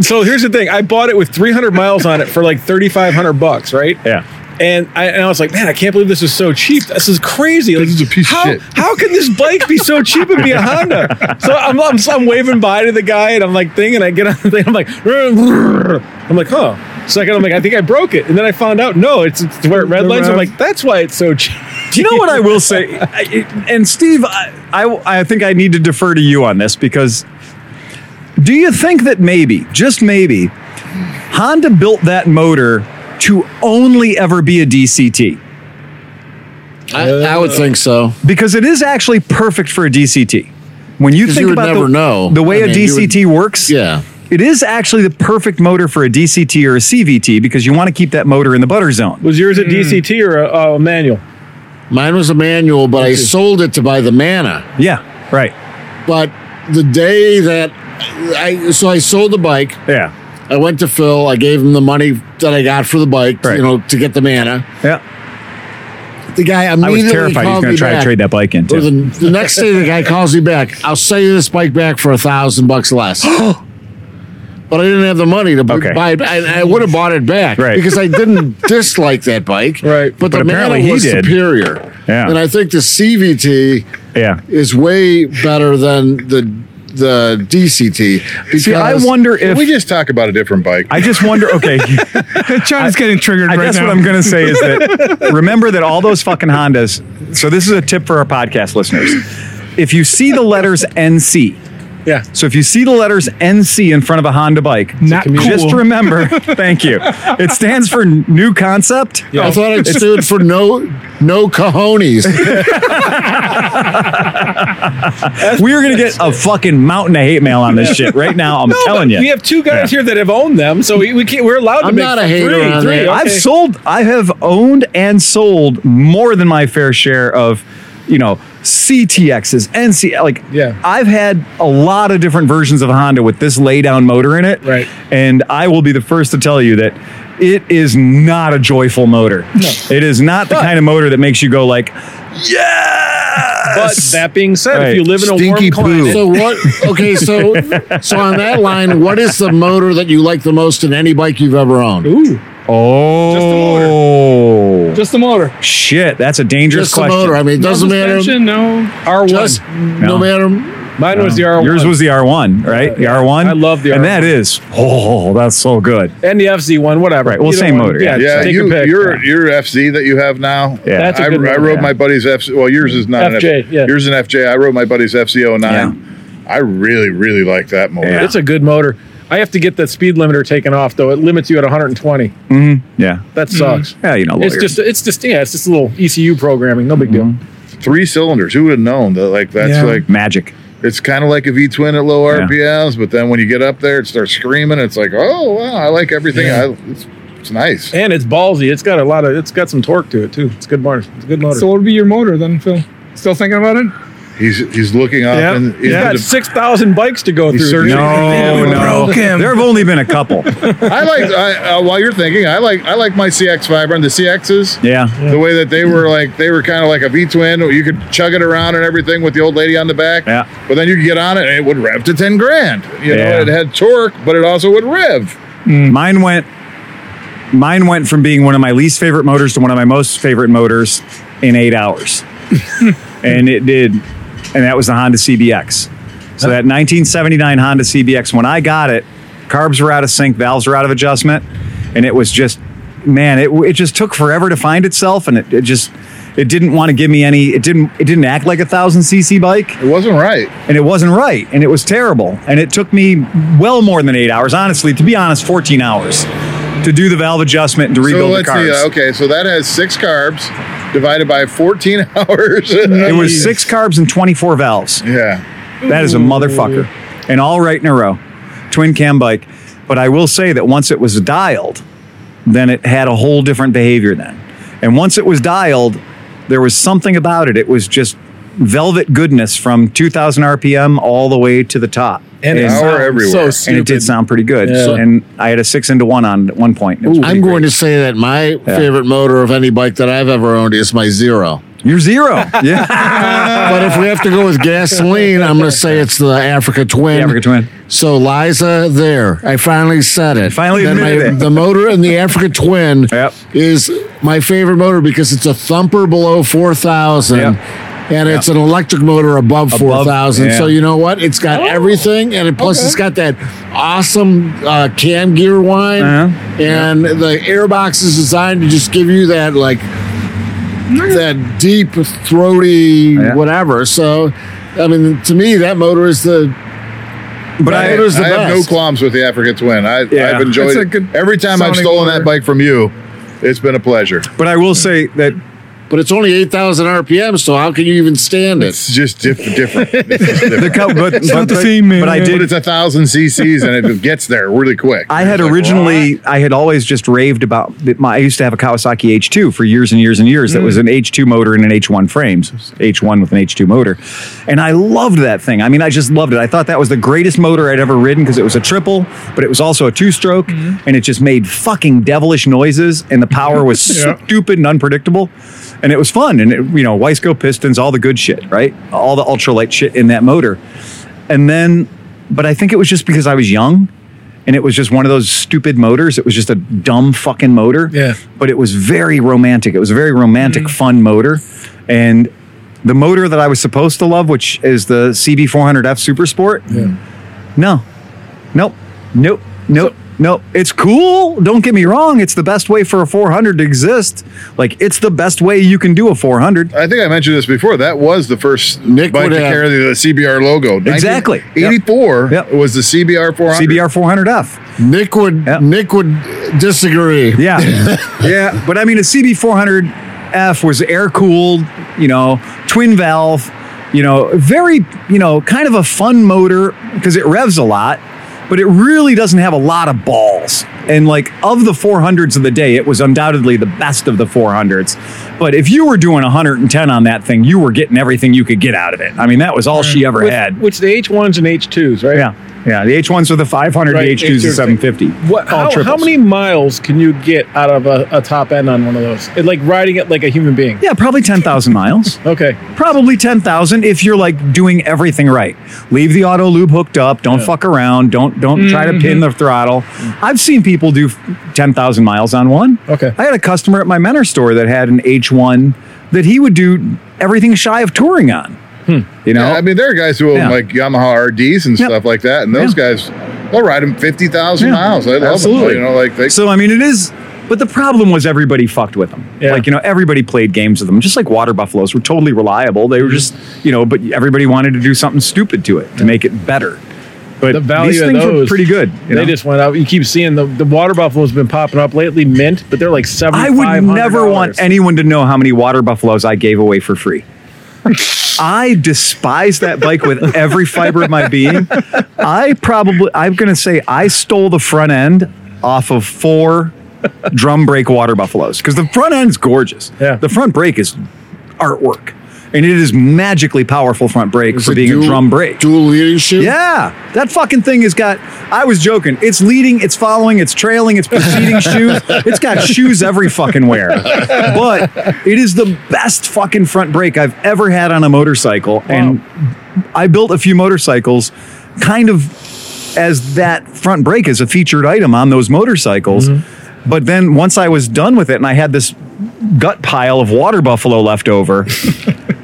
[SPEAKER 4] So here's the thing: I bought it with 300 miles on it for like 3,500 bucks, right?
[SPEAKER 1] Yeah.
[SPEAKER 4] And I, and I was like, man, I can't believe this is so cheap. This is crazy. Like,
[SPEAKER 2] is a piece of
[SPEAKER 4] how,
[SPEAKER 2] shit.
[SPEAKER 4] How can this bike be so cheap and be a Honda? So I'm, I'm, so I'm waving by to the guy and I'm like, thing, and I get on the thing. I'm like, I'm like, huh. Second, I'm like, I think I broke it. And then I found out, no, it's, it's where it red
[SPEAKER 3] The
[SPEAKER 4] lines. I'm
[SPEAKER 3] rev.
[SPEAKER 4] like, that's why it's so cheap.
[SPEAKER 1] Do you know what I will say?
[SPEAKER 5] [LAUGHS]
[SPEAKER 1] I, and Steve, I, I, I think I need to defer to you on this because do you think that maybe, just maybe, Honda built that motor to only ever be a DCT?
[SPEAKER 5] I, I
[SPEAKER 1] Uh.
[SPEAKER 5] would think so.
[SPEAKER 1] Because it is actually perfect for a DCT. When you
[SPEAKER 5] 'Cause
[SPEAKER 1] think
[SPEAKER 5] you would
[SPEAKER 1] about
[SPEAKER 5] never
[SPEAKER 1] the,
[SPEAKER 5] know.
[SPEAKER 1] the way
[SPEAKER 5] I
[SPEAKER 1] a
[SPEAKER 5] mean, you would-
[SPEAKER 1] DCT works,
[SPEAKER 5] Yeah.
[SPEAKER 1] it is actually the perfect motor for a DCT or a CVT because you want to keep that motor in the butter zone.
[SPEAKER 4] Was
[SPEAKER 5] Hmm.
[SPEAKER 4] yours a DCT or a, a manual?
[SPEAKER 5] Mine was a manual, but I sold it to buy the mana.
[SPEAKER 1] Yeah, right.
[SPEAKER 5] But the day that I so I sold the bike,
[SPEAKER 1] Yeah,
[SPEAKER 5] I went to Phil. I gave him the money that I got for the bike,
[SPEAKER 1] Right.
[SPEAKER 5] you know, to get the mana.
[SPEAKER 1] yeah.
[SPEAKER 5] The guy
[SPEAKER 1] I was
[SPEAKER 5] immediately
[SPEAKER 1] terrified he was
[SPEAKER 5] called
[SPEAKER 1] going
[SPEAKER 5] me
[SPEAKER 1] to try
[SPEAKER 5] back.
[SPEAKER 1] to trade that bike in.
[SPEAKER 5] Or
[SPEAKER 1] Too.
[SPEAKER 5] the, the next day, the guy calls me back. I'll sell you this bike back for a thousand
[SPEAKER 1] [GASPS]
[SPEAKER 5] bucks less. But I didn't have the money to b-
[SPEAKER 1] Okay.
[SPEAKER 5] buy it. I, I would have bought it back
[SPEAKER 1] Right.
[SPEAKER 5] because
[SPEAKER 1] [LAUGHS]
[SPEAKER 5] I didn't dislike that bike.
[SPEAKER 4] Right.
[SPEAKER 5] But,
[SPEAKER 1] But
[SPEAKER 5] the
[SPEAKER 1] apparently he
[SPEAKER 5] Mana was
[SPEAKER 1] did.
[SPEAKER 5] superior.
[SPEAKER 1] Yeah.
[SPEAKER 5] And I think the CVT
[SPEAKER 1] yeah.
[SPEAKER 5] is way better than the the DCT. Because
[SPEAKER 1] See, I wonder if
[SPEAKER 2] [LAUGHS] we just talk about a different bike.
[SPEAKER 1] I just wonder. Okay,
[SPEAKER 3] [LAUGHS] China's getting triggered
[SPEAKER 1] I
[SPEAKER 3] right
[SPEAKER 1] guess
[SPEAKER 3] now.
[SPEAKER 1] what I'm going to say is that remember that all those fucking Hondas. So this is a tip for our podcast listeners. If you see the letters NC
[SPEAKER 4] Yeah.
[SPEAKER 1] So if you see the letters NC in front of a Honda bike,
[SPEAKER 3] Not cool.
[SPEAKER 1] just [LAUGHS] remember, thank you. It stands for new concept.
[SPEAKER 5] I thought it stood for no
[SPEAKER 1] [LAUGHS]
[SPEAKER 5] no cojones.
[SPEAKER 1] We are going to get a fucking mountain of hate mail on this shit right now. I'm telling you.
[SPEAKER 4] We have two guys here that have owned them, so we, we can't. We're allowed to.
[SPEAKER 5] I'm
[SPEAKER 4] make
[SPEAKER 5] not a
[SPEAKER 4] three,
[SPEAKER 5] hater on
[SPEAKER 4] three,
[SPEAKER 5] that.
[SPEAKER 4] okay.
[SPEAKER 1] I've sold, I have owned and sold more than my fair share of, you know, CTXs, NC. Like,
[SPEAKER 4] Yeah.
[SPEAKER 1] I've had a lot of different versions of Honda with this lay down motor in it.
[SPEAKER 4] Right.
[SPEAKER 1] And I will be the first to tell you that it is not a joyful motor. No. It is not the kind of motor that makes you go, like, yeah.
[SPEAKER 4] But that being said,
[SPEAKER 1] Right.
[SPEAKER 4] if you live in a warm
[SPEAKER 2] Stinky
[SPEAKER 4] climate,
[SPEAKER 5] so what? Okay, so so on that line, what is the motor that you like the most in any bike you've ever owned?
[SPEAKER 4] ooh,
[SPEAKER 1] oh.
[SPEAKER 3] Just the motor.
[SPEAKER 1] Shit, that's a dangerous
[SPEAKER 5] Just the
[SPEAKER 1] question.
[SPEAKER 5] motor. I mean, it doesn't
[SPEAKER 3] no
[SPEAKER 5] matter.
[SPEAKER 3] suspension, No.
[SPEAKER 4] R one.
[SPEAKER 5] Just
[SPEAKER 1] No.
[SPEAKER 5] no matter.
[SPEAKER 4] Mine was the R one.
[SPEAKER 1] Yours was the R1, right? The R1.
[SPEAKER 4] I love the
[SPEAKER 1] And
[SPEAKER 4] R1.
[SPEAKER 1] that is, oh, that's so good.
[SPEAKER 4] and the FZ E one, whatever.
[SPEAKER 1] Right, well,
[SPEAKER 4] Either
[SPEAKER 1] same
[SPEAKER 4] one,
[SPEAKER 1] motor, yeah.
[SPEAKER 4] just
[SPEAKER 2] Yeah,
[SPEAKER 4] take
[SPEAKER 2] you,
[SPEAKER 4] a pick.
[SPEAKER 2] your your FZ that you have now.
[SPEAKER 1] Yeah. That's
[SPEAKER 4] a
[SPEAKER 2] I,
[SPEAKER 4] good
[SPEAKER 2] I
[SPEAKER 4] one,
[SPEAKER 2] rode
[SPEAKER 4] yeah.
[SPEAKER 2] my buddy's FC. Well, yours is not
[SPEAKER 4] FJ,
[SPEAKER 2] an F,
[SPEAKER 4] yeah.
[SPEAKER 2] Yours is an FJ. I rode my buddy's FC09. I really, really like that motor.
[SPEAKER 1] Yeah.
[SPEAKER 4] It's a good motor. I have to get that speed limiter taken off though. It limits you at 120.
[SPEAKER 1] Yeah.
[SPEAKER 4] That sucks.
[SPEAKER 1] Yeah, you know,
[SPEAKER 4] It's
[SPEAKER 1] Hmm. lawyer. Hmm.
[SPEAKER 4] just it's just yeah, it's just a little ECU programming. No big deal.
[SPEAKER 2] Three cylinders. Who would have known that? Like that's
[SPEAKER 4] Yeah.
[SPEAKER 2] like
[SPEAKER 1] magic.
[SPEAKER 2] it's kind of like a V twin at low
[SPEAKER 1] Yeah.
[SPEAKER 2] RPMs, but then when you get up there, it starts screaming. It's like, oh wow, I like everything. I, it's, it's nice.
[SPEAKER 4] And it's ballsy. It's got a lot of it's got some torque to it too. It's a good motor. It's a good motor.
[SPEAKER 3] So what would be your motor then, Phil? Still thinking about it?
[SPEAKER 2] He's he's looking up
[SPEAKER 3] Yeah.
[SPEAKER 2] and
[SPEAKER 4] He's got six thousand bikes to go through.
[SPEAKER 2] certainly-
[SPEAKER 4] dude.
[SPEAKER 1] No, no. There have only been a couple.
[SPEAKER 2] I like I, uh, while you're thinking, I like I like my CX Viber and the CXs.
[SPEAKER 4] [LAUGHS]
[SPEAKER 1] Yeah.
[SPEAKER 2] The way that they were like they were kind of like a V twin. You could chug it around and everything with the old lady on the back.
[SPEAKER 1] Yeah.
[SPEAKER 2] But then you could get on it and it would rev to ten grand. You
[SPEAKER 1] Yeah.
[SPEAKER 2] know, it had torque, but it also would rev.
[SPEAKER 1] Mine went mine went from being one of my least favorite motors to one of my most favorite motors in eight hours. and it did and that was the Honda CBX. So that 1979 Honda CBX, when I got it, carbs were out of sync, valves were out of adjustment, and it was just, man, it, it just took forever to find itself, and it, it just, it didn't want to give me any, it didn't, it didn't act like a thousand cc bike,
[SPEAKER 2] It wasn't right.
[SPEAKER 1] and it wasn't right and it was terrible and it took me well more than eight hours honestly to be honest 14 hours to do the valve adjustment and to
[SPEAKER 2] So
[SPEAKER 1] rebuild the
[SPEAKER 2] let's see.
[SPEAKER 1] cars
[SPEAKER 2] uh, okay, so that has six carbs divided by fourteen [LAUGHS] hours.
[SPEAKER 1] it was six carbs and 24 valves
[SPEAKER 2] Yeah.
[SPEAKER 1] that is a motherfucker and all right in a row twin cam bike but i will say that once it was dialed then it had a whole different behavior then and once it was dialed there was something about it it was just velvet goodness from 2000 rpm all the way to the top
[SPEAKER 4] And it's
[SPEAKER 2] Power
[SPEAKER 4] sounds
[SPEAKER 2] everywhere.
[SPEAKER 4] So
[SPEAKER 2] And it
[SPEAKER 4] stupid.
[SPEAKER 1] and it did sound pretty good.
[SPEAKER 4] Yeah.
[SPEAKER 1] So- and I had a six into one on at one point. It was pretty
[SPEAKER 5] I'm going
[SPEAKER 1] great.
[SPEAKER 5] to say that my favorite motor of any bike that I've ever owned is my Zero.
[SPEAKER 1] You're zero. yeah, Ah.
[SPEAKER 5] but if we have to go with gasoline, I'm going to say it's the Africa Twin.
[SPEAKER 1] The Africa Twin.
[SPEAKER 5] So Liza, there, I finally said it.
[SPEAKER 1] Finally
[SPEAKER 5] That
[SPEAKER 1] admitted
[SPEAKER 5] my-
[SPEAKER 1] it.
[SPEAKER 5] The motor and the Africa Twin
[SPEAKER 1] [LAUGHS] Yep.
[SPEAKER 5] is my favorite motor because it's a thumper below four thousand.
[SPEAKER 1] Yep.
[SPEAKER 5] And it's an electric motor above, 4,000.
[SPEAKER 1] yeah.
[SPEAKER 5] So you know what? It's got everything. And it, plus, it's got that awesome uh, cam gear wind.
[SPEAKER 1] Uh-huh.
[SPEAKER 5] And the airbox is designed to just give you that, like, that deep throaty
[SPEAKER 1] Yeah.
[SPEAKER 5] whatever. So, I mean, to me, that motor is the
[SPEAKER 1] but
[SPEAKER 2] I,
[SPEAKER 1] I,
[SPEAKER 5] It was the
[SPEAKER 2] I have no
[SPEAKER 5] best.
[SPEAKER 2] qualms with the Africa Twin. I,
[SPEAKER 1] Yeah.
[SPEAKER 2] I've enjoyed
[SPEAKER 3] It's a
[SPEAKER 2] it.
[SPEAKER 3] good
[SPEAKER 2] every time I've
[SPEAKER 3] sounding
[SPEAKER 2] stolen
[SPEAKER 3] motor.
[SPEAKER 2] that bike from you. It's been a pleasure.
[SPEAKER 1] but I will say that
[SPEAKER 5] But it's only 8,000 RPM, so how can you even stand it?
[SPEAKER 2] It's just diff- different. It's just
[SPEAKER 1] the
[SPEAKER 2] different.
[SPEAKER 1] co- but, but,
[SPEAKER 3] not the
[SPEAKER 1] but-
[SPEAKER 3] same, man.
[SPEAKER 1] but I
[SPEAKER 2] but
[SPEAKER 1] did.
[SPEAKER 2] it's a thousand cc's and it [LAUGHS] gets there really quick.
[SPEAKER 1] I had
[SPEAKER 2] It's like,
[SPEAKER 1] originally, I had always just raved about. that My, I used to have a Kawasaki H2 for years and years and years.
[SPEAKER 2] Mm.
[SPEAKER 1] That was an H2 motor and an H1 frames, H1 with an H2 motor, and I loved that thing. I mean, I just loved it. I thought that was the greatest motor I'd ever ridden because it was a triple, but it was also a two-stroke,
[SPEAKER 2] Mm-hmm.
[SPEAKER 1] and it just made fucking devilish noises, and the power
[SPEAKER 2] [LAUGHS]
[SPEAKER 1] was
[SPEAKER 3] Yeah.
[SPEAKER 1] stupid and unpredictable, and it was fun. And it, you know, Weisco pistons, all the good shit, right? All the ultralight shit in that motor, and then, but I think it was just because I was young and it was just one of those stupid motors. It was just a dumb fucking motor.
[SPEAKER 4] Yeah.
[SPEAKER 1] But it was very romantic. It was a very romantic, fun motor. And the motor that I was supposed to love, which is the CB400F Super Sport, no. Nope. Nope. Nope. No, it's cool. Don't get me wrong. It's the best way for a 400 to exist. Like, it's the best way you can do a 400.
[SPEAKER 2] I think I mentioned this before. That was the first
[SPEAKER 5] Nick
[SPEAKER 2] bike
[SPEAKER 5] would
[SPEAKER 2] to
[SPEAKER 5] have-
[SPEAKER 2] carry the CBR logo.
[SPEAKER 1] Exactly.
[SPEAKER 2] 84
[SPEAKER 1] Yep.
[SPEAKER 2] was the CBR 400.
[SPEAKER 1] CBR 400F.
[SPEAKER 5] Nick would
[SPEAKER 1] Yeah.
[SPEAKER 5] Nick would disagree.
[SPEAKER 4] [LAUGHS]
[SPEAKER 1] Yeah. yeah. But I mean, a CB400F was air cooled, you know, twin valve, you know, very, you know, kind of a fun motor because it revs a lot, but it really doesn't have a lot of balls. And like of the 400s of the day, it was undoubtedly the best of the 400s. But if you were doing 110 on that thing, you were getting everything you could get out of it. I mean, that was all she ever
[SPEAKER 4] Mm. With-
[SPEAKER 1] had.
[SPEAKER 4] Which the H1s and H2s, right?
[SPEAKER 1] Yeah. Yeah. The H1s are the 500,
[SPEAKER 4] Right,
[SPEAKER 1] the H2s are
[SPEAKER 4] H2s.
[SPEAKER 1] 750.
[SPEAKER 4] What,
[SPEAKER 1] All
[SPEAKER 4] how, how
[SPEAKER 1] triples.
[SPEAKER 4] many miles can you get out of a, a top end on one of those? It, like riding it like a human being.
[SPEAKER 1] Yeah, probably 10,000 miles.
[SPEAKER 4] Okay.
[SPEAKER 1] probably 10,000 if you're like doing everything right. Leave the auto lube hooked up, don't fuck around, don't don't try to pin the throttle. I've seen people do 10,000 miles on one.
[SPEAKER 4] Okay.
[SPEAKER 1] I had a customer at my mentor store that had an H1 that he would do everything shy of touring on. You know?
[SPEAKER 2] Yeah, I mean, there are guys who own
[SPEAKER 1] Yeah.
[SPEAKER 2] like Yamaha RDs and
[SPEAKER 1] Yeah.
[SPEAKER 2] stuff like that, and those
[SPEAKER 1] Yeah.
[SPEAKER 2] guys, they'll ride them fifty thousand
[SPEAKER 1] Yeah,
[SPEAKER 2] miles. I love 'em.
[SPEAKER 1] absolutely.
[SPEAKER 2] You know, like they.
[SPEAKER 1] so I mean it is but the problem was everybody fucked with them.
[SPEAKER 4] Yeah.
[SPEAKER 1] Like, you know, everybody played games with them. Just like water buffaloes were totally reliable. They were
[SPEAKER 4] Mm-hmm.
[SPEAKER 1] just, you know, but everybody wanted to do something stupid to it to make it better. But
[SPEAKER 4] The value
[SPEAKER 1] these
[SPEAKER 4] of
[SPEAKER 1] things were
[SPEAKER 4] those,
[SPEAKER 1] pretty good. you know?
[SPEAKER 4] They just went out. You keep seeing the, the water buffalo's been popping up lately, mint, but they're like seven.
[SPEAKER 1] I would never want anyone to know how many water buffaloes I gave away for free. I despise that bike with every fiber of my being. I probably, I'm going to say, I stole the front end off of four drum brake water buffaloes because the front end's gorgeous.
[SPEAKER 4] Yeah.
[SPEAKER 1] The front brake is artwork and it is magically powerful front brake for
[SPEAKER 5] It's
[SPEAKER 1] being
[SPEAKER 5] dual-
[SPEAKER 1] a drum brake.
[SPEAKER 5] Dual leadership.
[SPEAKER 1] Yeah, that fucking thing has got. I was joking. It's leading, it's following, it's trailing, it's preceding shoes. It's got shoes every fucking where. But it is the best fucking front brake I've ever had on a motorcycle. And I built a few motorcycles kind of as that front brake is a featured item on those motorcycles. But then once I was done with it and I had this gut pile of water buffalo left over,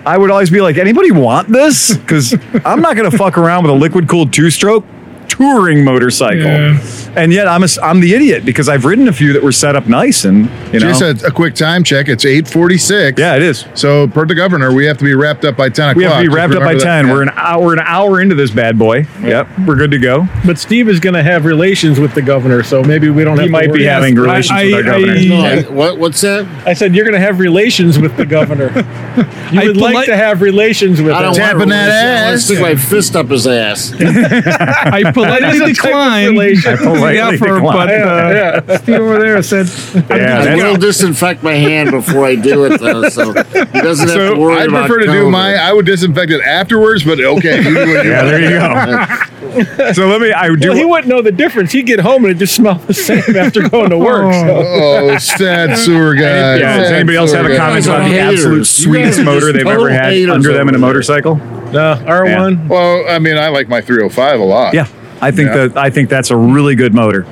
[SPEAKER 1] I would always be like, anybody want this? Because I'm not going to fuck around with a liquid cooled two stroke touring motorcycle.
[SPEAKER 3] Yeah.
[SPEAKER 1] And yet I'm, a, s- I'm the idiot because I've ridden a few that were set up nice and, you know.
[SPEAKER 2] Just a, a quick time check. It's eight forty six.
[SPEAKER 1] yeah, it is.
[SPEAKER 2] So per the governor, we have to be wrapped up by ten o'clock.
[SPEAKER 1] We have to be
[SPEAKER 2] Just
[SPEAKER 1] wrapped up by
[SPEAKER 2] remember
[SPEAKER 1] 10.
[SPEAKER 2] that.
[SPEAKER 1] We're an hour, an hour into this bad boy. Yep. We're good to go.
[SPEAKER 4] But Steve is going to have relations with the governor, so maybe we don't
[SPEAKER 1] He
[SPEAKER 4] have. to
[SPEAKER 1] might be
[SPEAKER 4] worry.
[SPEAKER 1] having
[SPEAKER 3] I-
[SPEAKER 1] relations with our
[SPEAKER 3] I-
[SPEAKER 1] governor.
[SPEAKER 3] I-
[SPEAKER 5] No, what, what's that?
[SPEAKER 4] I said you're going to have relations with
[SPEAKER 1] [LAUGHS]
[SPEAKER 4] the governor. you would like
[SPEAKER 3] polite-
[SPEAKER 4] to have relations with.
[SPEAKER 5] I
[SPEAKER 4] him.
[SPEAKER 5] don't
[SPEAKER 2] Tapping
[SPEAKER 5] want to
[SPEAKER 2] that
[SPEAKER 5] I want to
[SPEAKER 2] ass.
[SPEAKER 5] stick my fist up his ass.
[SPEAKER 3] I
[SPEAKER 1] [LAUGHS]
[SPEAKER 3] politely
[SPEAKER 4] That is a type of
[SPEAKER 3] declined
[SPEAKER 4] relation. I
[SPEAKER 1] politely
[SPEAKER 3] [LAUGHS]
[SPEAKER 1] [LAUGHS]
[SPEAKER 3] the offer, but
[SPEAKER 4] Yeah,
[SPEAKER 3] uh, Steve over there said,
[SPEAKER 1] Yeah,
[SPEAKER 5] I
[SPEAKER 1] that's-
[SPEAKER 5] will disinfect my hand before I do it, though, so he doesn't have to
[SPEAKER 2] So
[SPEAKER 5] worry
[SPEAKER 2] I'd
[SPEAKER 5] about
[SPEAKER 2] prefer to do
[SPEAKER 5] COVID.
[SPEAKER 2] my. I would disinfect it afterwards, but okay. You do what
[SPEAKER 1] [LAUGHS]
[SPEAKER 2] you
[SPEAKER 1] Yeah,
[SPEAKER 2] want.
[SPEAKER 1] there you go. so let me. I do.
[SPEAKER 4] Well, he wouldn't know the difference. He'd get home and it just smelled the same after going to work. So.
[SPEAKER 2] Oh,
[SPEAKER 1] [LAUGHS]
[SPEAKER 2] sad sewer guy.
[SPEAKER 1] yeah, does
[SPEAKER 2] sad
[SPEAKER 1] anybody else
[SPEAKER 2] sewer
[SPEAKER 1] have a
[SPEAKER 2] guy.
[SPEAKER 1] comment
[SPEAKER 5] guys
[SPEAKER 1] about
[SPEAKER 5] are
[SPEAKER 1] the
[SPEAKER 5] haters.
[SPEAKER 1] absolute
[SPEAKER 5] You guys
[SPEAKER 1] sweetest
[SPEAKER 5] are just
[SPEAKER 1] motor they've
[SPEAKER 5] total
[SPEAKER 1] ever had
[SPEAKER 5] haters
[SPEAKER 1] under them in
[SPEAKER 5] over
[SPEAKER 1] a
[SPEAKER 5] there.
[SPEAKER 1] motorcycle?
[SPEAKER 4] No, R1.
[SPEAKER 2] Well, I mean, I like my three hundred five a lot.
[SPEAKER 1] Yeah, I think
[SPEAKER 2] Yeah.
[SPEAKER 1] that I think that's a really good motor.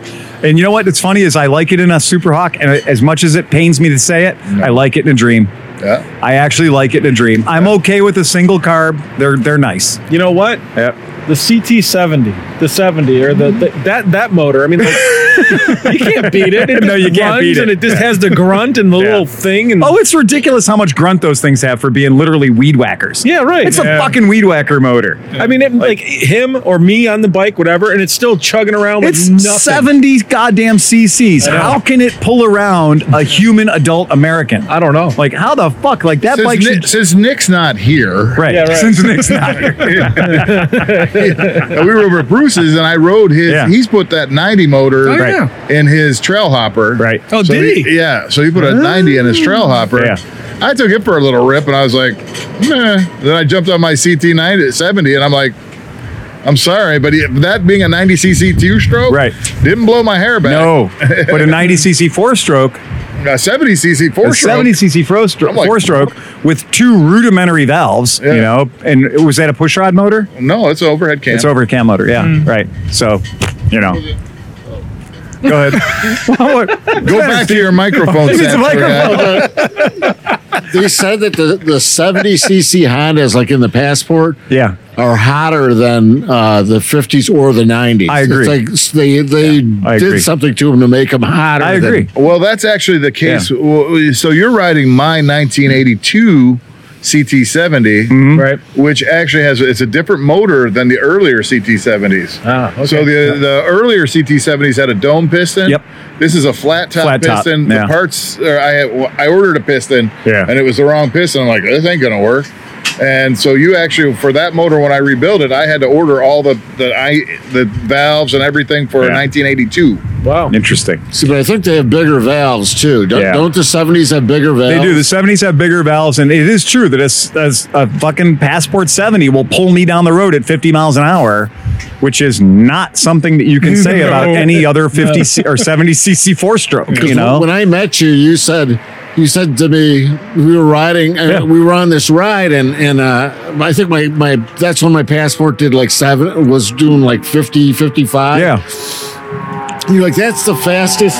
[SPEAKER 1] And you know what? It's funny is I like it in a Super Hawk, and as much as it pains me to say it, I like it in a Dream.
[SPEAKER 2] yeah.
[SPEAKER 1] I actually like it in a Dream. I'm okay with a single carb. They're they're nice.
[SPEAKER 4] You know what?
[SPEAKER 1] Yep.
[SPEAKER 4] The CT70, the 70, or the, the that that motor. I mean, like,
[SPEAKER 1] [LAUGHS]
[SPEAKER 4] you can't beat it. It
[SPEAKER 1] No,
[SPEAKER 4] just
[SPEAKER 1] you can't
[SPEAKER 4] runs
[SPEAKER 1] beat
[SPEAKER 4] and
[SPEAKER 1] it.
[SPEAKER 4] it just has the grunt and the
[SPEAKER 1] Yeah.
[SPEAKER 4] little thing. And
[SPEAKER 1] Oh, it's ridiculous how much grunt those things have for being literally weed whackers.
[SPEAKER 4] yeah, right.
[SPEAKER 1] It's
[SPEAKER 4] Yeah.
[SPEAKER 1] a fucking weed whacker motor.
[SPEAKER 4] I mean, it, like, him or me on the bike, whatever, and it's still chugging around with
[SPEAKER 1] It's
[SPEAKER 4] nothing.
[SPEAKER 1] 70 goddamn cc's.
[SPEAKER 4] know.
[SPEAKER 1] How can it pull around a human adult American?
[SPEAKER 4] I don't know.
[SPEAKER 1] Like how the fuck? Like that
[SPEAKER 2] Since,
[SPEAKER 1] bike
[SPEAKER 2] Nick,
[SPEAKER 1] should
[SPEAKER 2] since Nick's not here,
[SPEAKER 1] right.
[SPEAKER 4] Yeah, right.
[SPEAKER 1] Since [LAUGHS] Nick's not here.
[SPEAKER 2] And we were over at Bruce's, and I rode his.
[SPEAKER 1] Yeah.
[SPEAKER 2] He's put that 90 motor
[SPEAKER 3] Oh,
[SPEAKER 1] yeah.
[SPEAKER 2] in his trail hopper.
[SPEAKER 1] Right. Mm.
[SPEAKER 3] "Oh,
[SPEAKER 2] So
[SPEAKER 3] did he?"
[SPEAKER 2] Yeah. So he put a 90 in his trail hopper.
[SPEAKER 1] Yeah.
[SPEAKER 2] I took it for a little rip, and I was like, meh. Then I jumped on my CT 90 at 70, and I'm like, I'm sorry, but he- that being a 90 cc two stroke,
[SPEAKER 1] Right.
[SPEAKER 2] didn't blow my hair back.
[SPEAKER 1] No. But a 90cc four stroke,
[SPEAKER 2] a 70 cc four
[SPEAKER 1] a
[SPEAKER 2] stroke.
[SPEAKER 1] 70cc four stroke,
[SPEAKER 2] I'm like-
[SPEAKER 1] four stroke with two rudimentary valves, you
[SPEAKER 2] Yeah.
[SPEAKER 1] know, and it- was that a pushrod motor?
[SPEAKER 2] No, it's an overhead cam.
[SPEAKER 1] It's over a cam motor. Yeah.
[SPEAKER 4] Mm.
[SPEAKER 1] Right. So, you know. Go ahead. [LAUGHS] Well, what-
[SPEAKER 2] Go back to your microphone.
[SPEAKER 1] [LAUGHS] It's a
[SPEAKER 2] Sam, for
[SPEAKER 1] microphone.
[SPEAKER 2] God.
[SPEAKER 5] they said that the, the 70cc Hondas, like in the passport,
[SPEAKER 1] Yeah.
[SPEAKER 5] are hotter than uh, the 50s or the 90s.
[SPEAKER 1] I agree.
[SPEAKER 5] It's like s- they they
[SPEAKER 1] I
[SPEAKER 5] did
[SPEAKER 1] agree.
[SPEAKER 5] something to them to make them hotter.
[SPEAKER 1] I
[SPEAKER 5] than-
[SPEAKER 1] agree.
[SPEAKER 2] Well, that's actually the case. Well, So you're riding my 1982 CT70,
[SPEAKER 1] Mm-hmm.
[SPEAKER 4] right?
[SPEAKER 2] which actually has it's a different motor than the earlier CT70s.
[SPEAKER 4] Ah, okay.
[SPEAKER 2] So the the earlier CT70s had a dome piston.
[SPEAKER 1] Yep.
[SPEAKER 2] This is a flat top
[SPEAKER 1] Flat top,
[SPEAKER 2] piston.
[SPEAKER 1] yeah.
[SPEAKER 2] The parts or I had, I ordered a piston.
[SPEAKER 1] Yeah.
[SPEAKER 2] And it was the wrong piston. I'm like this ain't gonna work. And so you actually for that motor when I rebuilt it, I had to order all the the I the valves and everything for
[SPEAKER 1] Yeah.
[SPEAKER 2] 1982.
[SPEAKER 4] Wow.
[SPEAKER 1] Interesting.
[SPEAKER 5] See, but I think they have bigger valves too. Don't,
[SPEAKER 1] Yeah.
[SPEAKER 5] don't the 70s have bigger valves?
[SPEAKER 1] They do. The 70s have bigger valves, and it is true that as, as a fucking Passport 70 will pull me down the road at 50 miles an hour, which is not something that you can say
[SPEAKER 3] No.
[SPEAKER 1] about any other 50 c- or 70 cc four stroke. You know,
[SPEAKER 5] when I met you, you said you said to me we were riding, uh,
[SPEAKER 1] Yeah.
[SPEAKER 5] we were on this ride, and and uh, I think my my that's when my passport did like seven was doing like 50, 55.
[SPEAKER 1] yeah,
[SPEAKER 5] And you're like that's the fastest.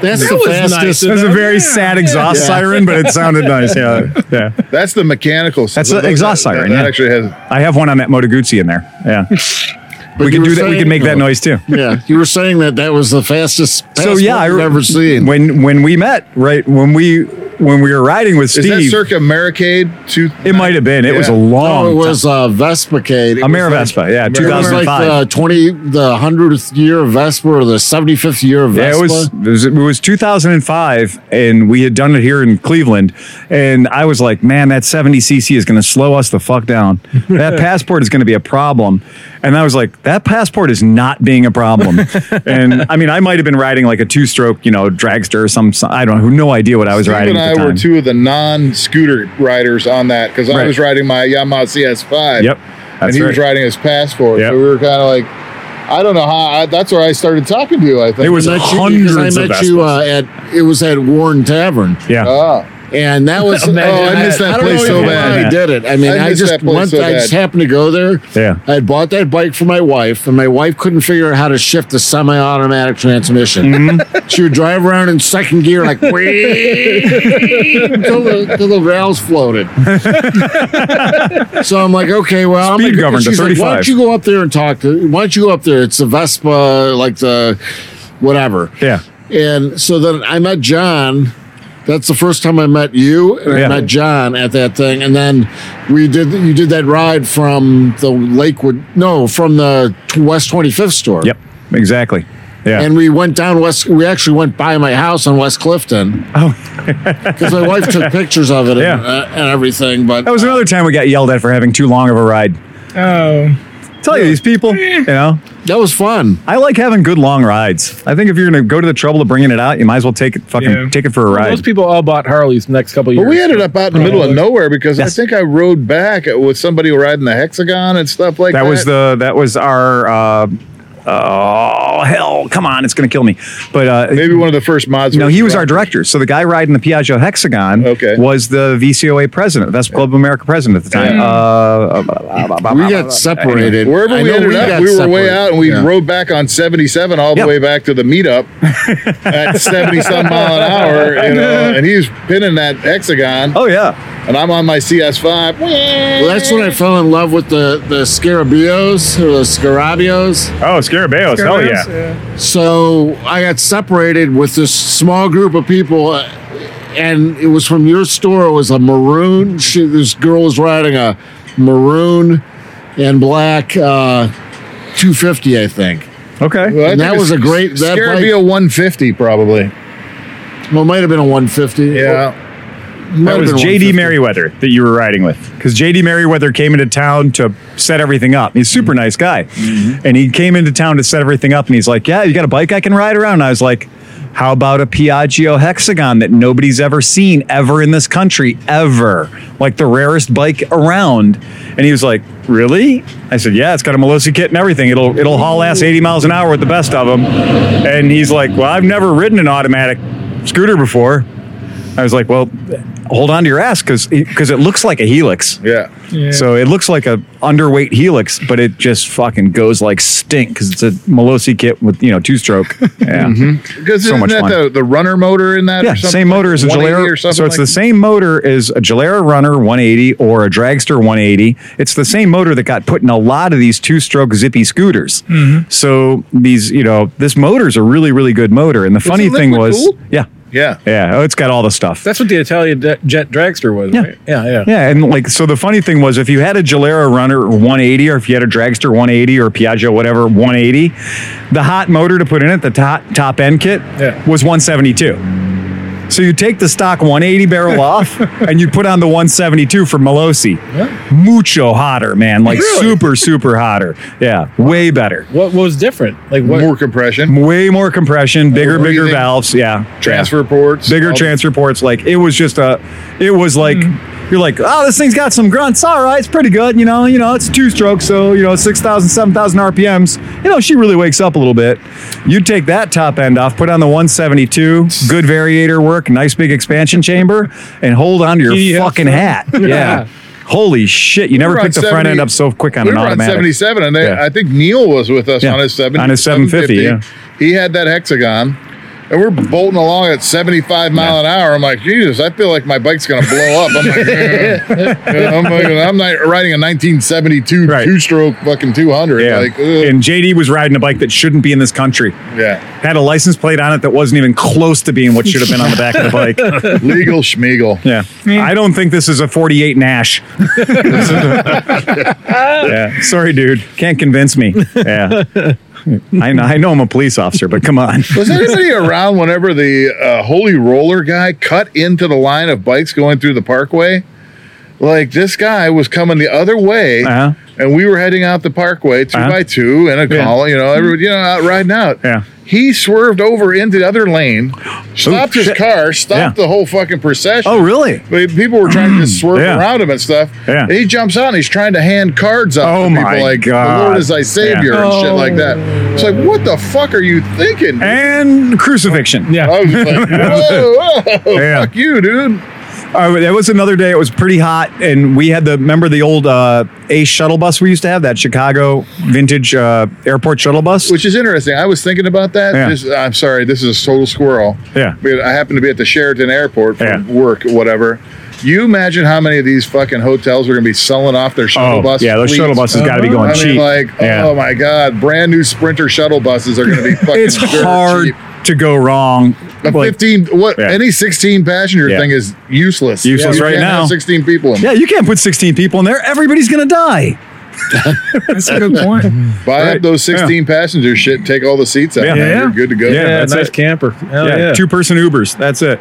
[SPEAKER 5] That's
[SPEAKER 4] That
[SPEAKER 5] the
[SPEAKER 4] was nice.
[SPEAKER 5] fastest.
[SPEAKER 1] that's a very
[SPEAKER 4] Yeah.
[SPEAKER 1] sad exhaust
[SPEAKER 5] Yeah.
[SPEAKER 1] siren, but it sounded nice.
[SPEAKER 5] [LAUGHS]
[SPEAKER 1] Yeah, yeah.
[SPEAKER 2] That's the mechanical.
[SPEAKER 1] That's the exhaust
[SPEAKER 2] that-
[SPEAKER 1] siren,
[SPEAKER 2] That,
[SPEAKER 1] yeah.
[SPEAKER 2] actually has.
[SPEAKER 1] I have one on that Moto Guzzi in there. Yeah, we
[SPEAKER 5] you
[SPEAKER 1] can
[SPEAKER 5] were
[SPEAKER 1] do that. We
[SPEAKER 5] saying-
[SPEAKER 1] can make that
[SPEAKER 5] no.
[SPEAKER 1] noise too.
[SPEAKER 5] yeah, you were saying that that was the fastest
[SPEAKER 1] So
[SPEAKER 5] passport
[SPEAKER 1] yeah, I
[SPEAKER 5] I've
[SPEAKER 1] re-
[SPEAKER 5] ever seen.
[SPEAKER 1] when when we met, right when we when we were riding with
[SPEAKER 2] Is that
[SPEAKER 1] Steve,
[SPEAKER 2] circa Maricade? Two.
[SPEAKER 1] it might have been. It was a
[SPEAKER 2] Yeah.
[SPEAKER 1] long.
[SPEAKER 5] no, it
[SPEAKER 1] time.
[SPEAKER 5] was uh, Vespacade. It was
[SPEAKER 1] Amera
[SPEAKER 5] like-
[SPEAKER 1] Vespa, yeah,
[SPEAKER 5] It was like
[SPEAKER 1] 2005.
[SPEAKER 2] uh,
[SPEAKER 5] the twenty, the hundredth year of Vespa, or the seventy fifth year of Vespa.
[SPEAKER 1] Yeah, it was, it was it was 2005, and we had done it here in Cleveland, and I was like, man, that 70 cc is going to slow us the fuck
[SPEAKER 5] [LAUGHS]
[SPEAKER 1] down. That passport is going to be a problem, and I was like, that passport is not being a
[SPEAKER 5] [LAUGHS]
[SPEAKER 1] problem. and I mean, I might have been riding like a two stroke, you know, dragster or some. some- I don't know, no idea what I was
[SPEAKER 2] Steve
[SPEAKER 1] riding. at
[SPEAKER 2] and I
[SPEAKER 1] the
[SPEAKER 2] were
[SPEAKER 1] time.
[SPEAKER 2] two of the non-scooter riders on that because I
[SPEAKER 1] Right.
[SPEAKER 2] was riding my Yamaha CS5.
[SPEAKER 1] Yep,
[SPEAKER 2] and
[SPEAKER 1] that's
[SPEAKER 2] he was
[SPEAKER 1] right.
[SPEAKER 2] riding his passport.
[SPEAKER 1] Yep.
[SPEAKER 2] So we were kind of like, I don't know how. I, that's where I started talking to you. I think
[SPEAKER 1] It was
[SPEAKER 5] met you-
[SPEAKER 1] hundreds
[SPEAKER 5] because I
[SPEAKER 1] of
[SPEAKER 5] met you
[SPEAKER 1] Vespas.
[SPEAKER 5] uh, at it was at Warren Tavern,
[SPEAKER 1] Yeah,
[SPEAKER 2] Ah,
[SPEAKER 5] and that was
[SPEAKER 2] Imagine Oh, I that. missed that
[SPEAKER 5] I don't
[SPEAKER 2] place
[SPEAKER 5] know
[SPEAKER 2] so
[SPEAKER 5] why
[SPEAKER 2] bad.
[SPEAKER 5] I did it. I mean,
[SPEAKER 2] I
[SPEAKER 5] I,
[SPEAKER 2] missed
[SPEAKER 5] just
[SPEAKER 2] that place
[SPEAKER 5] went.
[SPEAKER 2] so
[SPEAKER 5] I just
[SPEAKER 2] bad.
[SPEAKER 5] happened to go there.
[SPEAKER 1] Yeah.
[SPEAKER 5] I had bought that bike for my wife, and my wife couldn't figure out how to shift the semi-automatic transmission.
[SPEAKER 1] Mm-hmm.
[SPEAKER 5] she would drive around in second
[SPEAKER 1] [LAUGHS]
[SPEAKER 5] gear like "Wee," until the, until the
[SPEAKER 1] [LAUGHS]
[SPEAKER 5] valves floated. so I'm like, okay, well,
[SPEAKER 1] Speed
[SPEAKER 5] I'm like,
[SPEAKER 1] governed to
[SPEAKER 5] she's like, why
[SPEAKER 1] 35.
[SPEAKER 5] don't you go up there and talk to? Why don't you go up there? It's a Vespa, like the whatever.
[SPEAKER 1] yeah.
[SPEAKER 5] And so then I met John. That's the first time I met you, and
[SPEAKER 1] Yeah.
[SPEAKER 5] I met John at that thing. And then we did you did that ride from the Lakewood, no, from the t- West Twenty Fifth store.
[SPEAKER 1] Yep, exactly. Yeah.
[SPEAKER 5] And we went down West. We actually went by my house on West Clifton. Oh, [LAUGHS] because my wife took pictures of it
[SPEAKER 1] Yeah.
[SPEAKER 5] and, uh, and everything. But
[SPEAKER 1] that was another time we got yelled at for having too long of a ride.
[SPEAKER 3] Oh,
[SPEAKER 1] Tell you these people, you know,
[SPEAKER 5] that was fun.
[SPEAKER 1] I like having good long rides. I think if you're going to go to the trouble of bringing it out, you might as well take it fucking
[SPEAKER 3] Yeah.
[SPEAKER 1] take it for a ride.
[SPEAKER 4] Those people all bought Harleys next couple of
[SPEAKER 2] but
[SPEAKER 4] years.
[SPEAKER 2] we ended up out in the middle of
[SPEAKER 4] Probably.
[SPEAKER 2] nowhere because
[SPEAKER 1] Yes.
[SPEAKER 2] I think I rode back with somebody riding the hexagon and stuff like that.
[SPEAKER 1] that was the that was our uh, oh hell, come on, it's going to kill me. But uh,
[SPEAKER 2] maybe one of the first mods.
[SPEAKER 1] no,
[SPEAKER 2] we
[SPEAKER 1] he was our
[SPEAKER 2] riding.
[SPEAKER 1] director. So the guy riding the Piaggio Hexagon
[SPEAKER 2] Okay.
[SPEAKER 1] was the VCOA president, Vespa Club of America president at the time. Uh,
[SPEAKER 5] We got separated.
[SPEAKER 2] Wherever
[SPEAKER 5] I
[SPEAKER 2] we
[SPEAKER 5] know
[SPEAKER 2] ended up,
[SPEAKER 5] got
[SPEAKER 2] we were way
[SPEAKER 5] separated.
[SPEAKER 2] out, and we
[SPEAKER 5] Yeah.
[SPEAKER 2] rode back on 77 all the
[SPEAKER 1] Yep.
[SPEAKER 2] way back to the meetup at 70 some mile an hour. You know, and he's pinning that hexagon,
[SPEAKER 1] oh yeah,
[SPEAKER 2] and I'm on my CS5.
[SPEAKER 5] Well, that's when I fell in love with the the Scarabios or the Scarabios.
[SPEAKER 1] oh Scarabeos, hell
[SPEAKER 3] Caravans?
[SPEAKER 1] yeah.
[SPEAKER 5] So I got separated with this small group of people, uh, and it was from your store. It was a maroon. She, this girl was riding a maroon and black uh, 250, I think.
[SPEAKER 1] Okay,
[SPEAKER 5] And that was a great- that
[SPEAKER 2] Scarabeo 150 probably.
[SPEAKER 5] Well, it might have been a 150.
[SPEAKER 2] Yeah,
[SPEAKER 5] It might
[SPEAKER 1] that
[SPEAKER 5] have
[SPEAKER 1] was
[SPEAKER 5] been a
[SPEAKER 1] J.D.
[SPEAKER 5] 150.
[SPEAKER 1] Merriweather that you were riding with, because J.D. Merriweather came into town to set everything up. He's a super nice guy, and he came into town to set everything up, and he's like, "Yeah, you got a bike I can ride around." And I was like, "How about a Piaggio Hexagon that nobody's ever seen ever in this country ever, like the rarest bike around?" And he was like, "Really?" I said, "Yeah, it's got a Melosi kit and everything. It'll it'll haul ass 80 miles an hour with the best of them." And he's like, "Well, I've never ridden an automatic." Scooter before, I was like, well, hold on to your ass because because it looks like a helix.
[SPEAKER 2] Yeah.
[SPEAKER 3] Yeah.
[SPEAKER 1] So it looks like a underweight helix, but it just fucking goes like stink because it's a Melosi kit with you know two
[SPEAKER 2] [LAUGHS]
[SPEAKER 1] stroke. Yeah,
[SPEAKER 2] Because
[SPEAKER 1] So
[SPEAKER 2] isn't
[SPEAKER 1] much
[SPEAKER 2] that
[SPEAKER 1] fun.
[SPEAKER 2] the, the runner motor in that?
[SPEAKER 1] yeah.
[SPEAKER 2] or Mm-hmm. something?
[SPEAKER 1] Same motor as a
[SPEAKER 2] 180
[SPEAKER 1] Jalera,
[SPEAKER 2] or something
[SPEAKER 1] so it's the
[SPEAKER 2] like-
[SPEAKER 1] same motor as a Jalera Runner 180 or a Dragster 180. It's the same motor that got put in a lot of these two stroke zippy scooters.
[SPEAKER 2] Mm-hmm.
[SPEAKER 1] So these you know this motor's a really really good motor, and the funny
[SPEAKER 2] it
[SPEAKER 1] thing
[SPEAKER 2] liquid
[SPEAKER 1] was
[SPEAKER 2] cooled?
[SPEAKER 1] yeah
[SPEAKER 2] Yeah.
[SPEAKER 1] yeah oh, it's got all the stuff.
[SPEAKER 4] That's what the Italian de- jet dragster was,
[SPEAKER 1] Yeah.
[SPEAKER 4] right? Yeah, yeah.
[SPEAKER 1] Yeah, and like so the funny thing was if you had a Gilera runner 180 or if you had a dragster 180 or Piaggio whatever 180, the hot motor to put in it, the top top end kit
[SPEAKER 4] Yeah.
[SPEAKER 1] was 172. So you take the stock 180
[SPEAKER 2] [LAUGHS]
[SPEAKER 1] barrel off and you put on the 172 from Melosi. Mucho hotter, man. Like super super hotter. Yeah, way better.
[SPEAKER 4] What was different? Like what?
[SPEAKER 2] More compression,
[SPEAKER 1] Way more compression, bigger
[SPEAKER 2] what do you
[SPEAKER 1] bigger
[SPEAKER 2] think?
[SPEAKER 1] valves, yeah. Yeah
[SPEAKER 2] transfer ports,
[SPEAKER 1] bigger
[SPEAKER 2] all-
[SPEAKER 1] transfer ports. Like it was just a, it was like
[SPEAKER 2] Mm-hmm.
[SPEAKER 1] you're like, oh, this thing's got some grunts. All right, it's pretty good. You know, you know, it's a two stroke, so you know, 6,000, 7,000 RPMs. You know, she really wakes up a little bit. You take that top end off, put on the 172, good variator work, nice big expansion chamber, and hold on to your
[SPEAKER 4] Giddy up.
[SPEAKER 1] fucking
[SPEAKER 2] [LAUGHS]
[SPEAKER 1] hat. Yeah. Holy shit! You never
[SPEAKER 2] were on
[SPEAKER 1] picked the front
[SPEAKER 2] 70
[SPEAKER 1] end up so quick on
[SPEAKER 2] we
[SPEAKER 1] an
[SPEAKER 2] were on
[SPEAKER 1] automatic.
[SPEAKER 2] 77, and they,
[SPEAKER 1] Yeah.
[SPEAKER 2] I think Neil was with us
[SPEAKER 1] Yeah,
[SPEAKER 2] on his 70,
[SPEAKER 1] on his 750,
[SPEAKER 2] He had that hexagon, and we're bolting along at 75 mile an hour. I'm like, Jesus, I feel like my bike's [LAUGHS] going to blow up. I'm like, "Ugh." You know, I'm, like, I'm not riding a 1972
[SPEAKER 1] Right.
[SPEAKER 2] two-stroke fucking 200.
[SPEAKER 1] Yeah,
[SPEAKER 2] Like, ugh.
[SPEAKER 1] and JD was riding a bike that shouldn't be in this country.
[SPEAKER 2] yeah,
[SPEAKER 1] had a license plate on it that wasn't even close to being what should have been on the back of the bike.
[SPEAKER 2] legal schmiegel.
[SPEAKER 1] Yeah. I don't think this is a 48 Nash. [LAUGHS] This is a- yeah. Sorry, dude. Can't convince me. Yeah. I know, I know I'm a police officer, but come on.
[SPEAKER 2] Was anybody around whenever the uh, Holy Roller guy cut into the line of bikes going through the parkway? Like this guy was coming the other way,
[SPEAKER 1] Uh-huh.
[SPEAKER 2] and we were heading out the parkway 2
[SPEAKER 1] Uh-huh.
[SPEAKER 2] by two in a
[SPEAKER 1] Yeah.
[SPEAKER 2] call. You know, everybody, you know, out riding out.
[SPEAKER 1] Yeah.
[SPEAKER 2] He swerved over into the other lane, stopped his
[SPEAKER 1] shit.
[SPEAKER 2] car, stopped
[SPEAKER 1] Yeah.
[SPEAKER 2] the whole fucking procession.
[SPEAKER 1] Oh, really?
[SPEAKER 2] But People were trying to just swerve
[SPEAKER 1] Yeah.
[SPEAKER 2] around him and stuff.
[SPEAKER 1] Yeah.
[SPEAKER 2] And he jumps out and he's trying to hand cards out
[SPEAKER 1] Oh
[SPEAKER 2] to people
[SPEAKER 1] my
[SPEAKER 2] like
[SPEAKER 1] God.
[SPEAKER 2] the Lord is thy savior
[SPEAKER 1] Yeah.
[SPEAKER 2] and shit like that. It's like, what the fuck are you thinking? dude?
[SPEAKER 1] And crucifixion.
[SPEAKER 4] yeah.
[SPEAKER 1] [LAUGHS]
[SPEAKER 2] I was just like, whoa, whoa,
[SPEAKER 1] Yeah.
[SPEAKER 2] fuck you, dude.
[SPEAKER 1] Uh, that was another day. It was pretty hot, and we had the remember the old uh, Ace shuttle bus we used to have that Chicago vintage uh, airport shuttle bus.
[SPEAKER 2] Which is interesting. I was thinking about that.
[SPEAKER 1] Yeah.
[SPEAKER 2] This- I'm sorry, this is a total squirrel.
[SPEAKER 1] Yeah.
[SPEAKER 2] But I happened to be at the Sheraton Airport for
[SPEAKER 1] Yeah.
[SPEAKER 2] work, whatever. You imagine how many of these fucking hotels are going to be selling off their shuttle
[SPEAKER 1] oh,
[SPEAKER 2] bus?
[SPEAKER 1] yeah, those
[SPEAKER 2] fleets.
[SPEAKER 1] shuttle buses got to be going
[SPEAKER 2] I mean,
[SPEAKER 1] cheap.
[SPEAKER 2] like,
[SPEAKER 1] Yeah.
[SPEAKER 2] oh my god, brand new Sprinter shuttle buses are going to
[SPEAKER 1] [LAUGHS]
[SPEAKER 2] be fucking.
[SPEAKER 1] it's
[SPEAKER 2] dirt
[SPEAKER 1] hard
[SPEAKER 2] cheap.
[SPEAKER 1] to go wrong.
[SPEAKER 2] A
[SPEAKER 1] Like,
[SPEAKER 2] fifteen, what
[SPEAKER 1] Yeah.
[SPEAKER 2] any sixteen passenger
[SPEAKER 1] Yeah.
[SPEAKER 2] thing is useless.
[SPEAKER 1] Useless
[SPEAKER 2] You
[SPEAKER 1] right
[SPEAKER 2] can't
[SPEAKER 1] now.
[SPEAKER 2] have Sixteen people in.
[SPEAKER 1] Yeah, you can't put 16 people in there. Everybody's going to die.
[SPEAKER 3] That's a good point.
[SPEAKER 2] Buy
[SPEAKER 1] Right.
[SPEAKER 2] up those sixteen passenger shit. Take all the seats out.
[SPEAKER 1] Yeah.
[SPEAKER 2] man,
[SPEAKER 1] Yeah.
[SPEAKER 2] you're good to go.
[SPEAKER 1] Yeah.
[SPEAKER 4] Yeah,
[SPEAKER 1] that's
[SPEAKER 4] nice
[SPEAKER 1] it.
[SPEAKER 4] camper. Hell yeah.
[SPEAKER 1] two person Ubers. That's it.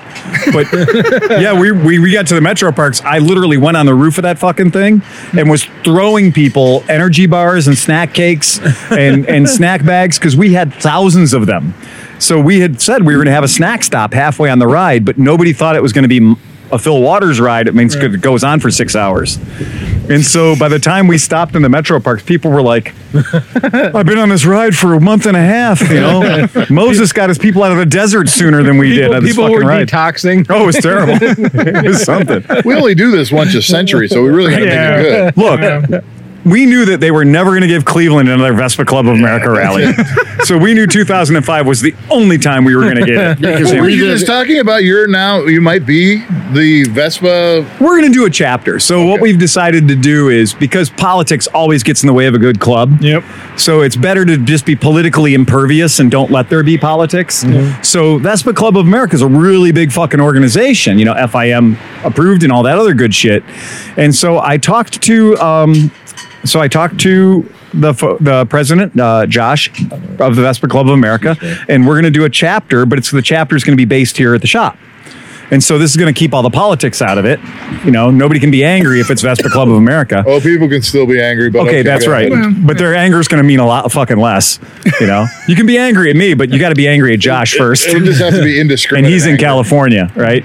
[SPEAKER 1] But yeah, we, we we got to the metro parks. I literally went on the roof of that fucking thing and was throwing people energy bars and snack cakes and and snack bags because we had thousands of them. So we had said we were going to have a snack stop halfway on the ride, but nobody thought it was going to be a Phil Waters ride. It means it goes on for six hours. And so by the time we stopped in the metro parks, people were like, I've been on this ride for a month and a half. You
[SPEAKER 4] [LAUGHS]
[SPEAKER 1] know, Moses got his people out of the desert sooner than we did
[SPEAKER 4] People,
[SPEAKER 1] on this
[SPEAKER 4] people
[SPEAKER 1] fucking
[SPEAKER 4] were
[SPEAKER 1] ride.
[SPEAKER 4] detoxing.
[SPEAKER 1] oh, it was
[SPEAKER 4] [LAUGHS]
[SPEAKER 1] terrible. it was something.
[SPEAKER 2] We only do this once a century, so we really got to
[SPEAKER 1] Yeah.
[SPEAKER 2] make it good.
[SPEAKER 1] Look, we knew that they were never going to give Cleveland another Vespa Club of America rally. so we knew 2005 was the only time we were going to get it.
[SPEAKER 5] Because
[SPEAKER 2] What were
[SPEAKER 5] we
[SPEAKER 2] you
[SPEAKER 5] did,
[SPEAKER 2] just talking about? You're now you might be the Vespa.
[SPEAKER 1] We're going to do a chapter. So what we've decided to do is because politics always gets in the way of a good club.
[SPEAKER 4] Yep.
[SPEAKER 1] So it's better to just be politically impervious and don't let there be politics. So Vespa Club of America is a really big fucking organization, you know, FIM approved and all that other good shit. And so I talked to, um, so I talked to the fo- the president, uh, Josh, of the Vespa Club of America, and we're going to do a chapter, but it's the chapter is going to be based here at the shop. And so this is going to keep all the politics out of it. You know, nobody can be angry if it's Vespa Club of America
[SPEAKER 2] Oh, people can still be angry, but
[SPEAKER 1] okay, that's
[SPEAKER 2] go
[SPEAKER 1] right.
[SPEAKER 2] ahead.
[SPEAKER 1] But their anger is going to mean a lot fucking less. You
[SPEAKER 2] [LAUGHS]
[SPEAKER 1] know, you can be angry at me, but you got to be angry at Josh first,
[SPEAKER 2] It would just have to be
[SPEAKER 1] and
[SPEAKER 2] indiscriminate.
[SPEAKER 1] he's in
[SPEAKER 2] anger.
[SPEAKER 1] California, right?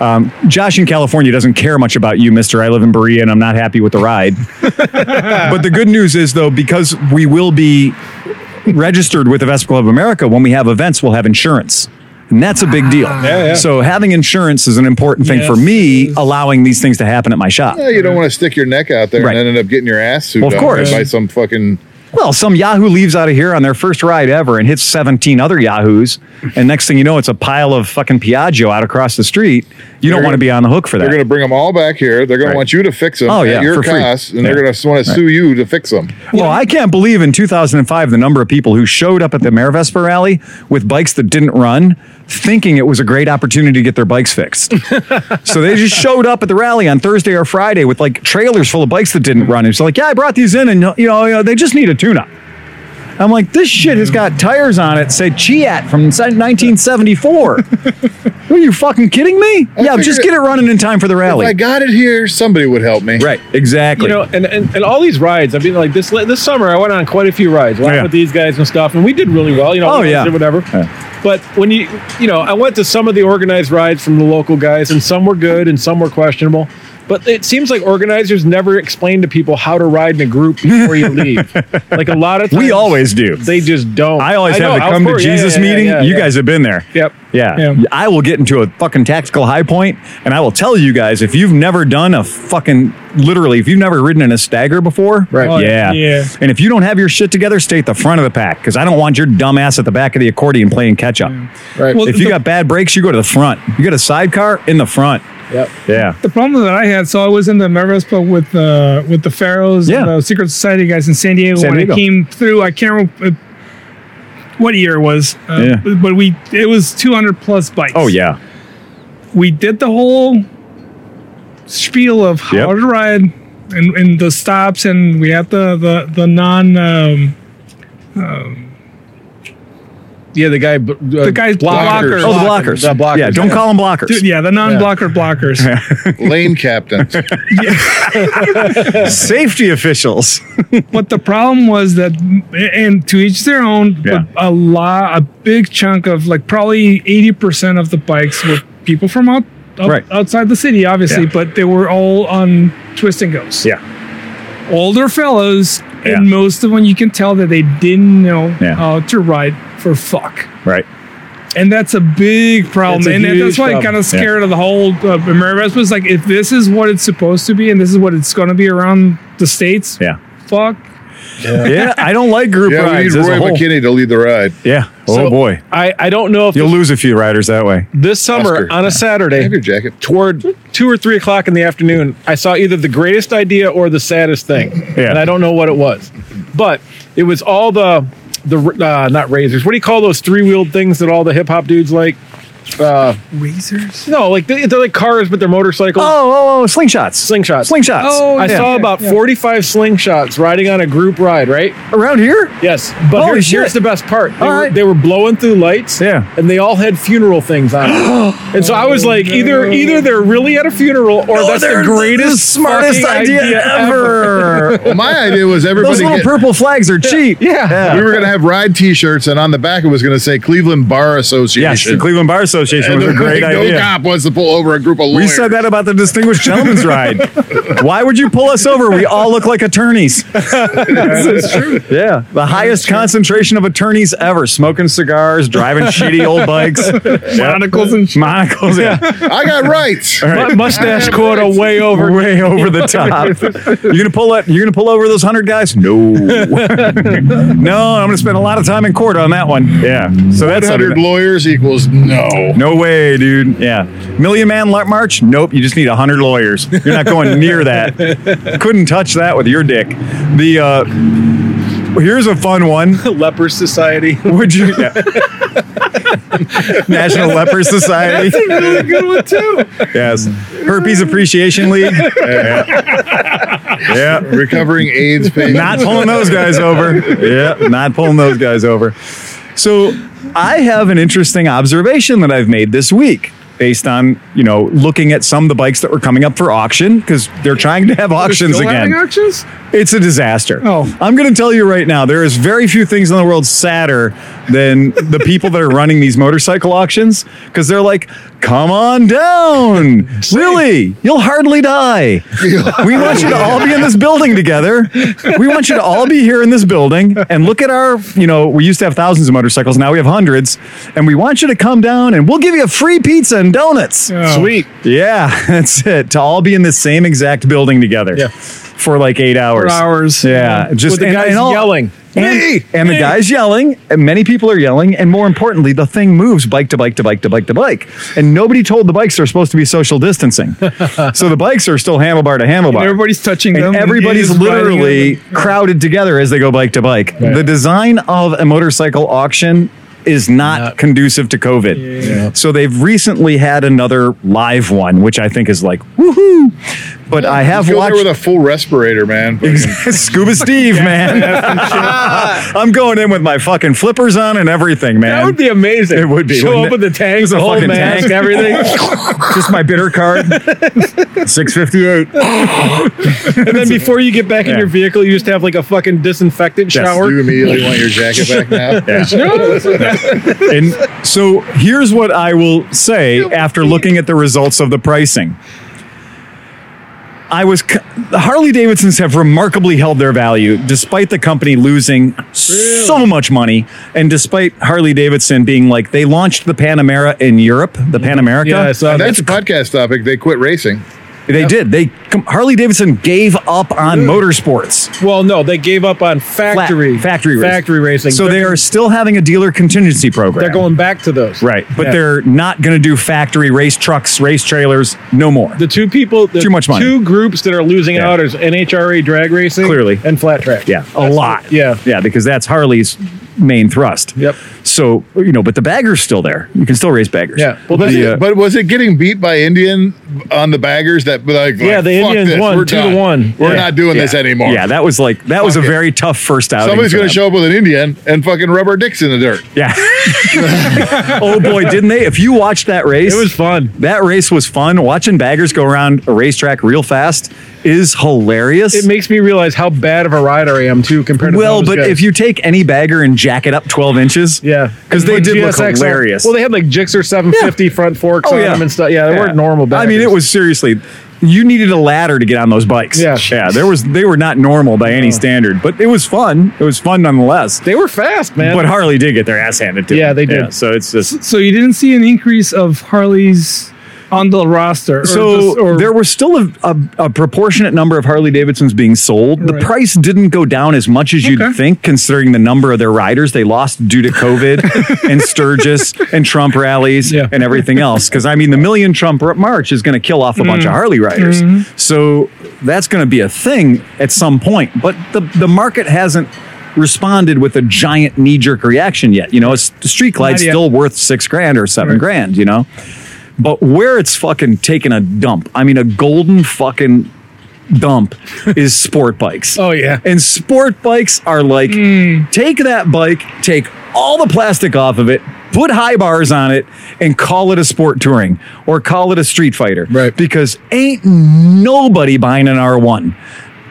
[SPEAKER 1] Um, Josh in California doesn't care much about you, Mister. I live in Berea, and I'm not happy with the
[SPEAKER 2] [LAUGHS]
[SPEAKER 1] ride. but the good news is, though, because we will be registered with the Vespa Club of America, when we have events, we'll have insurance. And that's a big deal.
[SPEAKER 2] Ah.
[SPEAKER 4] yeah.
[SPEAKER 1] So having insurance is an important thing for
[SPEAKER 3] Yes,
[SPEAKER 1] me, allowing these things to happen at my shop.
[SPEAKER 2] Yeah, you don't want to stick your neck out there
[SPEAKER 1] Right.
[SPEAKER 2] and end up getting your ass sued
[SPEAKER 1] Well, of
[SPEAKER 2] on
[SPEAKER 1] course.
[SPEAKER 2] by some fucking.
[SPEAKER 1] Well, some Yahoo leaves out of here on their first ride ever and hits 17 other Yahoos. And next thing you know, it's a pile of fucking Piaggio out across the street. You don't want to
[SPEAKER 2] They're gonna-
[SPEAKER 1] be on the hook for
[SPEAKER 2] They're going to
[SPEAKER 1] that.
[SPEAKER 2] bring them all back here. They're going
[SPEAKER 1] Right.
[SPEAKER 2] to want you to fix them
[SPEAKER 1] Oh, yeah,
[SPEAKER 2] at your
[SPEAKER 1] for free.
[SPEAKER 2] cost, and
[SPEAKER 1] Yeah.
[SPEAKER 2] they're going to want to sue you to fix them.
[SPEAKER 1] Well, I can't believe in 2005 the number of people who showed up at the Mare Vespa rally with bikes that didn't run, thinking it was a great opportunity to get their bikes
[SPEAKER 4] [LAUGHS]
[SPEAKER 1] fixed. so they just showed up at the rally on Thursday or Friday with like trailers full of bikes that didn't run. It's like, yeah, I brought these in, and you know, you know they just need a tune-up. I'm like, this shit has got tires on it, say Chiat from 1974.
[SPEAKER 4] [LAUGHS]
[SPEAKER 1] Are you fucking kidding me? yeah,
[SPEAKER 2] figured
[SPEAKER 1] just
[SPEAKER 2] it-
[SPEAKER 1] get it running in time for the
[SPEAKER 2] If I
[SPEAKER 1] rally.
[SPEAKER 2] got it here, somebody would help me.
[SPEAKER 1] Right, exactly.
[SPEAKER 4] you know, and, and, and all these rides. I mean, like this this summer, I went on quite a few rides. Went out
[SPEAKER 1] Yeah.
[SPEAKER 4] with these guys and stuff, and we did really well. You know,
[SPEAKER 1] Oh,
[SPEAKER 4] we
[SPEAKER 1] yeah.
[SPEAKER 4] did whatever.
[SPEAKER 1] Yeah.
[SPEAKER 4] But when you you know, I went to some of the organized rides from the local guys, and some were good, and some were questionable. But it seems like organizers never explain to people how to ride in a group before
[SPEAKER 1] [LAUGHS]
[SPEAKER 4] you leave. like a lot of times,
[SPEAKER 1] we always do.
[SPEAKER 4] they just don't.
[SPEAKER 1] I always
[SPEAKER 4] know,
[SPEAKER 1] have the
[SPEAKER 4] of
[SPEAKER 1] come to
[SPEAKER 4] course. Yeah,
[SPEAKER 1] Jesus
[SPEAKER 4] yeah, yeah,
[SPEAKER 1] meeting.
[SPEAKER 4] yeah,
[SPEAKER 1] you
[SPEAKER 4] yeah.
[SPEAKER 1] guys have been there.
[SPEAKER 4] Yep.
[SPEAKER 1] Yeah.
[SPEAKER 3] Yeah.
[SPEAKER 1] I will get into a fucking tactical high point and I will tell you guys if you've never done a fucking literally if you've never ridden in a stagger before,
[SPEAKER 4] Right. Oh,
[SPEAKER 1] yeah.
[SPEAKER 3] yeah.
[SPEAKER 1] And if you don't have your shit together, stay at the front of the pack cuz I don't want your dumb ass at the back of the accordion playing catch up.
[SPEAKER 5] Right.
[SPEAKER 3] Well,
[SPEAKER 1] If you
[SPEAKER 3] the-
[SPEAKER 1] got bad brakes, you go to the front. You got a sidecar in the front.
[SPEAKER 4] Yep.
[SPEAKER 1] Yeah.
[SPEAKER 3] The problem that I had, so I was in the Mervespa with uh, with the Pharaohs,
[SPEAKER 1] Yeah.
[SPEAKER 3] and the Secret Society guys in San Diego.
[SPEAKER 1] San
[SPEAKER 3] when
[SPEAKER 1] Diego.
[SPEAKER 3] I came through, I can't remember uh, what year it was, uh,
[SPEAKER 1] Yeah.
[SPEAKER 3] but- but we it was 200 plus bikes.
[SPEAKER 1] Oh yeah.
[SPEAKER 3] we did the whole spiel of how
[SPEAKER 1] Yep.
[SPEAKER 3] to ride and, and the stops and we had the the, the non um,
[SPEAKER 4] Yeah, the guy. b- Uh,
[SPEAKER 3] the guys blockers,
[SPEAKER 2] blockers.
[SPEAKER 1] Oh, the blockers.
[SPEAKER 4] The blockers.
[SPEAKER 1] Yeah, don't call them blockers.
[SPEAKER 3] Dude, yeah the non-blocker
[SPEAKER 1] [LAUGHS]
[SPEAKER 3] blockers
[SPEAKER 2] [LAUGHS] Lane captains.
[SPEAKER 1] Safety officials.
[SPEAKER 3] but the problem was that and to each their own
[SPEAKER 1] Yeah.
[SPEAKER 3] but a lot a big chunk of like probably 80% of the bikes were people from out, out-
[SPEAKER 1] Right.
[SPEAKER 3] outside the city obviously
[SPEAKER 1] Yeah.
[SPEAKER 3] but they were all on twist and goes
[SPEAKER 1] yeah.
[SPEAKER 3] older fellows,
[SPEAKER 1] Yeah.
[SPEAKER 3] and most of them you can tell that they didn't know
[SPEAKER 1] Yeah.
[SPEAKER 3] how to ride for fuck.
[SPEAKER 1] Right.
[SPEAKER 3] And that's a big problem.
[SPEAKER 4] It's a
[SPEAKER 3] and that-
[SPEAKER 4] huge
[SPEAKER 3] that's why I'm
[SPEAKER 4] problem.
[SPEAKER 3] kind of scared of the whole uh, America was like, if this is what it's supposed to be and this is what it's going to be around the States,
[SPEAKER 1] Yeah.
[SPEAKER 3] fuck.
[SPEAKER 1] Yeah, I don't like group
[SPEAKER 2] yeah, we need
[SPEAKER 1] rides as
[SPEAKER 2] Roy
[SPEAKER 1] a whole.
[SPEAKER 2] McKinney to lead the ride.
[SPEAKER 1] Yeah. Oh
[SPEAKER 4] So,
[SPEAKER 1] boy.
[SPEAKER 4] I, I don't know if
[SPEAKER 1] You'll
[SPEAKER 4] this,
[SPEAKER 1] lose a few riders that way.
[SPEAKER 4] this summer
[SPEAKER 2] Oscar.
[SPEAKER 4] on a Saturday.
[SPEAKER 2] Have your jacket.
[SPEAKER 4] toward two or three o'clock in the afternoon, I saw either the greatest idea or the saddest thing,
[SPEAKER 1] Yeah.
[SPEAKER 4] and I don't know what it was, but it was all the the uh, not razors. What do you call those three wheeled things that all the hip hop dudes like?
[SPEAKER 3] Razors?
[SPEAKER 4] No, like they, they're like cars, but they're motorcycles.
[SPEAKER 1] Oh, oh, oh, slingshots.
[SPEAKER 4] Slingshots.
[SPEAKER 1] Slingshots.
[SPEAKER 3] Oh,
[SPEAKER 4] I
[SPEAKER 1] yeah.
[SPEAKER 4] saw about
[SPEAKER 3] yeah.
[SPEAKER 4] 45 slingshots riding on a group ride, right?
[SPEAKER 1] around here.
[SPEAKER 4] Yes. But
[SPEAKER 1] Holy
[SPEAKER 4] here's,
[SPEAKER 1] shit.
[SPEAKER 4] here's the best part. They,
[SPEAKER 1] All
[SPEAKER 4] were,
[SPEAKER 1] right.
[SPEAKER 4] they were blowing through lights.
[SPEAKER 1] Yeah. Oh,
[SPEAKER 4] And they all had funeral things on.
[SPEAKER 1] [GASPS]
[SPEAKER 4] and so I was like, either either they're really at a funeral or that's the
[SPEAKER 1] they're
[SPEAKER 4] greatest,
[SPEAKER 1] Oh, the smartest
[SPEAKER 4] fucking
[SPEAKER 1] idea, [LAUGHS] ever.
[SPEAKER 2] Well, my idea was everybody.
[SPEAKER 1] Those little
[SPEAKER 2] get-
[SPEAKER 1] purple flags are cheap.
[SPEAKER 4] Yeah.
[SPEAKER 2] we were going to have ride T-shirts, and on the back it was going to say Cleveland Bar
[SPEAKER 1] Yes,
[SPEAKER 2] Association.
[SPEAKER 1] the Cleveland Bar Association
[SPEAKER 2] And
[SPEAKER 1] was a
[SPEAKER 2] the-
[SPEAKER 1] great
[SPEAKER 2] no
[SPEAKER 1] idea.
[SPEAKER 2] cop wants to pull over a group of
[SPEAKER 1] We
[SPEAKER 2] lawyers.
[SPEAKER 1] said that about the Distinguished [LAUGHS] Gentleman's Ride. Why would you pull us over? We all look like [LAUGHS] attorneys. That's true. Yeah. The highest concentration of attorneys ever smoking cigars, driving shitty old bikes. [LAUGHS] Monocles and Monocles, yeah.
[SPEAKER 2] I got
[SPEAKER 1] [LAUGHS]
[SPEAKER 2] rights.
[SPEAKER 4] Mu- Mustache quota way over.
[SPEAKER 1] way over the top. You're gonna pull that. You're gonna pull over those hundred guys? [LAUGHS] No, no. I'm gonna spend a lot of time in court on that one. Yeah. So that's
[SPEAKER 2] [LAUGHS] Hundred
[SPEAKER 1] under-
[SPEAKER 2] lawyers equals no.
[SPEAKER 1] no way, dude. Yeah. Million man lar- march? Nope. You just need hundred lawyers. You're not going near [LAUGHS] that. Couldn't touch that with your dick. The uh, here's a fun one.
[SPEAKER 4] Leper Society.
[SPEAKER 1] Would you? yeah. National Leper Society. That's a really good one too. Yes. Herpes Appreciation League. yeah.
[SPEAKER 2] Recovering AIDS patients.
[SPEAKER 1] not pulling those guys over. Yeah, not pulling those guys over. So I have an interesting observation that I've made this week based on, you know, looking at some of the bikes that were coming up for auction because they're trying to have auctions
[SPEAKER 3] Still having
[SPEAKER 1] again.
[SPEAKER 3] auctions?
[SPEAKER 1] It's a disaster.
[SPEAKER 3] Oh.
[SPEAKER 1] I'm going to tell you right now, there is very few things in the world sadder than the people that are running these motorcycle auctions because they're like, come on
[SPEAKER 3] [LAUGHS]
[SPEAKER 1] down. Really? You'll hardly die. We want you to all be in this building together. We want you to all be here in this building and look at our, you know, we used to have thousands of motorcycles. Now we have hundreds. And we want you to come down and we'll give you a free pizza and donuts.
[SPEAKER 3] Yeah.
[SPEAKER 4] Sweet.
[SPEAKER 1] Yeah, [LAUGHS] that's it. To all be in the same exact building together.
[SPEAKER 4] Yeah.
[SPEAKER 1] For like eight hours.
[SPEAKER 3] hours.
[SPEAKER 1] Yeah. Just
[SPEAKER 4] With the
[SPEAKER 1] and-
[SPEAKER 4] guys
[SPEAKER 1] and all-
[SPEAKER 4] yelling.
[SPEAKER 1] And,
[SPEAKER 3] Me!
[SPEAKER 1] and the
[SPEAKER 3] Me!
[SPEAKER 1] guy's yelling, and many people are yelling, and more importantly, the thing moves bike to bike to bike to bike to bike. And nobody told the bikes are supposed to be social distancing. so the bikes are still handlebar to handlebar.
[SPEAKER 3] And everybody's touching them.
[SPEAKER 1] And everybody's
[SPEAKER 3] He's riding
[SPEAKER 1] literally
[SPEAKER 3] them.
[SPEAKER 1] crowded together as they go bike to bike. The design of a motorcycle auction is not, conducive to COVID. So they've recently had another live one, which I think is like woohoo. But I have
[SPEAKER 2] Go there
[SPEAKER 1] watched
[SPEAKER 2] with a full respirator, man.
[SPEAKER 1] [LAUGHS] Scuba Steve,
[SPEAKER 4] [LAUGHS]
[SPEAKER 1] man. I'm going in with my fucking flippers on and everything, man.
[SPEAKER 4] That would be amazing.
[SPEAKER 1] It would be,
[SPEAKER 4] Show
[SPEAKER 1] wouldn't
[SPEAKER 4] up
[SPEAKER 1] it?
[SPEAKER 4] with the tanks,
[SPEAKER 1] Just a
[SPEAKER 4] the whole
[SPEAKER 1] fucking
[SPEAKER 4] mask,
[SPEAKER 1] tank.
[SPEAKER 4] everything.
[SPEAKER 1] [LAUGHS] just my bitter
[SPEAKER 4] [LAUGHS]
[SPEAKER 1] card. 658. [LAUGHS]
[SPEAKER 4] and then before you get back in
[SPEAKER 1] Yeah.
[SPEAKER 4] your vehicle, you just have like a fucking disinfectant
[SPEAKER 1] Yes,
[SPEAKER 2] Do
[SPEAKER 4] shower.
[SPEAKER 2] you [LAUGHS] immediately want your jacket back
[SPEAKER 1] [LAUGHS]
[SPEAKER 2] now?
[SPEAKER 1] And so here's what I will say after looking at the results of the pricing. I was Harley Davidsons have remarkably held their value despite the company losing so much money and despite Harley Davidson being like they launched the Panamera in Europe, the
[SPEAKER 4] Mm-hmm.
[SPEAKER 1] Panamerica.
[SPEAKER 4] Yeah, I saw that.
[SPEAKER 2] That's a podcast topic. They quit racing.
[SPEAKER 1] They did. They Harley Davidson gave up on motorsports.
[SPEAKER 4] Well, no, they gave up on factory
[SPEAKER 1] Flat- factory racing.
[SPEAKER 4] factory racing.
[SPEAKER 1] So they
[SPEAKER 4] they're,
[SPEAKER 1] are still having a dealer contingency program.
[SPEAKER 4] they're going back to those.
[SPEAKER 1] right, but
[SPEAKER 4] Yeah.
[SPEAKER 1] they're not going to do factory race trucks, race trailers, no more.
[SPEAKER 4] the two people, the
[SPEAKER 1] Too much money.
[SPEAKER 4] Two groups that are losing
[SPEAKER 1] Yeah.
[SPEAKER 4] out is NHRA drag racing,
[SPEAKER 1] Clearly.
[SPEAKER 4] and flat track.
[SPEAKER 1] yeah, a lot.
[SPEAKER 4] yeah.
[SPEAKER 1] yeah, because that's Harley's main thrust.
[SPEAKER 4] Yep.
[SPEAKER 1] So you know, but the bagger's still there. You can still race baggers.
[SPEAKER 4] Yeah.
[SPEAKER 1] Well,
[SPEAKER 4] Well,
[SPEAKER 2] But,
[SPEAKER 1] that's the, uh,
[SPEAKER 2] but was it getting beat by Indian on the baggers that like
[SPEAKER 4] Yeah, the
[SPEAKER 2] like, fuck
[SPEAKER 4] Indians
[SPEAKER 2] this,
[SPEAKER 4] won
[SPEAKER 2] we're
[SPEAKER 4] two to
[SPEAKER 2] done.
[SPEAKER 4] one.
[SPEAKER 2] We're
[SPEAKER 4] Yeah.
[SPEAKER 2] not doing this anymore.
[SPEAKER 1] Yeah, that was like that was a
[SPEAKER 2] Fuck it.
[SPEAKER 1] very tough first outing.
[SPEAKER 2] Somebody's
[SPEAKER 1] for
[SPEAKER 2] going
[SPEAKER 1] them.
[SPEAKER 2] to show up with an Indian and fucking rub our dicks in the dirt.
[SPEAKER 1] [LAUGHS] Yeah. [LAUGHS] oh boy, didn't they? If you watched that race,
[SPEAKER 4] It was fun.
[SPEAKER 1] That race was fun. Watching baggers go around a racetrack real fast is hilarious.
[SPEAKER 4] It makes me realize how bad of a rider I am too compared to
[SPEAKER 1] well,
[SPEAKER 4] those
[SPEAKER 1] but
[SPEAKER 4] guys.
[SPEAKER 1] if you take any bagger and jack it up 12 inches,
[SPEAKER 4] Yeah,
[SPEAKER 1] because they
[SPEAKER 4] With
[SPEAKER 1] did look
[SPEAKER 4] GSX
[SPEAKER 1] hilarious. Oh,
[SPEAKER 4] Well, they had like Gixxer 750 front forks on them and stuff. Yeah, they weren't normal. Backers.
[SPEAKER 1] I mean, it was seriously. You needed a ladder to get on those bikes.
[SPEAKER 4] Yeah.
[SPEAKER 1] yeah. There was they were not normal by any standard, but it was fun. It was fun nonetheless.
[SPEAKER 4] They were fast, man.
[SPEAKER 1] But Harley did get their ass handed to.
[SPEAKER 4] Yeah,
[SPEAKER 1] them.
[SPEAKER 4] they did.
[SPEAKER 1] so it's just
[SPEAKER 3] So you didn't see an increase of Harley's on the roster. or
[SPEAKER 1] so
[SPEAKER 3] just- or-
[SPEAKER 1] there were still a, a, a proportionate number of Harley Davidsons being sold. The
[SPEAKER 3] Right.
[SPEAKER 1] price didn't go down as much as you'd
[SPEAKER 3] Okay.
[SPEAKER 1] think, considering the number of their riders they lost due to
[SPEAKER 3] [LAUGHS]
[SPEAKER 1] COVID and Sturgis and Trump rallies
[SPEAKER 4] Yeah.
[SPEAKER 1] and everything else. Because I mean, the Million Trump r- March is going to kill off a
[SPEAKER 3] Mm.
[SPEAKER 1] bunch of Harley riders,
[SPEAKER 3] Mm-hmm.
[SPEAKER 1] so that's going to be a thing at some point. But the the market hasn't responded with a giant knee jerk reaction yet. You know, a s- street light's
[SPEAKER 3] Not yet.
[SPEAKER 1] still worth six grand or seven
[SPEAKER 3] Right.
[SPEAKER 1] grand. You know. But where it's fucking taking a dump, I mean, a golden fucking dump is sport bikes.
[SPEAKER 4] oh yeah, Hmm.
[SPEAKER 1] And sport bikes are like take that bike, take all the plastic off of it, put high bars on it, and call it a sport touring or call it a street fighter.
[SPEAKER 2] Right.
[SPEAKER 1] Because ain't nobody buying an R1.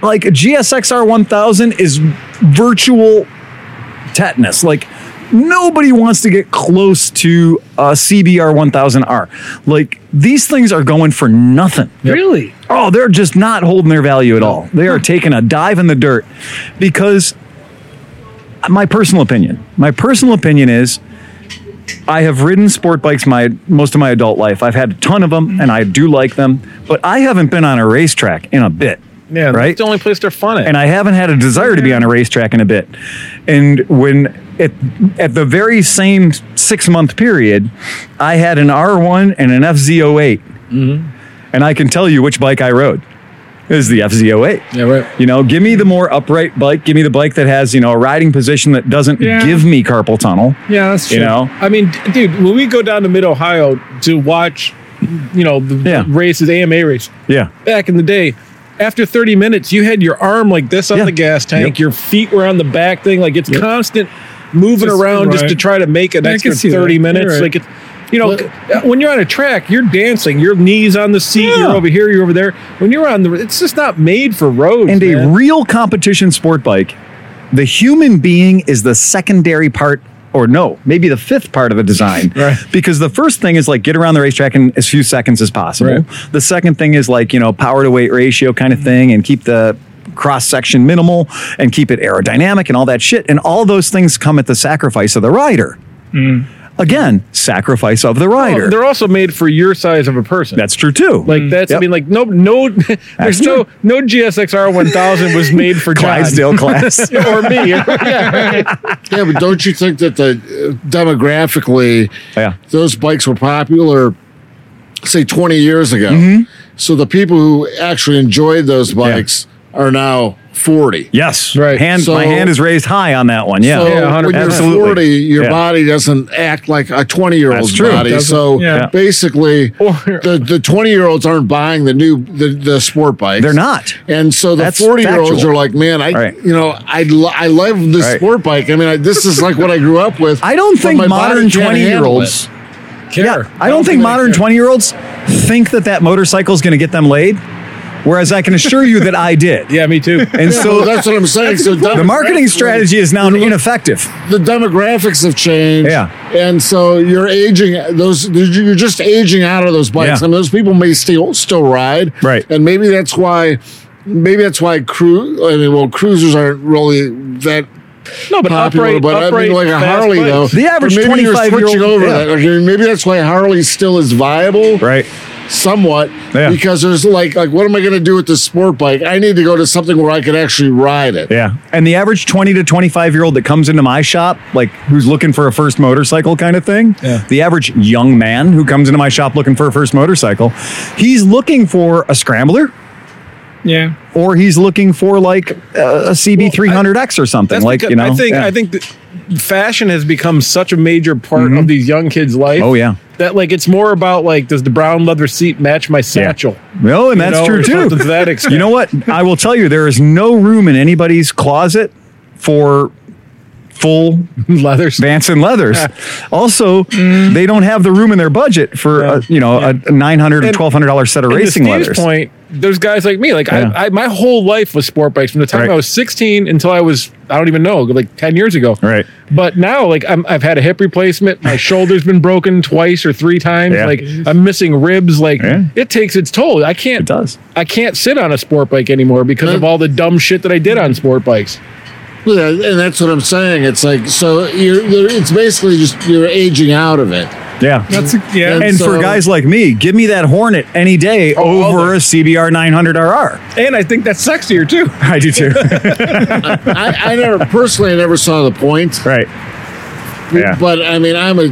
[SPEAKER 1] Like a GSX R1000 is virtual tetanus. Like nobody wants to get close to uh, a CBR 1000R. Like these things are going for nothing.
[SPEAKER 4] really.
[SPEAKER 1] Oh, they're just not holding their value at all. They are taking a dive in the dirt because my personal opinion, my personal opinion is I have ridden sport bikes my most of my adult life. I've had a ton of them and I do like them, but I haven't been on a racetrack in a bit.
[SPEAKER 4] Yeah,
[SPEAKER 1] right?
[SPEAKER 4] It's the only place they're fun at.
[SPEAKER 1] and I haven't had a desire to be on a racetrack in a bit. And when at, at the very same six month period, I had an R1 and an FZ08. And I can tell you which bike I rode It was the FZ08.
[SPEAKER 4] yeah, right.
[SPEAKER 1] You know, give me the more upright bike. Give me the bike that has, you know, a riding position that doesn't
[SPEAKER 3] Yeah.
[SPEAKER 1] give me carpal tunnel.
[SPEAKER 3] yeah, that's true.
[SPEAKER 1] You know,
[SPEAKER 4] I mean, d- dude, when we go down to Mid Ohio to watch, you know, the
[SPEAKER 1] Yeah.
[SPEAKER 4] races, AMA race,
[SPEAKER 1] yeah.
[SPEAKER 4] back in the day, after 30 minutes, you had your arm like this on
[SPEAKER 1] Yeah.
[SPEAKER 4] the gas tank,
[SPEAKER 1] Yep.
[SPEAKER 4] your feet were on the back thing. Like it's constant moving
[SPEAKER 3] Just-
[SPEAKER 4] around just to
[SPEAKER 3] right.
[SPEAKER 4] try to make an
[SPEAKER 3] I can
[SPEAKER 4] extra
[SPEAKER 3] see that.
[SPEAKER 4] 30
[SPEAKER 3] You're
[SPEAKER 4] minutes.
[SPEAKER 3] right.
[SPEAKER 4] Like it's, you know, uh, when you're on a track, you're dancing, your knees on the seat,
[SPEAKER 1] Yeah.
[SPEAKER 4] you're over here, you're over there. When you're on the, it's just not made for roads.
[SPEAKER 1] And
[SPEAKER 4] man.
[SPEAKER 1] a real competition sport bike, the human being is the secondary part or no, maybe the fifth part of the design.
[SPEAKER 4] [LAUGHS] Right.
[SPEAKER 1] Because the first thing is like get around the racetrack in as few seconds as possible.
[SPEAKER 4] Right.
[SPEAKER 1] The second thing is like, you know, power to weight ratio kind of thing and keep the cross section minimal and keep it aerodynamic and all that shit. And all those things come at the sacrifice of the rider. Again, sacrifice of the rider.
[SPEAKER 4] Mm. They're also made for your size of a person.
[SPEAKER 1] That's true too. Mm.
[SPEAKER 4] like that's I
[SPEAKER 1] Yep.
[SPEAKER 4] mean like no no [LAUGHS] there's no no GSXR 1000 was
[SPEAKER 1] [LAUGHS]
[SPEAKER 4] made for John.
[SPEAKER 1] Clydesdale
[SPEAKER 4] [LAUGHS]
[SPEAKER 1] class.
[SPEAKER 4] or me.
[SPEAKER 5] Yeah, but don't you think that the uh, demographically,
[SPEAKER 1] Yeah.
[SPEAKER 5] those bikes were popular, say, 20 years ago?
[SPEAKER 1] Mm-hmm.
[SPEAKER 5] So the people who actually enjoyed those bikes are now 40.
[SPEAKER 1] Yes.
[SPEAKER 4] Right.
[SPEAKER 1] Hand,
[SPEAKER 5] So-
[SPEAKER 1] my hand is raised high on that one. Yeah.
[SPEAKER 5] So
[SPEAKER 4] Yeah,
[SPEAKER 5] when
[SPEAKER 4] 100%.
[SPEAKER 5] you're
[SPEAKER 1] Absolutely.
[SPEAKER 5] 40, your
[SPEAKER 1] Yeah.
[SPEAKER 5] body doesn't act like a 20 year
[SPEAKER 1] That's
[SPEAKER 5] old's
[SPEAKER 1] true.
[SPEAKER 5] body.
[SPEAKER 1] Doesn't-
[SPEAKER 5] So
[SPEAKER 3] yeah.
[SPEAKER 5] basically,
[SPEAKER 4] Or-
[SPEAKER 5] the the 20 year olds aren't buying the new the, the sport bikes.
[SPEAKER 1] They're not.
[SPEAKER 5] And so the
[SPEAKER 1] That's
[SPEAKER 5] 40 year olds
[SPEAKER 1] factual.
[SPEAKER 5] are like, man, I
[SPEAKER 1] Right.
[SPEAKER 5] you know I lo- I love this
[SPEAKER 1] Right.
[SPEAKER 5] sport bike. I mean, I, this is like what I grew up with.
[SPEAKER 1] I don't
[SPEAKER 5] but
[SPEAKER 1] think
[SPEAKER 5] my body
[SPEAKER 1] modern
[SPEAKER 5] can't handle
[SPEAKER 1] 20 year olds.
[SPEAKER 5] it.
[SPEAKER 1] Yeah, I don't think modern 20 year olds think that that motorcycle is going to get them laid, whereas I can assure you that I
[SPEAKER 5] [LAUGHS]
[SPEAKER 1] did.
[SPEAKER 4] Yeah, me too.
[SPEAKER 1] And
[SPEAKER 5] So
[SPEAKER 1] so
[SPEAKER 5] that's what I'm saying. So
[SPEAKER 1] the marketing strategy is now ineffective.
[SPEAKER 5] the demographics have changed.
[SPEAKER 1] Yeah.
[SPEAKER 5] And so you're aging those you're just aging out of those bikes.
[SPEAKER 1] Yeah.
[SPEAKER 5] I mean those people may still still ride.
[SPEAKER 1] Right.
[SPEAKER 5] And maybe that's why maybe that's why cru I mean well cruisers aren't really that
[SPEAKER 4] No, but
[SPEAKER 5] popular,
[SPEAKER 4] upright,
[SPEAKER 5] but I
[SPEAKER 4] upright,
[SPEAKER 5] mean like a
[SPEAKER 4] fast
[SPEAKER 5] Harley
[SPEAKER 4] bikes.
[SPEAKER 5] though.
[SPEAKER 1] The average
[SPEAKER 5] But maybe you're
[SPEAKER 1] 25-year-old
[SPEAKER 5] switching over
[SPEAKER 1] yeah.
[SPEAKER 5] that. Okay, maybe that's why Harley still is viable.
[SPEAKER 1] Right.
[SPEAKER 5] Somewhat.
[SPEAKER 1] Yeah.
[SPEAKER 5] Because there's like like what am I gonna do with this sport bike? I need to go to something where I can actually ride it.
[SPEAKER 1] Yeah. And the average 20 to 25 year old that comes into my shop, like who's looking for a first motorcycle kind of thing,
[SPEAKER 4] Yeah.
[SPEAKER 1] the average young man who comes into my shop looking for a first motorcycle, he's looking for a scrambler.
[SPEAKER 3] Yeah.
[SPEAKER 1] or he's looking for like a, a CB300X or something.
[SPEAKER 4] That's
[SPEAKER 1] Like
[SPEAKER 4] because-
[SPEAKER 1] you know,
[SPEAKER 4] I think
[SPEAKER 1] yeah.
[SPEAKER 4] I think that fashion has become such a major part of these young kids' life.
[SPEAKER 1] Mm-hmm. Oh, yeah.
[SPEAKER 4] that like it's more about like does the brown leather seat match my satchel?
[SPEAKER 1] No, and
[SPEAKER 4] You
[SPEAKER 1] that's
[SPEAKER 4] know,
[SPEAKER 1] true
[SPEAKER 4] or
[SPEAKER 1] too.
[SPEAKER 4] something To that
[SPEAKER 1] [LAUGHS]
[SPEAKER 4] extent.
[SPEAKER 1] You know what? I will tell you, there is no room in anybody's closet for full
[SPEAKER 4] leather.
[SPEAKER 1] Vance and Leathers. also, they don't have the room in their budget for
[SPEAKER 4] Mm. Yeah.
[SPEAKER 1] a, you know a, a nine hundred or
[SPEAKER 4] And-
[SPEAKER 1] twelve hundred dollar set of
[SPEAKER 4] And to
[SPEAKER 1] racing
[SPEAKER 4] Steve's
[SPEAKER 1] leathers.
[SPEAKER 4] point, there's guys like me. Like
[SPEAKER 1] Yeah.
[SPEAKER 4] I, I, my whole life was sport bikes from the time
[SPEAKER 1] Right.
[SPEAKER 4] I was 16 until I was I don't even know, like 10 years ago.
[SPEAKER 1] Right.
[SPEAKER 4] But now, like I'm, I've had a hip replacement.
[SPEAKER 1] [LAUGHS]
[SPEAKER 4] My shoulder's been broken twice or three times.
[SPEAKER 1] Yeah.
[SPEAKER 4] Like I'm missing ribs. Like
[SPEAKER 1] Yeah.
[SPEAKER 4] it takes its toll. I can't.
[SPEAKER 1] It does.
[SPEAKER 4] I can't sit on a sport bike anymore because of all the dumb shit that I did on sport bikes.
[SPEAKER 5] Yeah, and that's what I'm saying. It's like so you're, you're it's basically just you're aging out of it.
[SPEAKER 1] Yeah.
[SPEAKER 3] That's a, yeah.
[SPEAKER 5] And
[SPEAKER 1] and for
[SPEAKER 5] so-
[SPEAKER 1] guys like me, give me that Hornet any day
[SPEAKER 4] Oh,
[SPEAKER 1] over a CBR 900RR.
[SPEAKER 3] And I think that's sexier too.
[SPEAKER 1] [LAUGHS] I do
[SPEAKER 4] [LAUGHS]
[SPEAKER 1] too.
[SPEAKER 5] I, I never personally I never saw the point,
[SPEAKER 1] right. Yeah.
[SPEAKER 5] but I mean I'm a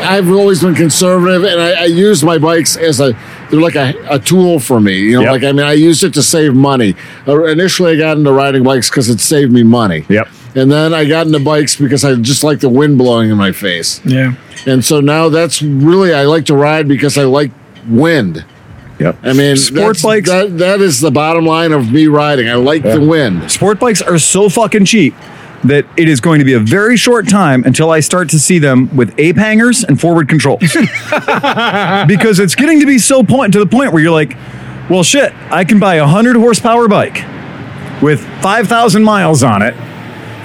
[SPEAKER 5] I've always been conservative, and I, I use my bikes as a they're like a, a tool for me. You know,
[SPEAKER 1] Yep.
[SPEAKER 5] like I mean I used it to save money. Uh, initially, I got into riding bikes because it saved me money.
[SPEAKER 1] Yep.
[SPEAKER 5] And then I got into bikes because I just like the wind blowing in my face.
[SPEAKER 3] Yeah.
[SPEAKER 5] And so now that's really I like to ride because I like wind.
[SPEAKER 1] Yep.
[SPEAKER 5] I mean,
[SPEAKER 1] Sports
[SPEAKER 5] that's-
[SPEAKER 1] bikes-
[SPEAKER 5] That, that is the bottom line of me riding. I like the wind.
[SPEAKER 1] Sport bikes are so fucking cheap that it is going to be a very short time until I start to see them with ape hangers and forward controls. [LAUGHS] because it's getting to be so point to the point where you're like, well shit, I can buy a 100 horsepower bike with 5,000 miles on it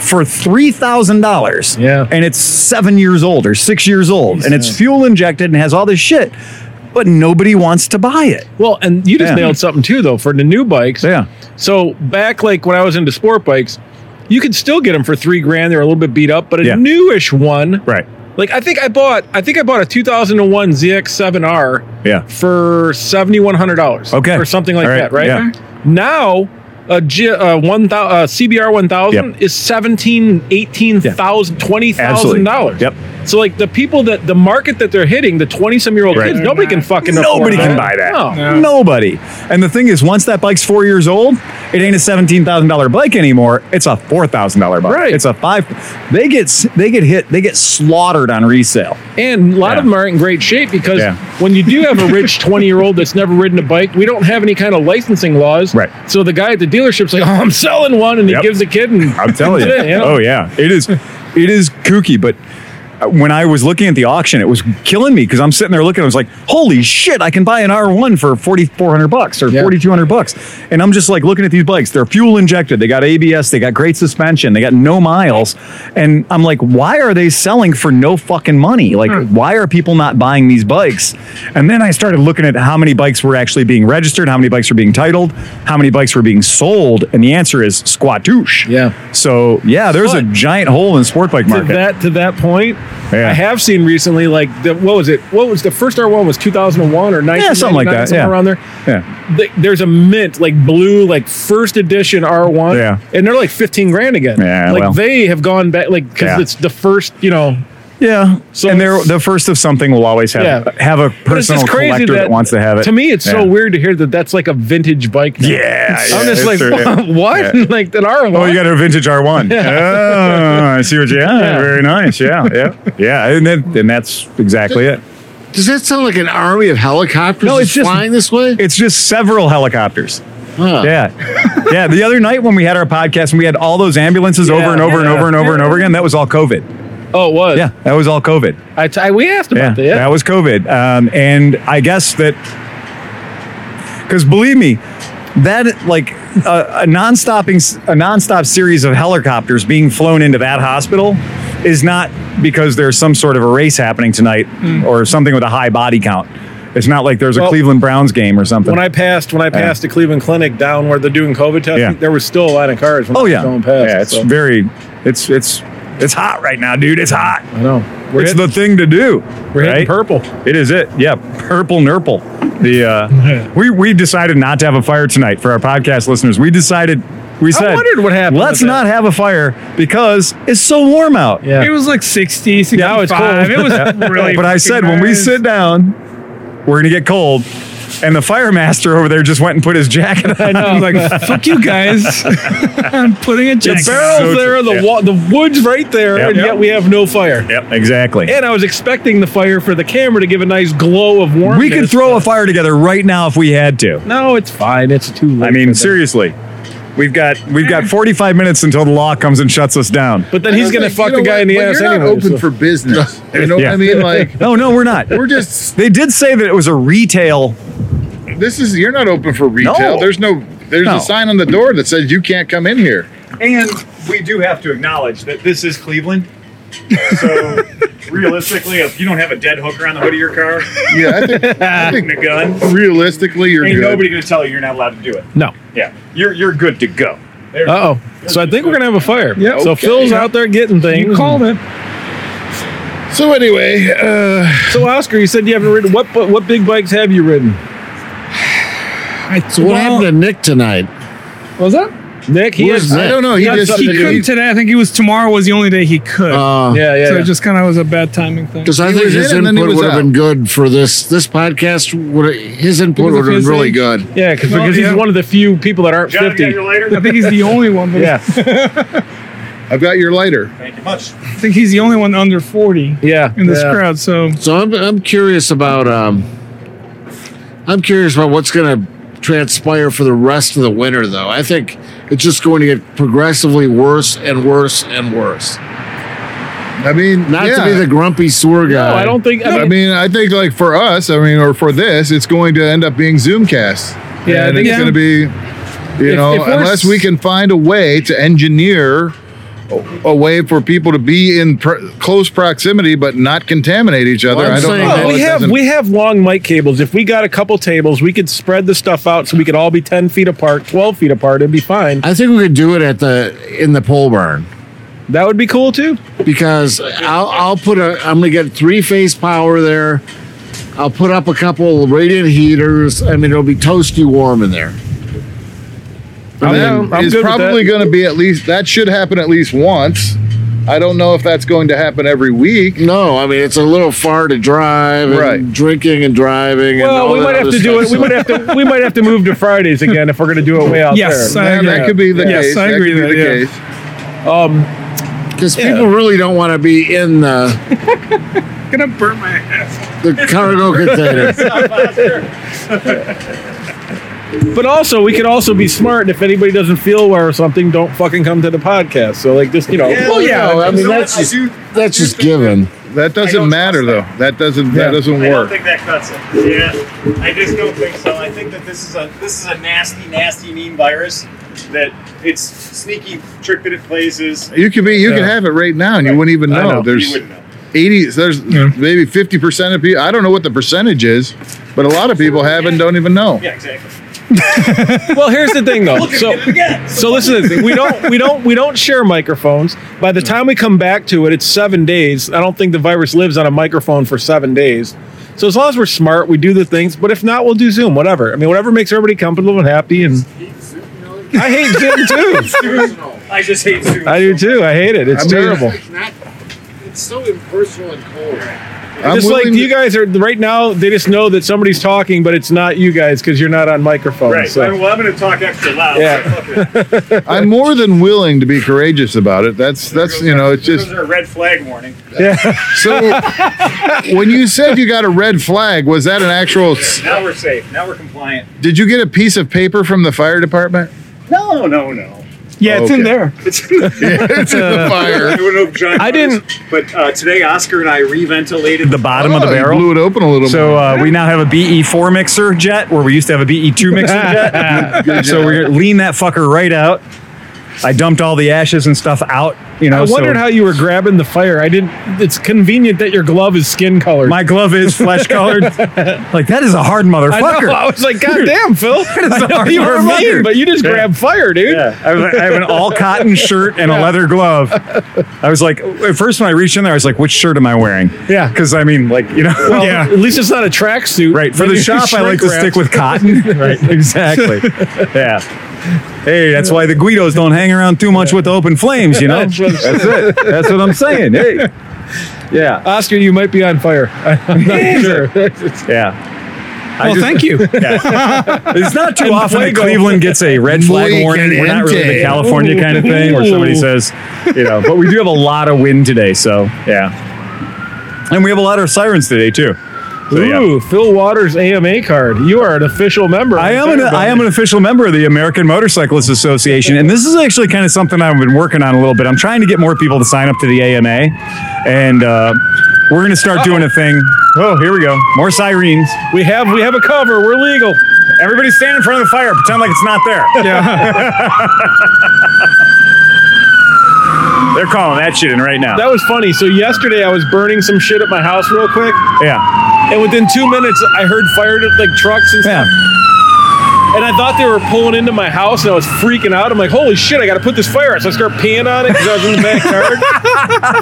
[SPEAKER 1] for $3,000.
[SPEAKER 4] Yeah.
[SPEAKER 1] And it's 7 years old or 6 years old and it's fuel injected and has all this shit, but nobody wants to buy it.
[SPEAKER 4] Well, and you just
[SPEAKER 1] Yeah.
[SPEAKER 4] nailed something too, though, for the new bikes.
[SPEAKER 1] Yeah.
[SPEAKER 4] So back like when I was into sport bikes, you could still get them for three grand. They're a little bit beat up, but a
[SPEAKER 1] Yeah.
[SPEAKER 4] newish one.
[SPEAKER 1] Right.
[SPEAKER 4] Like I think I bought, I think I bought a 2001 ZX7R
[SPEAKER 1] Yeah.
[SPEAKER 4] for seventy one hundred dollars.
[SPEAKER 1] Okay.
[SPEAKER 4] or something like
[SPEAKER 1] All right.
[SPEAKER 4] that. Right
[SPEAKER 1] Yeah.
[SPEAKER 4] now, a, G, a one thou, uh, a CBR one thousand
[SPEAKER 1] Yep.
[SPEAKER 4] is seventeen, eighteen
[SPEAKER 1] Yeah.
[SPEAKER 4] thousand, twenty thousand dollars.
[SPEAKER 1] Yep.
[SPEAKER 4] So like the people that the market that they're hitting, the twenty some year old
[SPEAKER 1] Right.
[SPEAKER 4] kids, nobody can fucking afford
[SPEAKER 1] Nobody can buy that.
[SPEAKER 4] No.
[SPEAKER 3] No.
[SPEAKER 1] Nobody. And the thing is, once that bike's four years old, it ain't a seventeen thousand dollar bike anymore. It's a four thousand dollar bike.
[SPEAKER 4] Right.
[SPEAKER 1] It's a five. They get s- they get hit. They get slaughtered on resale.
[SPEAKER 4] And a lot
[SPEAKER 1] Yeah.
[SPEAKER 4] of them aren't in great shape because
[SPEAKER 1] Yeah.
[SPEAKER 4] when you do have a rich [LAUGHS] 20 year old that's never ridden a bike, we don't have any kind of licensing laws.
[SPEAKER 1] Right.
[SPEAKER 4] So the guy at the dealership's like, oh, I'm selling one. And
[SPEAKER 1] Yep. [LAUGHS]
[SPEAKER 4] [LAUGHS] he gives the kid. And
[SPEAKER 1] Oh, I'm telling you.
[SPEAKER 4] Yeah.
[SPEAKER 1] Oh yeah, it is. It is kooky, but when I was looking at the auction, it was killing me because I'm sitting there looking. I was like, "Holy shit! I can buy an R1 for forty four hundred bucks or
[SPEAKER 4] Yeah.
[SPEAKER 1] forty two hundred bucks." And I'm just like looking at these bikes. They're fuel injected. They got ABS. They got great suspension. They got no miles. And I'm like, "Why are they selling for no fucking money? Like,
[SPEAKER 4] Hmm.
[SPEAKER 1] why are people not buying these bikes?" And then I started looking at how many bikes were actually being registered, how many bikes were being titled, how many bikes were being sold, and the answer is squatoosh.
[SPEAKER 4] Yeah.
[SPEAKER 1] So yeah, there's a
[SPEAKER 4] But-
[SPEAKER 1] giant hole in the sport bike
[SPEAKER 4] to
[SPEAKER 1] market.
[SPEAKER 4] that to that point.
[SPEAKER 1] Yeah.
[SPEAKER 4] I have seen recently, like the, what was it? What was the first R1 was 2001 or 1999,
[SPEAKER 1] something like that,
[SPEAKER 4] somewhere
[SPEAKER 1] yeah.
[SPEAKER 4] around there.
[SPEAKER 1] yeah.
[SPEAKER 4] Th- There's a mint, like blue, like first edition R1,
[SPEAKER 1] Yeah.
[SPEAKER 4] and they're like 15 grand again.
[SPEAKER 1] Yeah,
[SPEAKER 4] like
[SPEAKER 1] well.
[SPEAKER 4] they have gone back, like because
[SPEAKER 1] Yeah.
[SPEAKER 4] it's the first, you know.
[SPEAKER 1] Yeah.
[SPEAKER 4] So
[SPEAKER 1] and they're
[SPEAKER 4] it's-
[SPEAKER 1] the first of something will always have
[SPEAKER 4] Yeah.
[SPEAKER 1] have a
[SPEAKER 4] but it's
[SPEAKER 1] personal
[SPEAKER 4] just crazy
[SPEAKER 1] collector that, wants to have it.
[SPEAKER 4] To me, it's
[SPEAKER 1] Yeah.
[SPEAKER 4] so weird to hear that that's like a vintage bike. now.
[SPEAKER 1] Yeah.
[SPEAKER 4] I'm
[SPEAKER 1] yeah,
[SPEAKER 4] just
[SPEAKER 1] it's
[SPEAKER 4] like, [LAUGHS]
[SPEAKER 1] true, yeah.
[SPEAKER 4] what?
[SPEAKER 1] Yeah.
[SPEAKER 4] like an R1?
[SPEAKER 1] Oh, you got a vintage R1. Oh, I see what you yeah,
[SPEAKER 4] [LAUGHS] Yeah.
[SPEAKER 1] Very nice. Yeah. Yeah. Yeah. And then and that's exactly it.
[SPEAKER 5] Does that sound like an army of helicopters
[SPEAKER 1] No,
[SPEAKER 5] no,
[SPEAKER 1] it's just-
[SPEAKER 5] flying this way?
[SPEAKER 1] It's just several helicopters.
[SPEAKER 5] Huh.
[SPEAKER 1] Yeah. Yeah. The other night when we had our podcast and we had all those ambulances over
[SPEAKER 4] Yeah.
[SPEAKER 1] and over and
[SPEAKER 4] Yeah.
[SPEAKER 1] over and over and over again, that was all COVID.
[SPEAKER 4] oh, it was.
[SPEAKER 1] Yeah. That was all COVID.
[SPEAKER 4] I, t- I we asked about that.
[SPEAKER 1] That was COVID. Um, and I guess that, because believe me, that like a, a non-stopping a non-stop series of helicopters being flown into that hospital is not because there's some sort of a race happening tonight or something with a high body count. It's not like there's a
[SPEAKER 4] Mm. Well,
[SPEAKER 1] Cleveland Browns game or something.
[SPEAKER 4] When I passed, when I passed the Cleveland Clinic down where they're doing COVID testing,
[SPEAKER 1] Yeah.
[SPEAKER 4] there was still a line of cars. When I
[SPEAKER 1] oh
[SPEAKER 4] was
[SPEAKER 1] yeah,
[SPEAKER 4] going past.
[SPEAKER 1] yeah. It's
[SPEAKER 4] so-
[SPEAKER 1] very, it's it's it's hot right now, dude. It's hot.
[SPEAKER 4] I know. We're
[SPEAKER 1] it's
[SPEAKER 4] hitting,
[SPEAKER 1] the thing to do.
[SPEAKER 4] we're hitting
[SPEAKER 1] right?
[SPEAKER 4] purple.
[SPEAKER 1] It is it. Yeah, purple nurple. The
[SPEAKER 4] [LAUGHS]
[SPEAKER 1] uh, we we decided not to have a fire tonight for our podcast listeners. We decided we said
[SPEAKER 4] wondered what happened
[SPEAKER 1] Let's
[SPEAKER 4] with that."
[SPEAKER 1] not have a fire because it's so warm out.
[SPEAKER 4] Yeah.
[SPEAKER 3] It was like 60, 65.
[SPEAKER 4] Now it's cold.
[SPEAKER 3] It was really.
[SPEAKER 1] But I
[SPEAKER 3] freaking
[SPEAKER 1] said when we
[SPEAKER 3] nice.
[SPEAKER 1] sit down, we're gonna get cold. And the fire master over there just went and put his jacket
[SPEAKER 4] [LAUGHS]
[SPEAKER 1] on.
[SPEAKER 3] I was like, fuck you guys. [LAUGHS] I'm putting a jacket.
[SPEAKER 1] It's
[SPEAKER 3] on.
[SPEAKER 1] so
[SPEAKER 4] Barrels there, the
[SPEAKER 1] true.
[SPEAKER 4] wa- Uh, the woods right there,
[SPEAKER 1] Yep.
[SPEAKER 4] and yet we have no fire.
[SPEAKER 1] Yep, exactly.
[SPEAKER 4] And I was expecting the fire for the camera to give a nice glow of warmth.
[SPEAKER 1] we could throw
[SPEAKER 4] uh,
[SPEAKER 1] a fire together right now if we had to.
[SPEAKER 4] No, it's fine. It's too late.
[SPEAKER 1] I
[SPEAKER 4] for
[SPEAKER 1] mean,
[SPEAKER 4] that.
[SPEAKER 1] seriously. We've got we've got 45 minutes until the law comes and shuts us down.
[SPEAKER 4] But then he's
[SPEAKER 2] I
[SPEAKER 4] gonna
[SPEAKER 2] think,
[SPEAKER 4] fuck
[SPEAKER 2] you know
[SPEAKER 4] the guy
[SPEAKER 2] what?
[SPEAKER 4] in the
[SPEAKER 2] Well,
[SPEAKER 4] ass
[SPEAKER 2] You're not
[SPEAKER 4] anyway.
[SPEAKER 2] open
[SPEAKER 4] so- [LAUGHS]
[SPEAKER 2] for business. You know what I mean? Like
[SPEAKER 1] No, no, we're not.
[SPEAKER 2] we're just
[SPEAKER 1] They did say that it was a retail.
[SPEAKER 2] this is you're not open for retail.
[SPEAKER 1] No.
[SPEAKER 2] There's no there's
[SPEAKER 1] No.
[SPEAKER 2] a sign on the door that says you can't come in here.
[SPEAKER 1] And we do have to acknowledge that this is Cleveland. [LAUGHS] So realistically, if you don't have a dead hooker on the hood of your car
[SPEAKER 2] Yeah, I
[SPEAKER 4] [LAUGHS]
[SPEAKER 2] think, I
[SPEAKER 1] and
[SPEAKER 2] think
[SPEAKER 1] a gun,
[SPEAKER 2] realistically you're
[SPEAKER 1] ain't
[SPEAKER 2] good.
[SPEAKER 1] nobody going to tell you you're not allowed to do it.
[SPEAKER 4] no.
[SPEAKER 1] Yeah, you're you're good to go. There's-
[SPEAKER 4] Uh oh. So I think we're gonna have a fire.
[SPEAKER 3] Yeah,
[SPEAKER 4] So
[SPEAKER 3] okay.
[SPEAKER 4] Phil's out there getting things.
[SPEAKER 3] You called it.
[SPEAKER 2] so anyway, uh,
[SPEAKER 4] So Oscar, you said you haven't ridden. What bu- what big bikes have you ridden?
[SPEAKER 5] So what happened to Nick tonight?
[SPEAKER 4] Was that Nick? He
[SPEAKER 5] Where's
[SPEAKER 4] has-
[SPEAKER 5] Nick?
[SPEAKER 2] I don't know. He
[SPEAKER 3] He,
[SPEAKER 2] just
[SPEAKER 3] couldn't
[SPEAKER 2] he,
[SPEAKER 3] today. I think it was tomorrow was the only day he could.
[SPEAKER 5] Uh,
[SPEAKER 4] Yeah, yeah.
[SPEAKER 3] so
[SPEAKER 4] yeah.
[SPEAKER 3] it just kind of was a bad timing thing.
[SPEAKER 5] Because I
[SPEAKER 2] He
[SPEAKER 5] think
[SPEAKER 2] was
[SPEAKER 5] his
[SPEAKER 2] in and then he
[SPEAKER 5] input
[SPEAKER 2] was
[SPEAKER 5] would have
[SPEAKER 2] out.
[SPEAKER 5] been good for this. This podcast would his input
[SPEAKER 3] Because
[SPEAKER 5] would have
[SPEAKER 3] of
[SPEAKER 5] been
[SPEAKER 3] his
[SPEAKER 5] really
[SPEAKER 3] age.
[SPEAKER 5] good.
[SPEAKER 4] yeah, 'cause-
[SPEAKER 3] Well,
[SPEAKER 4] because
[SPEAKER 3] yeah.
[SPEAKER 4] he's one of the few people that aren't
[SPEAKER 1] John, I got
[SPEAKER 4] fifty.
[SPEAKER 1] your lighter?
[SPEAKER 3] I think he's the only one. but
[SPEAKER 4] Yeah,
[SPEAKER 2] I've got your lighter.
[SPEAKER 1] Thank you much.
[SPEAKER 3] I think he's the only one under 40
[SPEAKER 4] yeah.
[SPEAKER 3] in this
[SPEAKER 4] yeah.
[SPEAKER 3] crowd. So
[SPEAKER 5] So I'm I'm curious about um, I'm curious about what's going to transpire for the rest of the winter, though. I think it's just going to get progressively worse and worse and worse.
[SPEAKER 2] I mean,
[SPEAKER 5] Not
[SPEAKER 2] yeah.
[SPEAKER 5] to be the grumpy sewer guy.
[SPEAKER 4] No, I don't think. I
[SPEAKER 2] I
[SPEAKER 4] mean,
[SPEAKER 2] mean, I think like for us, I mean, or for this, it's going to end up being Zoomcast.
[SPEAKER 4] Yeah, I
[SPEAKER 2] and
[SPEAKER 4] think-
[SPEAKER 2] it's
[SPEAKER 4] Yeah.
[SPEAKER 2] going to be, you
[SPEAKER 4] If-
[SPEAKER 2] know,
[SPEAKER 4] if we're
[SPEAKER 2] unless we
[SPEAKER 4] s-
[SPEAKER 2] can find a way to engineer a, a way for people to be in pr- close proximity but not contaminate each other.
[SPEAKER 5] Well, I'm
[SPEAKER 2] I don't
[SPEAKER 5] saying
[SPEAKER 2] know.
[SPEAKER 5] that-
[SPEAKER 2] how
[SPEAKER 4] well,
[SPEAKER 2] it
[SPEAKER 4] we have
[SPEAKER 2] doesn't-
[SPEAKER 4] we have long mic cables. If we got a couple tables, we could spread the stuff out so we could all be ten feet apart, twelve feet apart. It'd be fine.
[SPEAKER 5] I think we could do it at the in the pole barn
[SPEAKER 4] That would be cool too.
[SPEAKER 5] because I'll I'll put a I'm going to get three phase power there. I'll put up a couple radiant heaters. I mean, it'll be toasty warm in there.
[SPEAKER 4] I'm,
[SPEAKER 2] That is probably going to be at least that should happen at least once. I don't know if that's going to happen every week.
[SPEAKER 5] No, I mean it's a little far to drive, and
[SPEAKER 2] Right.
[SPEAKER 5] Drinking and driving. and
[SPEAKER 4] Well,
[SPEAKER 5] all
[SPEAKER 4] we
[SPEAKER 5] that
[SPEAKER 4] might have
[SPEAKER 5] other
[SPEAKER 4] to do it.
[SPEAKER 5] stuff.
[SPEAKER 4] We might have [LAUGHS] to. We might have to move to Fridays again if we're going to do it way out
[SPEAKER 3] Yes,
[SPEAKER 4] there.
[SPEAKER 3] I
[SPEAKER 2] That,
[SPEAKER 3] agree.
[SPEAKER 2] that could be the
[SPEAKER 3] Yes,
[SPEAKER 2] case.
[SPEAKER 3] I agree
[SPEAKER 2] That could be
[SPEAKER 3] that, yeah.
[SPEAKER 2] the case.
[SPEAKER 5] because people really don't want to be in the
[SPEAKER 3] gonna burn my ass.
[SPEAKER 5] the cargo container.
[SPEAKER 4] But also, we could also be smart. And if anybody doesn't feel well or something, don't fucking come to the podcast. So, like, just you know,
[SPEAKER 5] Well, yeah, I mean
[SPEAKER 1] You know
[SPEAKER 5] that's
[SPEAKER 1] what? I
[SPEAKER 5] just,
[SPEAKER 1] do-
[SPEAKER 5] that's just given.
[SPEAKER 2] That
[SPEAKER 6] I don't
[SPEAKER 2] doesn't matter though.
[SPEAKER 6] trust
[SPEAKER 2] That doesn't
[SPEAKER 4] Yeah.
[SPEAKER 2] that doesn't
[SPEAKER 6] I don't
[SPEAKER 2] work.
[SPEAKER 6] think that cuts it. Yeah, I just don't think so. I think that this is a this is a nasty, nasty, mean virus that its sneaky trick that it plays is
[SPEAKER 2] You could be you could
[SPEAKER 4] Yeah.
[SPEAKER 2] have it right now and you wouldn't even
[SPEAKER 4] I
[SPEAKER 2] know.
[SPEAKER 4] know.
[SPEAKER 2] There's
[SPEAKER 6] you wouldn't know.
[SPEAKER 2] 80 there's maybe 50% of people I don't know what the percentage is, but a lot of people have and don't even know.
[SPEAKER 6] Yeah, exactly.
[SPEAKER 4] well, here's the thing, though.
[SPEAKER 6] Look at
[SPEAKER 4] So,
[SPEAKER 6] it again.
[SPEAKER 4] so listen to this. We don't, we don't, we don't share microphones. By the time we come back to it, it's seven days. I don't think the virus lives on a microphone for seven days. So as long as we're smart, we do the things. But if not, we'll do Zoom. Whatever. I mean, whatever makes everybody comfortable and happy. And I hate Zoom too.
[SPEAKER 6] I just hate Zoom.
[SPEAKER 4] I do too. I hate it. It's
[SPEAKER 2] I mean,
[SPEAKER 4] terrible.
[SPEAKER 5] It's not. It's so impersonal and cold.
[SPEAKER 2] I'm
[SPEAKER 4] just like
[SPEAKER 2] willing
[SPEAKER 4] you
[SPEAKER 2] to-
[SPEAKER 4] guys are right now, they just know that somebody's talking, but it's not you guys because you're not on microphone.
[SPEAKER 6] Right.
[SPEAKER 4] So.
[SPEAKER 6] I mean, well, I'm going to talk extra loud.
[SPEAKER 4] Yeah.
[SPEAKER 6] So fuck it.
[SPEAKER 2] I'm more than willing to be courageous about it. That's that's you know, it's
[SPEAKER 6] There
[SPEAKER 2] just
[SPEAKER 6] goes our red flag warning.
[SPEAKER 2] so
[SPEAKER 6] [LAUGHS]
[SPEAKER 2] when you said you got a red flag, was that an actual
[SPEAKER 6] Now we're safe. Now we're compliant.
[SPEAKER 2] Did you get a piece of paper from the fire department?
[SPEAKER 6] No, no, no.
[SPEAKER 3] Yeah, it's in
[SPEAKER 2] Oh, Okay.
[SPEAKER 3] there.
[SPEAKER 6] It's,
[SPEAKER 2] it's in the
[SPEAKER 6] I
[SPEAKER 2] fire.
[SPEAKER 6] don't know, John.
[SPEAKER 1] I didn't-
[SPEAKER 6] But uh, today, Oscar and I reventilated
[SPEAKER 1] The bottom of the
[SPEAKER 2] Oh, you
[SPEAKER 1] barrel.
[SPEAKER 2] blew it open a little.
[SPEAKER 1] So uh, we now have a BE4 mixer jet where we used to have
[SPEAKER 6] [LAUGHS]
[SPEAKER 1] a BE2 mixer jet. so we're gonna lean that fucker right out. I dumped all the ashes and stuff out. You know,
[SPEAKER 4] I wondered
[SPEAKER 1] so
[SPEAKER 4] how you were grabbing the fire. I didn't. It's convenient that your glove is skin colored.
[SPEAKER 1] my glove is flesh colored. like that is a hard
[SPEAKER 4] [LAUGHS] I, know,
[SPEAKER 1] motherfucker.
[SPEAKER 4] I [LAUGHS] was like, God
[SPEAKER 1] [LAUGHS]
[SPEAKER 4] damn, Phil. I know you were
[SPEAKER 1] motherfucker.
[SPEAKER 4] mean, but you just
[SPEAKER 1] Yeah.
[SPEAKER 4] grabbed fire, dude.
[SPEAKER 1] Yeah, I, was, I have an all cotton shirt and a leather glove. I was like, at first when I reached in there, I was like, which shirt am I wearing?
[SPEAKER 4] Yeah.
[SPEAKER 1] because I mean, like you know, [LAUGHS]
[SPEAKER 4] Well,
[SPEAKER 1] yeah,
[SPEAKER 4] At least it's not a tracksuit.
[SPEAKER 1] Right. For the
[SPEAKER 4] Maybe
[SPEAKER 1] shop, I like to
[SPEAKER 4] shrink
[SPEAKER 1] stick
[SPEAKER 4] wraps.
[SPEAKER 1] with cotton.
[SPEAKER 4] [LAUGHS]
[SPEAKER 1] right. Exactly. Yeah. Hey, that's why the Guidos don't hang around too much with the open flames, you know?
[SPEAKER 4] [LAUGHS] That's what I'm saying.
[SPEAKER 1] That's it. That's what I'm saying. Hey. Yeah.
[SPEAKER 4] Oscar, you might be on fire. [LAUGHS] I'm not sure.
[SPEAKER 1] [LAUGHS] Yeah. I
[SPEAKER 3] Well,
[SPEAKER 1] just-
[SPEAKER 3] thank you.
[SPEAKER 1] It's not too often that
[SPEAKER 4] fuego.
[SPEAKER 1] Cleveland gets a red flag
[SPEAKER 2] Muy
[SPEAKER 1] warning. We're not really the
[SPEAKER 2] caliente.
[SPEAKER 1] California kind of thing where somebody says, you know, but we do have a lot of wind today. So, yeah. And we have a lot of sirens today, too. So, yeah.
[SPEAKER 4] Ooh, Phil Waters AMA card. You are an official member.
[SPEAKER 1] I am an I am an official member of the American Motorcyclists Association, and this is actually kind of something I've been working on a little bit. I'm trying to get more people to sign up to the AMA, and uh, we're going to start doing a thing. Oh, here we go! More sirens.
[SPEAKER 4] We have we have a cover. We're legal.
[SPEAKER 1] Everybody stand in front of the fire. Pretend like it's not there.
[SPEAKER 3] Yeah.
[SPEAKER 1] [LAUGHS] They're calling that shit in right now.
[SPEAKER 4] That was funny. So yesterday I was burning some shit at my house real quick,
[SPEAKER 1] yeah,
[SPEAKER 4] and within two minutes I heard fire like trucks and stuff.
[SPEAKER 1] yeah.
[SPEAKER 4] And I thought they were pulling into my house, and I was freaking out. I'm like, "Holy shit! I got to put this fire out!" So I start peeing on it because I was in the backyard.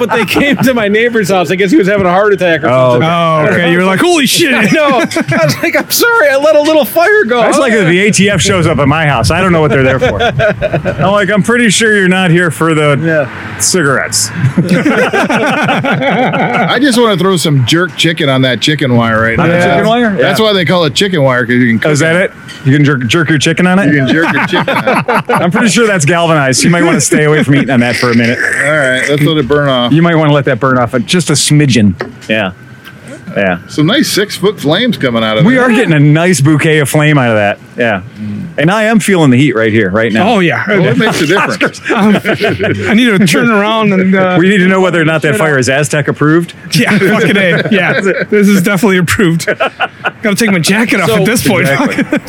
[SPEAKER 1] [LAUGHS]
[SPEAKER 4] but they came to my neighbor's house. I guess he was having a heart attack or
[SPEAKER 1] Oh,
[SPEAKER 4] something.
[SPEAKER 1] okay.
[SPEAKER 3] Oh, okay. You were like, holy shit.
[SPEAKER 4] No, I was like, "I'm sorry, I let a little fire go."
[SPEAKER 1] [LAUGHS] That's
[SPEAKER 4] Oh,
[SPEAKER 1] like if the
[SPEAKER 4] yeah.
[SPEAKER 1] ATF shows up at my house. I don't know what they're there [LAUGHS] for. I'm like, I'm pretty sure you're not here for the
[SPEAKER 4] Yeah.
[SPEAKER 1] cigarettes.
[SPEAKER 2] I just want to throw some jerk chicken on that chicken wire right now.
[SPEAKER 1] the chicken wire?
[SPEAKER 2] That's
[SPEAKER 1] Yeah.
[SPEAKER 2] why they call it chicken wire because you can cook
[SPEAKER 1] Is that it? You can jerk, jerk your chicken on it.
[SPEAKER 2] You can jerk your chicken. out. All
[SPEAKER 1] I'm pretty sure that's galvanized. You might want to stay away from eating on that for a minute.
[SPEAKER 2] right, let's let it burn
[SPEAKER 1] [LAUGHS]
[SPEAKER 2] off.
[SPEAKER 1] You might want to let that burn off at just a smidgen. Yeah. Yeah.
[SPEAKER 2] Some nice six foot flames coming out of Oh,
[SPEAKER 1] We
[SPEAKER 2] it.
[SPEAKER 1] are getting a nice bouquet of flame out of that. Yeah. And I am feeling the heat right here, right now.
[SPEAKER 3] Oh, yeah. Um,
[SPEAKER 2] Well, it
[SPEAKER 3] [LAUGHS]
[SPEAKER 2] makes a difference.
[SPEAKER 3] I need to turn around and uh,
[SPEAKER 1] We need to know whether or not that fire is Aztec approved.
[SPEAKER 3] [LAUGHS] yeah, fucking a. Yeah, this is definitely approved. Got to take my jacket off
[SPEAKER 4] So-
[SPEAKER 3] at this point.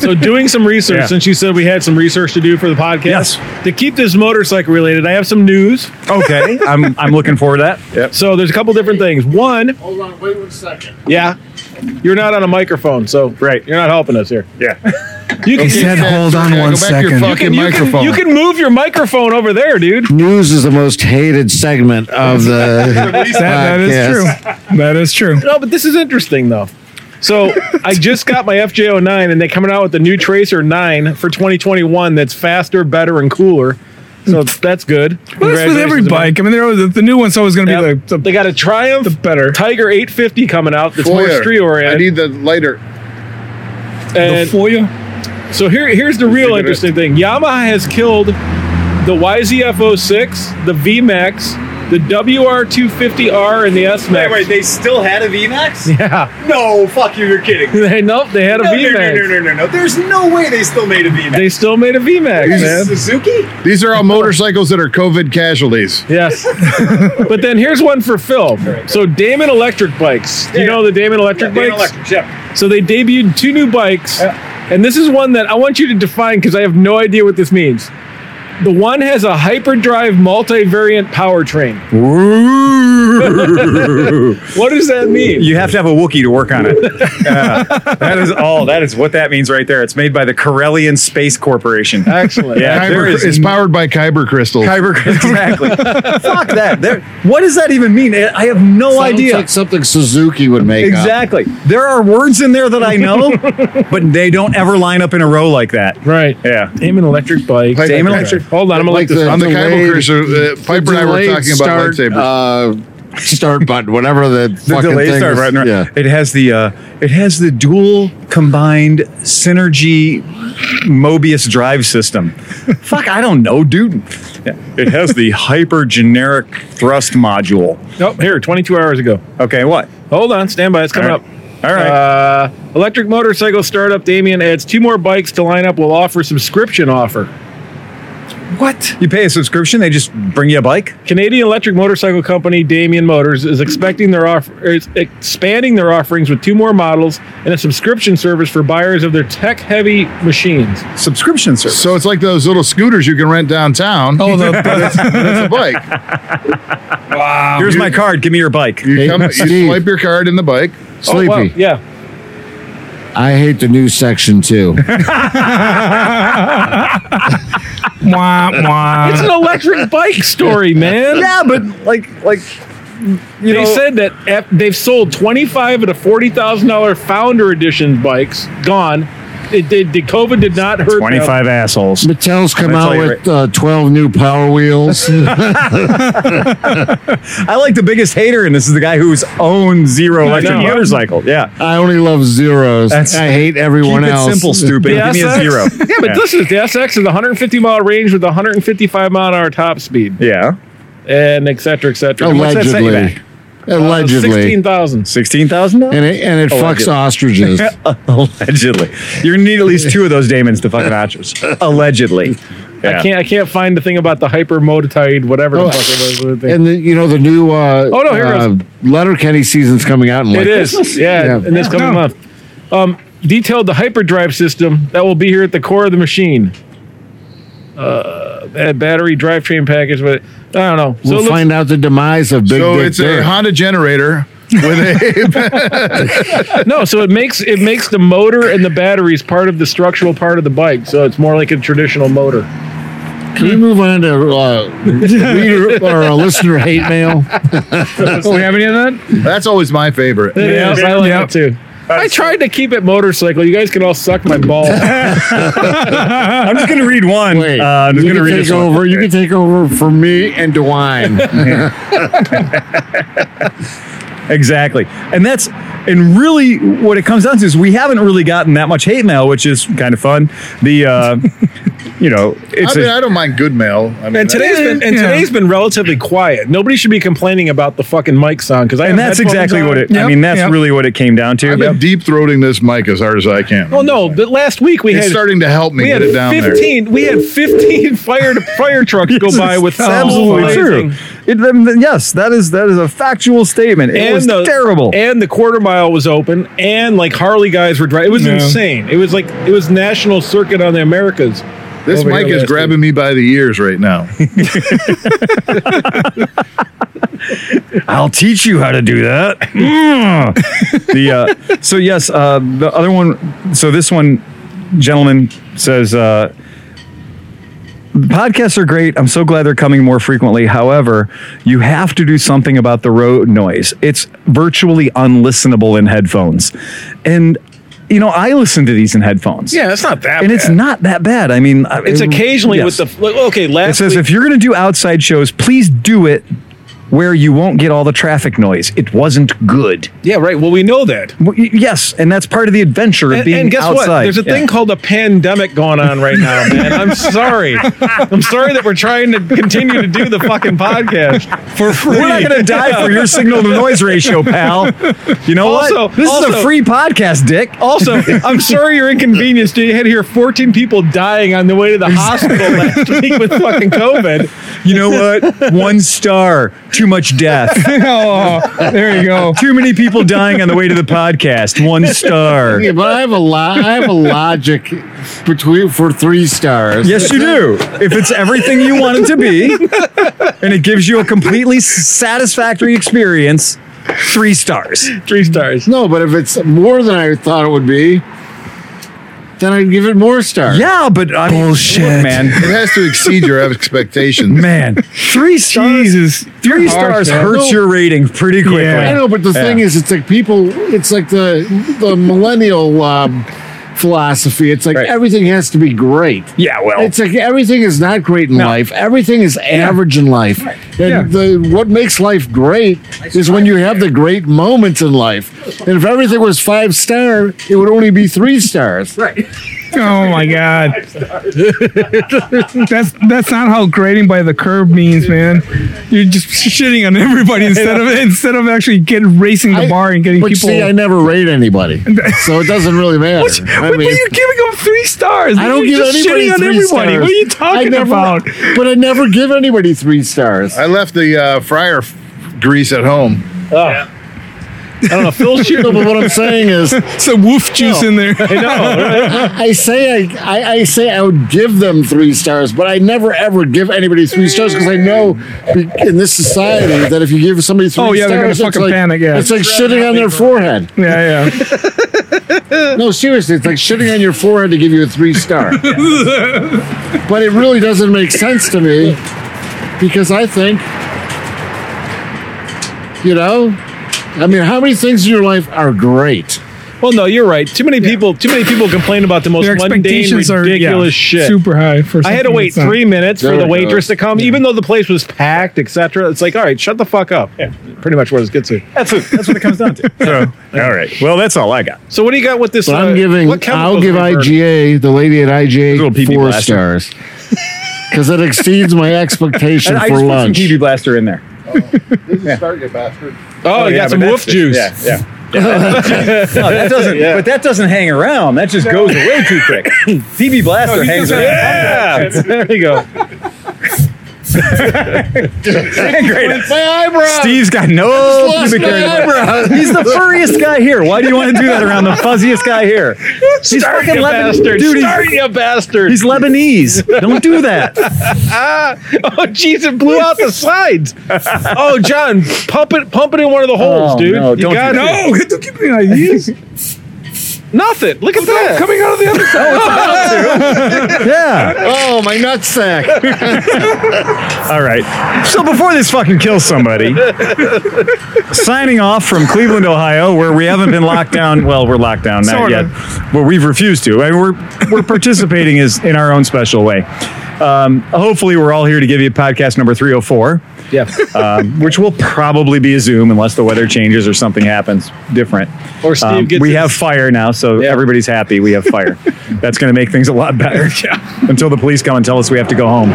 [SPEAKER 3] [LAUGHS]
[SPEAKER 4] so doing some research
[SPEAKER 1] Yeah.
[SPEAKER 4] since you said we had some research to do for the podcast.
[SPEAKER 1] Yes.
[SPEAKER 4] To keep this motorcycle related, I have some news.
[SPEAKER 6] [LAUGHS]
[SPEAKER 1] Okay. I'm I'm looking forward to that.
[SPEAKER 4] So there's a couple different things. One,
[SPEAKER 5] Hold on, wait one second.
[SPEAKER 4] yeah, you're not on a microphone, so
[SPEAKER 1] Right.
[SPEAKER 4] you're not helping us here.
[SPEAKER 1] Yeah.
[SPEAKER 4] You can, you
[SPEAKER 2] said,
[SPEAKER 7] hold on one
[SPEAKER 2] go back to your
[SPEAKER 7] second.
[SPEAKER 2] fucking
[SPEAKER 4] can, you can
[SPEAKER 2] microphone.
[SPEAKER 4] you can move your microphone over there, dude.
[SPEAKER 7] News is the most hated segment of the.
[SPEAKER 3] That, that is true. That is true.
[SPEAKER 4] No, but this is interesting though. So I just got my FJ09, and they're coming out with the new Tracer 9 for 2021. That's faster, better, and cooler. So that's good.
[SPEAKER 3] But that's with every
[SPEAKER 4] Congratulations, man.
[SPEAKER 3] bike. I mean, they're always, the new one's always going to be
[SPEAKER 4] Yep.
[SPEAKER 3] the,
[SPEAKER 4] they
[SPEAKER 3] the,
[SPEAKER 4] got a Triumph
[SPEAKER 3] the better.
[SPEAKER 4] Tiger 850 coming out. That's more
[SPEAKER 2] Foyer.
[SPEAKER 4] street
[SPEAKER 2] I
[SPEAKER 4] oriented.
[SPEAKER 2] need the lighter.
[SPEAKER 3] The
[SPEAKER 4] and
[SPEAKER 3] foyer.
[SPEAKER 4] So here, here's the real
[SPEAKER 2] Figure it.
[SPEAKER 4] oh interesting thing. Yamaha has killed the YZF06, the VMAX, the WR250R and the S
[SPEAKER 6] Wait,
[SPEAKER 4] Max.
[SPEAKER 6] wait, they still had a VMAX?
[SPEAKER 4] [LAUGHS] yeah.
[SPEAKER 6] No, fuck you, you're kidding.
[SPEAKER 4] They, nope, they had a
[SPEAKER 6] No, no,
[SPEAKER 4] VMAX.
[SPEAKER 6] no, no, no, no, no. There's no way they still made a VMAX.
[SPEAKER 4] They still made a VMAX,
[SPEAKER 6] Is
[SPEAKER 4] man.
[SPEAKER 6] it Suzuki?
[SPEAKER 2] These are all motorcycles that are COVID casualties.
[SPEAKER 1] [LAUGHS]
[SPEAKER 4] Yes. but then here's one for Phil. So Damon Electric Bikes. Do you
[SPEAKER 6] Yeah,
[SPEAKER 4] know
[SPEAKER 6] yeah.
[SPEAKER 4] the Damon Electric
[SPEAKER 6] Damon
[SPEAKER 4] Bikes?
[SPEAKER 6] Electric, yeah.
[SPEAKER 4] So they debuted two new bikes. And this is one that I want you to define because I have no idea what this means. The one has a hyperdrive multivariant powertrain. What does that mean?
[SPEAKER 1] You have to have a Wookiee to work on it. Yeah. that is all. That is what that means right there. It's made by the Corellian Space Corporation.
[SPEAKER 4] Excellent.
[SPEAKER 1] Yeah, there
[SPEAKER 2] Kyber,
[SPEAKER 1] is
[SPEAKER 2] it's powered by Kyber crystals.
[SPEAKER 1] Kyber [LAUGHS] exactly. Fuck that. There, what does that even mean? I have no
[SPEAKER 5] Sounds
[SPEAKER 1] idea.
[SPEAKER 5] like something Suzuki would make. up.
[SPEAKER 1] exactly. There are words in there that I know, but they don't ever line up in a row like that.
[SPEAKER 4] Right.
[SPEAKER 1] Yeah.
[SPEAKER 4] Damon Electric Bikes.
[SPEAKER 2] Like-
[SPEAKER 1] Damon
[SPEAKER 2] Okay.
[SPEAKER 1] Electric.
[SPEAKER 4] Hold on, I'm gonna
[SPEAKER 5] Like
[SPEAKER 4] like this.
[SPEAKER 5] the-
[SPEAKER 2] On the Kyber
[SPEAKER 5] Delayed-
[SPEAKER 2] crystal, uh, Piper and I were
[SPEAKER 5] Delayed
[SPEAKER 2] talking about
[SPEAKER 5] start,
[SPEAKER 2] lightsabers.
[SPEAKER 5] Uh, start button, whatever the,
[SPEAKER 1] The
[SPEAKER 5] fucking
[SPEAKER 1] delay
[SPEAKER 5] thing
[SPEAKER 1] start
[SPEAKER 5] is.
[SPEAKER 1] right there.
[SPEAKER 5] Yeah.
[SPEAKER 1] It has the uh, it has the dual combined synergy Mobius drive [LAUGHS] system. Fuck, I don't know, dude. Yeah. It has the hyper generic thrust module.
[SPEAKER 4] Nope, here, 22 hours ago.
[SPEAKER 1] Okay, what?
[SPEAKER 4] Hold on, stand by. It's coming
[SPEAKER 1] All right.
[SPEAKER 4] up.
[SPEAKER 1] All right.
[SPEAKER 4] Uh, electric motorcycle startup Damien adds two more bikes to line up. Will offer subscription offer.
[SPEAKER 1] what? You pay a subscription, they just bring you a bike?
[SPEAKER 4] Canadian electric motorcycle company Damien Motors is expecting their offer, is expanding their offerings with two more models and a subscription service for buyers of their tech-heavy machines.
[SPEAKER 1] Subscription service.
[SPEAKER 2] So it's like those little scooters you can rent downtown. Oh, [LAUGHS]
[SPEAKER 5] the-
[SPEAKER 2] it's, it's a bike.
[SPEAKER 1] Here's my card. Give me your bike.
[SPEAKER 2] You, come, you
[SPEAKER 5] Steve.
[SPEAKER 2] swipe your card in the bike.
[SPEAKER 4] Oh,
[SPEAKER 5] Sleepy.
[SPEAKER 4] wow, yeah.
[SPEAKER 5] I hate the new section too.
[SPEAKER 3] Wah,
[SPEAKER 4] It's
[SPEAKER 3] wah.
[SPEAKER 4] an [LAUGHS] electric bike story, man.
[SPEAKER 1] Yeah, but like, like, you
[SPEAKER 4] they
[SPEAKER 1] know,
[SPEAKER 4] said that ep- they've sold 25 of the $40,000 founder edition bikes gone. It did, the COVID did not hurt. them.
[SPEAKER 1] twenty-five assholes.
[SPEAKER 5] Mattel's come
[SPEAKER 1] I'll tell
[SPEAKER 5] out
[SPEAKER 1] you
[SPEAKER 5] with uh, 12 new Power Wheels.
[SPEAKER 1] I like the biggest hater, and this is the guy who's owned zero electric
[SPEAKER 4] know.
[SPEAKER 1] motorcycle. Yeah,
[SPEAKER 5] I only love zeros.
[SPEAKER 1] That's-
[SPEAKER 5] I hate everyone
[SPEAKER 1] keep it
[SPEAKER 5] else.
[SPEAKER 1] simple, stupid.
[SPEAKER 4] The
[SPEAKER 1] Give [LAUGHS] me a
[SPEAKER 4] SX?
[SPEAKER 1] zero.
[SPEAKER 4] [LAUGHS] Yeah, but this is the SX is 150 mile range with 155 mile an hour top speed
[SPEAKER 1] yeah,
[SPEAKER 4] and et cetera, et cetera.
[SPEAKER 1] Oh, what's that set you
[SPEAKER 5] [LAUGHS] Allegedly. Allegedly.
[SPEAKER 4] 16,000.
[SPEAKER 1] sixteen Oh, thousand.
[SPEAKER 5] and it, and it fucks ostriches.
[SPEAKER 1] [LAUGHS] Allegedly, you're gonna need at least two of those Damons to fucking Archers. Allegedly, yeah.
[SPEAKER 4] I can't I can't find the thing about the hyper mototide, whatever the
[SPEAKER 5] Oh,
[SPEAKER 4] fuck it was. the thing.
[SPEAKER 5] and the, you know the new uh,
[SPEAKER 4] Oh, no, here it
[SPEAKER 5] uh, Letterkenny season's coming out. In like,
[SPEAKER 4] It is. Yeah,
[SPEAKER 5] Yeah.
[SPEAKER 4] in this coming
[SPEAKER 3] No.
[SPEAKER 4] month. Um, detailed the hyperdrive system that will be here at the core of the machine. Uh, that battery drivetrain package, but I don't know. So
[SPEAKER 5] We'll
[SPEAKER 4] it looks-
[SPEAKER 5] find out the demise of Big
[SPEAKER 2] So
[SPEAKER 5] Dick
[SPEAKER 2] it's
[SPEAKER 5] Dick.
[SPEAKER 2] a Honda generator with a.
[SPEAKER 4] no, so it makes it makes the motor and the batteries part of the structural part of the bike. So it's more like a traditional motor.
[SPEAKER 5] Can we move on to
[SPEAKER 1] [LAUGHS]
[SPEAKER 5] uh, reader or uh, listener hate mail?
[SPEAKER 3] Do we have any of that? [LAUGHS]
[SPEAKER 2] that's always my favorite.
[SPEAKER 4] Yeah, I like
[SPEAKER 3] Yep.
[SPEAKER 4] that too. I tried to keep it motorcycle. You guys can all suck my [LAUGHS] balls.
[SPEAKER 1] I'm just gonna read one.
[SPEAKER 5] [LAUGHS] Wait,
[SPEAKER 1] uh, I'm just
[SPEAKER 5] you
[SPEAKER 1] gonna
[SPEAKER 5] can
[SPEAKER 1] read
[SPEAKER 5] take
[SPEAKER 1] this one.
[SPEAKER 5] over. You can take over for me
[SPEAKER 1] [LAUGHS]
[SPEAKER 5] and Dwayne.
[SPEAKER 1] Exactly. And that's and really what it comes down to is we haven't really gotten that much hate mail, which is kind of fun. The uh you know, it's
[SPEAKER 2] I mean,
[SPEAKER 1] a,
[SPEAKER 2] I don't mind good mail. I mean,
[SPEAKER 4] And today's been and
[SPEAKER 3] Yeah.
[SPEAKER 4] today's been relatively quiet. Nobody should be complaining about the fucking mic sound because I
[SPEAKER 1] and
[SPEAKER 4] have
[SPEAKER 1] that's
[SPEAKER 4] headphones
[SPEAKER 1] exactly
[SPEAKER 4] on.
[SPEAKER 1] what it I
[SPEAKER 3] Yep,
[SPEAKER 1] mean, that's
[SPEAKER 3] yep.
[SPEAKER 1] really what it came down to.
[SPEAKER 2] I've been deep throating this mic as hard as I can.
[SPEAKER 4] Well, no, but last week we
[SPEAKER 2] it's
[SPEAKER 4] had
[SPEAKER 2] starting to help me
[SPEAKER 4] we
[SPEAKER 2] get
[SPEAKER 4] had
[SPEAKER 2] it down there.
[SPEAKER 4] fifteen we had fifteen [LAUGHS] fire fire trucks go
[SPEAKER 1] This
[SPEAKER 4] by
[SPEAKER 1] is
[SPEAKER 4] with
[SPEAKER 1] absolutely
[SPEAKER 4] full
[SPEAKER 1] true.
[SPEAKER 4] blazing.
[SPEAKER 1] It, um, yes, that is that is a factual statement. It was
[SPEAKER 4] the,
[SPEAKER 1] terrible.
[SPEAKER 4] And the quarter mile was open, and like Harley guys were driving. It was
[SPEAKER 3] Yeah.
[SPEAKER 4] insane. It was like it was national circuit on the Americas.
[SPEAKER 2] This
[SPEAKER 4] Over
[SPEAKER 2] mic
[SPEAKER 4] here
[SPEAKER 2] is
[SPEAKER 4] last
[SPEAKER 2] grabbing me by the ears right now.
[SPEAKER 1] I'll teach you how to do
[SPEAKER 4] [LAUGHS]
[SPEAKER 1] that. Mm. the uh, so yes, uh, the other one. So this one, gentleman says, uh, podcasts are great. I'm so glad they're coming more frequently. However, you have to do something about the road noise. It's virtually unlistenable in headphones, and you know I listen to these in headphones.
[SPEAKER 4] Yeah, it's not that.
[SPEAKER 1] and it's not that bad. I mean, I-
[SPEAKER 4] It's occasionally
[SPEAKER 1] yes.
[SPEAKER 4] with the like, okay
[SPEAKER 1] It
[SPEAKER 4] last
[SPEAKER 1] says
[SPEAKER 4] week,
[SPEAKER 1] if you're going to do outside shows, please do it where you won't get all the traffic noise. It wasn't good.
[SPEAKER 4] Yeah, right. Well, we know that.
[SPEAKER 1] Well, y- Yes, and that's part of the adventure of
[SPEAKER 4] And,
[SPEAKER 1] being
[SPEAKER 4] and guess
[SPEAKER 1] outside.
[SPEAKER 4] what? There's a
[SPEAKER 1] Yeah.
[SPEAKER 4] thing called a pandemic going on right now, man. [LAUGHS] I'm sorry. I'm sorry that we're trying to continue to do the fucking podcast for free.
[SPEAKER 1] We're not going to die for
[SPEAKER 4] [LAUGHS]
[SPEAKER 1] your signal to noise ratio, pal. You know
[SPEAKER 4] Also-
[SPEAKER 1] what? This is a
[SPEAKER 4] also-
[SPEAKER 1] free podcast, Dick.
[SPEAKER 4] Also, I'm sorry
[SPEAKER 1] [LAUGHS]
[SPEAKER 4] you're inconvenienced. You had to hear 14 people dying on the way to the hospital last week with fucking COVID.
[SPEAKER 1] You know what? One star, too much death.
[SPEAKER 3] oh, there you go.
[SPEAKER 1] Too many people dying on the way to the podcast. One star.
[SPEAKER 5] [LAUGHS] Yeah, but I have a lot. I have a logic between for three stars.
[SPEAKER 1] Yes, you do. If it's everything you want it to be, and it gives you a completely satisfactory experience, three stars.
[SPEAKER 4] Three stars.
[SPEAKER 5] No, but if it's more than I thought it would be, then I'd give it more stars.
[SPEAKER 1] Yeah, but I mean, bullshit, man.
[SPEAKER 2] It has to exceed your expectations.
[SPEAKER 1] Man, three stars.
[SPEAKER 3] Jesus.
[SPEAKER 1] Three stars hurts your rating pretty quickly.
[SPEAKER 5] I know, but the thing
[SPEAKER 1] Yeah.
[SPEAKER 5] is, it's like people. It's like the the millennial um, philosophy. It's like
[SPEAKER 1] Right.
[SPEAKER 5] everything has to be great.
[SPEAKER 1] yeah, well,
[SPEAKER 5] It's like everything is not great in life. Everything is average in life. And the, what makes life great is when you have the great moments in life. And if everything was five star, it would only be three stars.
[SPEAKER 3] Oh my god. that's that's not how grading by the curb means, man. You're just shitting on everybody instead of instead of actually getting racing the
[SPEAKER 5] I-
[SPEAKER 3] bar and getting
[SPEAKER 5] but
[SPEAKER 3] people.
[SPEAKER 5] see, I never rate anybody,
[SPEAKER 1] [LAUGHS]
[SPEAKER 5] so it doesn't really matter.
[SPEAKER 3] What-
[SPEAKER 5] I
[SPEAKER 3] what-
[SPEAKER 5] mean,
[SPEAKER 3] but you're giving them three stars.
[SPEAKER 5] I don't
[SPEAKER 3] You're
[SPEAKER 5] give
[SPEAKER 3] just
[SPEAKER 5] anybody
[SPEAKER 3] shitting on
[SPEAKER 5] three
[SPEAKER 3] everybody.
[SPEAKER 5] stars.
[SPEAKER 3] What are you
[SPEAKER 5] I
[SPEAKER 3] talking
[SPEAKER 5] never,
[SPEAKER 3] about?
[SPEAKER 5] But I never give anybody three stars.
[SPEAKER 2] [LAUGHS] I left the uh, fryer f- grease at home.
[SPEAKER 4] I don't know.
[SPEAKER 5] [LAUGHS]
[SPEAKER 4] Phil Shear.
[SPEAKER 5] No, but what I'm saying is,
[SPEAKER 3] Some woof juice in
[SPEAKER 5] [LAUGHS]
[SPEAKER 3] there.
[SPEAKER 4] I know. right?
[SPEAKER 5] I say I, I, I say I would give them three stars, but I never ever give anybody three stars because I know be- in this society that if you give somebody three
[SPEAKER 3] Oh, yeah,
[SPEAKER 5] stars,
[SPEAKER 3] they're gonna
[SPEAKER 5] it's
[SPEAKER 3] fucking
[SPEAKER 5] like,
[SPEAKER 3] panic, yeah.
[SPEAKER 5] it's like shitting on their forehead.
[SPEAKER 3] yeah, yeah.
[SPEAKER 5] No, seriously, it's like shitting on your forehead to give you a three star. [LAUGHS] but it really doesn't make sense to me because I think, you know, I mean, how many things in your life are great?
[SPEAKER 4] Well, no, you're right. Too many people. Too many people complain about the most
[SPEAKER 3] Their
[SPEAKER 4] mundane,
[SPEAKER 3] expectations are yeah,
[SPEAKER 4] ridiculous shit.
[SPEAKER 3] super high. For
[SPEAKER 4] I had to
[SPEAKER 3] something
[SPEAKER 4] wait
[SPEAKER 3] that's not-
[SPEAKER 4] three minutes
[SPEAKER 5] There
[SPEAKER 4] for the
[SPEAKER 5] we go.
[SPEAKER 4] waitress to come, even though the place was packed, etc. It's like, all right, shut the fuck up. Pretty much what it gets to.
[SPEAKER 1] that's what, that's what it comes down
[SPEAKER 4] [LAUGHS]
[SPEAKER 1] to. So, all right. Well, that's all I got.
[SPEAKER 4] So what do you got with this? uh,
[SPEAKER 5] But I'm giving. I'll give IGA the lady at
[SPEAKER 1] Little
[SPEAKER 5] IGA
[SPEAKER 1] PB
[SPEAKER 5] four
[SPEAKER 1] blaster. [LAUGHS]
[SPEAKER 5] stars because it exceeds my expectation for lunch.
[SPEAKER 1] TV blaster in there.
[SPEAKER 4] Oh, you got some woof juice.
[SPEAKER 1] Yeah, yeah. [LAUGHS] no, that doesn't. But that doesn't hang around. That just goes away too quick. [LAUGHS] PB blaster hangs around.
[SPEAKER 4] Yeah, [LAUGHS] there you go.
[SPEAKER 1] Great.
[SPEAKER 5] My eyebrow.
[SPEAKER 1] Steve's got no pubic hair. [LAUGHS] He's the furriest guy here. Why do you want to do that around the fuzziest guy here? He's fucking
[SPEAKER 4] You
[SPEAKER 1] Lebanese.
[SPEAKER 4] bastard!
[SPEAKER 1] Dude,
[SPEAKER 4] Start,
[SPEAKER 1] he's,
[SPEAKER 4] you
[SPEAKER 1] [LAUGHS]
[SPEAKER 4] bastard!
[SPEAKER 1] he's Lebanese. Don't do that.
[SPEAKER 4] oh, jeez, it blew out the sides. Oh, John, pump it, pump it in one of the holes,
[SPEAKER 1] Oh,
[SPEAKER 4] dude.
[SPEAKER 1] no,
[SPEAKER 4] you
[SPEAKER 1] don't do
[SPEAKER 4] got
[SPEAKER 1] that.
[SPEAKER 3] No, [LAUGHS] don't give me ideas.
[SPEAKER 4] nothing. Look at that.
[SPEAKER 3] Coming out of the other side.
[SPEAKER 1] Yeah.
[SPEAKER 5] Oh, my nutsack.
[SPEAKER 1] All right. So before this fucking kills somebody, signing off from Cleveland, Ohio, where we haven't been locked down. Well, we're locked down not yet,
[SPEAKER 3] Sorta.
[SPEAKER 1] but we've refused to. I mean, we're we're participating is in our own special way. Um, hopefully, we're all here to give you podcast number three hundred four.
[SPEAKER 4] Yeah.
[SPEAKER 1] um, which will probably be a Zoom unless the weather changes or something happens different.
[SPEAKER 4] Or Steve gets
[SPEAKER 1] Um, we
[SPEAKER 4] his-
[SPEAKER 1] have fire now, so
[SPEAKER 4] Yeah.
[SPEAKER 1] everybody's happy. We have fire. That's going to make things a lot better. Until the police come and tell us we have to go home.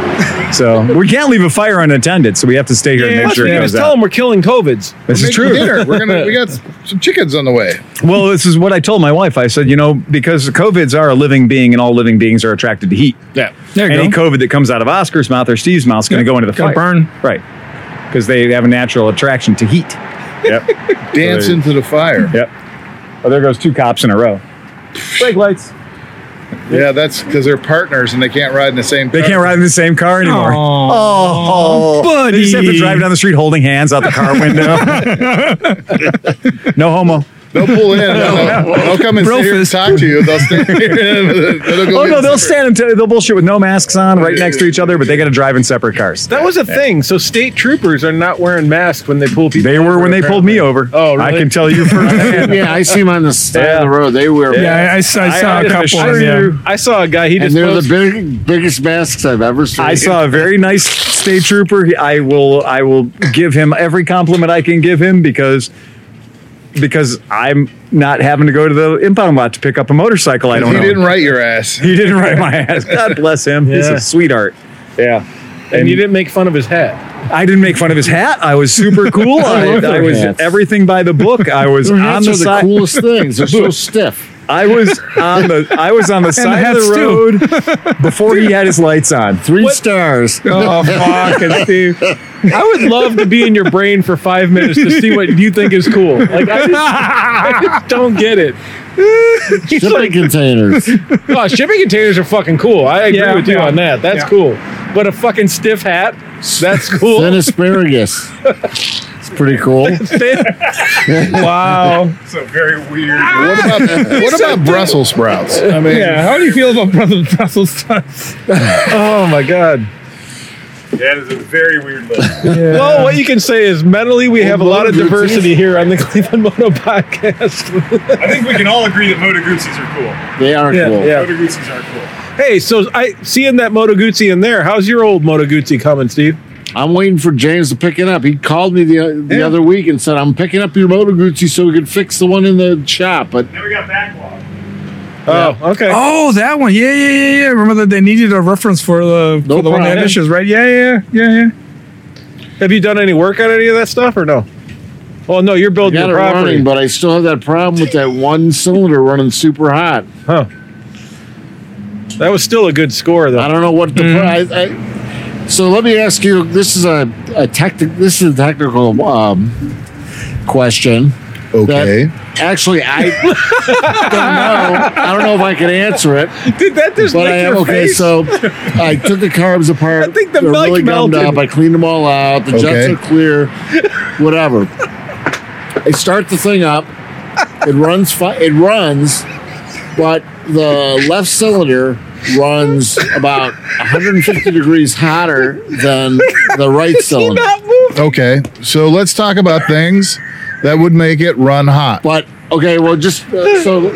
[SPEAKER 1] So we can't leave a fire unattended, so we have to stay here
[SPEAKER 3] Yeah,
[SPEAKER 1] and make
[SPEAKER 4] Watch,
[SPEAKER 1] sure
[SPEAKER 4] we
[SPEAKER 1] it
[SPEAKER 4] can
[SPEAKER 1] goes
[SPEAKER 4] just tell
[SPEAKER 1] out.
[SPEAKER 4] them we're killing COVIDs.
[SPEAKER 1] This is
[SPEAKER 2] Make
[SPEAKER 1] true.
[SPEAKER 2] Dinner. We're gonna. We got some chickens on the way.
[SPEAKER 1] [LAUGHS] Well, this is what I told my wife. I said, you know, because COVIDs are a living being, and all living beings are attracted to heat.
[SPEAKER 2] Yeah.
[SPEAKER 3] There
[SPEAKER 1] Any
[SPEAKER 3] you go.
[SPEAKER 1] COVID that comes out of Oscar's mouth or Steve's mouth is going to
[SPEAKER 3] Yeah,
[SPEAKER 1] go into the
[SPEAKER 3] gonna
[SPEAKER 1] fire.
[SPEAKER 3] burn.
[SPEAKER 1] right? Because they have a natural attraction to heat. Yep.
[SPEAKER 2] Dance into the fire.
[SPEAKER 1] Yep. Oh, there goes two cops in a row. Brake lights.
[SPEAKER 2] Yeah, that's because they're partners and they can't ride in the same.
[SPEAKER 1] They
[SPEAKER 2] car.
[SPEAKER 1] can't ride in the same car anymore.
[SPEAKER 3] Aw.
[SPEAKER 1] Oh, They just have to
[SPEAKER 3] buddy.
[SPEAKER 1] drive down the street holding hands out the car window. no homo.
[SPEAKER 2] They'll pull in. and they'll, they'll come and sit here and
[SPEAKER 3] Brofist.
[SPEAKER 2] talk to you. They'll stand [LAUGHS] here. they'll go
[SPEAKER 1] Oh
[SPEAKER 2] get
[SPEAKER 1] no, they'll
[SPEAKER 2] separate.
[SPEAKER 1] stand and tell you they'll bullshit with no masks on, right next to each other, but they got to drive in separate cars.
[SPEAKER 4] That was a thing. So state troopers are not wearing masks when they pull people.
[SPEAKER 1] They were when they pulled me over.
[SPEAKER 4] Oh, really?
[SPEAKER 1] I can tell you firsthand.
[SPEAKER 5] yeah, I see them on the side
[SPEAKER 1] Yeah.
[SPEAKER 5] of the road. They wear
[SPEAKER 3] Yeah, I, I s- I
[SPEAKER 1] I-
[SPEAKER 3] saw
[SPEAKER 1] I
[SPEAKER 3] a
[SPEAKER 1] did a
[SPEAKER 3] couple.
[SPEAKER 1] shirt.
[SPEAKER 3] yeah.
[SPEAKER 4] I saw a guy. He
[SPEAKER 5] and
[SPEAKER 4] just
[SPEAKER 5] they're the
[SPEAKER 4] posted-
[SPEAKER 5] big, biggest masks I've ever seen.
[SPEAKER 1] I saw a very nice state trooper. He- I will I will give him every compliment I can give him because because I'm not having to go to the impound lot to pick up a motorcycle. I don't
[SPEAKER 2] He
[SPEAKER 1] know.
[SPEAKER 2] didn't write your ass.
[SPEAKER 1] he didn't write my ass. God bless him. He's
[SPEAKER 4] Yeah.
[SPEAKER 1] a sweetheart. Yeah.
[SPEAKER 4] and you didn't make fun of his hat.
[SPEAKER 1] I didn't make fun of his hat. I was super cool. I,
[SPEAKER 5] love
[SPEAKER 1] I
[SPEAKER 5] their
[SPEAKER 1] was
[SPEAKER 5] hats.
[SPEAKER 1] everything by the book. I was
[SPEAKER 5] Their
[SPEAKER 1] on
[SPEAKER 5] hats
[SPEAKER 1] the
[SPEAKER 5] are the
[SPEAKER 1] side.
[SPEAKER 5] coolest things.
[SPEAKER 4] [LAUGHS]
[SPEAKER 5] They're so stiff.
[SPEAKER 1] I was on the I was on the side of
[SPEAKER 3] hats,
[SPEAKER 1] the
[SPEAKER 3] too.
[SPEAKER 1] road before he had his lights on.
[SPEAKER 5] Three
[SPEAKER 4] [LAUGHS]
[SPEAKER 5] stars.
[SPEAKER 3] Oh fuck,
[SPEAKER 4] [LAUGHS]
[SPEAKER 3] Steve.
[SPEAKER 4] I would love to be in your brain for five minutes to see what you think is cool. Like I just, I [LAUGHS] just don't get it.
[SPEAKER 5] Shipping containers.
[SPEAKER 4] Oh, shipping containers are fucking cool. I agree
[SPEAKER 3] Yeah,
[SPEAKER 4] with you
[SPEAKER 3] yeah,
[SPEAKER 4] on that. That's
[SPEAKER 3] yeah.
[SPEAKER 4] cool. But a fucking stiff hat, that's [LAUGHS] cool. [LAUGHS]
[SPEAKER 5] Thin asparagus. It's pretty cool.
[SPEAKER 3] Wow.
[SPEAKER 6] It's a very weird.
[SPEAKER 2] What about, what about Brussels sprouts? I mean,
[SPEAKER 3] Yeah. How do you feel about Brussels Brussels sprouts?
[SPEAKER 4] oh my god.
[SPEAKER 6] That is a very weird
[SPEAKER 3] [LAUGHS]
[SPEAKER 6] list.
[SPEAKER 4] Well, what you can say is mentally
[SPEAKER 3] Oh,
[SPEAKER 4] we have a lot of
[SPEAKER 5] motor groups.
[SPEAKER 4] diversity here on the [LAUGHS] Cleveland
[SPEAKER 6] [LAUGHS]
[SPEAKER 4] Moto Podcast.
[SPEAKER 6] I think we can all agree that Moto Guzzi's are cool.
[SPEAKER 5] They are
[SPEAKER 4] Yeah,
[SPEAKER 5] cool.
[SPEAKER 4] yeah.
[SPEAKER 6] Moto Guzzi's are cool.
[SPEAKER 4] hey, so I seeing that Moto Guzzi in there. How's your old Moto Guzzi coming, Steve?
[SPEAKER 5] I'm waiting for James to pick it up. He called me the uh, the other week and said, "I'm picking up your motor Gucci so we can fix the one in the shop." But
[SPEAKER 6] Then we got backlog.
[SPEAKER 4] Oh, okay.
[SPEAKER 3] Oh, that one. Yeah, yeah, yeah, yeah. Remember that they needed a reference for the
[SPEAKER 5] No
[SPEAKER 3] for the one that
[SPEAKER 5] problem.
[SPEAKER 3] issues, right? Yeah, yeah, yeah, yeah.
[SPEAKER 4] Have you done any work on any of that stuff or no? Well, no, you're
[SPEAKER 5] I
[SPEAKER 4] building
[SPEAKER 5] got
[SPEAKER 4] your
[SPEAKER 5] it
[SPEAKER 4] property.
[SPEAKER 5] running, but I still have that problem with that one cylinder running super hot.
[SPEAKER 4] huh. That was still a good score, though.
[SPEAKER 5] I don't know what the.
[SPEAKER 4] Mm-hmm.
[SPEAKER 5] I, I, so let me ask you. This is a a tactic. This is a technical um, question. that
[SPEAKER 2] okay.
[SPEAKER 5] actually,
[SPEAKER 4] [LAUGHS]
[SPEAKER 5] I don't know. I don't know if I can answer it.
[SPEAKER 4] Did that just
[SPEAKER 5] But
[SPEAKER 4] lick
[SPEAKER 5] I am
[SPEAKER 4] your
[SPEAKER 5] okay.
[SPEAKER 4] face?
[SPEAKER 5] So I took the carbs apart.
[SPEAKER 4] I think the
[SPEAKER 5] They're
[SPEAKER 4] milk
[SPEAKER 5] really gummed
[SPEAKER 4] melted.
[SPEAKER 5] up. I cleaned them all out. The
[SPEAKER 2] Okay.
[SPEAKER 5] jets are clear. Whatever. I start the thing up. It runs. Fi- it runs, but the left cylinder runs about 150 degrees hotter than the right
[SPEAKER 4] [LAUGHS]
[SPEAKER 5] cylinder.
[SPEAKER 2] Okay. So let's talk about things that would make it run hot.
[SPEAKER 5] But okay, well, just uh, so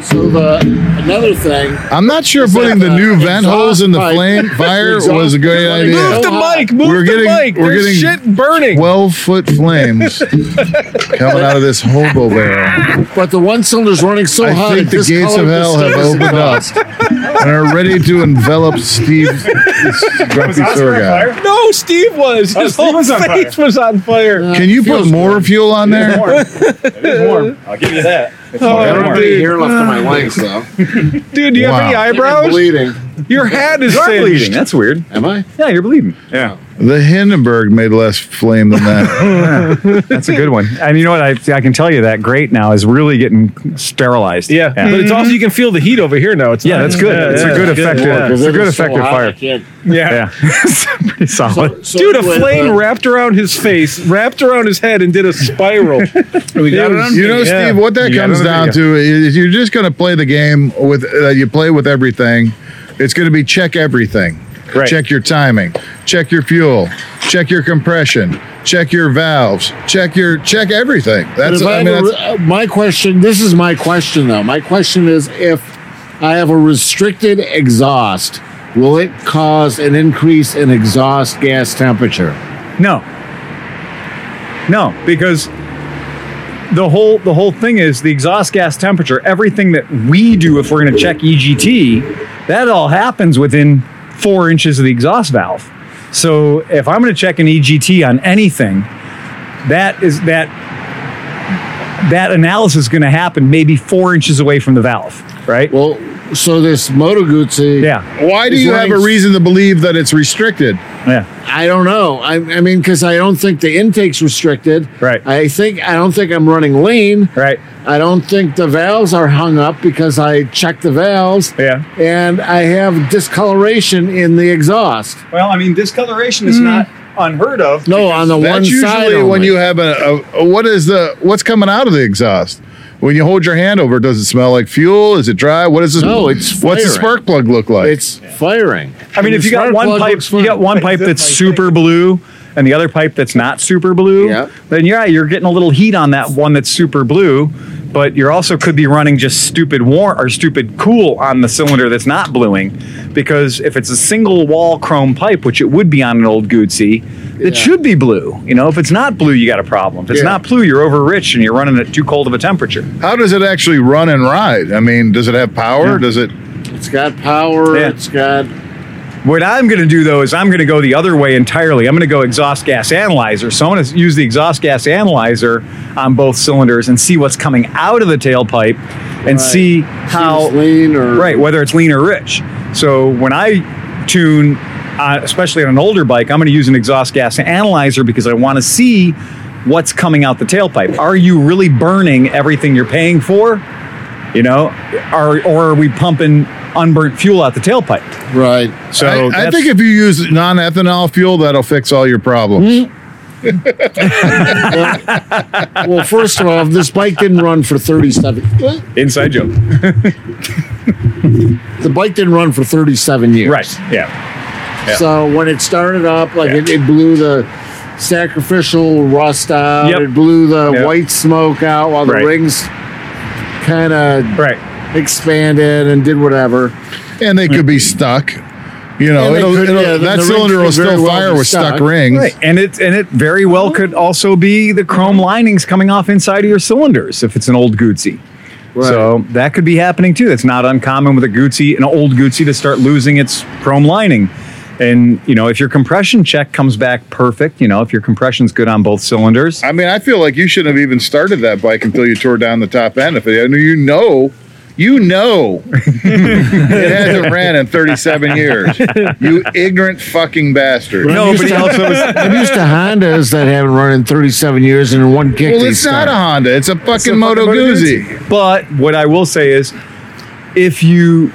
[SPEAKER 5] so the another thing.
[SPEAKER 2] I'm not sure
[SPEAKER 5] Is that
[SPEAKER 2] putting the
[SPEAKER 5] the
[SPEAKER 2] new vent
[SPEAKER 5] exhaust
[SPEAKER 2] holes in the
[SPEAKER 5] pipe?
[SPEAKER 2] flame fire
[SPEAKER 5] exhaust
[SPEAKER 2] was a great
[SPEAKER 5] pipe?
[SPEAKER 2] idea.
[SPEAKER 4] Move the
[SPEAKER 5] Yeah.
[SPEAKER 4] mic. Move
[SPEAKER 2] We're
[SPEAKER 4] the
[SPEAKER 2] getting-
[SPEAKER 4] mic.
[SPEAKER 2] we're
[SPEAKER 4] There's
[SPEAKER 2] getting-
[SPEAKER 4] shit burning.
[SPEAKER 2] 12 foot flames coming out of this hobo barrel.
[SPEAKER 5] But the one cylinder's running so
[SPEAKER 2] I
[SPEAKER 5] hot.
[SPEAKER 2] think
[SPEAKER 5] it
[SPEAKER 2] the gates of
[SPEAKER 5] discolored the
[SPEAKER 2] hell have
[SPEAKER 5] stairs.
[SPEAKER 2] opened up and are ready to envelop Steve's
[SPEAKER 6] Was
[SPEAKER 2] grumpy
[SPEAKER 6] Oscar
[SPEAKER 2] sewer
[SPEAKER 6] on
[SPEAKER 2] guy.
[SPEAKER 6] fire?
[SPEAKER 4] no, Steve was. His
[SPEAKER 6] Steve
[SPEAKER 4] whole
[SPEAKER 6] was on
[SPEAKER 4] face was on fire.
[SPEAKER 2] Can you put
[SPEAKER 5] Feels
[SPEAKER 2] more fuel on there?
[SPEAKER 6] It is warm. I'll give you that. It's
[SPEAKER 4] Oh,
[SPEAKER 5] I
[SPEAKER 6] fucking
[SPEAKER 5] don't
[SPEAKER 6] warm.
[SPEAKER 5] have any hair left on [LAUGHS] my
[SPEAKER 2] [LAUGHS]
[SPEAKER 5] legs though.
[SPEAKER 4] Dude, do you have any
[SPEAKER 2] Wow.
[SPEAKER 5] I'm
[SPEAKER 4] eyebrows?
[SPEAKER 5] bleeding.
[SPEAKER 4] Your hat is
[SPEAKER 1] You are
[SPEAKER 4] singed.
[SPEAKER 1] bleeding. That's weird.
[SPEAKER 5] Am I?
[SPEAKER 1] Yeah, you're bleeding. Yeah,
[SPEAKER 2] The Hindenburg made less flame than that.
[SPEAKER 1] that's a good one. And you know what? I, I can tell you that great now is really getting sterilized.
[SPEAKER 4] Yeah, Mm-hmm. but
[SPEAKER 3] Mm-hmm.
[SPEAKER 4] it's also you can feel the heat over here now. It's
[SPEAKER 1] Yeah,
[SPEAKER 4] nice.
[SPEAKER 1] that's good. It's a good effective-
[SPEAKER 4] yeah.
[SPEAKER 1] It's a good
[SPEAKER 5] It's so
[SPEAKER 1] effective
[SPEAKER 5] hot,
[SPEAKER 1] fire.
[SPEAKER 5] I can't-
[SPEAKER 1] yeah. [LAUGHS] It's pretty solid.
[SPEAKER 5] So
[SPEAKER 4] Dude, a
[SPEAKER 5] anyway, uh,
[SPEAKER 4] flame
[SPEAKER 5] the-
[SPEAKER 4] wrapped around his face, wrapped around his head, and did
[SPEAKER 1] [LAUGHS]
[SPEAKER 4] a spiral. we
[SPEAKER 3] got it on
[SPEAKER 2] You know,
[SPEAKER 4] Yeah.
[SPEAKER 2] Steve, what that
[SPEAKER 1] You got
[SPEAKER 2] comes
[SPEAKER 1] another
[SPEAKER 2] down to is you're just going to play the game with that you play with everything. It's going to be check everything.
[SPEAKER 1] Right.
[SPEAKER 2] Check your timing. Check your fuel. Check your compression. Check your valves. Check your check everything.
[SPEAKER 5] But
[SPEAKER 2] That's
[SPEAKER 5] if I
[SPEAKER 2] I mean,
[SPEAKER 5] have a
[SPEAKER 2] that's,
[SPEAKER 5] re- uh, my question. This is my question, though. My question is if I have a restricted exhaust, will it cause an increase in exhaust gas temperature?
[SPEAKER 1] No. No, because the whole the whole thing is the exhaust gas temperature. Everything that we do, if we're going to check EGT, that all happens within four inches of the exhaust valve. So if I'm going to check an EGT on anything, that is that that analysis is going to happen maybe four inches away from the valve, right?
[SPEAKER 5] Well, so this Moto Guzzi,
[SPEAKER 1] yeah,
[SPEAKER 2] why do
[SPEAKER 5] As
[SPEAKER 2] you
[SPEAKER 5] long
[SPEAKER 2] have a
[SPEAKER 5] as-
[SPEAKER 2] reason to believe that it's restricted?
[SPEAKER 1] yeah,
[SPEAKER 5] I don't know. I, I mean, because I don't think the intake's restricted.
[SPEAKER 1] Right.
[SPEAKER 5] I think I don't think I'm running lean.
[SPEAKER 1] right.
[SPEAKER 5] I don't think the valves are hung up because I checked the valves.
[SPEAKER 1] Yeah.
[SPEAKER 5] And I have discoloration in the exhaust.
[SPEAKER 1] Well, I mean, discoloration is not unheard of.
[SPEAKER 5] No, on the
[SPEAKER 2] That's
[SPEAKER 5] one side.
[SPEAKER 2] usually when
[SPEAKER 5] only.
[SPEAKER 2] you have a, a, a what is the what's coming out of the exhaust. When you hold your hand over, does it smell like fuel? Is it dry? What is this?
[SPEAKER 5] No, it's
[SPEAKER 2] what's the
[SPEAKER 5] firing.
[SPEAKER 2] spark plug look like?
[SPEAKER 5] It's firing.
[SPEAKER 1] I mean,
[SPEAKER 5] And
[SPEAKER 1] if
[SPEAKER 5] the
[SPEAKER 1] you got
[SPEAKER 5] spark
[SPEAKER 1] one
[SPEAKER 5] plug
[SPEAKER 1] pipe,
[SPEAKER 5] looks
[SPEAKER 1] you
[SPEAKER 5] fine.
[SPEAKER 1] got one pipe that's super blue and the other pipe that's not super blue.
[SPEAKER 5] Yeah.
[SPEAKER 1] Then yeah, you're getting a little heat on that one that's super blue, but you're also could be running just stupid warm or stupid cool on the cylinder that's not bluing, because if it's a single wall chrome pipe, which it would be on an old Gucci, it
[SPEAKER 5] Yeah.
[SPEAKER 1] should be blue. You know, if it's not blue, you got a problem. If it's
[SPEAKER 5] Yeah.
[SPEAKER 1] not blue, you're over rich and you're running at too cold of a temperature.
[SPEAKER 2] How does it actually run and ride? I mean, does it have power?
[SPEAKER 1] Yeah.
[SPEAKER 2] Does it?
[SPEAKER 5] It's got power.
[SPEAKER 1] Yeah.
[SPEAKER 5] It's got
[SPEAKER 1] What I'm going to do though is I'm going to go the other way entirely. I'm going to go exhaust gas analyzer. So I'm going to use the exhaust gas analyzer on both cylinders and see what's coming out of the tailpipe and see how
[SPEAKER 5] it's lean or
[SPEAKER 1] right whether it's lean or rich. So when I tune, uh, especially on an older bike, I'm going to use an exhaust gas analyzer because I want to see what's coming out the tailpipe. Are you really burning everything you're paying for? You know, are or are we pumping unburnt fuel out the tailpipe?
[SPEAKER 5] Right.
[SPEAKER 1] So
[SPEAKER 2] I- I,
[SPEAKER 1] that's-
[SPEAKER 2] think if you use non-ethanol fuel, that'll fix all your problems.
[SPEAKER 5] Well, first of all, this bike didn't run for 37.
[SPEAKER 1] Inside joke.
[SPEAKER 5] The bike didn't run for 37 years.
[SPEAKER 1] Right. Yeah.
[SPEAKER 5] So when it started up, like it, it blew the sacrificial rust out.
[SPEAKER 1] Yep.
[SPEAKER 5] It blew the
[SPEAKER 1] Yep.
[SPEAKER 5] white smoke out while the
[SPEAKER 1] Right.
[SPEAKER 5] rings kind of
[SPEAKER 1] Right.
[SPEAKER 5] expanded and did whatever.
[SPEAKER 2] and they could be stuck. You know,
[SPEAKER 5] And they
[SPEAKER 2] it'll,
[SPEAKER 5] could-
[SPEAKER 2] it'll,
[SPEAKER 5] yeah, the-
[SPEAKER 2] that
[SPEAKER 5] the
[SPEAKER 2] cylinder will
[SPEAKER 5] rings could very
[SPEAKER 2] still
[SPEAKER 5] well
[SPEAKER 2] fire
[SPEAKER 5] be
[SPEAKER 2] with stuck,
[SPEAKER 5] stuck.
[SPEAKER 2] rings.
[SPEAKER 1] Right. And it and it very well could also be the chrome linings coming off inside of your cylinders if it's an old Gucci. So that could be happening too. That's not uncommon with a Gucci, an old Gucci, to start losing its chrome lining. And you know, if your compression check comes back perfect, you know, if your compression's good on both cylinders,
[SPEAKER 2] I mean, I feel like you shouldn't have even started that bike until you tore down the top end. If it, and you know, you [LAUGHS] know, it hasn't ran in 37 years. You ignorant fucking bastard.
[SPEAKER 1] No,
[SPEAKER 5] I'm used
[SPEAKER 1] but
[SPEAKER 5] to-
[SPEAKER 1] he also was-
[SPEAKER 5] [LAUGHS] I'm used to Hondas that haven't run in 37 years and in one kick.
[SPEAKER 2] well,
[SPEAKER 5] they
[SPEAKER 2] it's not
[SPEAKER 5] start.
[SPEAKER 2] a Honda. It's a fucking Moto Guzzi.
[SPEAKER 1] But what I will say is, if you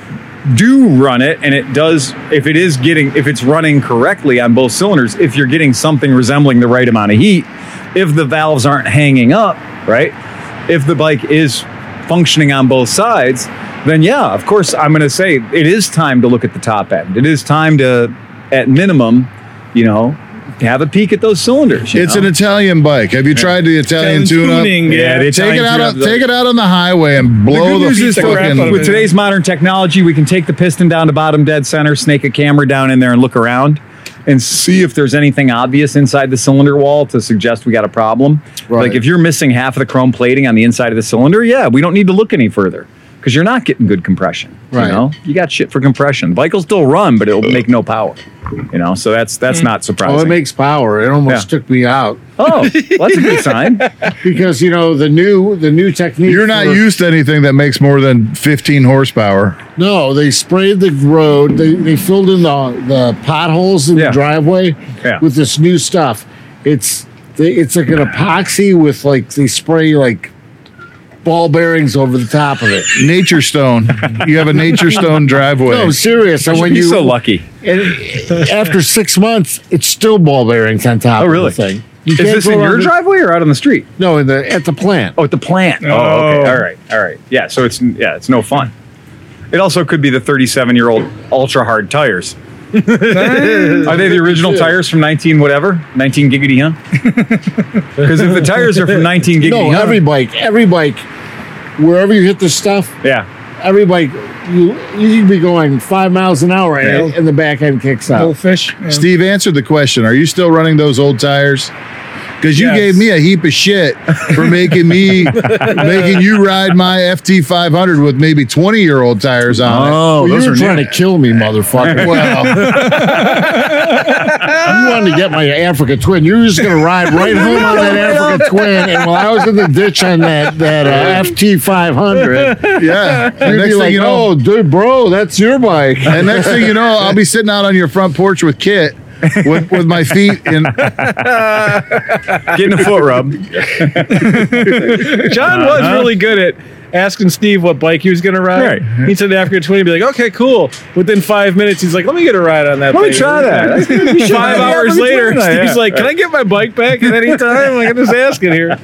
[SPEAKER 1] do run it and it does, if it is getting, if it's running correctly on both cylinders, if you're getting something resembling the right amount of heat, if the valves aren't hanging up, right? If the bike is functioning on both sides, then yeah, of course, I'm going to say it is time to look at the top end. It is time to, at minimum, you know, have a peek at those cylinders. you
[SPEAKER 2] It's
[SPEAKER 1] know?
[SPEAKER 2] an Italian bike. Have you tried the Italian tune-up?
[SPEAKER 3] tuning,
[SPEAKER 1] Yeah,
[SPEAKER 3] yeah.
[SPEAKER 1] they-
[SPEAKER 2] Take it out.
[SPEAKER 1] Italian
[SPEAKER 2] On,
[SPEAKER 1] tune-up.
[SPEAKER 2] take it out on the highway and blow
[SPEAKER 3] good
[SPEAKER 2] the,
[SPEAKER 3] news is the crap out of
[SPEAKER 2] fucking.
[SPEAKER 1] with today's modern technology, we can take the piston down to bottom dead center, snake a camera down in there, and look around and see if there's anything obvious inside the cylinder wall to suggest we got a problem. Like if you're missing half of the chrome plating on the inside of the cylinder, yeah, we don't need to look any further because you're not getting good compression.
[SPEAKER 5] Right.
[SPEAKER 1] You know, you got shit for compression. Bike will still run, but it'll make no power. You know, so that's that's not surprising.
[SPEAKER 5] Oh, it makes power. It almost
[SPEAKER 1] Yeah.
[SPEAKER 5] took me out
[SPEAKER 1] Oh, well, that's a good
[SPEAKER 5] [LAUGHS]
[SPEAKER 1] sign.
[SPEAKER 5] because you know the new the new technique.
[SPEAKER 2] You're not
[SPEAKER 5] for-
[SPEAKER 2] used to anything that makes more than 15 horsepower.
[SPEAKER 5] No, they sprayed the road. They, they filled in the, the potholes in
[SPEAKER 1] Yeah.
[SPEAKER 5] the driveway
[SPEAKER 1] Yeah.
[SPEAKER 5] with this new stuff. It's they, it's like an epoxy with like they spray like ball bearings over the top of it.
[SPEAKER 2] Nature Stone. You have a Nature Stone driveway.
[SPEAKER 5] No, serious. And when
[SPEAKER 1] You're
[SPEAKER 5] you
[SPEAKER 1] so lucky.
[SPEAKER 5] and after six months, it's still ball bearings on top.
[SPEAKER 1] Oh, really?
[SPEAKER 5] Of the thing. You
[SPEAKER 1] Is
[SPEAKER 5] can't
[SPEAKER 1] this
[SPEAKER 5] go
[SPEAKER 1] in your
[SPEAKER 5] around it-
[SPEAKER 1] driveway or out on the street?
[SPEAKER 5] No, in the at the plant.
[SPEAKER 1] Oh, at the plant. Oh, okay. All right. All right. Yeah. So it's yeah, it's no fun. It also could be the 37 year old ultra hard tires. are they the original tires from 19 whatever? 19 giggity,
[SPEAKER 4] [LAUGHS]
[SPEAKER 1] huh? Because if the tires are from 19 giggity,
[SPEAKER 5] no,
[SPEAKER 1] huh?
[SPEAKER 5] every bike, every bike, wherever you hit the stuff,
[SPEAKER 1] yeah,
[SPEAKER 5] every bike you you can be going five miles an hour and, and the back end kicks out.
[SPEAKER 3] Goldfish. yeah.
[SPEAKER 2] Steve answered the question. Are you still running those old tires? Because you
[SPEAKER 3] Yes.
[SPEAKER 2] gave me a heap of shit for making me making you ride my FT 500 with maybe 20 year old tires on
[SPEAKER 5] Oh,
[SPEAKER 2] it.
[SPEAKER 5] you were trying to kill me, motherfucker.
[SPEAKER 2] [LAUGHS] Well,
[SPEAKER 5] you wanted to get my Africa twin. You were just going to ride right home on
[SPEAKER 2] [LAUGHS]
[SPEAKER 5] that Africa twin. And while I was in the ditch on that that uh, FT 500, you'd
[SPEAKER 2] yeah. And
[SPEAKER 5] be
[SPEAKER 2] next thing
[SPEAKER 5] like,
[SPEAKER 2] you know,
[SPEAKER 5] oh, dude, bro, that's your
[SPEAKER 2] [LAUGHS]
[SPEAKER 5] bike.
[SPEAKER 2] and next thing you know, I'll be sitting out on your front porch with Kit. with, with my feet in
[SPEAKER 1] getting a foot rub.
[SPEAKER 3] John was really good at
[SPEAKER 4] asking Steve what bike he was going to ride.
[SPEAKER 1] Uh-huh. Right.
[SPEAKER 4] He said after 20, he'd be like, okay, cool. Within five minutes, he's like, let me get a ride on that
[SPEAKER 1] Let me
[SPEAKER 4] thing.
[SPEAKER 1] try
[SPEAKER 4] [LAUGHS]
[SPEAKER 1] that.
[SPEAKER 4] Five hours later,
[SPEAKER 1] Yeah,
[SPEAKER 4] Steve's
[SPEAKER 1] yeah.
[SPEAKER 4] like, can I get my bike back at any time? Like, I'm just asking here.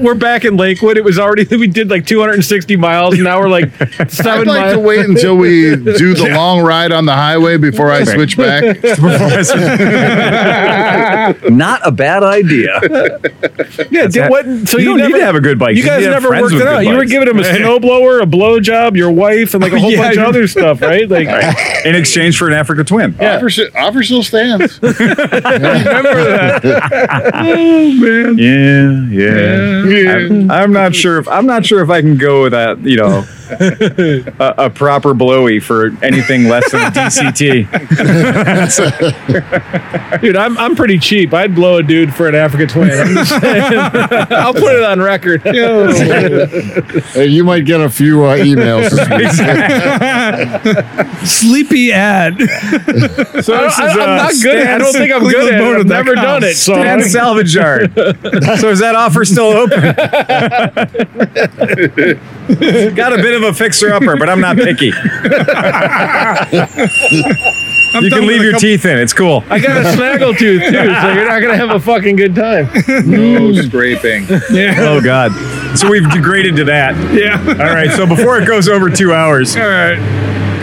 [SPEAKER 4] [LAUGHS] we're back in Lakewood. It was already, [LAUGHS] we did like 260 miles. Now
[SPEAKER 1] [LAUGHS]
[SPEAKER 4] we're like
[SPEAKER 2] I'd
[SPEAKER 4] seven
[SPEAKER 2] like
[SPEAKER 4] miles.
[SPEAKER 2] to wait until we do the long ride on the highway before I switch back.
[SPEAKER 1] Not a bad idea.
[SPEAKER 4] Yeah, did,
[SPEAKER 1] that-
[SPEAKER 4] what? So
[SPEAKER 1] you
[SPEAKER 4] you,
[SPEAKER 1] don't need
[SPEAKER 4] never-
[SPEAKER 1] to have a good bike.
[SPEAKER 4] You
[SPEAKER 1] You need
[SPEAKER 4] guys
[SPEAKER 1] to have
[SPEAKER 4] never
[SPEAKER 1] friends
[SPEAKER 4] worked
[SPEAKER 1] with
[SPEAKER 4] it
[SPEAKER 1] good
[SPEAKER 4] out. You were
[SPEAKER 1] bikes.
[SPEAKER 4] [LAUGHS] giving him a snowblower, a blowjob, your wife, and like [LAUGHS] a whole
[SPEAKER 1] Yeah,
[SPEAKER 4] bunch of
[SPEAKER 1] you-
[SPEAKER 4] other stuff, [LAUGHS] right? Like,
[SPEAKER 1] In exchange for an Africa twin.
[SPEAKER 2] Offer, si- offer still stands.
[SPEAKER 1] Yeah, yeah. I'm, I'm not sure if I'm not sure if I can go with that. You know,
[SPEAKER 3] [LAUGHS]
[SPEAKER 1] a, a proper blowy for anything less than a
[SPEAKER 3] [LAUGHS]
[SPEAKER 1] DCT.
[SPEAKER 4] dude, I'm, I'm pretty cheap. I'd blow a dude for an Africa twin. I'm [LAUGHS] just saying. I'll put it on record. [LAUGHS]
[SPEAKER 5] Hey, Uh, you might get a few uh, emails.
[SPEAKER 2] [LAUGHS]
[SPEAKER 3] Sleepy ad.
[SPEAKER 4] So I, am not good. At, it. I don't think I'm good at it. I've never done it. So [LAUGHS]
[SPEAKER 1] And salvage yard. So is that offer still
[SPEAKER 3] [LAUGHS]
[SPEAKER 1] open? Got a bit of a fixer upper, but I'm not
[SPEAKER 3] [LAUGHS]
[SPEAKER 1] picky. you
[SPEAKER 3] done
[SPEAKER 1] can
[SPEAKER 3] with
[SPEAKER 1] leave
[SPEAKER 3] a
[SPEAKER 1] your
[SPEAKER 3] couple-
[SPEAKER 1] teeth in. It's cool.
[SPEAKER 4] I got
[SPEAKER 3] [LAUGHS]
[SPEAKER 4] a snaggle tooth too. So you're not gonna have a fucking good time.
[SPEAKER 2] No scraping.
[SPEAKER 3] Yeah.
[SPEAKER 1] Oh God. So we've degraded to that. [LAUGHS]
[SPEAKER 3] Yeah.
[SPEAKER 1] All right. So before it goes over two hours,
[SPEAKER 3] All right.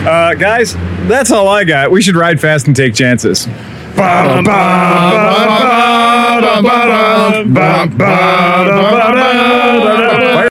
[SPEAKER 1] uh, guys, that's all I got. We should ride fast and take chances.
[SPEAKER 2] Ba-da-ba-da-ba-da, ba-da-ba-da-ba-da.